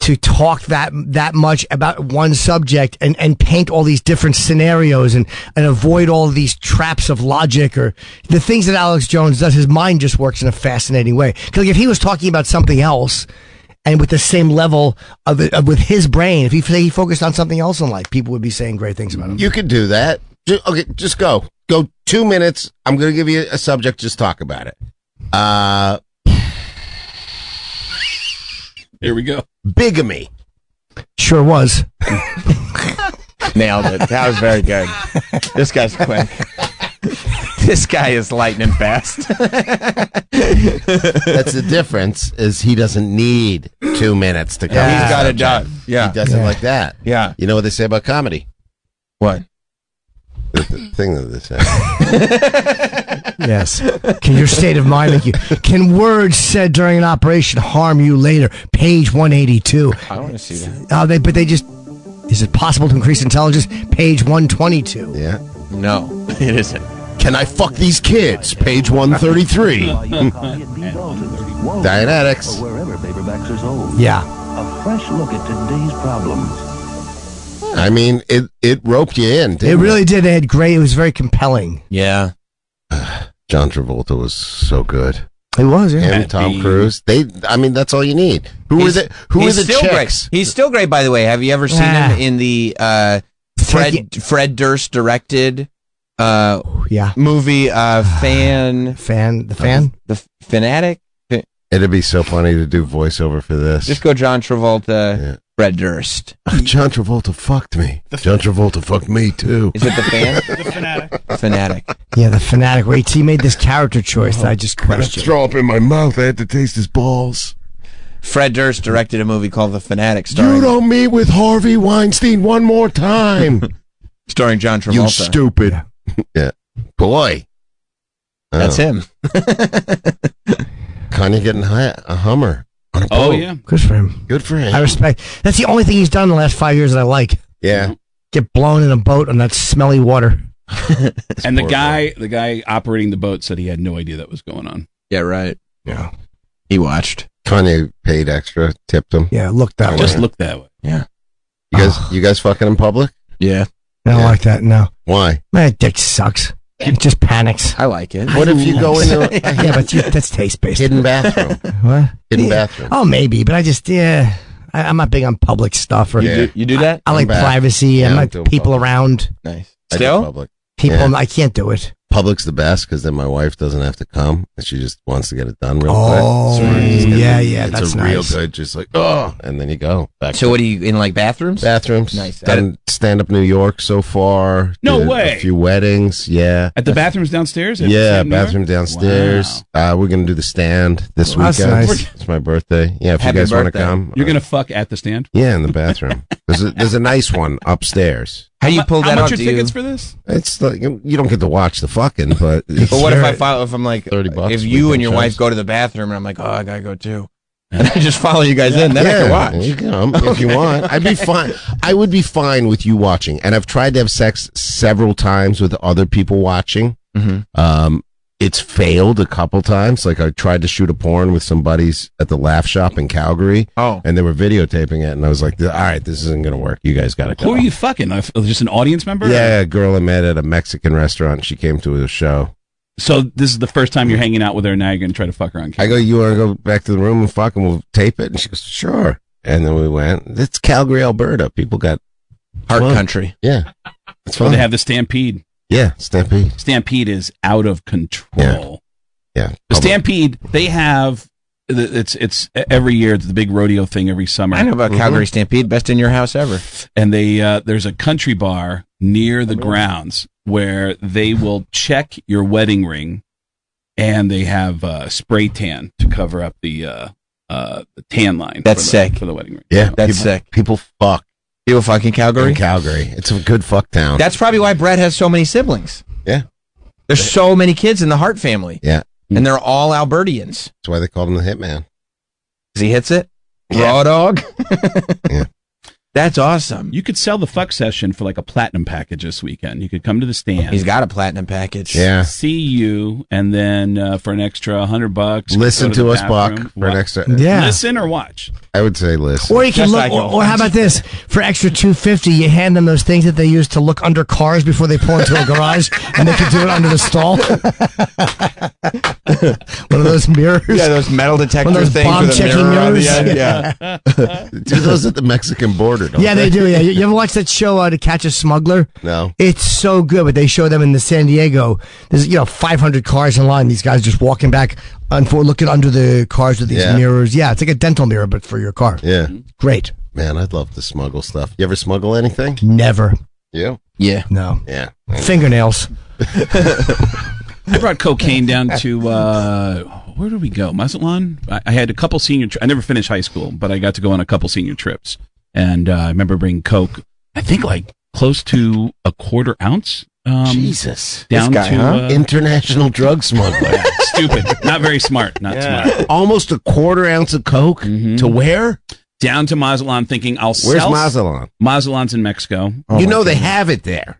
Speaker 3: to talk that that much about one subject and, and paint all these different scenarios and, and avoid all these traps of logic or the things that Alex Jones does. His mind just works in a fascinating way. 'Cause, like if he was talking about something else and with the same level of, it- of with his brain, if he, he focused on something else in life, people would be saying great things about him.
Speaker 19: You could do that. Ju- okay, just go. Go two minutes. I'm going to give you a subject. Just talk about it. Uh,
Speaker 18: Here we go.
Speaker 19: Bigamy.
Speaker 3: Sure was.
Speaker 4: Nailed it. That was very good. This guy's quick. This guy is lightning fast.
Speaker 19: That's the difference. Is he doesn't need two minutes to come.
Speaker 4: Yeah.
Speaker 19: to
Speaker 4: He's
Speaker 19: the
Speaker 4: got it
Speaker 19: subject.
Speaker 4: done. Yeah.
Speaker 19: he does it
Speaker 4: Yeah.
Speaker 19: like that.
Speaker 4: Yeah.
Speaker 19: You know what they say about comedy?
Speaker 4: What?
Speaker 19: The, the thing that they say.
Speaker 3: Yes. Can your state of mind make you? Can words said during an operation harm you later? Page 182.
Speaker 4: I want to see that.
Speaker 3: Uh, they, but they just. Is it possible to increase intelligence? Page 122.
Speaker 19: Yeah.
Speaker 4: No, it isn't.
Speaker 19: Can I fuck these kids? Page one thirty three. Diet addicts.
Speaker 20: Or wherever paperbacks are sold.
Speaker 3: Yeah.
Speaker 20: A fresh look at today's problems.
Speaker 19: I mean, it it roped you in.
Speaker 3: It
Speaker 19: Didn't
Speaker 3: really did. They had great. It was very compelling.
Speaker 4: Yeah.
Speaker 19: John Travolta was so good.
Speaker 3: It was. Yeah.
Speaker 19: Him, Tom Cruise. They. I mean, that's all you need. Who
Speaker 4: He's-
Speaker 19: are the Who are
Speaker 4: he's
Speaker 19: the
Speaker 4: still
Speaker 19: chicks?
Speaker 4: Great. He's still great, by the way. Have you ever seen
Speaker 19: Yeah.
Speaker 4: him in the uh, Fred Fred Durst directed uh,
Speaker 3: yeah. Ah,
Speaker 4: movie uh, fan
Speaker 3: fan the fan
Speaker 4: the f- fanatic? F-
Speaker 19: It'd be so funny to do voiceover for this.
Speaker 4: Just go John Travolta, Fred Durst.
Speaker 19: John Travolta fucked me. John Travolta fucked me too.
Speaker 4: Is it the fan?
Speaker 19: the
Speaker 4: fanatic. fanatic.
Speaker 3: Yeah, the fanatic. Wait, he made this character choice that I just questioned.
Speaker 19: throw up in my mouth. I had to taste his balls.
Speaker 4: Fred Durst directed a movie called The Fanatic,
Speaker 19: You
Speaker 4: starring
Speaker 19: don't meet with Harvey Weinstein one more time.
Speaker 4: starring John Travolta.
Speaker 19: You stupid. Yeah. Boy.
Speaker 4: That's him.
Speaker 19: Oh. Kanye getting high, a Hummer. On a
Speaker 3: Oh,
Speaker 19: boat.
Speaker 3: yeah. Good for him.
Speaker 19: Good for him.
Speaker 3: I respect. That's the only thing he's done in the last five years that I like.
Speaker 19: Yeah.
Speaker 3: Get blown in a boat on that smelly water.
Speaker 18: and the guy, the guy operating the boat said he had no idea that was going on.
Speaker 4: Yeah, right.
Speaker 19: Yeah.
Speaker 4: He watched.
Speaker 19: Kanye paid extra, tipped him.
Speaker 3: Yeah, look that
Speaker 18: Just look that way.
Speaker 4: Yeah.
Speaker 19: You guys, you guys fucking in public?
Speaker 4: Yeah.
Speaker 3: I don't like that. No.
Speaker 19: Why?
Speaker 3: My dick sucks. It just panics.
Speaker 4: I like it.
Speaker 19: What if you go into a-
Speaker 3: yeah, but you, that's taste based.
Speaker 19: Hidden bathroom.
Speaker 3: what?
Speaker 19: Hidden
Speaker 3: Yeah.
Speaker 19: bathroom.
Speaker 3: Oh, maybe, but I just yeah. I, I'm not big on public stuff. Or
Speaker 19: You do- you do that?
Speaker 3: I, I like
Speaker 19: I'm bad.
Speaker 3: privacy.
Speaker 19: Yeah,
Speaker 3: I'm
Speaker 19: I'm
Speaker 3: like
Speaker 19: doing
Speaker 3: people
Speaker 19: public.
Speaker 3: around.
Speaker 4: Nice.
Speaker 19: I do
Speaker 4: Still?
Speaker 19: public.
Speaker 3: People,
Speaker 19: Yeah.
Speaker 3: I can't do it.
Speaker 19: Public's the best because then my wife doesn't have to come and she just wants to get it done real
Speaker 3: Oh,
Speaker 19: quick. I just get
Speaker 3: yeah,
Speaker 19: it-
Speaker 3: yeah,
Speaker 19: It's
Speaker 3: that's
Speaker 19: a real
Speaker 3: nice.
Speaker 19: good, just like oh, and then you go back.
Speaker 4: So what do you in like bathrooms?
Speaker 19: Bathrooms.
Speaker 4: Nice.
Speaker 19: Done stand up New York so far.
Speaker 18: No
Speaker 19: Did
Speaker 18: way.
Speaker 19: A few weddings. Yeah.
Speaker 18: At the bathrooms downstairs. at
Speaker 19: yeah,
Speaker 18: Sam Neiman?
Speaker 19: bathroom downstairs. Uh, we're gonna do the stand this
Speaker 18: Oh, That's
Speaker 19: weekend.
Speaker 18: nice.
Speaker 19: It's my birthday. Yeah, if
Speaker 18: Happy
Speaker 19: you guys want to
Speaker 18: birthday.
Speaker 19: come. uh,
Speaker 18: you're gonna fuck at the stand.
Speaker 19: Yeah, in the bathroom. there's a, there's a nice one upstairs.
Speaker 4: How you pull
Speaker 18: How
Speaker 4: that
Speaker 18: much
Speaker 4: off?
Speaker 18: are
Speaker 4: do
Speaker 18: tickets
Speaker 4: you?
Speaker 18: for this?
Speaker 19: It's like you you don't get to watch the fucking, but
Speaker 4: But what if I follow? If I'm like,
Speaker 19: bucks,
Speaker 4: if you and
Speaker 19: weekend
Speaker 4: your
Speaker 19: shows.
Speaker 4: wife go to the bathroom, and I'm like, oh, I gotta go too, and I just follow you guys in, then I
Speaker 19: Yeah,
Speaker 4: can watch.
Speaker 19: you come if you
Speaker 4: Okay.
Speaker 19: want. I'd be fine. I would be fine with you watching. And I've tried to have sex several times with other people watching.
Speaker 4: Mm-hmm.
Speaker 19: Um, it's failed a couple times. Like I tried to shoot a porn with some buddies at the Laugh Shop in Calgary.
Speaker 4: Oh,
Speaker 19: and they were videotaping it, and I was like, "All right, this isn't gonna work. You guys gotta
Speaker 18: Who
Speaker 19: go."
Speaker 18: are you fucking? Uh, Just an audience member?
Speaker 19: Yeah, a girl I met at a Mexican restaurant. She came to a show.
Speaker 18: So this is the first time you're hanging out with her, and now you're gonna try to fuck her on camera.
Speaker 19: I go, "You want to go back to the room and fuck, and we'll tape it?" And she goes, "Sure." And then we went. It's Calgary, Alberta. People got
Speaker 4: Heart
Speaker 19: fun.
Speaker 4: country.
Speaker 19: Yeah, it's
Speaker 18: Where
Speaker 19: fun.
Speaker 18: they have the stampede.
Speaker 19: yeah, Stampede.
Speaker 18: Stampede is out of control.
Speaker 19: Yeah,
Speaker 18: The Stampede, they have the- it's it's every year it's the big rodeo thing every summer.
Speaker 4: I know about
Speaker 19: Mm-hmm.
Speaker 4: Calgary Stampede, best in your house ever.
Speaker 18: And they uh, there's a country bar near the grounds where they will check your wedding ring, and they have uh, spray tan to cover up the uh, uh, the tan line.
Speaker 4: That's
Speaker 18: for the,
Speaker 4: sick.
Speaker 18: for the wedding ring.
Speaker 19: Yeah,
Speaker 4: That's
Speaker 19: people,
Speaker 4: sick.
Speaker 19: People fuck.
Speaker 4: People fucking Calgary.
Speaker 19: In Calgary, it's a good fuck town.
Speaker 4: That's probably why Brett has so many siblings.
Speaker 19: Yeah.
Speaker 4: There's so many kids in the Hart family,
Speaker 19: yeah.
Speaker 4: and they're all Albertians.
Speaker 19: That's why they called him the Hitman.
Speaker 4: Cause he hits it. Raw dog.
Speaker 19: yeah.
Speaker 4: That's awesome.
Speaker 18: You could sell the fuck session for like a platinum package this weekend. You could come to the stand.
Speaker 4: He's got a platinum package.
Speaker 19: Yeah.
Speaker 18: See you, and then uh, for an extra hundred bucks,
Speaker 19: Listen
Speaker 18: go the
Speaker 19: to us, Buck,
Speaker 18: bathroom.
Speaker 19: for an extra-
Speaker 18: Yeah.
Speaker 19: Yeah.
Speaker 18: Listen or watch.
Speaker 19: I would say listen.
Speaker 3: Or you can look, or, or how about this? For extra two fifty, you hand them those things that they use to look under cars before they pull into a garage, and they can do it under the stall. One of those mirrors.
Speaker 4: Yeah, those metal detector
Speaker 3: One of those
Speaker 4: things
Speaker 3: bomb
Speaker 4: with a
Speaker 3: checking
Speaker 4: mirror on the
Speaker 3: mirrors.
Speaker 4: end, yeah.
Speaker 19: do those at the Mexican border? Don't
Speaker 3: Yeah, they do. Yeah, you, you ever watch that show uh, to catch a smuggler?
Speaker 19: No.
Speaker 3: it's so good. But they show them in the San Diego. There's you know 500 cars in line. These guys just walking back and forth, looking under the cars with these
Speaker 19: Yeah.
Speaker 3: mirrors. Yeah, it's like a dental mirror, but for your car.
Speaker 19: Yeah.
Speaker 3: Great.
Speaker 19: Man, I'd love to smuggle stuff. You ever smuggle anything?
Speaker 3: Never.
Speaker 19: You?
Speaker 4: Yeah.
Speaker 3: No.
Speaker 19: Yeah.
Speaker 3: Fingernails.
Speaker 18: I brought cocaine down to uh, where did we go? Mazatlan. I, I had a couple senior. Tri- I never finished high school, but I got to go on a couple senior trips, and uh, I remember bringing coke. I think like close to a quarter ounce. Um,
Speaker 19: Jesus,
Speaker 18: down
Speaker 19: this guy,
Speaker 18: to
Speaker 19: huh?
Speaker 18: uh,
Speaker 19: international drug smuggler.
Speaker 18: stupid. Not very smart. Not smart.
Speaker 19: Almost a quarter ounce of coke
Speaker 18: Mm-hmm.
Speaker 19: to where?
Speaker 18: Down to Mazatlan, thinking I'll
Speaker 19: Where's
Speaker 18: sell.
Speaker 19: Mazatlan? Oh
Speaker 18: Mazatlan's in Mexico.
Speaker 19: you know they have it there.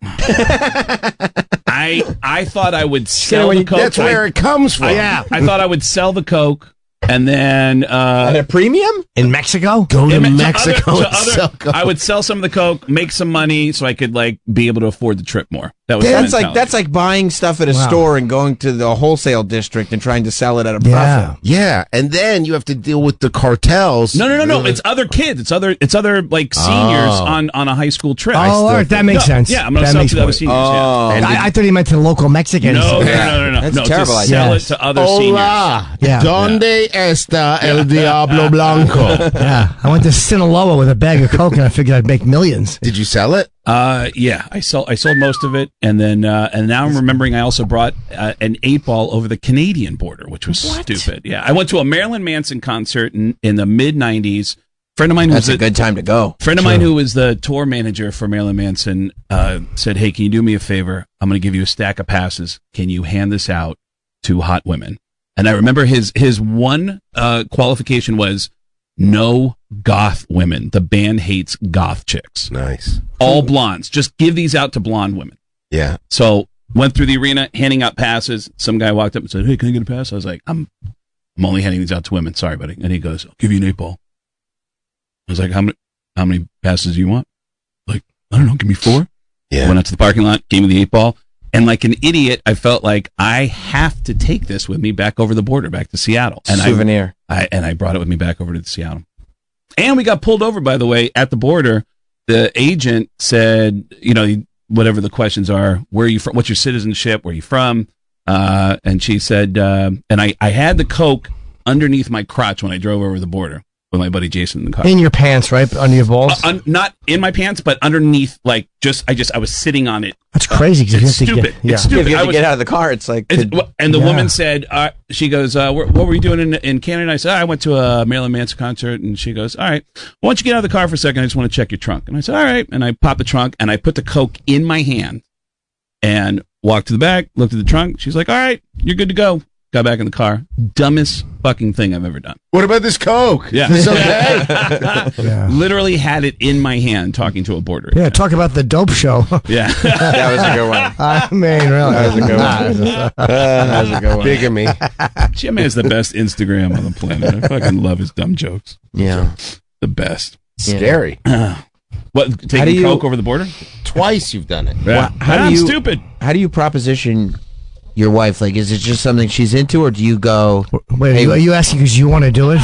Speaker 18: I I thought I would sell
Speaker 19: when
Speaker 18: the
Speaker 19: you-
Speaker 18: coke.
Speaker 19: that's where
Speaker 18: I-
Speaker 19: it comes from.
Speaker 18: I-
Speaker 19: Yeah.
Speaker 18: I thought I would sell the coke and then uh, at a
Speaker 4: premium
Speaker 3: in Mexico.
Speaker 19: Go
Speaker 18: Yeah, man, other- to other- I would sell some of the coke, make some money, so I could like be able to afford the trip more. That was
Speaker 4: that's like that's like buying stuff at a
Speaker 18: Wow.
Speaker 4: store and going to the wholesale district and trying to sell it at a profit.
Speaker 19: Yeah, and then you have to deal with the cartels.
Speaker 18: No, no, no, no. It's other kids. It's other. It's other like seniors
Speaker 19: Oh.
Speaker 18: on on a high school trip.
Speaker 3: Oh, all right, that makes
Speaker 18: No,
Speaker 3: sense.
Speaker 18: Yeah, I'm gonna
Speaker 3: That
Speaker 18: sell
Speaker 3: makes
Speaker 18: to the other
Speaker 3: more- Oh.
Speaker 18: seniors.
Speaker 3: I,
Speaker 18: yeah.
Speaker 3: I thought he meant to local Mexicans.
Speaker 18: No, no, no, no, no. no, To sell it to other
Speaker 19: Hola.
Speaker 18: seniors.
Speaker 3: Yeah.
Speaker 19: Donde está el Diablo Blanco?
Speaker 3: yeah, I went to Sinaloa with a bag of coke, and I figured I'd make millions.
Speaker 19: Did you sell it?
Speaker 18: Uh, yeah, I sold I sold most of it, and then uh, and now I'm remembering I also brought uh, an eight ball over the Canadian border, which was stupid. Yeah, I went to a Marilyn Manson concert in, in the mid '90s. Friend of mine who
Speaker 4: That's
Speaker 18: was
Speaker 4: a good time to go.
Speaker 18: Friend of mine who was the tour manager for Marilyn Manson uh, said, "Hey, can you do me a favor? I'm going to give you a stack of passes. Can you hand this out to hot women?" And I remember his his one uh, qualification was no goth women. The band hates goth chicks.
Speaker 19: Nice.
Speaker 18: All blondes. Just give these out to blonde women.
Speaker 19: Yeah.
Speaker 18: So went through the arena handing out passes. Some guy walked up and said, "Hey, can I get a pass?" I was like, "I'm, I'm only handing these out to women. Sorry, buddy." And he goes, "I'll give you an eight ball." I was like, "How many, how many passes do you want?" Like, I don't know. Give me four.
Speaker 19: Yeah.
Speaker 18: Went out to the parking lot, gave me the eight ball, and like an idiot, I felt like I have to take this with me back over the border, back to Seattle. And
Speaker 4: Souvenir.
Speaker 18: I, I and I brought it with me back over to Seattle. And we got pulled over, by the way, at the border. The agent said, you know, whatever the questions are, where are you from? What's your citizenship? Where are you from? Uh, and she said, uh, and I, I had the Coke underneath my crotch when I drove over the border with my buddy Jason in the car.
Speaker 3: In your pants, right under your balls.
Speaker 18: Uh, un- not in my pants, but underneath, like just, I just, I was sitting on it.
Speaker 3: That's crazy because you have
Speaker 18: It's
Speaker 3: to
Speaker 18: stupid.
Speaker 3: get. Yeah.
Speaker 18: It's stupid.
Speaker 4: If you have
Speaker 18: I
Speaker 4: to
Speaker 18: was-
Speaker 4: get out of the car, it's like
Speaker 18: It's-
Speaker 4: could-
Speaker 18: wh- and the
Speaker 4: Yeah.
Speaker 18: woman said, uh, she goes, uh, wh- what were you doing in, in Canada? I said, I went to a Marilyn Manson concert. And she goes, all right, why don't you get out of the car for a second? I just want to check your trunk. And I said, all right. And I popped the trunk and I put the Coke in my hand and walked to the back, looked at the trunk. She's like, all right, you're good to go. Got back in the car. Dumbest fucking thing I've ever done.
Speaker 19: What about this coke?
Speaker 18: Yeah.
Speaker 19: It's okay.
Speaker 18: Literally had it in my hand talking to a border.
Speaker 3: Yeah, talk about the dope show.
Speaker 18: Yeah. That was a good one.
Speaker 3: I mean, really.
Speaker 18: That was a good one. That was a good one.
Speaker 19: Bigamy.
Speaker 18: Jim has the best Instagram on the planet. I fucking love his dumb jokes.
Speaker 4: Yeah.
Speaker 18: The best.
Speaker 19: Scary.
Speaker 18: What,
Speaker 4: How do
Speaker 18: taking
Speaker 4: you-
Speaker 18: coke over the border?
Speaker 19: Twice you've done it.
Speaker 18: Yeah.
Speaker 4: Wha- how
Speaker 18: I'm
Speaker 4: do you,
Speaker 18: stupid.
Speaker 4: How do you proposition your wife? Like, is it just something she's into, or do you go?
Speaker 3: Wait, are
Speaker 4: "Hey,
Speaker 3: you, are you asking because you want to do it?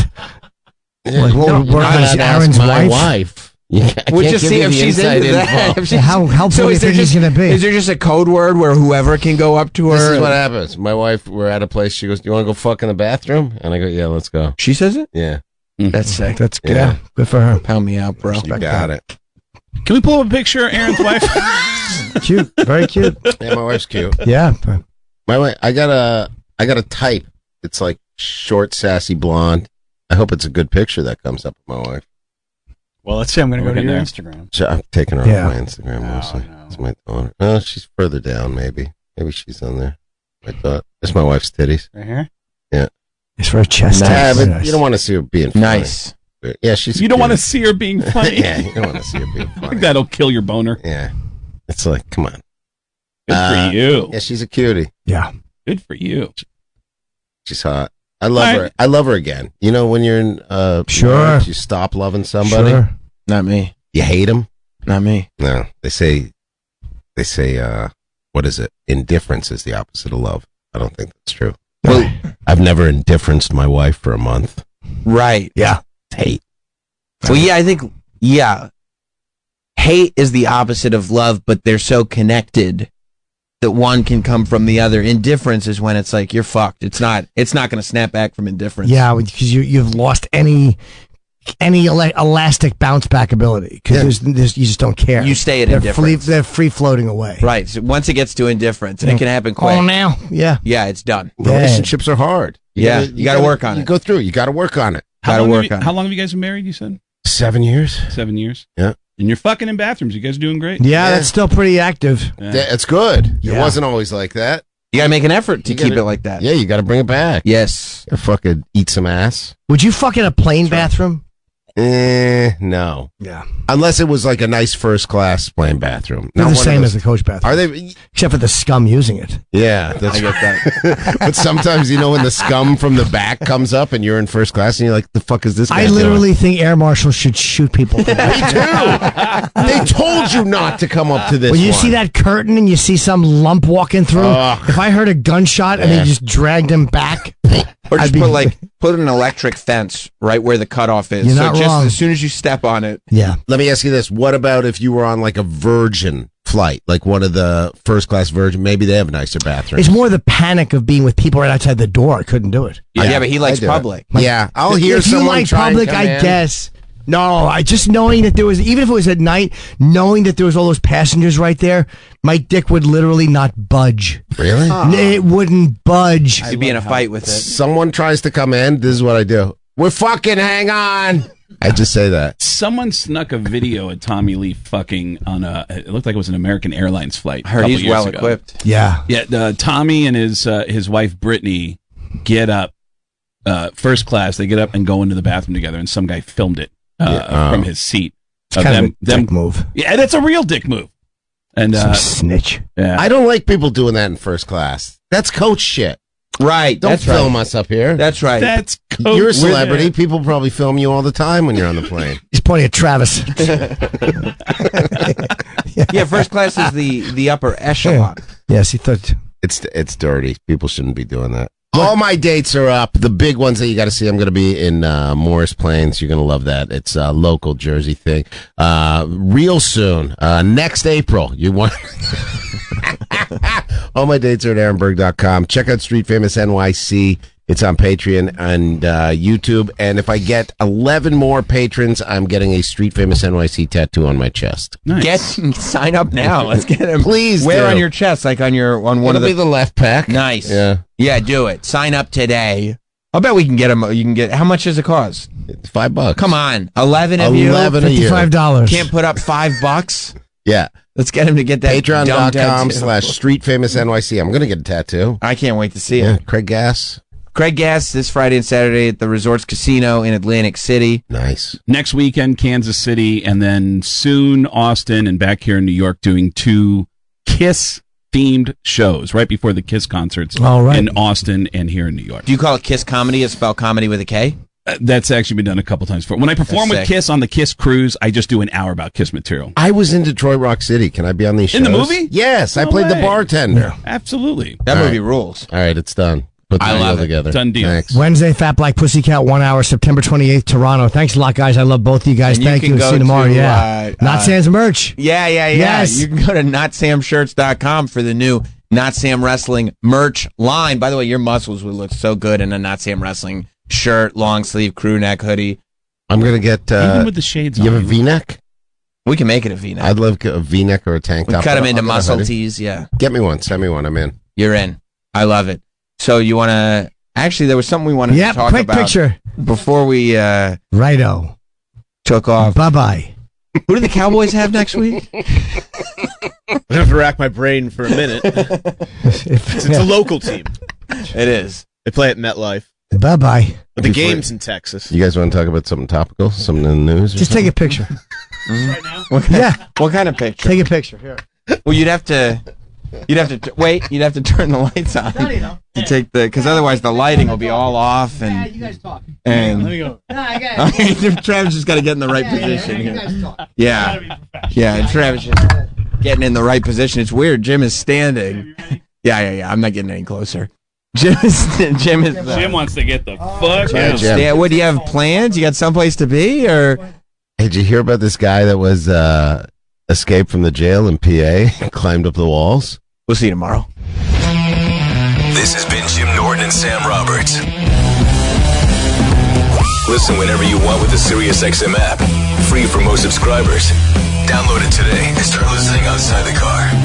Speaker 3: Like, what would work
Speaker 19: I'd ask
Speaker 3: as Aaron's
Speaker 19: my
Speaker 3: wife?
Speaker 4: We'll
Speaker 19: can't
Speaker 4: just
Speaker 19: give
Speaker 4: see
Speaker 19: you
Speaker 4: if
Speaker 19: the
Speaker 4: she's
Speaker 19: inside
Speaker 4: into that.
Speaker 19: info.
Speaker 4: If she's-
Speaker 3: How helpful do you
Speaker 4: is there
Speaker 3: think he's
Speaker 4: just-
Speaker 3: gonna be?
Speaker 4: Is there just a code word where whoever can go up to her?
Speaker 19: This is what
Speaker 4: and-
Speaker 19: happens. My wife, we're at a place. She goes, "Do you want to go fuck in the bathroom?" And I go, "Yeah, let's go."
Speaker 4: She says it.
Speaker 19: Yeah,
Speaker 4: That's sick.
Speaker 3: That's
Speaker 19: Mm-hmm. Yeah.
Speaker 3: good. Yeah. Good for her.
Speaker 4: Pound me out, bro.
Speaker 19: you got it.
Speaker 18: Can we pull up a picture of Aaron's wife?
Speaker 3: Cute. Very cute.
Speaker 19: Yeah, my wife's cute.
Speaker 3: Yeah.
Speaker 19: My wife, I got a, I got a type. It's like short, sassy blonde. I hope it's a good picture that comes up with my wife.
Speaker 9: Well, let's see. I'm going to
Speaker 18: We're
Speaker 9: go to
Speaker 18: getting
Speaker 9: your
Speaker 18: there.
Speaker 9: Instagram.
Speaker 19: So I'm taking her
Speaker 9: Yeah.
Speaker 19: off my Instagram
Speaker 18: Oh,
Speaker 19: mostly. It's my daughter. Oh, she's further down. Maybe, maybe she's on there. I thought it's my wife's titties.
Speaker 9: Right here.
Speaker 19: Yeah,
Speaker 3: It's for her chest.
Speaker 19: Yeah,
Speaker 3: tattoo.
Speaker 19: but you don't want to see her being funny.
Speaker 4: Nice.
Speaker 19: Yeah, she's.
Speaker 18: You don't want to
Speaker 19: cute.
Speaker 18: see her being funny.
Speaker 19: yeah, you don't want to see her being funny.
Speaker 18: That'll kill your boner.
Speaker 19: Yeah. It's like, come on.
Speaker 18: Good
Speaker 19: Uh,
Speaker 18: for you.
Speaker 19: Yeah, she's a cutie.
Speaker 18: Yeah. Good for you.
Speaker 19: She's hot. I love
Speaker 18: All
Speaker 19: her.
Speaker 18: right.
Speaker 19: I love her again. You know when you're in uh
Speaker 3: Sure.
Speaker 19: marriage, you stop loving somebody.
Speaker 3: Sure.
Speaker 19: Not me. You hate him. Not me. No. They say they say uh what is it? Indifference is the opposite of love. I don't think that's true. Well, I've never indifferenced my wife for a month.
Speaker 4: Right.
Speaker 3: Yeah.
Speaker 19: Hate.
Speaker 4: Well, yeah, I think yeah. Hate is the opposite of love, but they're so connected that one can come from the other. Indifference is when it's like you're fucked. It's not. It's not going to snap back from indifference.
Speaker 3: Yeah, because you you've lost any any ele- elastic bounce back ability because
Speaker 4: Yeah.
Speaker 3: there's, there's you just don't care.
Speaker 4: You stay at
Speaker 3: they're
Speaker 4: indifference.
Speaker 3: Free, they're free floating away.
Speaker 4: Right. So once it gets to indifference, and it can happen quick.
Speaker 3: Oh, now, yeah.
Speaker 4: Yeah, it's done.
Speaker 19: Relationships are hard.
Speaker 4: Yeah, you gotta work on
Speaker 19: you
Speaker 4: it.
Speaker 19: Go through. it. You got to work on it.
Speaker 18: How long have you, How long have you guys been married? You said
Speaker 19: Seven years.
Speaker 18: seven years.
Speaker 19: Yeah.
Speaker 18: And you're fucking in bathrooms. You guys doing great.
Speaker 3: Yeah, that's still pretty active.
Speaker 19: Th- It's good.
Speaker 3: Yeah.
Speaker 19: It wasn't always like that.
Speaker 4: You gotta make an effort to keep it like that.
Speaker 19: Yeah, you gotta bring it back.
Speaker 4: Yes.
Speaker 19: You fucking eat some ass.
Speaker 3: Would you fuck in a plane bathroom?
Speaker 19: Eh, no.
Speaker 3: Yeah.
Speaker 19: Unless it was like a nice first class plane bathroom. Not
Speaker 3: They're the
Speaker 19: one of
Speaker 3: same
Speaker 19: those-
Speaker 3: as the coach bathroom.
Speaker 19: Are they?
Speaker 3: Except for the scum using it.
Speaker 19: Yeah, that's
Speaker 3: I get
Speaker 19: that. but sometimes you know when the scum from the back comes up and you're in first class and you're like, the fuck is this? guy
Speaker 3: I literally think air marshals should shoot people.
Speaker 19: doing?" Me too. they told you not to come up to this.
Speaker 3: when you
Speaker 19: one.
Speaker 3: see that curtain and you see some lump walking through,
Speaker 19: Ugh.
Speaker 3: if I heard a gunshot and
Speaker 4: Yeah.
Speaker 3: they just dragged him back,
Speaker 4: Or
Speaker 3: I'd
Speaker 4: just
Speaker 3: be-
Speaker 4: put like put an electric fence right where the cutoff is.
Speaker 19: You're
Speaker 4: so
Speaker 19: not
Speaker 4: just
Speaker 19: wrong.
Speaker 4: as soon as you step on it,
Speaker 3: Yeah.
Speaker 19: Let me ask you this: What about if you were on like a Virgin flight, like one of the first class Virgin? Maybe they have nicer bathrooms.
Speaker 3: it's more the panic of being with people right outside the door. I couldn't do it.
Speaker 4: Yeah, but he likes
Speaker 19: I do it.
Speaker 4: public.
Speaker 19: yeah, I'll hear
Speaker 3: if you
Speaker 19: someone
Speaker 3: like
Speaker 19: try and
Speaker 3: public,
Speaker 19: come
Speaker 3: I
Speaker 19: in.
Speaker 3: guess. No, I just knowing that there was even if it was at night, knowing that there was all those passengers right there, my dick would literally not budge.
Speaker 19: Really?
Speaker 3: N- It wouldn't budge.
Speaker 4: You'd be in a fight with it.
Speaker 19: Someone tries to come in. This is what I do. We're fucking hang on. I just say that.
Speaker 18: Someone snuck a video of Tommy Lee fucking on a. It looked like it was an American Airlines flight. a
Speaker 4: I heard
Speaker 18: couple
Speaker 4: he's
Speaker 18: years
Speaker 4: well
Speaker 18: ago.
Speaker 4: equipped.
Speaker 3: Yeah.
Speaker 18: Yeah, uh, Tommy and his uh, his wife Brittany get up uh, first class. They get up and go into the bathroom together, and some guy filmed it uh,
Speaker 3: Yeah.
Speaker 18: from his seat.
Speaker 3: It's kind of a dick move.
Speaker 18: Yeah, that's a real dick move. And
Speaker 3: Some
Speaker 18: uh,
Speaker 3: snitch.
Speaker 18: Yeah.
Speaker 19: I don't like people doing that in first class. That's coach shit.
Speaker 4: Right.
Speaker 19: Don't
Speaker 4: that's
Speaker 19: film
Speaker 4: right.
Speaker 19: us up here.
Speaker 4: That's right.
Speaker 18: That's coach
Speaker 19: You're a
Speaker 18: shit.
Speaker 19: celebrity. People probably film you all the time when you're on the plane.
Speaker 3: He's pointing at Travis.
Speaker 4: yeah, first class is the the upper echelon.
Speaker 3: yes, he thought.
Speaker 19: It's it's dirty. People shouldn't be doing that. All my dates are up. The big ones that you got to see. I'm going to be in uh, Morris Plains. You're going to love that. It's a local Jersey thing. Uh, real soon, uh, next April. You want? All my dates are at aaronberg.com. Check out Street Famous NYC. It's on Patreon and uh, YouTube. And if I get 11 more patrons, I'm getting a Street Famous NYC tattoo on my chest.
Speaker 4: Get sign up now. Let's get him.
Speaker 19: Please
Speaker 4: wear
Speaker 19: do.
Speaker 4: on your chest, like on your on one
Speaker 19: It'll be
Speaker 4: of the,
Speaker 19: the left pack.
Speaker 4: nice.
Speaker 19: Yeah.
Speaker 4: yeah, do it. Sign up today. I bet we can get him. You can get how much does it cost?
Speaker 19: Five bucks.
Speaker 4: Come on, eleven of you.
Speaker 19: Eleven a year.
Speaker 3: $55.
Speaker 4: Can't put up five bucks.
Speaker 19: Yeah.
Speaker 4: Let's get him to get that dumb
Speaker 19: Patreon.com
Speaker 4: tattoo.
Speaker 19: slash street famous NYC. I'm going to get a tattoo.
Speaker 4: I can't wait to see
Speaker 19: Yeah.
Speaker 4: it.
Speaker 19: Craig Gass.
Speaker 4: Craig Gass this Friday and Saturday at the Resorts Casino in Atlantic City.
Speaker 19: Nice.
Speaker 18: next weekend Kansas City, and then soon Austin, and back here in New York doing two Kiss themed shows right before the Kiss concerts
Speaker 3: All right.
Speaker 18: in Austin and here in New York.
Speaker 4: Do you call it Kiss Comedy? It's spelled comedy with a K.
Speaker 18: Uh, That's actually been done a couple times before. When I perform
Speaker 4: That's
Speaker 18: with
Speaker 4: sick.
Speaker 18: Kiss on the Kiss cruise, I just do an hour about Kiss material.
Speaker 19: I was in Detroit Rock City. Can I be on these shows?
Speaker 18: In the movie?
Speaker 19: Yes. I
Speaker 18: No
Speaker 19: played the
Speaker 18: way.
Speaker 19: bartender.
Speaker 18: Absolutely.
Speaker 4: That
Speaker 19: All
Speaker 4: movie rules.
Speaker 19: All right. It's done. Put the
Speaker 4: I
Speaker 19: deal
Speaker 4: love it.
Speaker 19: together.
Speaker 18: Done deal.
Speaker 19: Thanks.
Speaker 3: Wednesday, Fat Black Pussycat, one hour, September 28th, Toronto. Thanks a lot, guys. I love both of you guys.
Speaker 4: And you
Speaker 3: Thank
Speaker 4: can
Speaker 3: you.
Speaker 4: go
Speaker 3: See you tomorrow.
Speaker 4: to,
Speaker 3: yeah.
Speaker 4: uh,
Speaker 3: Not
Speaker 4: uh,
Speaker 3: Sans merch.
Speaker 4: Yeah, yeah, yeah.
Speaker 3: Yes.
Speaker 4: You can go to notsamshirts.com for the new Not Sam Wrestling merch line. By the way, your muscles would look so good in a Not Sam Wrestling shirt, long sleeve, crew neck hoodie.
Speaker 19: I'm going to get. Uh,
Speaker 18: Even with the shades
Speaker 19: you
Speaker 18: on.
Speaker 19: have a v neck?
Speaker 4: We can make it a V neck.
Speaker 19: I'd love a v neck or a tank
Speaker 4: We
Speaker 19: top.
Speaker 4: cut them
Speaker 19: I'll
Speaker 4: into
Speaker 19: get a
Speaker 4: muscle
Speaker 19: hoodie.
Speaker 4: tees. Yeah,
Speaker 19: Get me one. Send me one. I'm in.
Speaker 4: you're in. I love it. So you want to? Actually, there was something we wanted
Speaker 3: Yep,
Speaker 4: to talk
Speaker 3: quick
Speaker 4: about
Speaker 3: picture.
Speaker 4: before we uh,
Speaker 3: Righto.
Speaker 4: took off.
Speaker 3: Bye bye.
Speaker 4: Who do the Cowboys have next week?
Speaker 5: I'm gonna have to rack my brain for a minute. it's, it's a local team.
Speaker 4: It is.
Speaker 5: They play at MetLife.
Speaker 3: Bye bye.
Speaker 21: But the game's in Texas.
Speaker 19: You guys want to talk about something topical, something in the news?
Speaker 3: Just take a picture.
Speaker 4: Right now? What kind, yeah. What kind of picture?
Speaker 3: Take a picture here.
Speaker 4: Well, you'd have to. You'd have to t- wait. You'd have to turn the lights on to take the, because otherwise the lighting will be all off and.
Speaker 7: you guys talk.
Speaker 4: And
Speaker 7: Let me go. No, I got it.
Speaker 4: Okay, Travis just got to get in the right
Speaker 7: Yeah, yeah, yeah,
Speaker 4: position
Speaker 7: you guys
Speaker 4: here.
Speaker 7: talk.
Speaker 4: Yeah,
Speaker 7: You gotta
Speaker 4: yeah. and Travis just getting in the right position. It's weird. Jim is standing. Yeah, yeah, yeah. I'm not getting any closer. Jim is. Jim is. uh,
Speaker 18: Jim wants to get the fuck
Speaker 4: Jim
Speaker 18: out.
Speaker 4: is stand- What do you have plans? You got someplace to be, or
Speaker 19: Hey, did you hear about this guy that was uh, escaped from the jail in PA, climbed up the walls?
Speaker 4: We'll see you tomorrow.
Speaker 5: This has been Jim Norton and Sam Roberts. Listen whenever you want with the SiriusXM app. Free for most subscribers. Download it today and start listening outside the car.